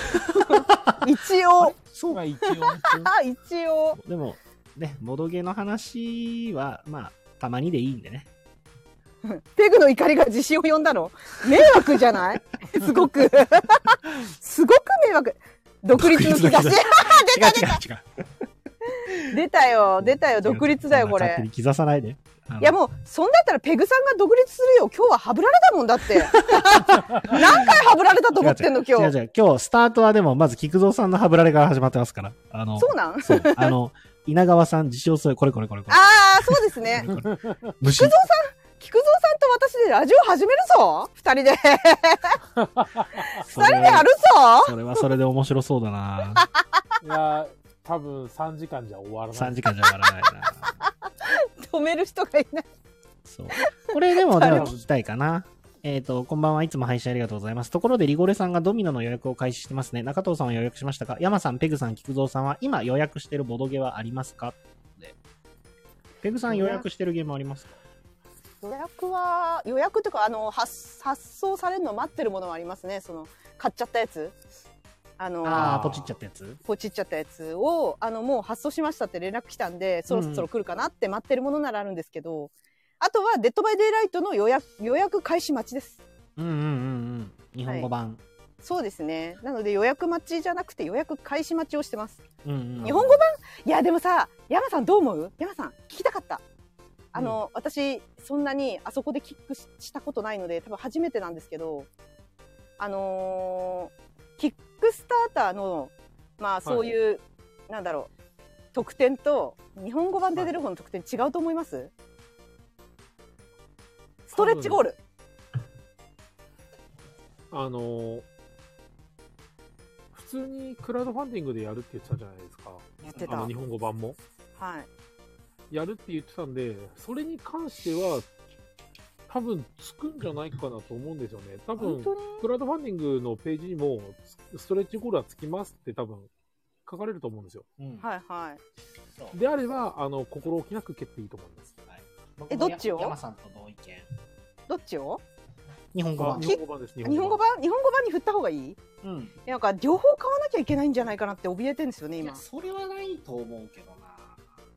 D: 一応。
A: そう
C: まあ一
D: あ、一応。
A: でも、ね、ボドゲの話は、まあ、たまにでいいんでね。
D: ペグの怒りが自信を呼んだの迷惑じゃないすごく。すごく迷惑。独立の兆し。
A: 独立の兆し
D: 出た出た
A: 違う違う違う。
D: 出たよ、出たよ、独立だよ、こ
A: 勝手
D: れ。
A: に刻さないで。
D: いやもう、そんだったらペグさんが独立するよ。今日はハブられたもん
A: (laughs)
D: だって。何回ハブられたと思ってんの、今
A: 違う
D: 日。
A: 違う。今日、スタートはでも、まず、菊蔵さんのハブられから始まってますから。あの、
D: そうなん
A: そうあの、稲川さん、自称そうこれこれこれこれ。
D: ああ、そうですね。
A: 無視。
D: 菊蔵さんと私でラジオ始めるぞ二人で。
A: そ
D: 二人で
A: れ
D: やるぞ
A: それはそれで面白そうだ
D: (laughs)
A: な
C: いや、多分3時間じゃ終わらない。
A: 3時間じゃ終わらないな
D: 止める人がいない。
A: そう。これでも、では聞きたいかな。えっ、と、こんばんはいつも配信ありがとうございます。ところで、リゴレさんがドミノの予約を開始してますね。中藤さんは予約しましたか山さん、ペグさん、菊蔵さんは今予約してるボドゲはありますかでペグさん予約してるゲームありますか
D: 予約は予約とかあの発発送されるのを待ってるものはありますねその買っちゃったやつあの
A: ああ、ポチっちゃったやつ
D: ポチっちゃったやつをあのもう発送しましたって連絡来たんでそろそろ来るかなって待ってるものならあるんですけど、あとは「デッド・バイ・デイ・ライト」の予約予約開始待ちです
A: うんうんうんうん。日本語版。
D: そうですねなので予約待ちじゃなくて予約開始待ちをしてます
A: うんうん。
D: 日本語版いやでもさ山さんどう思う山さん聞きたかったあの、私そんなにあそこでキックししたことないので多分初めてなんですけどあのーキックスターターのまあそういう、なんだろう特典と日本語版で出る方の特典違うと思います、ストレッチゴール
C: あのー普通にクラウドファンディングでやるって言ってたじゃないですか。
D: 言って
C: あ
D: た
C: の日本語版も。
D: はい
C: やるって言ってたんで、それに関しては、多分つくんじゃないかなと思うんですよね。多分
D: 本、当に
C: クラウドファンディングのページにも、ストレッチゴールはつきますって多分書かれると思うんですよ。
A: うん
D: はいはい
C: であれば、あの、心置きなく蹴っていいと思います。
A: 僕も
D: えどっちを
A: 山さんと同意見。
D: どっちを
A: 日本語
C: あ
A: 版。
C: 日本語版です、日
D: 日本語版日本語版に振った方がいい
A: うん。
D: いやなんか両方買わなきゃいけないんじゃないかなって怯えてんですよね
A: い
D: 今
A: や、それはないと思うけど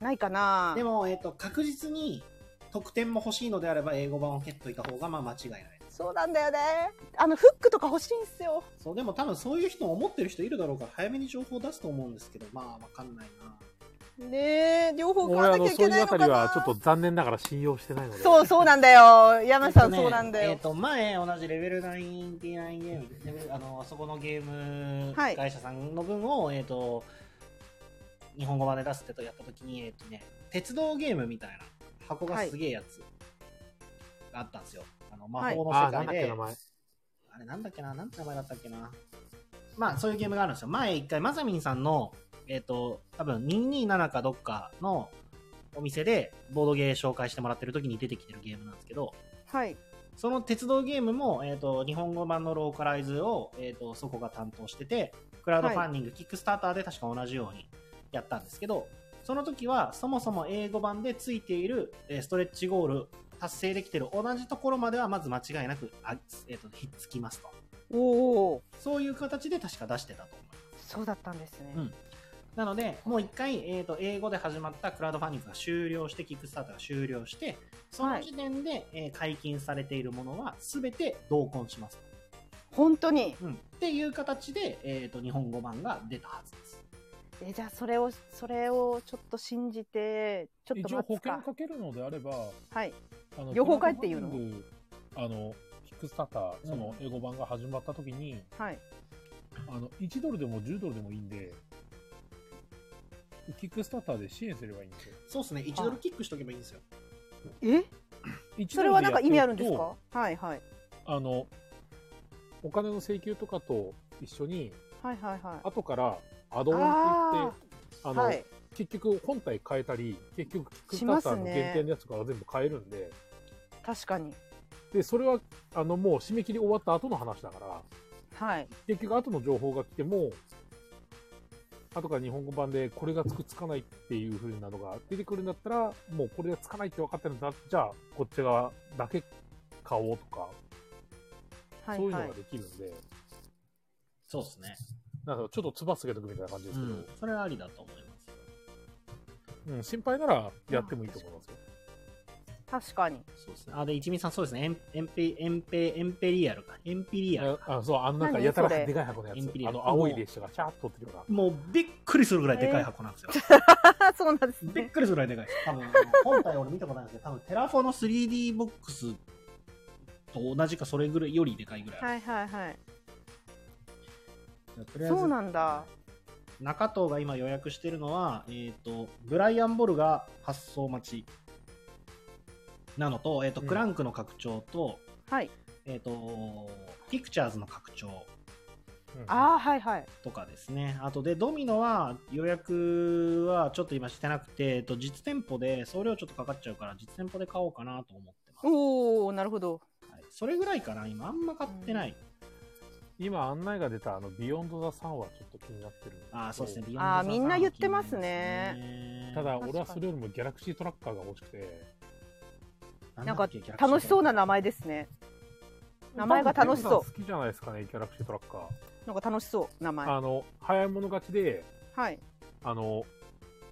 D: ないかな
A: な。でも、えっ、と、確実に得点も欲しいのであれば、英語版を蹴っといた方が、まあ間違いない。
D: そうなんだよねあのフックとか欲しいんすよ
A: そう、でも多分そういう人思ってる人いるだろうから、早めに情報を出すと思うんですけど、まあわかんないな。
D: ねえ両方買
C: 俺、
D: わ
C: あ
D: なき
C: の、
D: ゃい
C: そう
D: け
C: い
D: な
C: う
D: い
C: あ
D: の
C: た
D: か
C: り
D: な
C: はちょっと残念ながら信用してないので。
D: そうそうなんだよ山さん、
A: えっとね
D: そうなんだ
A: えっ、
D: よ、
A: と、前、同じレベル99ゲームで、レベルあの、あそこのゲーム
D: はい
A: 会社さんの分を、えっ、と、日本語版で出すってとやったときに、えっ、とね、鉄道ゲームみたいな箱がすげえやつ、があったんですよ。あの、魔法の
C: あー、
A: 世
C: な
A: 界
C: んだっけ、
A: で、
C: 名前。
A: あれなんだっけな、なんて名前だったっけな。まあ、そういうゲームがあるんですよ。前一回、まさみんさんの、えっ、と、多分227かどっかのお店で、ボードゲー紹介してもらってる時に出てきてるゲームなんですけど、
D: はい
A: その鉄道ゲームも、えっ、と、日本語版のローカライズを、えっ、と、そこが担当してて、クラウドファンディング、キックスターターで確か同じようにやったんですけど、その時は、そもそも英語版でついている、えーストレッチゴール、達成できてる同じところまでは、まず間違いなく、あえっ、と、ひっつきますと。
D: おお
A: そういう形で確か出してたと思います。
D: そうだったんですね、
A: うんなので、もう一回、えっ、と、英語で始まったクラウドファンディングが終了して、キックスターターが終了して、その時点で、えー解禁されているものは、すべて同梱します。
D: 本当に
A: うん。っていう形で、えっ、と、日本語版が出たはずです。
D: えじゃあそれをそれをちょっと信じてちょっと
H: 一応
D: 待
H: 保
D: つ
H: 険
D: か
H: かけるのであれば、
D: はい
H: あの
D: 両方買えっていうの
H: クラウドファンディングあの、キックスターター、その英語版が始まった時に、
D: はい
H: あの、1ドルでも10ドルでもいいんで、キックスターターで支援すればいいんですよ。
A: そうですね。1ドルキックしとけばいいんですよ。
D: え
H: 1
D: そ
H: ド
D: れ
H: ル
D: は
H: でや
D: なんか
H: って
D: 意
H: おくと
D: 味あるんですかはいはい
H: あの、お金の請求とかと一緒に、
D: はいはいはい
H: 後からアドオンって言って、あの、
D: はい
H: 結局本体変えたり、結局キックスターターの限定のやつとから全部変えるんで、
D: 確かに
H: で、それは、あの、もう締め切り終わった後の話だから、
D: はい
H: 結局後の情報が来ても、後から日本語版でこれがつくつかないっていう風なのが出てくるんだったら、もうこれがつかないって分かってるんだ、じゃあこっち側だけ買おうとか、
D: はい
H: そういうの
D: は
H: が
D: い
H: できるんで、
A: そうですね。
H: なんかちょっとつばすげとくみたいな感じで
A: う
H: すけど、
A: ん。それはありだと思います。
H: うん、心配ならやってもいいと思いますよ。
D: 確かに (laughs)
A: そうですね。あ、で、一味さん、そうですね。エンエンペ、エンペ、エンペリアルか。エンペリアル。
H: ああそう、あのなんかやたらでかい箱のや
A: 何それ
H: つ。あの青い列車がシャーッと取ってるよう
A: もうびっくりするぐらいでかい箱なんですよ。
D: あそうなんです
A: びっ
D: ね
A: くりするぐらいでかいです。多分、本体俺見たことないんですけど、多分テラフォの 3D ボックスと同じかそれぐらいよりでかいぐらい。
D: はいはいはい
A: じゃあとりあえず
D: そうなんだ
A: 中藤が今予約してるのは、えっ、と、ブライアン・ボルが発送待ちなのと、えっ、と、
H: うん
A: クランクの拡張と、
D: はい
A: えっ、と、ピクチャーズの拡張
H: な。
D: ああはいはい
A: とかですね。あとで、ドミノは予約はちょっと今してなくて、えっ、と、実店舗で、送料ちょっとかかっちゃうから、実店舗で買おうかなと思ってます。
M: おおなるほど。
A: はいそれぐらいかな、今、あんま買ってない。
C: 今案内が出たあのビヨンドザさんはちょっと気になってるんだけど
A: ああ、そうですね、ビヨンド
D: あー
A: ザ
D: みんな言ってますね
A: 気になりますね
C: ただ
D: 確かに
C: 俺はそれよりもギャラクシートラッカーが欲しくて
D: なんか楽しそうな名前ですね。名前が楽しそう
C: 多分テンさん好きじゃないですかねギャラクシートラッカー、
D: なんか楽しそう、名前。
C: あの早い者勝ちで
D: はい。
C: あの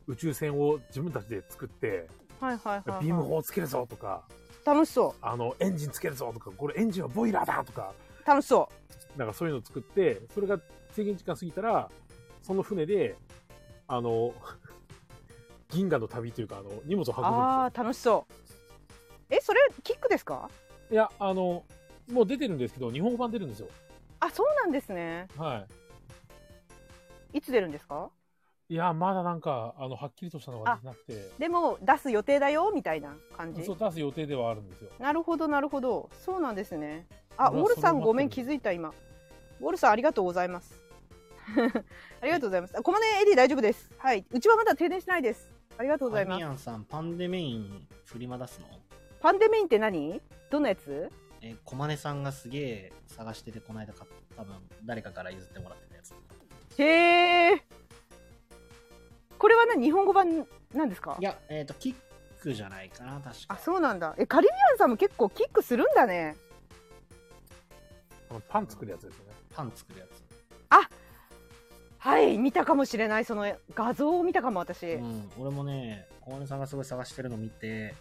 C: 宇宙船を自分たちで作って
D: はいはいはい、
C: ビーム
D: はい。
C: 砲つけるぞとか
D: 楽しそ
C: あのエンジンつけるぞとかこれエンジンはボイラーだとか
D: う。楽しそ
C: なんかそういうのを作って、それが制限時間過ぎたら、その船で、あの、 (laughs) 銀河の旅というか、あの、荷物を
D: う。
C: 運ぶん
D: あ
C: で
D: あ、楽しそう。え、それ、キックですか
C: すよ。いや、あの、もう出てるんですけど、日本語版出るんですよ。
D: あ、そうなんですね。
C: はい
D: つ出るんですか
C: い。いや、まだなんか、あの、はっきりとしたのが出てなくて、
D: でも、出す予定だよ、みたいな感じ
C: そう。出す予定ではあるんですよ。
D: なるほど、なるほど。そうなんですね。あ、
C: うわ
D: ウォル
C: それ待っ
D: さん
C: てる
D: ごめん、気づいた、今。ウォルさん、ありがとうござ
A: (laughs)
D: います。ありがとうございます。あ、コマネエディ大丈夫です。はい。うちはまだ停電しないです。ありがとうござい
A: ア
D: ま
A: イミ
D: す。
A: アンさん、パンデメイン振りま出すの
D: パンデメインって何どんなやつ
A: えー、小金さんがすげえ探してて、この間買った、多分誰かから譲ってもらってたやつ。
D: へえ。これは何日本語版なんですか
A: いや、えっ、と、キックじゃないかな、確
D: あ、
A: か。
D: そうなんだ。え、カリビアンさんも結構キックするんだね。
C: あの、パン作るやつですよね。
A: パン作るやつ。
D: はい、見たかもしれない。その画像を見たかも、私。
A: うん、俺もね、小金さんがすごい探してるの見て、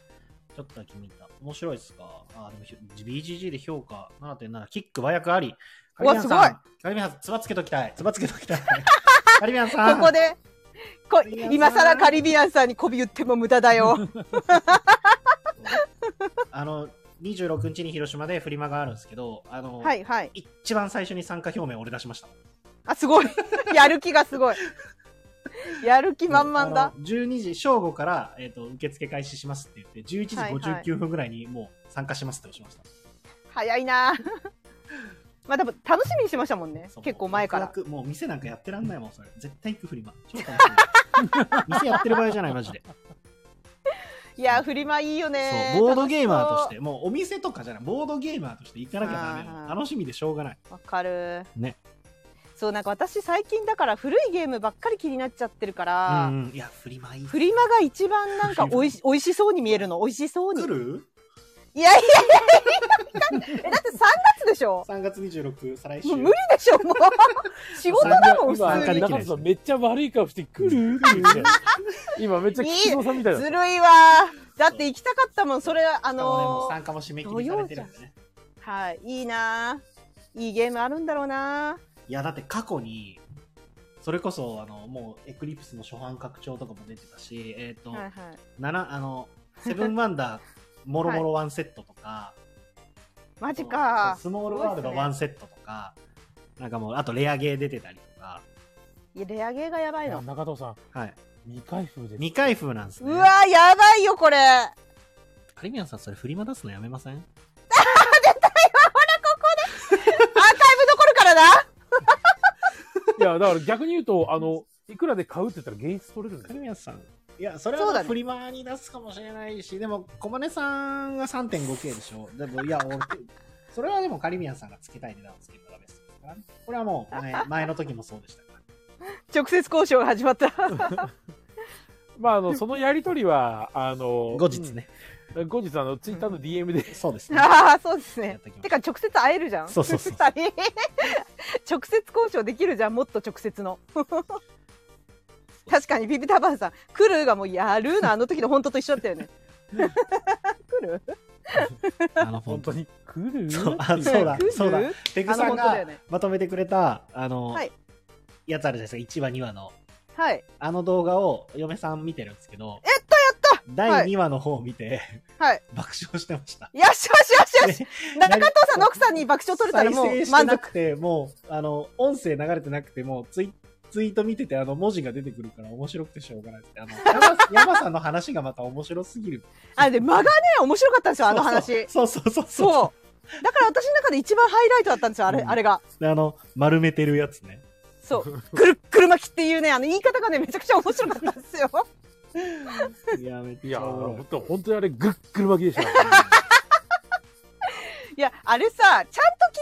A: ちょっとだけ見た。面白いっすかあ、でもひょ、BGG で評価7.7、キック和訳あり。
D: うわ
A: カリビアンさんカリビアンさん、つばつけときたい。つばつけときたい。 (laughs) カリビアンさん。
D: ここで、こ
A: リビアンさん
D: 今更カリビアンさんに媚び言っても無駄だよ。
A: あの、26日に広島でフリマがあるんですけど、あの、
D: はい、はい。
A: 一番最初に参加表明俺出しました。
D: あ、すごい。 (laughs) やる気がすごい。やる気満々だ
A: あ。の。12時、正午から、えっ、と、受付開始しますって言って、11時
D: はいはい
A: 59分ぐらいにもう参加しますって押しました。
D: 早いな。 (laughs) まあ、多分楽しみにしましたもんね
A: そう。
D: 結構前から
A: ワ。クワクもう店なんかやってらんないもん、それ。絶対行くフリマ。超楽し
D: (laughs)
A: み店やってる場合じゃない、マジで。
D: いや、フリマいいよね。
A: そう、ボードゲーマーとし、
D: 楽して
A: もうお店とかじゃない、ボードゲーマーとして行かなきゃダメなの
D: あー
A: 楽しみでしょうがない。
D: そう。わかる。
A: ね。
D: そう、なんか私最近だから古いゲームばっかり気になっちゃってるか
A: う
D: ら、
A: ん、いや、フリマいい。
D: フリマが一番なんかおいし美味しそうに見えるの。美味しそうに
A: 来。る
D: いやいやいやいや。え、だって3月でしょ
A: ?3 月26、再来週。
D: もう無理でしょもう。仕事だもん、普
C: 今、
D: 通
A: 参加できな
D: に
A: い
C: 中田さんめっちゃ悪い顔してくるって言って今めっちゃ吉野さ
A: (laughs)
C: んみたいだ
D: ずるいわーだって行きたかったもんそれあ
A: あの
D: のー
A: 参加も締め切りされてるんでね。
D: はいいいなーいいゲームあるんだろうないー
A: いや、だって過去に、それこそ、あの、もう、エクリプスの初版拡張とかも出てたし、えっ、と、
D: はいはい
A: 七あの、セブンワンダー、もろもろワンセットとか、
D: マジか
A: スモールワールドワンセットとか、なんかもう、あとレアゲー出てたりとか、
D: いやレアゲーがやばい
C: いや
D: の
C: 中藤さん
A: はい。
C: 未開封です
A: 未開封なんですね。
D: うわーやばいよこれ
A: カリミアンさん、それ振り回すのやめません
D: アーカイブ残るからない
C: や、だから逆に言うと、あの、いくらで買うって言ったら現実取れるんだ
A: カ
C: よ。
A: リミアンさん。いや、それ
D: そうだ
A: は
D: ね
A: フリマに出すかもしれないし、でも、小金さんが 3.5K でしょ。でも、いや、俺、 (laughs) それはでもカリミアンさんがつけたい値段をつけるのがベストですからね。これはもう
D: (laughs)
A: 前、前の時もそうでしたから。
D: 直接交渉が始まった
C: まあ、あの、そのやりとりは、あの、
A: (laughs) 後日ね。
C: うん。後日、あの、ツイッターの DM で。
A: そうですね。
D: ああそうです
A: や
D: ね
A: ってきま
D: て
A: した
D: か直接会えるじゃん
A: そうそうそう
D: 二人 (laughs) 直接交渉できるじゃんもっと直接の確かにビビタバーンさん「来る」がもう「やる」のあの時の本当と一緒
A: (laughs)
D: だったよね (laughs) 来る
A: あの、
C: 本
A: 本当
C: 当
A: に。
C: に来る
A: そうあそうだ
D: 来る
A: そうだペグ
D: あの
A: さん
D: 本当だ
A: が
D: よね
A: まとめてくれた、あの、
D: はい
A: やつあるじゃないですか、1話、2話の。
D: はい
A: あの動画を嫁さん見てるんですけど、
D: やったやっ
A: 第2話の方を見て、 (laughs)
D: たはい
A: 爆笑してました。
D: よしよしよしよし中藤さんの奥さんに爆笑取れたら
A: 再
D: も
A: 生し
D: う
A: て
D: 満
A: な
D: 足
A: くて、もう、あの、音声流れてなくて、もうツイ、ツイート見てて、あの、文字が出てくるから面白くてしょうがないって。あの、山 (laughs) 山さんの話がまた面白すぎる。
D: あで間がね面白かったんですよあの話
A: そうそうそうそうそう
D: そうだから私の中で一番ハイライトだったんですよあれ,、
A: うん
D: あれが
A: であの、丸めてるやつね。
D: そうくるっくる巻きっていうねあの言い方がねめちゃくちゃ面白かったんですよ
A: いや、めっ
C: い
A: ち
C: や
A: ゃおもろい
C: ー、本当本当にあれ、ぐっくる巻きでした。
D: いや、あれさ、ちゃんと聞い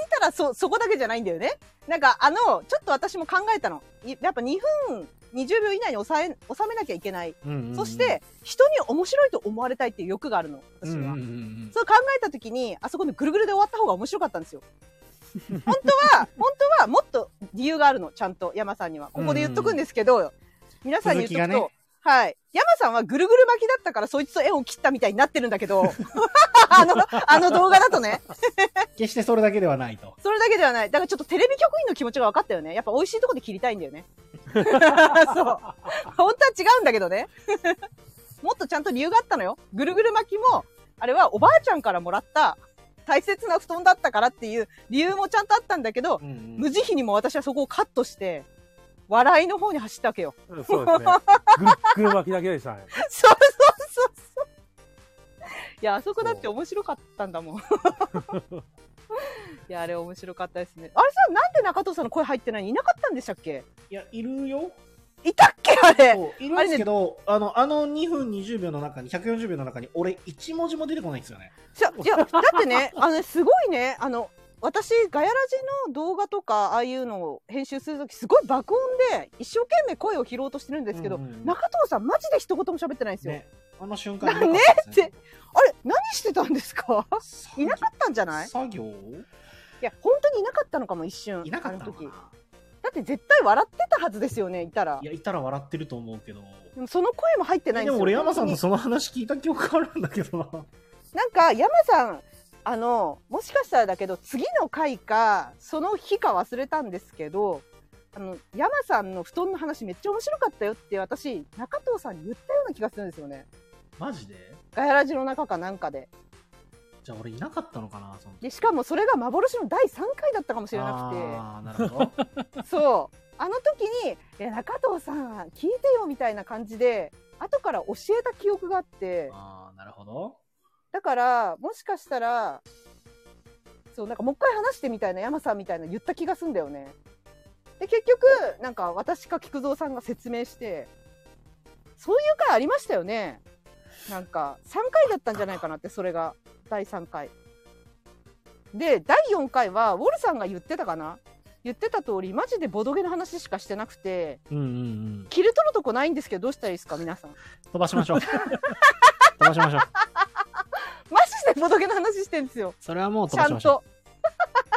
D: たらそ、そこだけじゃないんだよね。なんか、あの、ちょっと私も考えたの。いやっぱ2分20秒以内に抑え、収めなきゃいけない。
A: うんうんうん
D: そし、て、人に面白いと思われたいっていう欲があるの、
A: うん
D: 私
A: うんう
D: は。
A: ん
D: そう考えた時に、あそこのぐるぐるで終わった方が面白かったんですよ。 (laughs) 本当は、本当はもっと理由があるの、ちゃんと、山さんには。ここで言っとくんですけど、皆さんに言っとく
A: 続き
D: と、
A: が
D: はい。山さんはぐるぐる巻きだったから、そいつと縁を切ったみたいになってるんだけど、 (laughs) あの、あの動画だとね、
A: 決してそれだけではないと。
D: それだけではない。だからちょっとテレビ局員の気持ちが分かったよね。やっぱ美味しいとこで切りたいんだよね。そう。本当は違うんだけどね。もっとちゃんと理由があったのよ。ぐるぐる巻きも、あれはおばあちゃんからもらった大切な布団だったからっていう理由もちゃんとあったんだけど、無慈悲にも私はそこをカットして、笑いの方に走ったわけよ。
C: (laughs) そうですね。ぐるっぐる巻きだけでしたね。
D: そうそうそうそう。いや、あそこだって面白かったん
A: (laughs)
D: だもん。いや、あれ面白かったですね。あれさ、なんで中藤さんの声入ってないのいなかったんでしたっけ
A: いや、いるよ。
D: いたっけあれ。
A: そういるんですけど、あの、あの2分20秒の中に、140秒の中に、俺、1文字も出てこないんですよね。
D: じゃ、じゃ、だってね、あのね、すごいね、あの、私、ガヤラジの動画とか、ああいうのを編集するとき、すごい爆音で、一生懸命声を拾おうとしてるんですけど、
A: うんうん
D: 中藤さん、マジで一言も喋ってないんですよ。
A: ね、あの瞬間
D: ね
A: なかたですね
D: あれ、何してたんですか
A: 作
D: いなかったんじゃないい
A: 作業
D: や、本当にいなかったのかも、一瞬。
A: いなかった
D: あの
A: のか
D: 時
A: な
D: だって絶対笑ってたはずですよね、いたら
A: い。や、いたら笑ってると思うけど。
D: でもその声も入ってないん
A: で
D: ですよ。
A: も俺、山さんと
D: 本
A: その話聞いた記憶あるんだけどな。
D: 当になんか、山さん、あの、もしかしたらだけど、次の回か、その日か忘れたんですけど、あの、山さんの布団の話めっちゃ面白かったよって、私、中藤さんに言ったような気がするんですよね。
A: マジで
D: ガヤラジの中かなんかで。
A: じゃあ俺いなかったのかなその時
D: で、しかもそれが幻の第3回だったかもしれなくて。
A: ああ、なるほ (laughs) ど。
D: そう。あの時に、いや、中藤さん、聞いてよ、みたいな感じで、後から教えた記憶があって、
A: ああ、なるほど。
D: だから、もしかしたら、そう、なんかもう一回話してみたいな、山さんみたいな言った気がすんだよね。で、結局、なんか私か菊蔵さんが説明して、そういう回ありましたよね。なんか、3回だったんじゃないかなって、それが、第3回。で、第4回は、ウォルさんが言ってたかな言ってた通り、マジでボドゲの話しかしてなくて、
A: うんうんうん。
D: 切り取るとこないんですけど、どうしたらいいですか、皆さん。
A: 飛ばしま (laughs) しょう。飛ばしましょう。
D: マジでボドゲの話してんですよ。
A: それはもう飛
D: ちゃ
A: ばし
D: ん
A: ましょ
D: と。 (laughs)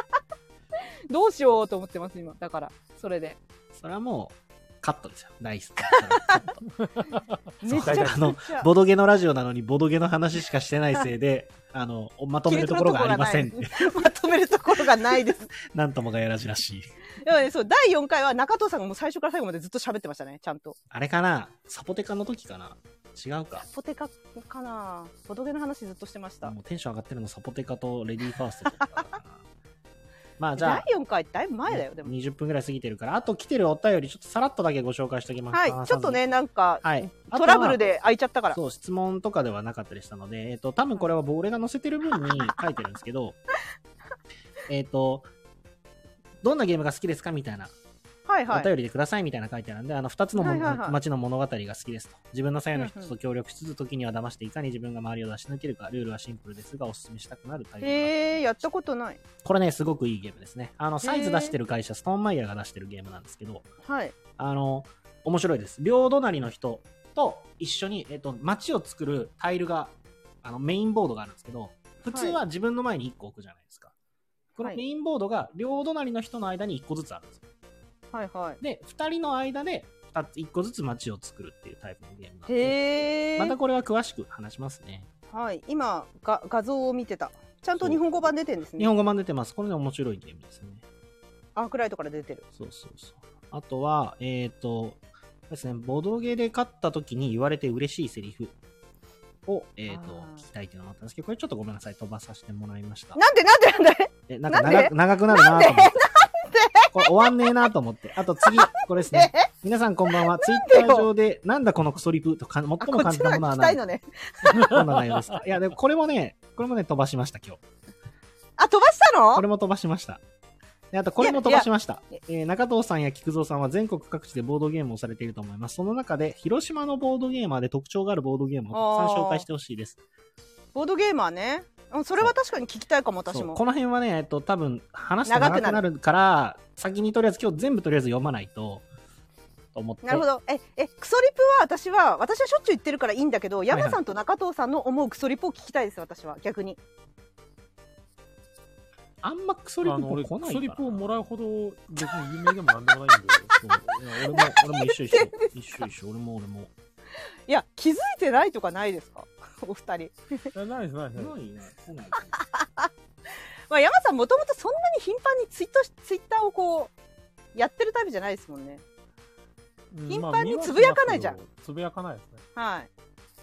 D: どうしようと思ってます、今。だから、それで。
A: う。それはもう、カットですよ。ナイ (laughs) ス。
D: めちゃ
A: あの
D: くち
A: (laughs)
D: ゃ。
A: ボドゲのラジオなのにボドゲの話しかしてないせいで、 (laughs) あの、まとめるところがありません
D: (laughs)
A: って。
D: まとめるところがないです。 (laughs)
A: なんともがやらじらしい。
D: でもね、そう、第4回は中藤さんがもう最初から最後までずっと喋ってましたね、ちゃんと。
A: あれかなサポテカの時かな違うか。
D: ポテカかなボドゲの話ずっとしてました。
A: もうテンション上がってるのサポテカとレディーファーストとかだったかな。まあじゃあ
D: 第、4回だいぶ前だよ、でも。
A: 20分ぐらい過ぎてるから、あと来てるお便り、ちょっとさらっとだけご紹介しておきます。
D: はい、ちょっとね、なんか、
A: はい。あと
D: ト
A: は
D: ラブルで開いちゃったから。
A: そう、質問とかではなかったりしたので、えっ、と、多分これは俺が載せてる分に書いてるんですけど、 (laughs) えっと、どんなゲームが好きですかみたいな、
D: はいは
A: お
D: い。
A: 便りでくださいみたいな書いてあるんで、あの、二つのも
D: はいはいはい
A: 街の物語が好きですと。自分の左右の人
D: うんうん
A: と協力しつつ、時には騙していかに自分が周りを出し抜けるか、ルールはシンプルですが、おすすめしたくなるタイプだ
D: えー、やったことない。
A: これね、すごくいいゲームですね。あの、サイズ出してる会社、ストーンマイヤーが出してるゲームなんですけど、
D: はい。
A: あの、面白いです。両隣の人と一緒に、えっと、街を作るタイルが、あの、メインボードがあるんですけど、普通は自分の前に1個置くじゃないですか。こ
D: は
A: の
D: い
A: メインボードが両隣の人の間に1個ずつあるんですよ。
D: はいはい。
A: で、2人の間で2つ、1個ずつ街を作るっていうタイプのゲームなんで、
D: へえ。
A: またこれは詳しく話しますね。
D: はい、今が画像を見てた。ちゃんと日本語版出てるんですね。
A: 日本語版出てます。これね、面白いゲームですね。
D: アークライトから出てる。
A: そうそうそう。あとは、えっ、と、ですね、ボドゲで勝った時に言われて嬉しいセリフを、えっ、と
D: あ、
A: 聞
D: ー
A: きたいっていうのもあったんですけど、これちょっとごめんなさい、飛ばさせてもらいました。
D: なんでなんでなん (laughs) で。
A: え、なんか
D: なん
A: 長
D: で
A: く長くなるなと思って。これ終わんねえなと思って。あと次、これですね。皆さんこんばんは。ツイッター上で、なんだこのクソリプとか、最も
D: あ、こっ
A: 簡
D: ちの
A: 単な
D: が
A: ものは
D: 聞
A: 何
D: きたいのね。
A: (laughs) どんな内容ですかいや、でもこれもね、これもね、飛ばしました、今日。
D: あ、飛ばしたの
A: こ。れも飛ばしました。であと、これも飛ばしました。えー中藤さんや菊蔵さんは全国各地でボードゲームをされていると思います。その中で、広島のボードゲーマーで特徴があるボードゲームをたくさん紹介してほしいです。
D: ボードゲーマーね。
N: うんそれは確かに聞きたいかも、私
A: そう
N: も。
A: この辺はね、えっと、多分話して
D: 長
A: 長
D: くな
A: く
D: る
A: なるから、先にとりあえず今日全部とりあえず読まないと、と思って。
D: なるほど。え、え、クソリプは私は、私はしょっちゅう言ってるからいいんだけど、
A: いはい
D: 山さんと中藤さんの思うクソリプを聞きたいです、私は、逆に。
A: あんまクソリ
C: あ
A: プ
C: の、俺、
A: 来ないか
C: ク
A: ら。
C: ソリプをもらうほど、別に有名でもなんでもないんで。
A: そうい (laughs) や俺も、俺も一緒一緒。一緒一緒、俺も俺も。
D: いや、気づいてないとかないですか (laughs) お二人。
C: いやないです、ないです。
A: ないね、来ない。
D: まあ、山さん、もともとそんなに頻繁にツイートし、ツイッターをこう、やってるタイプじゃないですもんね。
C: うん
D: 頻繁に
C: まあ見はします
D: つぶやかないじゃん
C: けど。つぶやかないですね。
D: はい。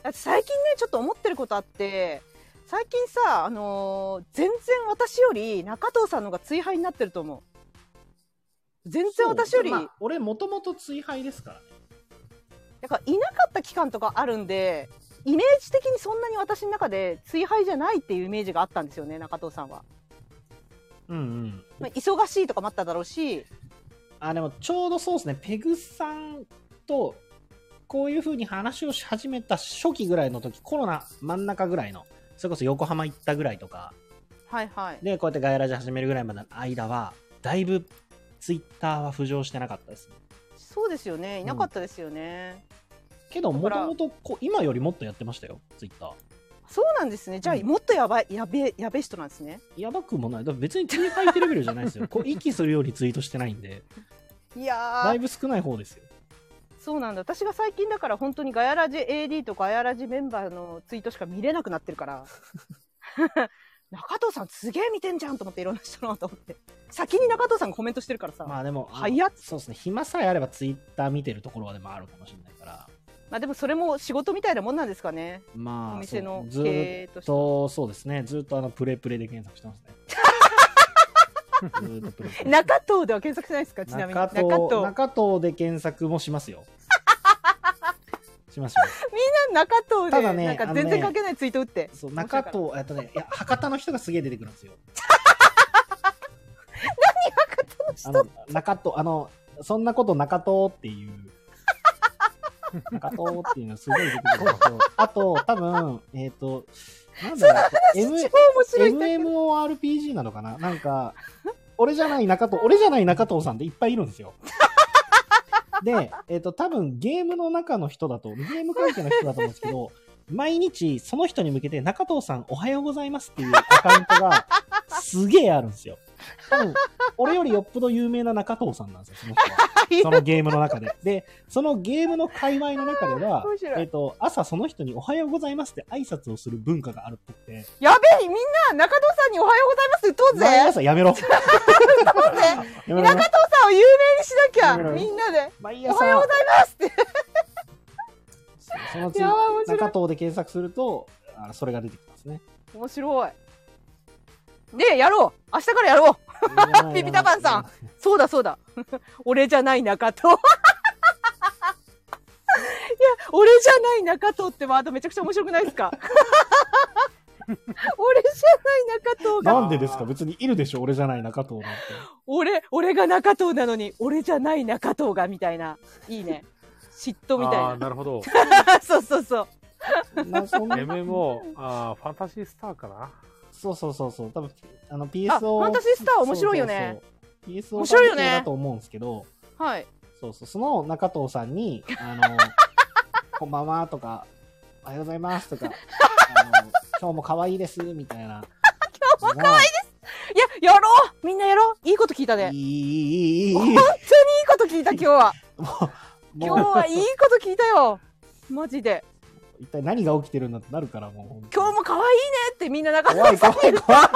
D: だって最近ね、ちょっと思ってることあって、最近さ、あのー全然私より中藤さんの方が追廃になってると思う。全然私より、
A: まあ俺もともと追廃ですからね。
D: だからいなかった期間とかあるんで、イメージ的にそんなに私の中で追廃じゃないっていうイメージがあったんですよね、中藤さんは。
A: うんうん。
D: まあ忙しいとかもあっただろうし、
A: あ、でもちょうどそうですね、ペグさんと、こういう風に話をし始めた初期ぐらいの時、コロナ真ん中ぐらいの、それこそ横浜行ったぐらいとか、
D: はいはい。
A: で、こうやってガイラジ始めるぐらいまでの間は、だいぶツイッターは浮上してなかったですね。
D: そうですよね、いなかったですよね。
A: けど、
D: だ
A: も
D: か
A: と
D: ら
A: もとこう今よりもっとやってましたよ、ツイッター。
D: そうなんですね。じゃあ、
A: うん
D: もっとやばい、やべえ、やべえ人なんですね。
A: やばくもない。だから別に手に入ってレベルじゃないです (laughs) よ。こう息するようにツイートしてないんで、
D: いや
A: だ
D: ー
A: い、ぶ少ない方ですよ。
D: そうなんだ私が最近だから本当にガヤラジ AD とガヤラジメンバーのツイートしか見れなくなってるから
A: (laughs)
D: 中藤さんすげえ見てんじゃんと思っていろんな人のと思って先に中藤さんがコメントしてるからさ、ま
A: ま
D: あ、
A: あでも、あの
D: 早っ
A: そうですね、暇さえあればツイッター見てるところはでもあるかもしれないから、
D: でもそれも仕事みたいなもんなんですかね
A: まあ、
D: お店の
A: そうず
D: 経
A: ー
D: 営と
A: っ
D: しては
A: と、そうですね、ずーっとあのプレプレで検索してますね。ずーっとプレプレ。
D: 中藤では検索してないですかちなみに
A: 中
D: 中
A: 藤
D: 藤
A: 中藤で検索もします
D: (laughs)
A: よ。しますします
D: 中藤
A: た
D: で
A: だね
D: なんか
A: あの
D: 全
A: ね
D: 然書けないツイート打って、
A: そう
D: 面白
A: 中
D: いから
A: 藤、えっとね、いや、博多の人がすげえ出てくるんですよ。何博多の人中藤、あの、そんなこと中藤っていう。中藤っていうのすごい出てくるんですけど、あと、多分、えっ、と、なんだろう、M
D: 超面白いんだけど
A: MMORPG なのかななんか、俺じゃない中藤、俺じゃない中藤さんっていっぱいいるんですよ。で、えっ、と、多分ゲームの中の人だと、ゲーム関係の人だと思うんですけど、毎日その人に向けて中藤さんおはようございますっていうアカウントがすげえあるんですよ。多分、俺よりよっぽど有名な中藤さんなんですよ、その人は。
D: (laughs)
A: そのゲームの中で。で、そのゲームの界隈の中では
D: 面白い、
A: えっ、と、朝その人におはようございますって挨拶をする文化があるっぽくて、
D: やべえみんな中藤さんにおはようございます打とうぜ
A: 毎朝やめろ。
D: 打とうぜ
A: やめ
D: 中
A: ろ
D: 藤さんを有名にしなきゃ
A: やめろ
D: みんなで
A: 毎
D: おはようご
A: 朝、
D: ざいますって
A: その次、
D: やばい面白い
A: 中藤で検索すると、あそれが出てきますね。
D: 面白い。ねえ、やろう明日からやろう (laughs) ピピタパンさんそうだそうだ (laughs) 俺じゃない中藤 (laughs) いや、俺じゃない中藤ってワードめちゃくちゃ面白くないで
A: (laughs)
D: すか俺じゃない中藤
A: (laughs) な
D: が、
A: んでですか別にいるでしょ俺じゃない中藤なんて。
D: 俺、俺が中藤なのに、俺じゃない中藤が、みたいな。いいね。嫉妬み
C: あ
D: た
C: あ、
D: いな。
C: なるほど。
D: (laughs) そうそうそう。
A: なそ
D: (laughs)
A: んな
C: MMO、ああ、ファンタシースターかな。
A: そうそうそうそう。多分あの
D: あ
A: PSO。
D: ファンタジースター面白いよ
A: そ
D: ね
A: うそうそう。PSO
D: 面白いよね
A: 版だと思うんですけど、
D: はい。
A: そうそう。その中藤さんに、あの、 (laughs) こんばんはとか、おはようございますとか、あの今日も可愛いですみたい
D: (laughs)
A: な。今日も可愛い
D: いや、やろうみんなやろういいこと聞いたね。い
A: い
D: い
A: いいいいいいいい。
D: こと聞いた、今日は。今
A: も
D: 日
A: う、
D: はいいこと聞いたよ。マジで。
A: 一体何が起きてるんだってなるから、もう。
D: 今日も可愛いねってみんな中
A: 怖
D: 藤
A: い
D: さん
A: 怖
D: に
A: い怖い。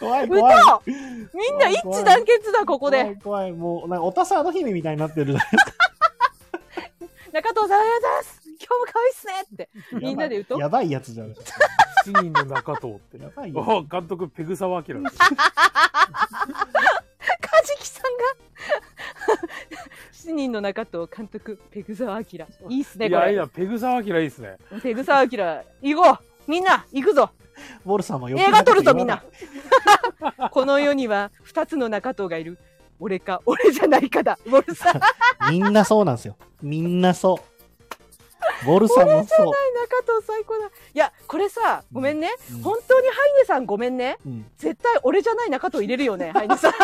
A: 怖い
D: 歌
A: 怖い。
D: をみんな一致団結だ、ここ
A: 怖
D: で。
A: い怖い。もう、なんか、おたさの姫みたいになってるじゃない
D: 中藤さん、ありがとうございます。今日も可愛いっすねって。みんなで歌おう
A: やばいやつじゃないですか。
C: 7人の中藤って。
A: やばいよ。
C: おう監督、ペグサワア
D: (laughs)
C: キラです。
D: カジキさんが。7人 (laughs) の中藤監督、ペグザワアキラ。いいっすね、
C: い
D: こ
C: やい
D: れ。
C: や、ペグサワアキラいいですね。
D: ペグザワアキラ、行こうみんな、行くぞ
A: ウォルさんもよ
D: 映画撮るぞ、みんな (laughs) この世には2つの中藤がいる。俺か、
A: (laughs)
D: 俺じゃないかだ。ウォルさん。
A: みんなそうなんですよ。みんなそう。ボルさんもそう。
D: 中藤最高だ。いや、これさ、ごめんね。本当にハイネさんごめんね。
A: うん
D: 絶対俺じゃない中藤入れるよね、ハイネさん。絶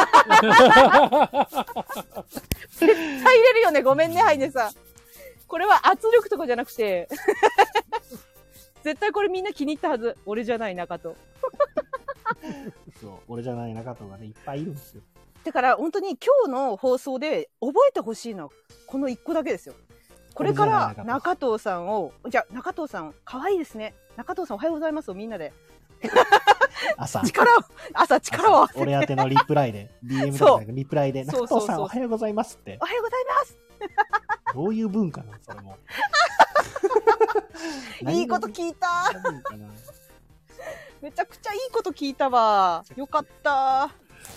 D: 対入れるよね、ごめんね、ハイネさん。これは圧力とかじゃなくて、絶対これみんな気に入ったはず。俺じゃない中藤。
A: そう。俺じゃない中藤がね、いっぱいいるんですよ。
D: だから本当に今日の放送で覚えてほしいのはこの一個だけですよ。これから中藤さんを、じゃあ中藤さん、可愛いですね。中藤さんおはようございますをみんなで。
A: 朝。
D: 力を、朝力を合わせて。
A: 俺宛てのリプラ
D: (laughs)
A: イで、DM とかなんかリプライで、
D: そう
A: 中
D: そうそう
A: 藤さんおはようございますって
D: お、はようございます。
A: どういう文化なんそれも。
D: (laughs) いいこと聞いた。
A: 何が文化なの
D: めちゃくちゃいいこと聞い
A: (laughs)
D: たわ。よかった。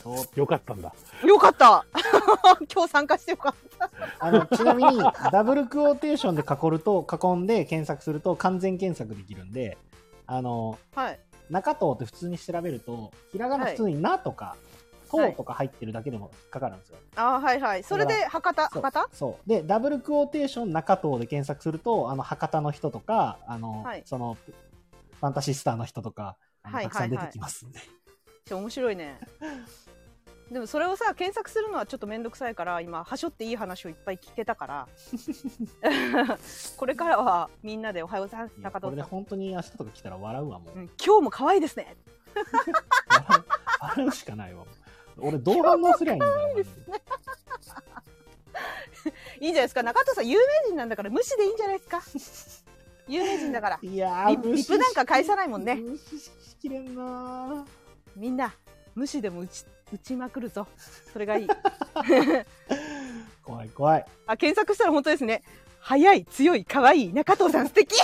A: そう
C: よかったんだ。
D: よかった。 (laughs) 今日参加してよかった。
A: あの、ちなみに、ダブルクオーテーションで囲ると、囲んで検索すると完全検索できるんで、あの、
D: はい。
A: 中藤って普通に調べると、ひらがな
D: はい
A: 普通になとか、と
D: は
A: う
D: い
A: とか入ってるだけでも引っかかるんですよ。
D: あーはいはい。それで博多、
A: そう
D: 博多
A: そう。で、ダブルクオーテーション中藤で検索すると、あの、博多の人とか、あの、
D: はい
A: その、ファンタシスターの人とか、あの
D: はい
A: たくさん
D: はい
A: 出
D: はい
A: てきますんで。
D: ちょ面白いね。でもそれをさ検索するのはちょっと面倒くさいから今はしょっていい話をいっぱい聞けたから (laughs) これからはみんなで「おはようございます
A: いや
D: 中
A: これ
D: 藤
A: で
D: さん、
A: 本当に明日とか来たら笑うわ、もう。
D: うん今日も可愛いで
A: (laughs)
D: すね
A: 笑う笑うしかないわ。俺、動画載せりゃいいんだよ。マジで
D: いいじゃないですか中藤さん有名人なんだから無視でいいんじゃないですか有名人だから
A: いや
D: リ
A: ー、無
D: リ
A: 視
D: プなんか返さないもんね
A: 無視しきれんな
D: みんな無視でも打ち打ちまくるぞそれがいい
A: ー怖い怖い。
D: あ検索したら本当ですね早い強い可愛い中藤さん素敵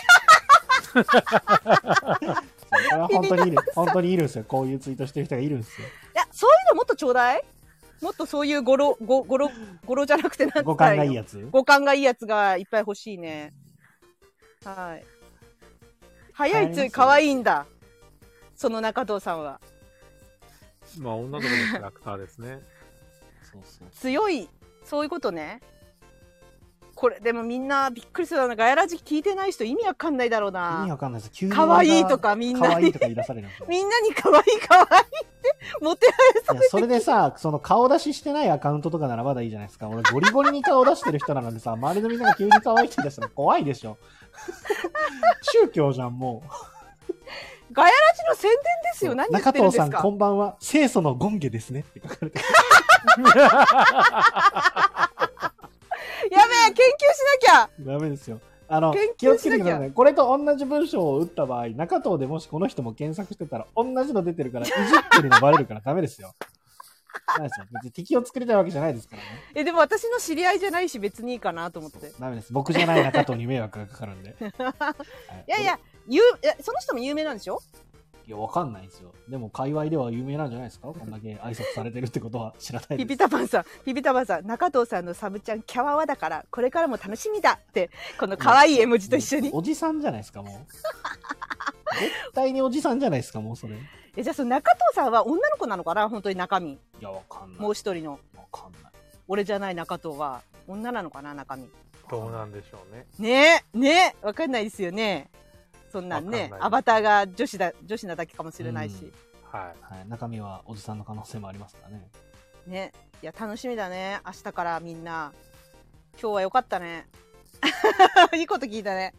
A: これは本当にいる。本当にいるんですよ。こういうツイートしてる人がいるんですよ。
D: いや、そういうのもっとちょうだい。もっとそういうゴロ、ゴゴロ、ゴロじゃなくてなんつった
A: 五
D: ら
A: 感がいいやつ
D: つ。五感がいいやつがいっぱい欲しいね。はい。早いつい、
A: 可
D: 可
A: 愛
D: 愛いんだ。その中藤さんは。
C: まあ、女の子のキャラクターです (laughs) ね。
A: そうそう。
D: 強い、そういうことね。これ、でもみんなびっくりするな。ガヤラジ聞いてない人意味わかんないだろう
A: 意味
D: な。
A: わかんないです。急に。
D: 可愛いと。かみん
A: 可
D: な
A: 愛い
D: に
A: と、か言い出されるん
D: (laughs)
A: ですよ。
D: みんなに可愛い可愛いって、モテ
A: いやそれでさ、その顔出ししてないアカウントとかならまだいいじゃないですか。俺ゴリゴリに顔出してる人なのでさ、周りのみんなが急に可愛いって言い出したら怖いで
D: (laughs)
A: しょ。宗教じゃん、も
D: ガヤラジの宣伝ですよ。
A: う。
D: 何言
A: 中
D: ってるん
A: 藤
D: で
A: さ
D: す
A: ん、
D: か
A: こんばんは。清楚の権下ですね。って書かれてる。
D: やべえ、研究しなきゃ
A: ダメですよ。あの
D: 研、
A: 気を
D: 究
A: つ
D: し
A: け
D: な
A: て
D: きゃ
A: ください。これと同じ文章を打った場合、中藤でもしこの人も検索してたら、同じの出てるから、いじってるのバレるからダメですよ。 (laughs) ダメですよ。別に敵を作りたいわけじゃないですからね。
D: えでも私の知り合いじゃないし別にいいかなと思ってい
A: ダメです。僕じゃない中藤に迷惑がかかるん
D: (laughs)
A: で。はい
D: やいや有いやその人も有名なんでしょ
A: いや、わかんないですよ。でも、界隈では有名なんじゃないですかこんだけ挨拶されてるってことは知らない
D: ピ
A: で
D: ピ
A: す。
D: タパンさんピピタパンさん中藤さんのサブちゃんキャワワだからこれからも楽しみだってこの可愛い絵文字と一緒に
A: おじさんじゃないですか、もう。絶対におじさんじゃないですか、もうそれ。い
D: えじゃあその中藤さんは女の子なのかな本当に中身
A: や、わかんない。
D: も
A: わ
D: う一人の
A: かんない。
D: 俺じゃない中藤は女なのかな中身
C: どうなんでしょうね。
D: ねえねえわかんないですよねそんなん
C: わか
D: ね
C: んない
D: アバターが女子だ女子なだけかもしれないし、
C: は
A: はい、中身はおじさんの可能性もありますからね。
D: ねいや楽しみだね明日からみんな今日は良かったね (laughs) いいこと聞いたね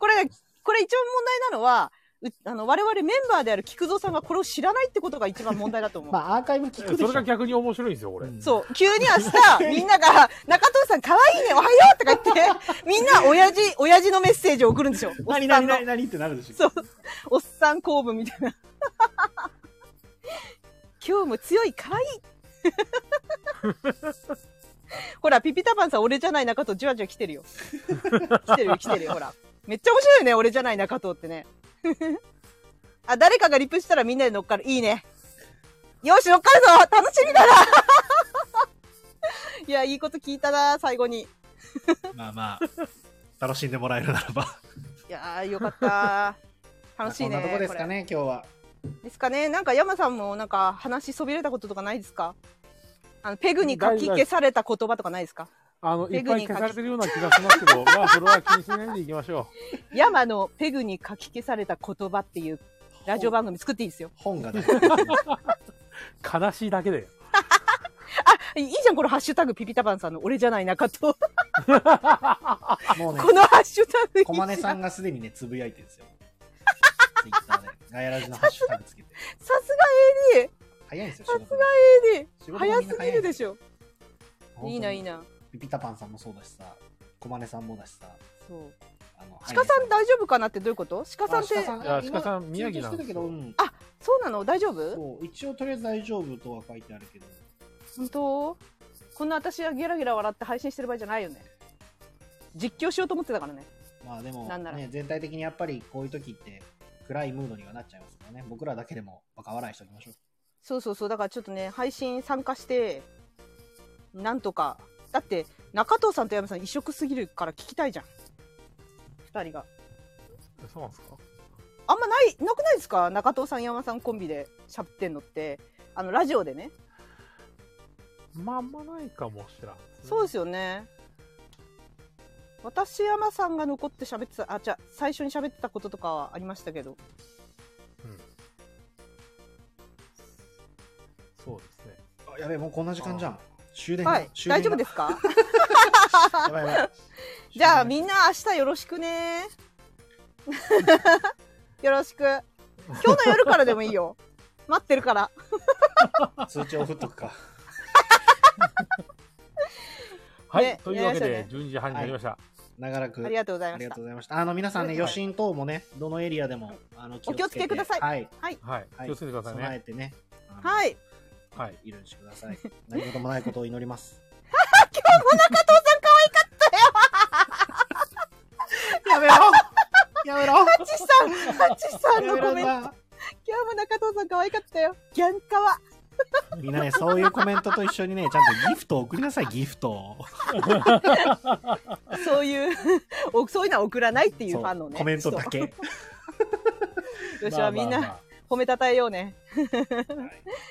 D: これこれ一番問題なのはうあの我々メンバーである菊蔵さんがこれを知らないってことが一番問題だと思う、
A: まあ、アーカイブ聞くで
C: い。
A: し
C: そ
A: ょ。
C: れが逆に面白いんですよ、これ。
A: うん
D: そう急に明
A: (laughs)
D: 日みんなが「中藤さん可愛いねおはよう」とか言ってみんな親父親父のメッセージを送るんですよおっ
A: 何
D: さ
A: 何
D: んの
A: 何何ってなるでしょ。
D: そうおっさん公文みたいな今日も強い可愛いほらピピタパンさん俺じゃない中藤じわじわ来てるよ来てるよ来てるよほらめっちゃ面白いよね俺じゃない中藤ってねあ誰かがリプしたらみんなで乗っかるいいねよし乗っかるぞ楽しみだないやいいこと聞いたな最後に
A: まあまあ、楽しんでもらえるならば。
D: いやーよかった楽しいね
A: まあこんなとこですかね、今日は。
D: ですかね。なんか山さんもなんか話しそびれたこととかないですか。あのペグに書き消された言葉とかないですか。
C: あの、い
D: ペ
C: っ
D: グ
C: ぱい
D: に書
C: 消
D: き
C: されてるような気がしますけど、まあ、それは気にしないでいきましょ
D: 山のペグに書き消された言葉っていうラジオ番組作っていいですよ。
A: 本が
C: う。
D: (laughs)
C: 悲しいだけで。
D: いいじゃん、このハッシュタグピピタパンさんの俺じゃない中と。
A: もうね、
D: このハッシュタグいいじゃん
A: 小金さんがすでにね、つぶやいてるんですよ。ツイッターで。ガヤラジのハッシュタグつけて。
D: さすが AD!
A: 早いんですよ、
D: さ
A: 仕
D: す
A: 事
D: が
A: が。仕事がみ
D: AD!
A: んな
D: 早すぎるでしょ。
A: 本当に
D: いいな、いい。な。
A: ピピタパンさんもそうだしさ、小金さんもだしさ、
D: そう。
A: あの、
D: 鹿さん大丈夫かなってどういうこと鹿さんって、
A: あ
C: いや鹿さん宮城なん
A: だ
C: です
A: け
C: よ
A: ど、うん
D: そうなの大丈夫
A: そう一応とりあえず大丈夫とは書いてあるけど、
D: 本当こんな私がゲラゲラ笑って配信してる場合じゃないよね。実況しようと思ってたからね。
A: まあでも
D: なんなら
A: ね、全体的にやっぱりこういう時って暗いムードにはなっちゃいますからね、僕らだけでもバカ笑いしておきましょう。
D: そうそうそう、だからちょっとね、配信参加して、なんとか。だって、中藤さんと山さん異色すぎるから聞きたいじゃん。二人が。
C: う。そうなんですか
D: あんまない、なくないですか中藤さん、山さんコンビで喋ってんのって。あの、ラジオでね。
C: まあ、あんまないかもしらんすね、
D: そうですよね。私、山さんが残って喋ってた、あ、じゃあ最初に喋ってたこととかはありましたけど。
C: そうですね。
A: あやべえ、もうこんな時間じゃん。終電が
D: はい。
A: 終
D: 大
A: 電が
D: 丈夫ですか
A: やばいやばい
D: (laughs) じゃあ、
A: 終電
D: みんな明日よろしくね。 (laughs) よろしく。今日の夜からでもいいよ。待ってるから。
A: が通知を振っとくか。
C: はい、
D: ね
C: というわけ
D: や
C: で
D: り、ま
C: 12時半になりました。
A: 長らく。
D: ありがとうござい
A: あ
D: ま
A: り
D: し
A: が
D: た
A: とう。ございました。あの、皆さんね、
D: はい
A: 余震等もね、どのエリアでも、あの、
D: お気をつけください
A: はい。
C: はい、
A: はい
C: 気をつけてください
A: 備
C: ね。
A: えてね。あの
D: はい。
C: はい。
A: いるんしてください。何事もないことを祈り
D: (laughs)
A: ます。今 (laughs)
D: (laughs)
A: 日も中藤さん可愛かったよやめろやめろ
D: ハチさん、ハチさんのコメント。
A: や
D: 今日も中藤さん可愛かったよ。ギャンカワ。
A: めろみんなね、そういうコメントと一緒にね、ちゃんとギフトを送りなさい、ギフトを。
D: そういう、 (laughs) おそういうのは送らないっていうファンの
A: そう
D: ね。
A: コメントだけ。
D: 人よしはみん
C: まあ
D: な
C: ま
D: 褒めたたえようね。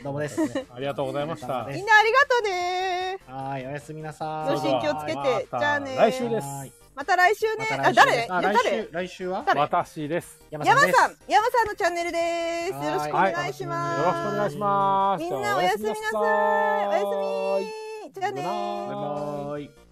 A: どうもです。
C: あまあありがとうございました。
A: お疲れ様
D: み
A: で
D: んなありがとうね。
A: はい、おやすみなさ
D: ご
A: い。
D: 両親気をつけて
C: それでは
D: じゃあ
C: ま
D: ね
C: た来週です。
A: はい
D: また来週ね
A: ま。た
D: あ、
A: 来週で
D: 誰
A: すあ、
D: 誰
A: 来週、来週は
D: 誰
C: 私です。
A: 山
D: 山
A: です
D: さん、山さんのチャンネルです。よろしくお
A: は
C: はい
D: 願いし
C: よ
D: ます
C: ろしくお願いします。
D: みんなおやすみなさい。おやすみ。じゃあねー
C: バイバイ
A: バイバイ。